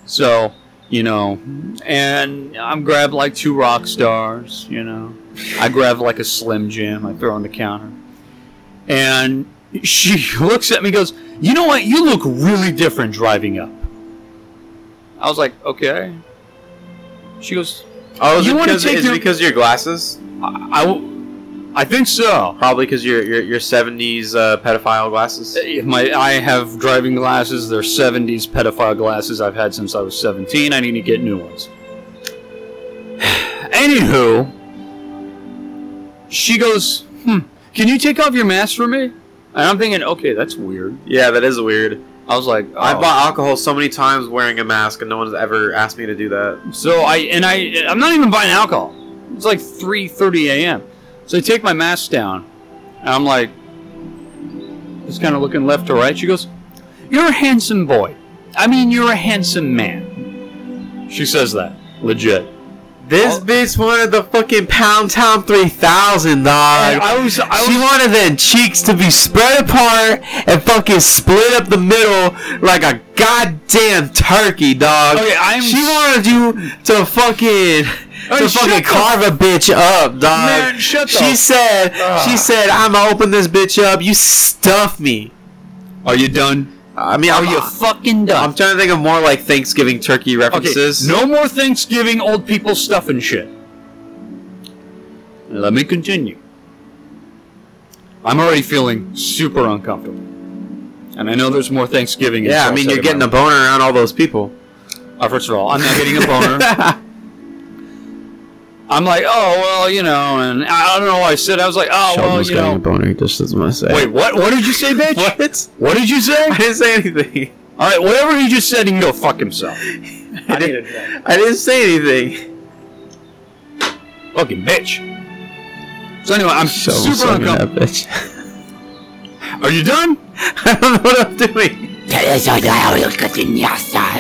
Speaker 4: So, you know, and I'm grabbed like two rock stars, you know. I grab like a Slim Jim, I throw on the counter. And she looks at me and goes, You know what? You look really different driving up. I was like, Okay. She goes,
Speaker 5: Oh, is
Speaker 4: You
Speaker 5: it
Speaker 4: wanna
Speaker 5: because,
Speaker 4: take
Speaker 5: is it
Speaker 4: your-
Speaker 5: because of your glasses?
Speaker 4: I, I, w- I think so.
Speaker 5: Probably because your your your seventies uh, pedophile glasses.
Speaker 4: If My, I have driving glasses. They're 70s pedophile glasses I've had since I was 17. I need to get new ones. Anywho, she goes, hmm, can you take off your mask for me? And I'm thinking, okay, that's weird.
Speaker 5: Yeah, that is weird.
Speaker 4: I was like,
Speaker 5: I
Speaker 4: oh.
Speaker 5: bought alcohol so many times wearing a mask, and no one's ever asked me to do that.
Speaker 4: So I and I I'm not even buying alcohol. It's like 3:30 a.m. So I take my mask down, and I'm like, just kind of looking left to right. She goes, "You're a handsome boy. I mean, you're a handsome man." She says that legit.
Speaker 5: This
Speaker 4: Oh.
Speaker 5: bitch wanted the fucking Pound Town 3000,
Speaker 4: I,
Speaker 5: dog.
Speaker 4: I was I
Speaker 5: she
Speaker 4: was
Speaker 5: wanted them cheeks to be spread apart and fucking split up the middle like a goddamn turkey, dog.
Speaker 4: okay. I'm
Speaker 5: she wanted you to
Speaker 4: Hey,
Speaker 5: fucking to
Speaker 4: shut
Speaker 5: fucking
Speaker 4: the-
Speaker 5: carve a bitch up, dog.
Speaker 4: Man, shut Ah. the-
Speaker 5: she said, she said, I'ma open this bitch up. You stuff me.
Speaker 4: Are you done?
Speaker 5: I mean,
Speaker 4: Are
Speaker 5: I'm,
Speaker 4: you fucking done?
Speaker 5: I'm trying to think of more like Thanksgiving turkey
Speaker 4: Okay,
Speaker 5: references.
Speaker 4: no more Thanksgiving old people stuff and shit. Let me continue. I'm already feeling super uncomfortable. And I know there's more Thanksgiving.
Speaker 5: Yeah, I mean, you're getting a
Speaker 4: a.
Speaker 5: boner around all those people.
Speaker 4: Uh, first of all, I'm not getting a boner. I'm like, oh, well, you know, and I I don't know why I said I was like, oh, well, you know.
Speaker 5: boner. Just as much.
Speaker 4: Wait, what? What did you say, bitch?
Speaker 5: what?
Speaker 4: What did you say?
Speaker 5: I didn't say anything.
Speaker 4: All right, whatever he just said, he can go fuck himself.
Speaker 5: I didn't, I didn't say anything.
Speaker 4: Fucking bitch. So anyway, I'm super uncomfortable.
Speaker 5: bitch.
Speaker 4: Are you done?
Speaker 5: I don't know what I'm doing.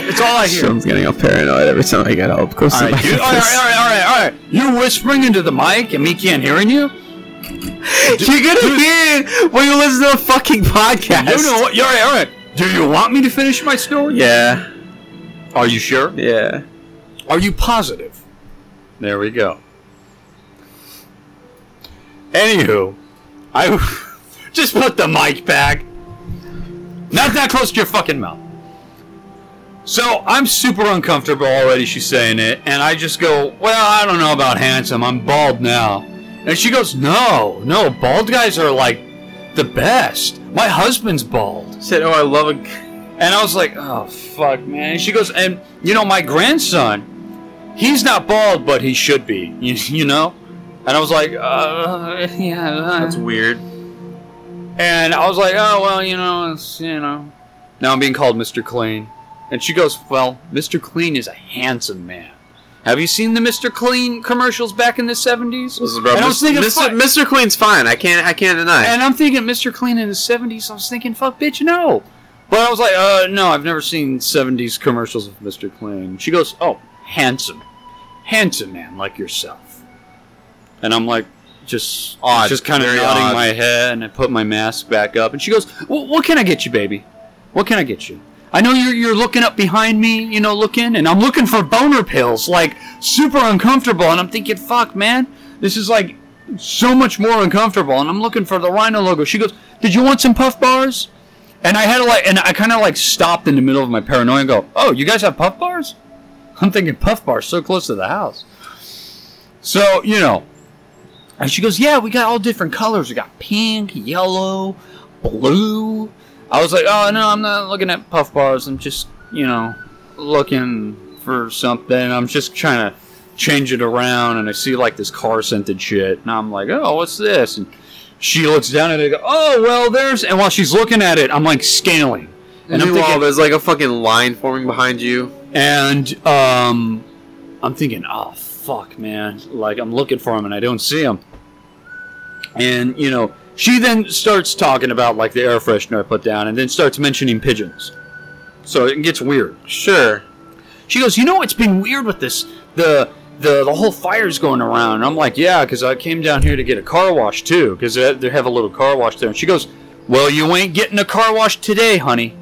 Speaker 4: It's all I hear.
Speaker 5: getting all paranoid every time I get up close
Speaker 4: All right, you, all right, all right, all right, all right. You're whispering into the mic and me can't hearing you.
Speaker 5: You're gonna hear it when you listen to a fucking podcast.
Speaker 4: You know what? All right, all right. Do you want me to finish my story?
Speaker 5: Yeah,
Speaker 4: Are you sure?
Speaker 5: yeah.
Speaker 4: Are you positive? There we go. Anywho, I just put the mic back. Not that close to your fucking mouth. So I'm super uncomfortable already, she's saying it, and I just go, Well, I don't know about handsome, I'm bald now. And she goes, No, no, bald guys are like the best. My husband's bald.
Speaker 5: Said, oh, I love a.
Speaker 4: And I was like, oh, fuck, man. And she goes, and, you know, my grandson, he's not bald, but he should be, you, you know? And I was like, uh, yeah. uh."
Speaker 5: That's weird.
Speaker 4: And I was like, oh, well, you know, it's, you know. Now I'm being called Mr. Clean. And she goes, well, Mr. Clean is a handsome man. Have you seen the Mr. Clean commercials back in the 70s?
Speaker 5: Listen, bro.
Speaker 4: And I was thinking,
Speaker 5: Mr.
Speaker 4: fuck.
Speaker 5: Mr. Queen's fine. I can't. I can't deny. it.
Speaker 4: And I'm thinking Mr. Clean in the 70s. I was thinking, fuck, bitch, no. But I was like, uh, no, I've never seen 70s commercials of Mr. Clean. She goes, oh, handsome. Handsome man like yourself. And I'm like, just,
Speaker 5: Odd.
Speaker 4: just kind of
Speaker 5: Very
Speaker 4: nodding
Speaker 5: odd.
Speaker 4: my head, and I put my mask back up. And she goes, well, what can I get you, baby? What can I get you? I know you're, you're looking up behind me, you know, looking, and I'm looking for boner pills, like super uncomfortable. And I'm thinking, fuck, man, this is like so much more uncomfortable. And I'm looking for the Rhino logo. She goes, Did you want some puff bars? And I had to like, and I kind of like stopped in the middle of my paranoia and go, Oh, you guys have puff bars? I'm thinking puff bars so close to the house. So, you know, and she goes, Yeah, we got all different colors. We got pink, yellow, blue. I was like, Oh, no, I'm not looking at puff bars. I'm just, you know, looking for something. I'm just trying to change it around. And I see like this car scented shit. And I'm like, Oh, what's this? And she looks down at it and goes, Oh, well, there's. And while she's looking at it, I'm like scaling. And I'm
Speaker 5: Meanwhile,
Speaker 4: thinking,
Speaker 5: there's like a fucking line forming behind you.
Speaker 4: and um, I'm thinking, oh fuck, man! Like I'm looking for him and I don't see him. And you know, She then starts talking about like the air freshener I put down, and then starts mentioning pigeons. So it gets weird.
Speaker 5: Sure.
Speaker 4: She goes, "You know, it's been weird with this the the the whole fire's going around." And I'm like, "Yeah, because I came down here to get a car wash too, because they they have a little car wash there." And she goes, "Well, you ain't getting a car wash today, honey."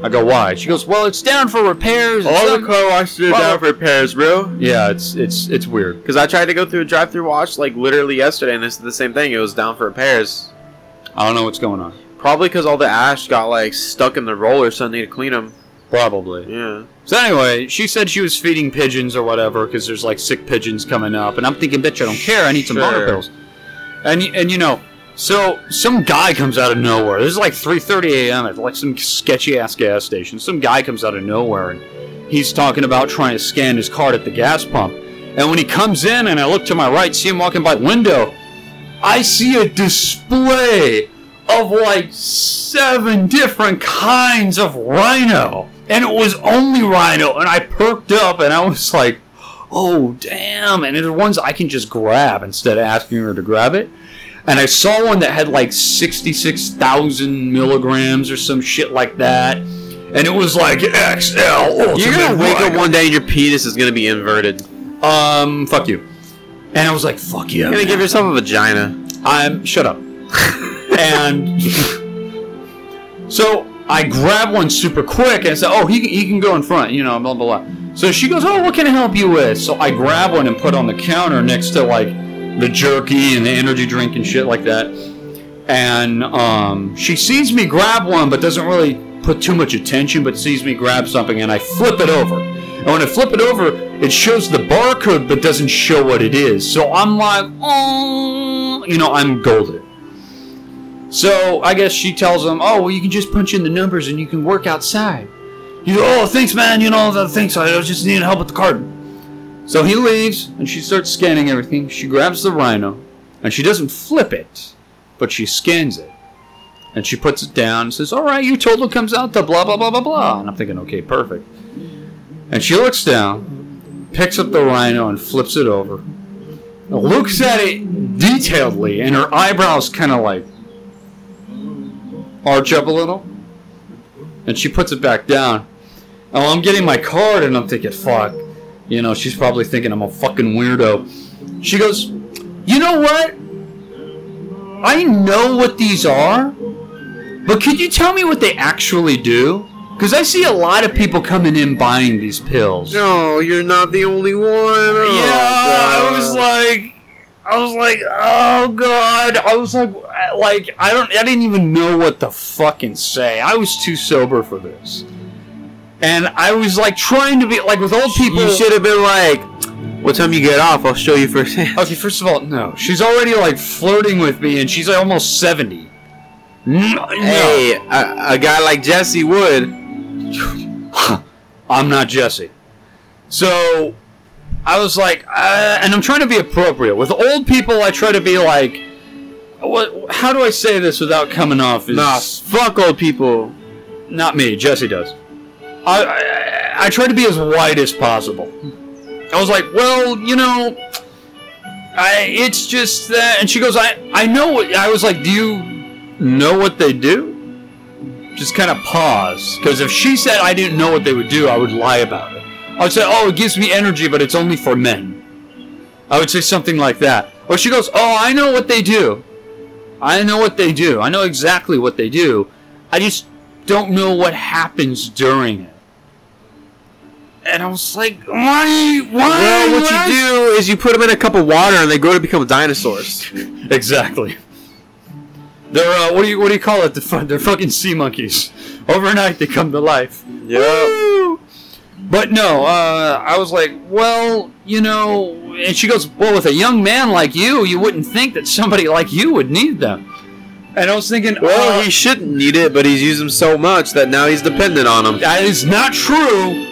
Speaker 4: I go, "Why?" She goes, "Well, it's down for repairs." and
Speaker 5: All
Speaker 4: some-
Speaker 5: the car washes are
Speaker 4: Well-
Speaker 5: down for repairs, bro.
Speaker 4: yeah, it's it's it's weird.
Speaker 5: Because I tried to go through a drive-through wash like literally yesterday, and it's the same thing. It was down for repairs.
Speaker 4: I don't know what's going on.
Speaker 5: Probably because all the ash got like stuck in the roller, so I need to clean them.
Speaker 4: Probably.
Speaker 5: Yeah.
Speaker 4: So anyway, she said she was feeding pigeons or whatever because there's like sick pigeons coming up, and I'm thinking, bitch, I don't care. I need some boner
Speaker 5: Sure.
Speaker 4: pills. And y- and you know, so some guy comes out of nowhere. This is like 3:30 a.m. at like some sketchy ass gas station. Some guy comes out of nowhere and he's talking about trying to scan his card at the gas pump. And when he comes in, and I look to my right, see him walking by the window, I see a display of like seven different kinds of rhino. And it was only rhino. And I perked up and I was like, oh, damn. And there are ones I can just grab instead of asking her to grab it. And I saw one that had like 66,000 milligrams or some shit like that. And it was like XL.
Speaker 5: You're
Speaker 4: Ultimate
Speaker 5: gonna wake up
Speaker 4: Rhino.
Speaker 5: one day and your penis is gonna be inverted.
Speaker 4: Um, fuck you. And I was like, fuck you.
Speaker 5: You're gonna give yourself a vagina.
Speaker 4: I'm shut up. and so I grab one super quick and I said, "Oh, he, he can go in front," you know, blah blah blah. So she goes, "Oh, what can I help you with?" So I grab one and put on the counter next to like the jerky and the energy drink and shit like that. And um, she sees me grab one, but doesn't really put too much attention, but sees me grab something, and I flip it over. And when I flip it over, it shows the barcode, but doesn't show what it is. So I'm like, oh, you know, I'm golden. So I guess she tells him, oh, well, you can just punch in the numbers and you can work outside. He's like, oh, thanks, man. You know, thanks. I was just needing help with the card. So he leaves, and she starts scanning everything. She grabs the rhino, and she doesn't flip it, but she scans it. And she puts it down and says, all right, your total comes out to blah, blah, blah, blah, blah. And I'm thinking, okay, perfect. And she looks down, picks up the rhino, and flips it over. Looks at it detailedly, and her eyebrows kind of like arch up a little. And she puts it back down. Oh, I'm getting my card, and I'm thinking, fuck. You know, she's probably thinking I'm a fucking weirdo. She goes, You know what? I know what these are, but could you tell me what they actually do? Because I see a lot of people coming in buying these pills.
Speaker 5: No, you're not the only one. Oh,
Speaker 4: Yeah, I
Speaker 5: God.
Speaker 4: was like, I was like, oh god, I was like, I- like I don't, I didn't even know what to fucking say. I was too sober for this, and I was like trying to be like with old people.
Speaker 5: you should have been like, "What time you get off? I'll show you first hand."
Speaker 4: Okay, first of all, no, she's already like flirting with me, and she's like, almost seventy. No, no.
Speaker 5: Hey, a, a guy like Jesse would.
Speaker 4: I'm not Jesse. So I was like, uh, and I'm trying to be appropriate. With old people, I try to be like, what, how do I say this without coming off as
Speaker 5: Nah, fuck old people.
Speaker 4: not me? Jesse does. I, I I try to be as white as possible. I was like, well, you know, I it's just that. And she goes, I I know. What, I was like, do you know what they do? Just kind of pause, because if she said I didn't know what they would do, I would lie about it. I would say, oh, it gives me energy, but it's only for men. I would say something like that. Or she goes, oh, I know what they do. I know what they do. I know exactly what they do. I just don't know what happens during it. And I was like, why? Why?
Speaker 5: Well, what
Speaker 4: why-
Speaker 5: you do is you put them in a cup of water and they grow to become dinosaurs.
Speaker 4: Exactly. They're uh, what do you what do you call it? The fu- they're fucking sea monkeys. Overnight they come to life. Yeah. But no, uh, I was like, well, you know, and she goes, well, with a young man like you, you wouldn't think that somebody like you would need them. And I was thinking,
Speaker 5: Well,
Speaker 4: uh,
Speaker 5: he shouldn't need it, but he's used them so much that now he's dependent on them.
Speaker 4: that is not true.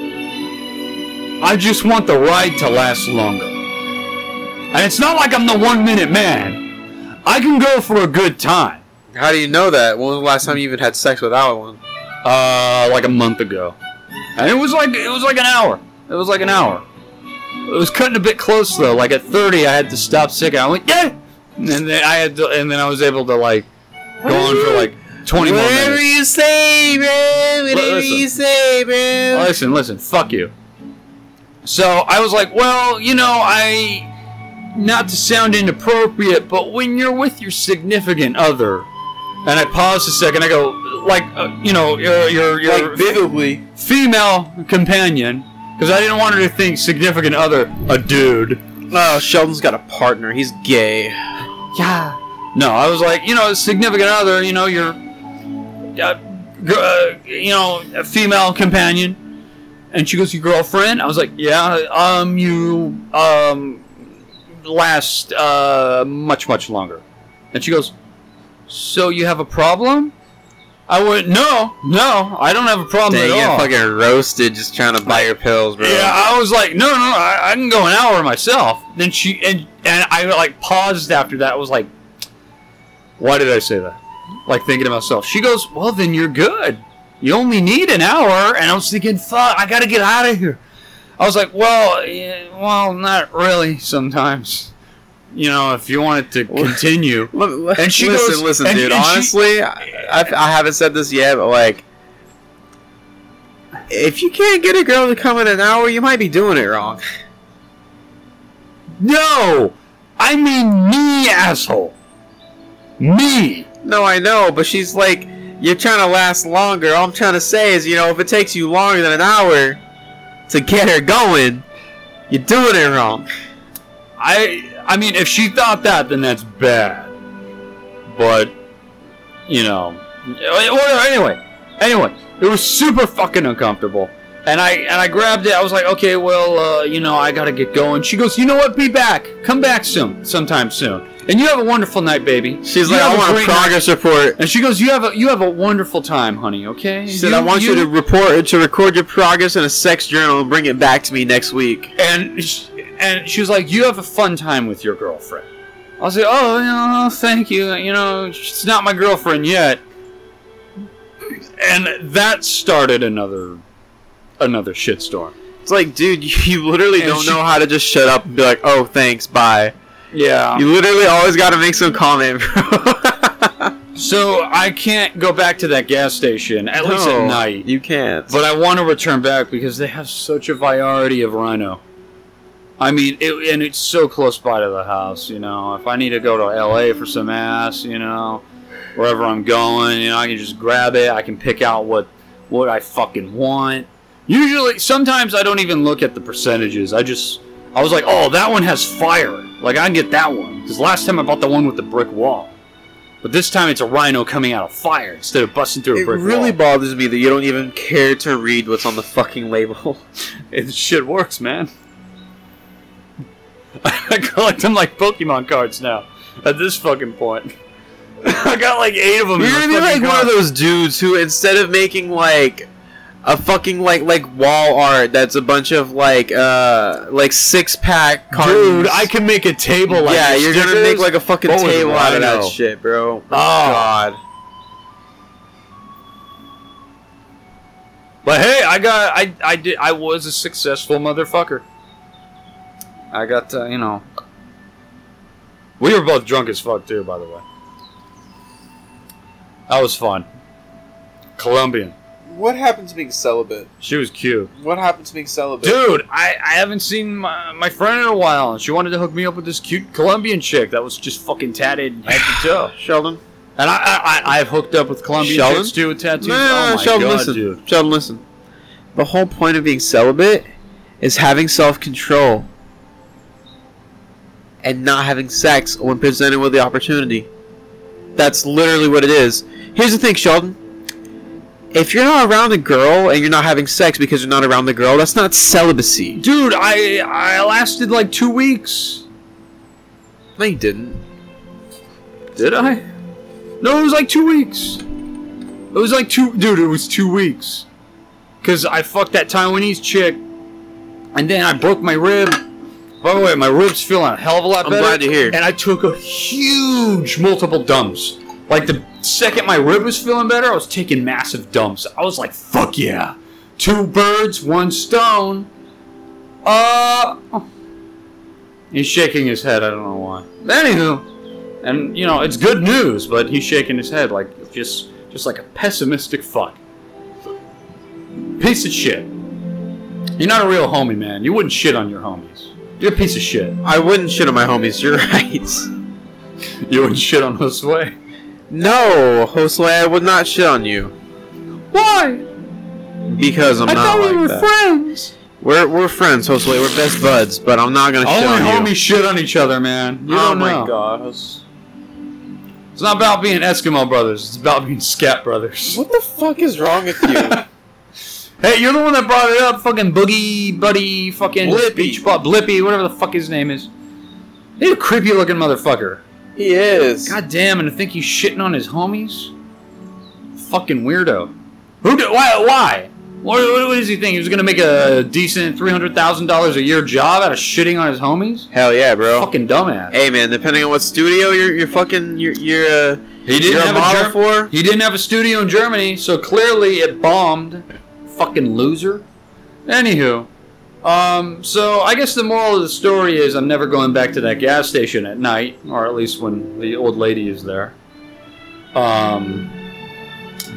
Speaker 4: I just want the ride to last longer. And it's not like I'm the one minute man. I can go for a good time.
Speaker 5: How do you know that? When was the last time you even had sex without one?
Speaker 4: uh, like a month ago, and it was like it was like an hour. It was like an hour. It was cutting a bit close though. Like at 30, I had to stop sick. I went, yeah, and then I had to, and then I was able to like go on for like twenty more
Speaker 5: Whatever
Speaker 4: minutes.
Speaker 5: you say, bro. Whatever
Speaker 4: listen.
Speaker 5: you say, bro.
Speaker 4: Listen, listen, fuck you. So I was like, well, you know, I not to sound inappropriate, but when you're with your significant other, and I paused a second, I go like, uh, you know, your your your
Speaker 5: like vividly.
Speaker 4: female companion, because I didn't want her to think significant other a dude.
Speaker 5: Oh, Sheldon's got a partner. He's gay.
Speaker 6: Yeah.
Speaker 4: No, I was like, you know, significant other, you know, your, uh, gr- uh, you know, a female companion. And she goes, your girlfriend? I was like, yeah, um, you, um, last, uh, much, much longer. And she goes, so you have a problem? I went, no, no, I don't have a problem
Speaker 5: Dang,
Speaker 4: at all.
Speaker 5: you're fucking roasted just trying to buy your pills, bro.
Speaker 4: Yeah, I was like, no, no, I, I can go an hour myself. Then she and and I like paused after that. I was like, why did I say that? Like thinking to myself. She goes, well, then you're good. You only need an hour. And I was thinking, fuck, I gotta get out of here. I was like, well, yeah, well, not really. Sometimes, you know, if you want it to continue.
Speaker 5: L- l-
Speaker 4: And she
Speaker 5: listen,
Speaker 4: goes-
Speaker 5: listen,
Speaker 4: and-
Speaker 5: dude.
Speaker 4: and she-
Speaker 5: honestly, I, I, I haven't said this yet, but like, if you can't get a girl to come in an hour, you might be doing it wrong.
Speaker 4: No, I mean me, asshole. Me.
Speaker 5: No, I know, but she's like, you're trying to last longer. All I'm trying to say is, you know, if it takes you longer than an hour to get her going, you're doing it wrong.
Speaker 4: I I mean, if she thought that, then that's bad. But you know, whatever. Anyway, anyway, it was super fucking uncomfortable, and I and I grabbed it. I was like, okay, well, uh, you know, I gotta get going. She goes, you know what? Be back. Come back soon, sometime soon. And you have a wonderful night, baby.
Speaker 5: She's
Speaker 4: You
Speaker 5: like,
Speaker 4: have
Speaker 5: I
Speaker 4: a
Speaker 5: want a
Speaker 4: great night."
Speaker 5: progress report.
Speaker 4: And she goes, you have a you have a wonderful time, honey. Okay.
Speaker 5: She said, I want you, to report to record your progress in a sex journal and bring it back to me next week.
Speaker 4: and sh and she was like, "You have a fun time with your girlfriend." I was like, "Oh, you know, thank you. You know, she's not my girlfriend yet." And that started another another shitstorm.
Speaker 5: It's like, dude, you, you literally
Speaker 4: And
Speaker 5: don't
Speaker 4: she-
Speaker 5: know how to just shut up and be like, oh, thanks, bye.
Speaker 4: Yeah.
Speaker 5: You literally always got to make some comment, bro.
Speaker 4: So I can't go back to that gas station at least at
Speaker 5: No,
Speaker 4: night.
Speaker 5: You can't.
Speaker 4: But I want to return back because they have such a variety of rhino. I mean, it, and it's so close by to the house, you know. If I need to go to LA for some ass, you know, wherever I'm going, you know, I can just grab it. I can pick out what what I fucking want. Usually, sometimes I don't even look at the percentages. I just I was like, oh, that one has fire. Like I can get that one because last time I bought the one with the brick wall. But this time it's a rhino coming out of fire instead of busting through a
Speaker 5: It
Speaker 4: brick wall.
Speaker 5: really bothers me that you don't even care to read what's on the fucking label.
Speaker 4: It shit works, man. I collect them like Pokemon cards now. At this fucking point, I got like eight of them.
Speaker 5: You're gonna
Speaker 4: in
Speaker 5: be
Speaker 4: my
Speaker 5: like
Speaker 4: fucking
Speaker 5: one of
Speaker 4: car.
Speaker 5: those dudes who, instead of making like a fucking like like wall art that's a bunch of like uh like six pack cards.
Speaker 4: Dude, I can make a table like
Speaker 5: yeah,
Speaker 4: this.
Speaker 5: you're gonna
Speaker 4: Stickers?
Speaker 5: make like a fucking
Speaker 4: What was
Speaker 5: table out of that
Speaker 4: Rhino?
Speaker 5: shit, bro.
Speaker 4: Oh. But hey, I got I I did I was a successful motherfucker. I got uh, you know. We were both drunk as fuck too, by the way. That was fun. Colombian.
Speaker 5: What happened to being celibate?
Speaker 4: She was cute.
Speaker 5: What happened to being celibate?
Speaker 4: Dude, I, I haven't seen my, my friend in a while, and she wanted to hook me up with this cute Colombian chick that was just fucking tatted head to toe.
Speaker 5: Sheldon.
Speaker 4: And I, I, I, I've hooked up with Colombian
Speaker 5: Sheldon?
Speaker 4: chicks too with tattoos.
Speaker 5: No,
Speaker 4: oh my
Speaker 5: Sheldon,
Speaker 4: god,
Speaker 5: listen.
Speaker 4: dude.
Speaker 5: Sheldon, listen. The whole point of being celibate is having self control and not having sex when presented with the opportunity. That's literally what it is. Here's the thing, Sheldon. If you're not around a girl and you're not having sex because you're not around the girl, that's not celibacy.
Speaker 4: Dude, I, I lasted like two weeks.
Speaker 5: No, you didn't.
Speaker 4: Did I? No, it was like two weeks. It was like two, dude. It was two weeks. Cause I fucked that Taiwanese chick, and then I broke my rib. By the way, my ribs feeling a hell of a lot
Speaker 5: I'm
Speaker 4: better.
Speaker 5: glad to hear.
Speaker 4: And I took a huge multiple dumps. Like the second my rib was feeling better, I was taking massive dumps. I was like, fuck yeah, two birds, one stone. Uh, he's shaking his head. I don't know why. Anywho. And you know, it's good news, but he's shaking his head like just just like a pessimistic fuck. Piece of shit. You're not a real homie, man. You wouldn't shit on your homies. You're a piece of shit.
Speaker 5: I wouldn't shit on my homies. You're right.
Speaker 4: You wouldn't shit on Josue.
Speaker 5: No, Josue, I would not shit on you
Speaker 4: Why?
Speaker 5: because I'm not like that.
Speaker 4: friends.
Speaker 5: we're we're friends, Josue. We're best buds, but I'm not gonna shit
Speaker 4: Only
Speaker 5: on
Speaker 4: homies
Speaker 5: you.
Speaker 4: shit on each other, man. You
Speaker 5: oh
Speaker 4: don't
Speaker 5: my
Speaker 4: know.
Speaker 5: god.
Speaker 4: It's not about being Eskimo brothers. It's about being scat brothers.
Speaker 5: What the fuck is wrong with you?
Speaker 4: Hey, you're the one that brought it up. Fucking boogie buddy. Fucking
Speaker 5: Blippy.
Speaker 4: beach ball. Blippy. Whatever the fuck his name is. He's a creepy looking motherfucker.
Speaker 5: he is.
Speaker 4: God damn, and I think he's shitting on his homies? Fucking weirdo. Who do, why, why? What, what, what does he think? He was gonna make a decent $300,000 a year job out of shitting on his homies?
Speaker 5: Hell yeah, bro.
Speaker 4: Fucking dumbass.
Speaker 5: Hey man, depending on what studio you're, you're fucking, you're, you're, uh,
Speaker 4: He
Speaker 5: you're a model
Speaker 4: Germ-
Speaker 5: for.
Speaker 4: He didn't have a studio in Germany, so clearly it bombed. Fucking loser. Anywho, um, so I guess the moral of the story is I'm never going back to that gas station at night, or at least when the old lady is there. Um,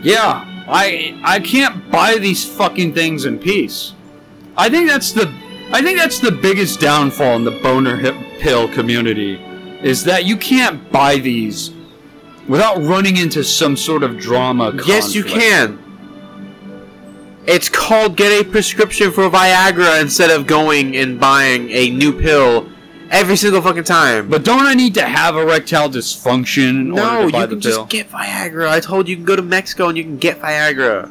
Speaker 4: yeah, I I can't buy these fucking things in peace. I think that's the I think that's the biggest downfall in the boner hip pill community is that you can't buy these without running into some sort of drama.
Speaker 5: Yes, you
Speaker 4: conflict.
Speaker 5: can. It's called get a prescription for Viagra instead of going and buying a new pill every single fucking time.
Speaker 4: But don't I need to have erectile dysfunction in order
Speaker 5: no,
Speaker 4: to
Speaker 5: you
Speaker 4: buy the
Speaker 5: can just
Speaker 4: pill?
Speaker 5: get Viagra. I told you, you can go to Mexico and you can get Viagra.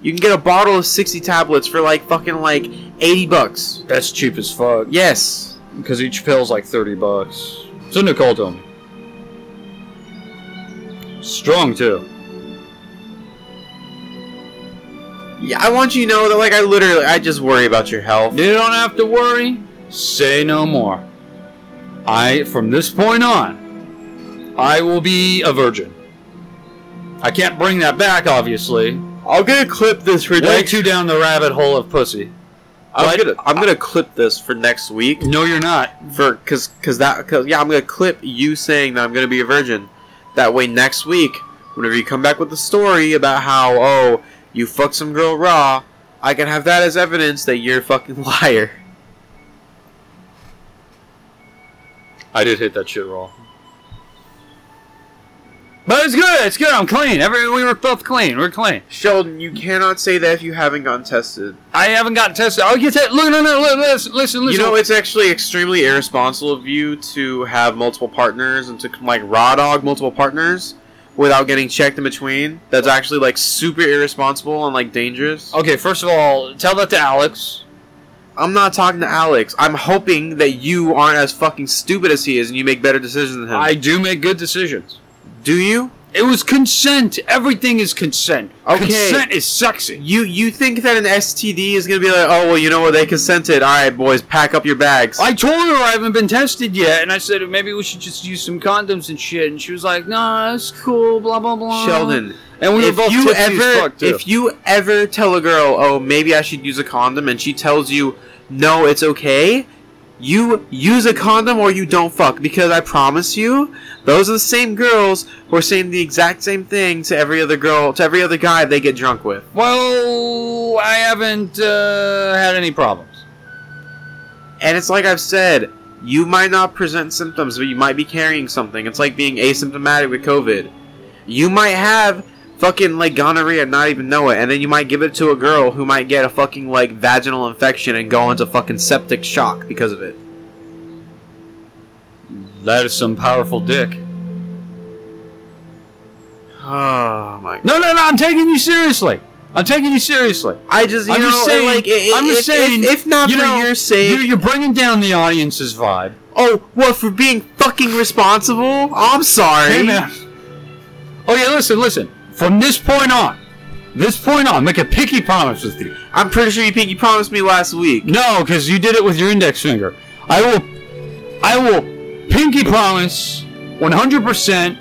Speaker 5: You can get a bottle of 60 tablets for like fucking like 80 bucks.
Speaker 4: That's cheap as fuck.
Speaker 5: Yes.
Speaker 4: Because each pill's like 30 bucks. So Nicole told me. Strong too.
Speaker 5: Yeah, I want you to know that like I literally, I just worry about your health.
Speaker 4: You don't have to worry. Say no more. I, from this point on, I will be a virgin. I can't bring that back, obviously.
Speaker 5: I'll gonna clip this for
Speaker 4: Way
Speaker 5: next.
Speaker 4: too down the rabbit hole of pussy.
Speaker 5: I'm
Speaker 4: But-
Speaker 5: gonna I'm gonna clip this for next week
Speaker 4: No, you're not.
Speaker 5: for cause cause that cause yeah I'm gonna clip you saying that I'm gonna be a virgin. That way next week, whenever you come back with the story about how oh you fucked some girl raw, I can have that as evidence that you're a fucking liar.
Speaker 4: I did hit that shit raw. But it's good. It's good. I'm clean. Every we were both clean. We're clean.
Speaker 5: Sheldon, you cannot say that if you haven't gotten tested.
Speaker 4: I haven't gotten tested. I'll get tested. Look, no, no, look, listen, listen,
Speaker 5: You
Speaker 4: listen.
Speaker 5: know it's actually extremely irresponsible of you to have multiple partners and to like raw dog multiple partners without getting checked in between. That's actually like super irresponsible and like dangerous.
Speaker 4: okay. First of all, tell that to Alex.
Speaker 5: I'm not talking to Alex. I'm hoping that you aren't as fucking stupid as he is and you make better decisions than him.
Speaker 4: I do make good decisions.
Speaker 5: do you?
Speaker 4: It was consent. Everything is consent.
Speaker 5: Okay.
Speaker 4: Consent is sexy.
Speaker 5: You you think that an STD is gonna be like, oh well, you know what? They consented. All right, boys, pack up your bags.
Speaker 4: I told her I haven't been tested yet, and I said maybe we should just use some condoms and shit. And she was like, "Nah, that's cool." Blah blah blah.
Speaker 5: Sheldon,
Speaker 4: and we were
Speaker 5: if
Speaker 4: both
Speaker 5: you
Speaker 4: tipsy as
Speaker 5: ever
Speaker 4: fuck, too.
Speaker 5: if you ever tell a girl, oh maybe I should use a condom, and she tells you, no, it's okay. You use a condom or you don't fuck because I promise you, those are the same girls who are saying the exact same thing to every other girl, to every other guy they get drunk with.
Speaker 4: Well, I haven't uh, had any problems.
Speaker 5: And it's like I've said, you might not present symptoms, but you might be carrying something. It's like being asymptomatic with COVID. You might have fucking like gonorrhea and not even know it, and then you might give it to a girl who might get a fucking like vaginal infection and go into fucking septic shock because of it.
Speaker 4: That is some powerful dick.
Speaker 5: Oh my!
Speaker 4: No, no, no! I'm taking you seriously. I'm taking you seriously.
Speaker 5: I just you
Speaker 4: I'm
Speaker 5: know
Speaker 4: just saying.
Speaker 5: like it, it-
Speaker 4: I'm just
Speaker 5: if,
Speaker 4: saying.
Speaker 5: if, if not
Speaker 4: you
Speaker 5: for
Speaker 4: know,
Speaker 5: your sake,
Speaker 4: you're, you're bringing down the audience's vibe.
Speaker 5: oh what for being fucking responsible? I'm sorry.
Speaker 4: Hey, man. Oh yeah, listen, listen. From this point on, this point on, make a pinky promise with you.
Speaker 5: I'm pretty sure you pinky promised me last week.
Speaker 4: No, because you did it with your index finger. I will, I will, pinky promise, one hundred percent,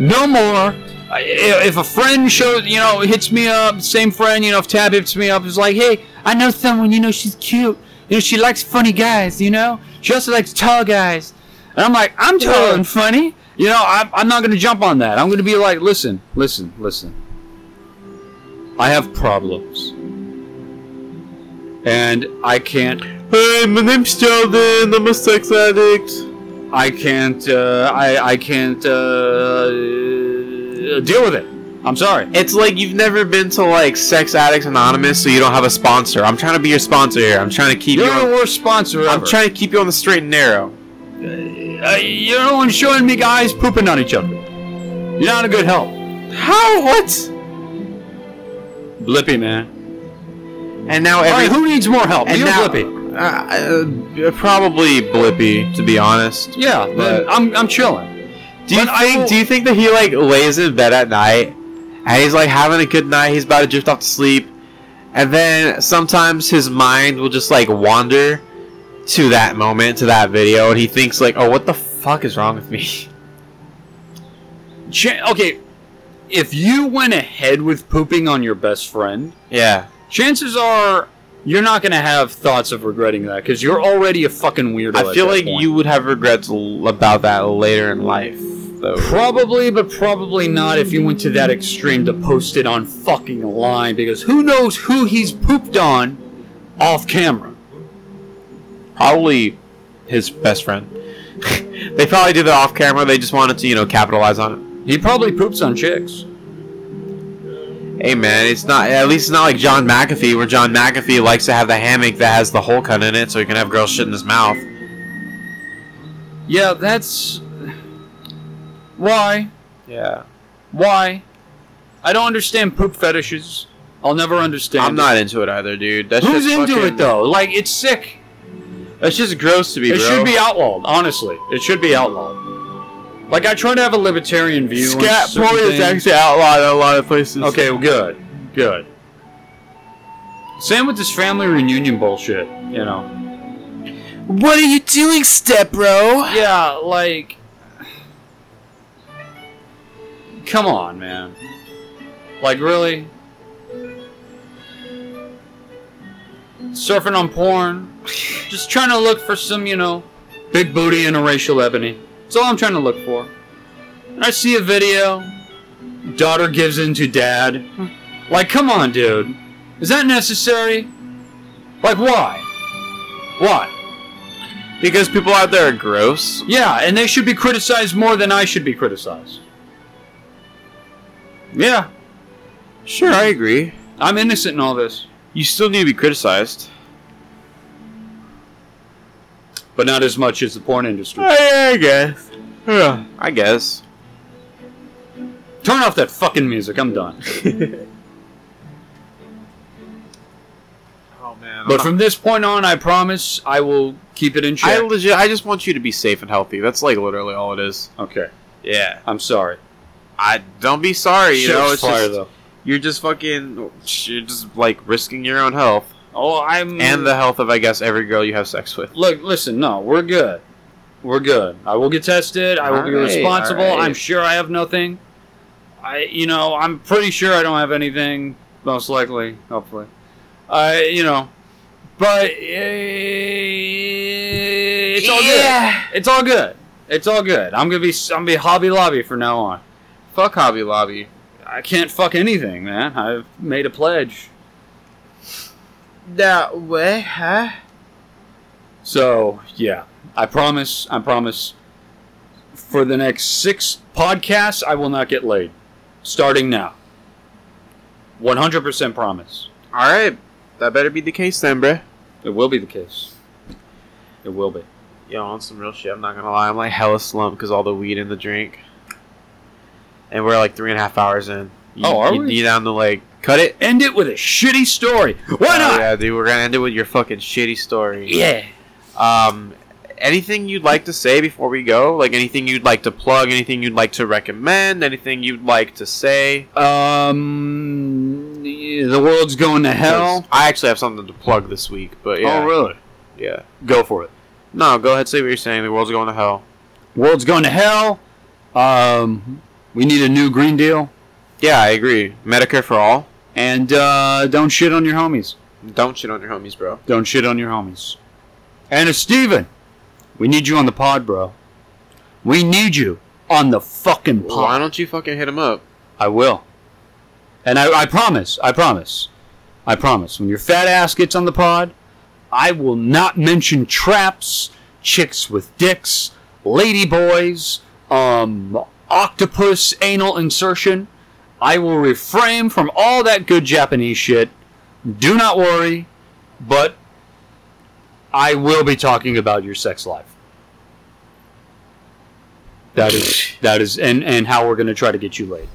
Speaker 4: no more. I- i- If a friend shows, you know, hits me up, same friend, you know, if Tab hits me up, is like, hey, I know someone, you know, she's cute, you know, she likes funny guys, you know, she also likes tall guys, and I'm like, I'm tall and funny. You know, I'm, I'm not going to jump on that. I'm going to be like, listen, listen, listen. I have problems. And I can't
Speaker 5: Hey, my name's Sheldon. I'm a sex addict.
Speaker 4: I can't. Uh, I I can't uh, deal with it. I'm sorry.
Speaker 5: It's like you've never been to like Sex Addicts Anonymous, so you don't have a sponsor. I'm trying to be your sponsor here. I'm trying to keep you.
Speaker 4: You're the
Speaker 5: On,
Speaker 4: worst sponsor
Speaker 5: I'm
Speaker 4: ever.
Speaker 5: trying to keep you on the straight and narrow.
Speaker 4: uh, you're the one showing me guys pooping on each other. You're not a good help.
Speaker 5: How? What?
Speaker 4: Blippy man.
Speaker 5: And now
Speaker 4: All
Speaker 5: every
Speaker 4: right, who needs more help?
Speaker 5: and
Speaker 4: you
Speaker 5: now,
Speaker 4: Blippy?
Speaker 5: Uh, uh, probably Blippy, to be honest.
Speaker 4: Yeah,
Speaker 5: but-
Speaker 4: then I'm I'm chilling.
Speaker 5: Do you
Speaker 4: But I
Speaker 5: think?
Speaker 4: don't-
Speaker 5: do you think that he like lays in bed at night, and he's like having a good night? He's about to drift off to sleep, and then sometimes his mind will just like wander to that moment, to that video, and he thinks like, "Oh, what the fuck is wrong with me?"
Speaker 4: Ch- okay, if you went ahead with pooping on your best friend,
Speaker 5: Yeah.
Speaker 4: chances are you're not gonna have thoughts of regretting that because you're already a fucking weirdo.
Speaker 5: I
Speaker 4: at
Speaker 5: feel
Speaker 4: that
Speaker 5: like
Speaker 4: point.
Speaker 5: you would have regrets l- about that later in life, though.
Speaker 4: Probably, but probably not if you went to that extreme to post it on fucking line because who knows who he's pooped on off camera.
Speaker 5: Probably his best friend. they probably did that off camera. They just wanted to, you know, capitalize on it.
Speaker 4: He probably poops on chicks.
Speaker 5: Hey man, it's not at least it's not like John McAfee where John McAfee likes to have the hammock that has the whole cut in it so he can have girls shit in his mouth.
Speaker 4: Yeah, that's why
Speaker 5: Yeah.
Speaker 4: why I don't understand poop fetishes. I'll never understand.
Speaker 5: I'm not into it either, dude. That's
Speaker 4: Who's
Speaker 5: just
Speaker 4: into
Speaker 5: fucking-
Speaker 4: it though? Like it's sick.
Speaker 5: That's just gross to me,
Speaker 4: It
Speaker 5: bro.
Speaker 4: should be outlawed. Honestly, it should be outlawed. Like I try to have a libertarian view. on
Speaker 5: scat
Speaker 4: certain
Speaker 5: porn is
Speaker 4: things.
Speaker 5: actually outlawed in a lot of places.
Speaker 4: Okay, well, good, good. Same with this family reunion bullshit, you know.
Speaker 5: What are you doing, step bro?
Speaker 4: Yeah, like, come on, man. Like, really? Surfing on porn, just trying to look for some, you know, big booty and a racial ebony. That's all I'm trying to look for. And I see a video, daughter gives in to dad. Like, come on, dude. Is that necessary? Like, why? Why?
Speaker 5: Because people out there are gross.
Speaker 4: Yeah, and they should be criticized more than I should be criticized. Yeah,
Speaker 5: Sure, I agree.
Speaker 4: I'm innocent in all this,
Speaker 5: You still need to be criticized.
Speaker 4: but not as much as the porn industry.
Speaker 5: Oh, I, I guess. Yeah. I guess.
Speaker 4: Turn off that fucking music. I'm done.
Speaker 5: Oh man.
Speaker 4: But from this point on, I promise I will keep it in
Speaker 5: I
Speaker 4: check.
Speaker 5: legit I just want you to be safe and healthy. That's like literally all it is.
Speaker 4: Okay,
Speaker 5: Yeah.
Speaker 4: I'm sorry.
Speaker 5: I don't be sorry. You
Speaker 4: Shots
Speaker 5: know, it's
Speaker 4: fired,
Speaker 5: just, you're just fucking, you're just like risking your own health
Speaker 4: Oh, I'm
Speaker 5: and the health of, I guess, every girl you have sex with.
Speaker 4: look. Listen, no, we're good. We're good. I will get tested. I will be
Speaker 5: Alright,
Speaker 4: responsible.
Speaker 5: alright.
Speaker 4: I'm sure I have nothing. I, you know, I'm pretty sure I don't have anything. Most likely, hopefully. I, you know, but eh, it's all good. It's all good. It's all good. I'm gonna be, I'm gonna be Hobby Lobby from now on.
Speaker 5: Fuck Hobby Lobby.
Speaker 4: I can't fuck anything, man. I've made a pledge.
Speaker 5: That way, huh?
Speaker 4: So yeah, I promise. I promise. For the next six podcasts, I will not get laid. Starting now. One hundred percent promise.
Speaker 5: All right, that better be the case then, bruh.
Speaker 4: It will be the case. It will be.
Speaker 5: Yo, on some real shit, I'm not gonna lie. I'm like hella slumped because all the weed and the drink. And we're like three and a half hours in. You,
Speaker 4: Oh, are
Speaker 5: you,
Speaker 4: we?
Speaker 5: You down to like cut it?
Speaker 4: End it with a shitty story. Why
Speaker 5: Oh,
Speaker 4: not?
Speaker 5: yeah, dude, we're gonna end it with your fucking shitty story.
Speaker 7: Yeah.
Speaker 5: Um, anything you'd like to say before we go? Like anything you'd like to plug? Anything you'd like to recommend? Anything you'd like to say?
Speaker 4: Um, the world's going to hell.
Speaker 5: I actually have something to plug this week, but yeah,
Speaker 4: Oh really?
Speaker 5: yeah.
Speaker 4: Go for it.
Speaker 5: No, go ahead. Say what you're saying. The world's going to hell.
Speaker 4: World's going to hell. Um, we need a new green deal.
Speaker 5: Yeah, I agree. Medicare for all.
Speaker 4: And uh, don't shit on your homies.
Speaker 5: Don't shit on your homies, bro.
Speaker 4: Don't shit on your homies. And if Steven, we need you on the pod, bro. We need you. on the fucking
Speaker 5: Why
Speaker 4: pot.
Speaker 5: don't you fucking hit him up?
Speaker 4: I will. And I, I promise, I promise, I promise. When your fat ass gets on the pod, I will not mention traps, chicks with dicks, lady boys, um, octopus anal insertion. I will refrain from all that good Japanese shit. Do not worry, but I will be talking about your sex life. That is that is and and how we're going to try to get you laid.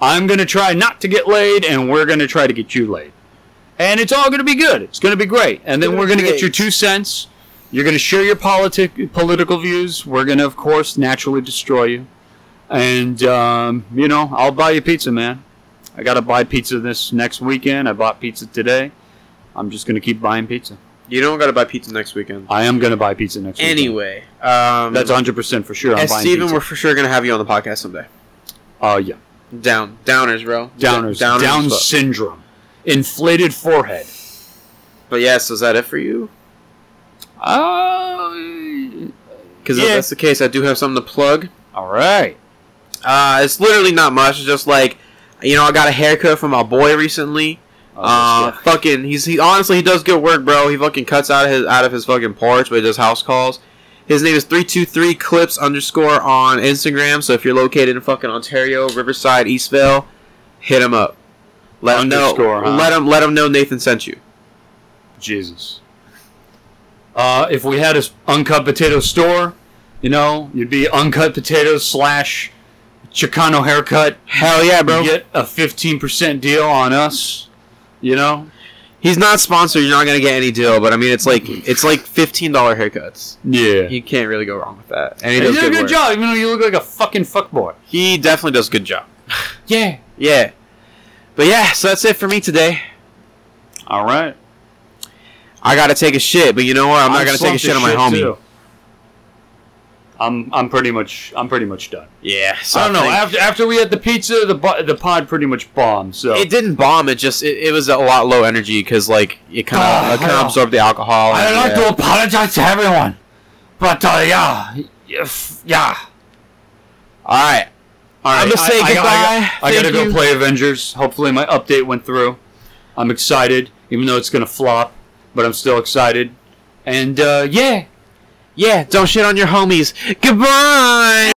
Speaker 4: I'm going to try not to get laid and we're going to try to get you laid. And it's all going to be good. It's going to be great. And then
Speaker 5: Gonna
Speaker 4: we're
Speaker 5: be
Speaker 4: going to get
Speaker 5: great.
Speaker 4: your two cents. You're going to share your politic political views. We're going to of course naturally destroy you. And um, you know, I'll buy you pizza, man. I got to buy pizza this next weekend. I bought pizza today. I'm just going to keep buying pizza.
Speaker 5: You don't gotta buy pizza next weekend.
Speaker 4: I am going to buy pizza next weekend.
Speaker 5: Anyway, um,
Speaker 4: That's 100% for sure. I'm
Speaker 5: and
Speaker 4: buying
Speaker 5: Steven,
Speaker 4: pizza.
Speaker 5: we're for sure gonna have you on the podcast someday.
Speaker 4: Oh, yeah.
Speaker 5: Down, downers, bro.
Speaker 4: Downers.
Speaker 5: downers.
Speaker 4: Down
Speaker 5: but-
Speaker 4: syndrome. Inflated forehead.
Speaker 5: But yeah, so is that it for you? Uh,
Speaker 4: Oh.
Speaker 5: Because if
Speaker 4: Yeah.
Speaker 5: that's the case, I do have something to plug.
Speaker 4: All right.
Speaker 5: Uh, it's literally not much. It's just like, you know, I got a haircut from my boy recently.
Speaker 4: Oh,
Speaker 5: Uh, fucking, he's he honestly he does good work, bro. He fucking cuts out of his out of his fucking porch, but he does house calls. His name is three two three clips underscore on Instagram. So if you're located in fucking Ontario, Riverside, Eastvale, hit him up. Let him know.
Speaker 4: Underscore, huh?
Speaker 5: Let him let him know Nathan sent you.
Speaker 4: Jesus. Uh, if we had an uncut potato store, you know, you'd be uncut potatoes slash Chicano haircut.
Speaker 5: Hell yeah, bro.
Speaker 4: You get a 15% deal on us, you know?
Speaker 5: He's not sponsored. You're not gonna get any deal, but I mean, it's like it's like fifteen dollar haircuts.
Speaker 4: Yeah.
Speaker 5: You can't really go wrong with that. And he
Speaker 4: You
Speaker 5: does
Speaker 4: did a
Speaker 5: good
Speaker 4: good
Speaker 5: work.
Speaker 4: job, even though you look like a fucking fuckboy.
Speaker 5: He definitely does a good job.
Speaker 4: Yeah.
Speaker 5: Yeah. But yeah, so that's it for me today.
Speaker 4: All right.
Speaker 5: I gotta take a shit, but you know what? I'm not
Speaker 4: I
Speaker 5: gonna take a
Speaker 4: slumped
Speaker 5: shit
Speaker 4: as
Speaker 5: on my homie.
Speaker 4: too. I'm I'm pretty much I'm pretty much done.
Speaker 5: Yeah. So
Speaker 4: I don't know.
Speaker 5: think-
Speaker 4: After after we had the pizza, the bo- the pod pretty much bombed. So
Speaker 5: it didn't bomb. It just it, it was a lot low energy because like it kind
Speaker 6: Ah,
Speaker 5: of kind
Speaker 6: hell.
Speaker 5: of absorbed the alcohol.
Speaker 6: I'd
Speaker 5: and-
Speaker 6: like
Speaker 5: yeah.
Speaker 6: to apologize to everyone. But, uh, yeah. If, yeah.
Speaker 5: All right.
Speaker 4: All
Speaker 5: I'm gonna say
Speaker 4: I- I- I-
Speaker 5: goodbye.
Speaker 4: I, I gotta
Speaker 5: Thank
Speaker 4: go
Speaker 5: you.
Speaker 4: play Avengers. Hopefully my update went through. I'm excited, even though it's gonna flop, but I'm still excited. And uh, yeah,
Speaker 5: Yeah. Don't shit on your homies. Goodbye.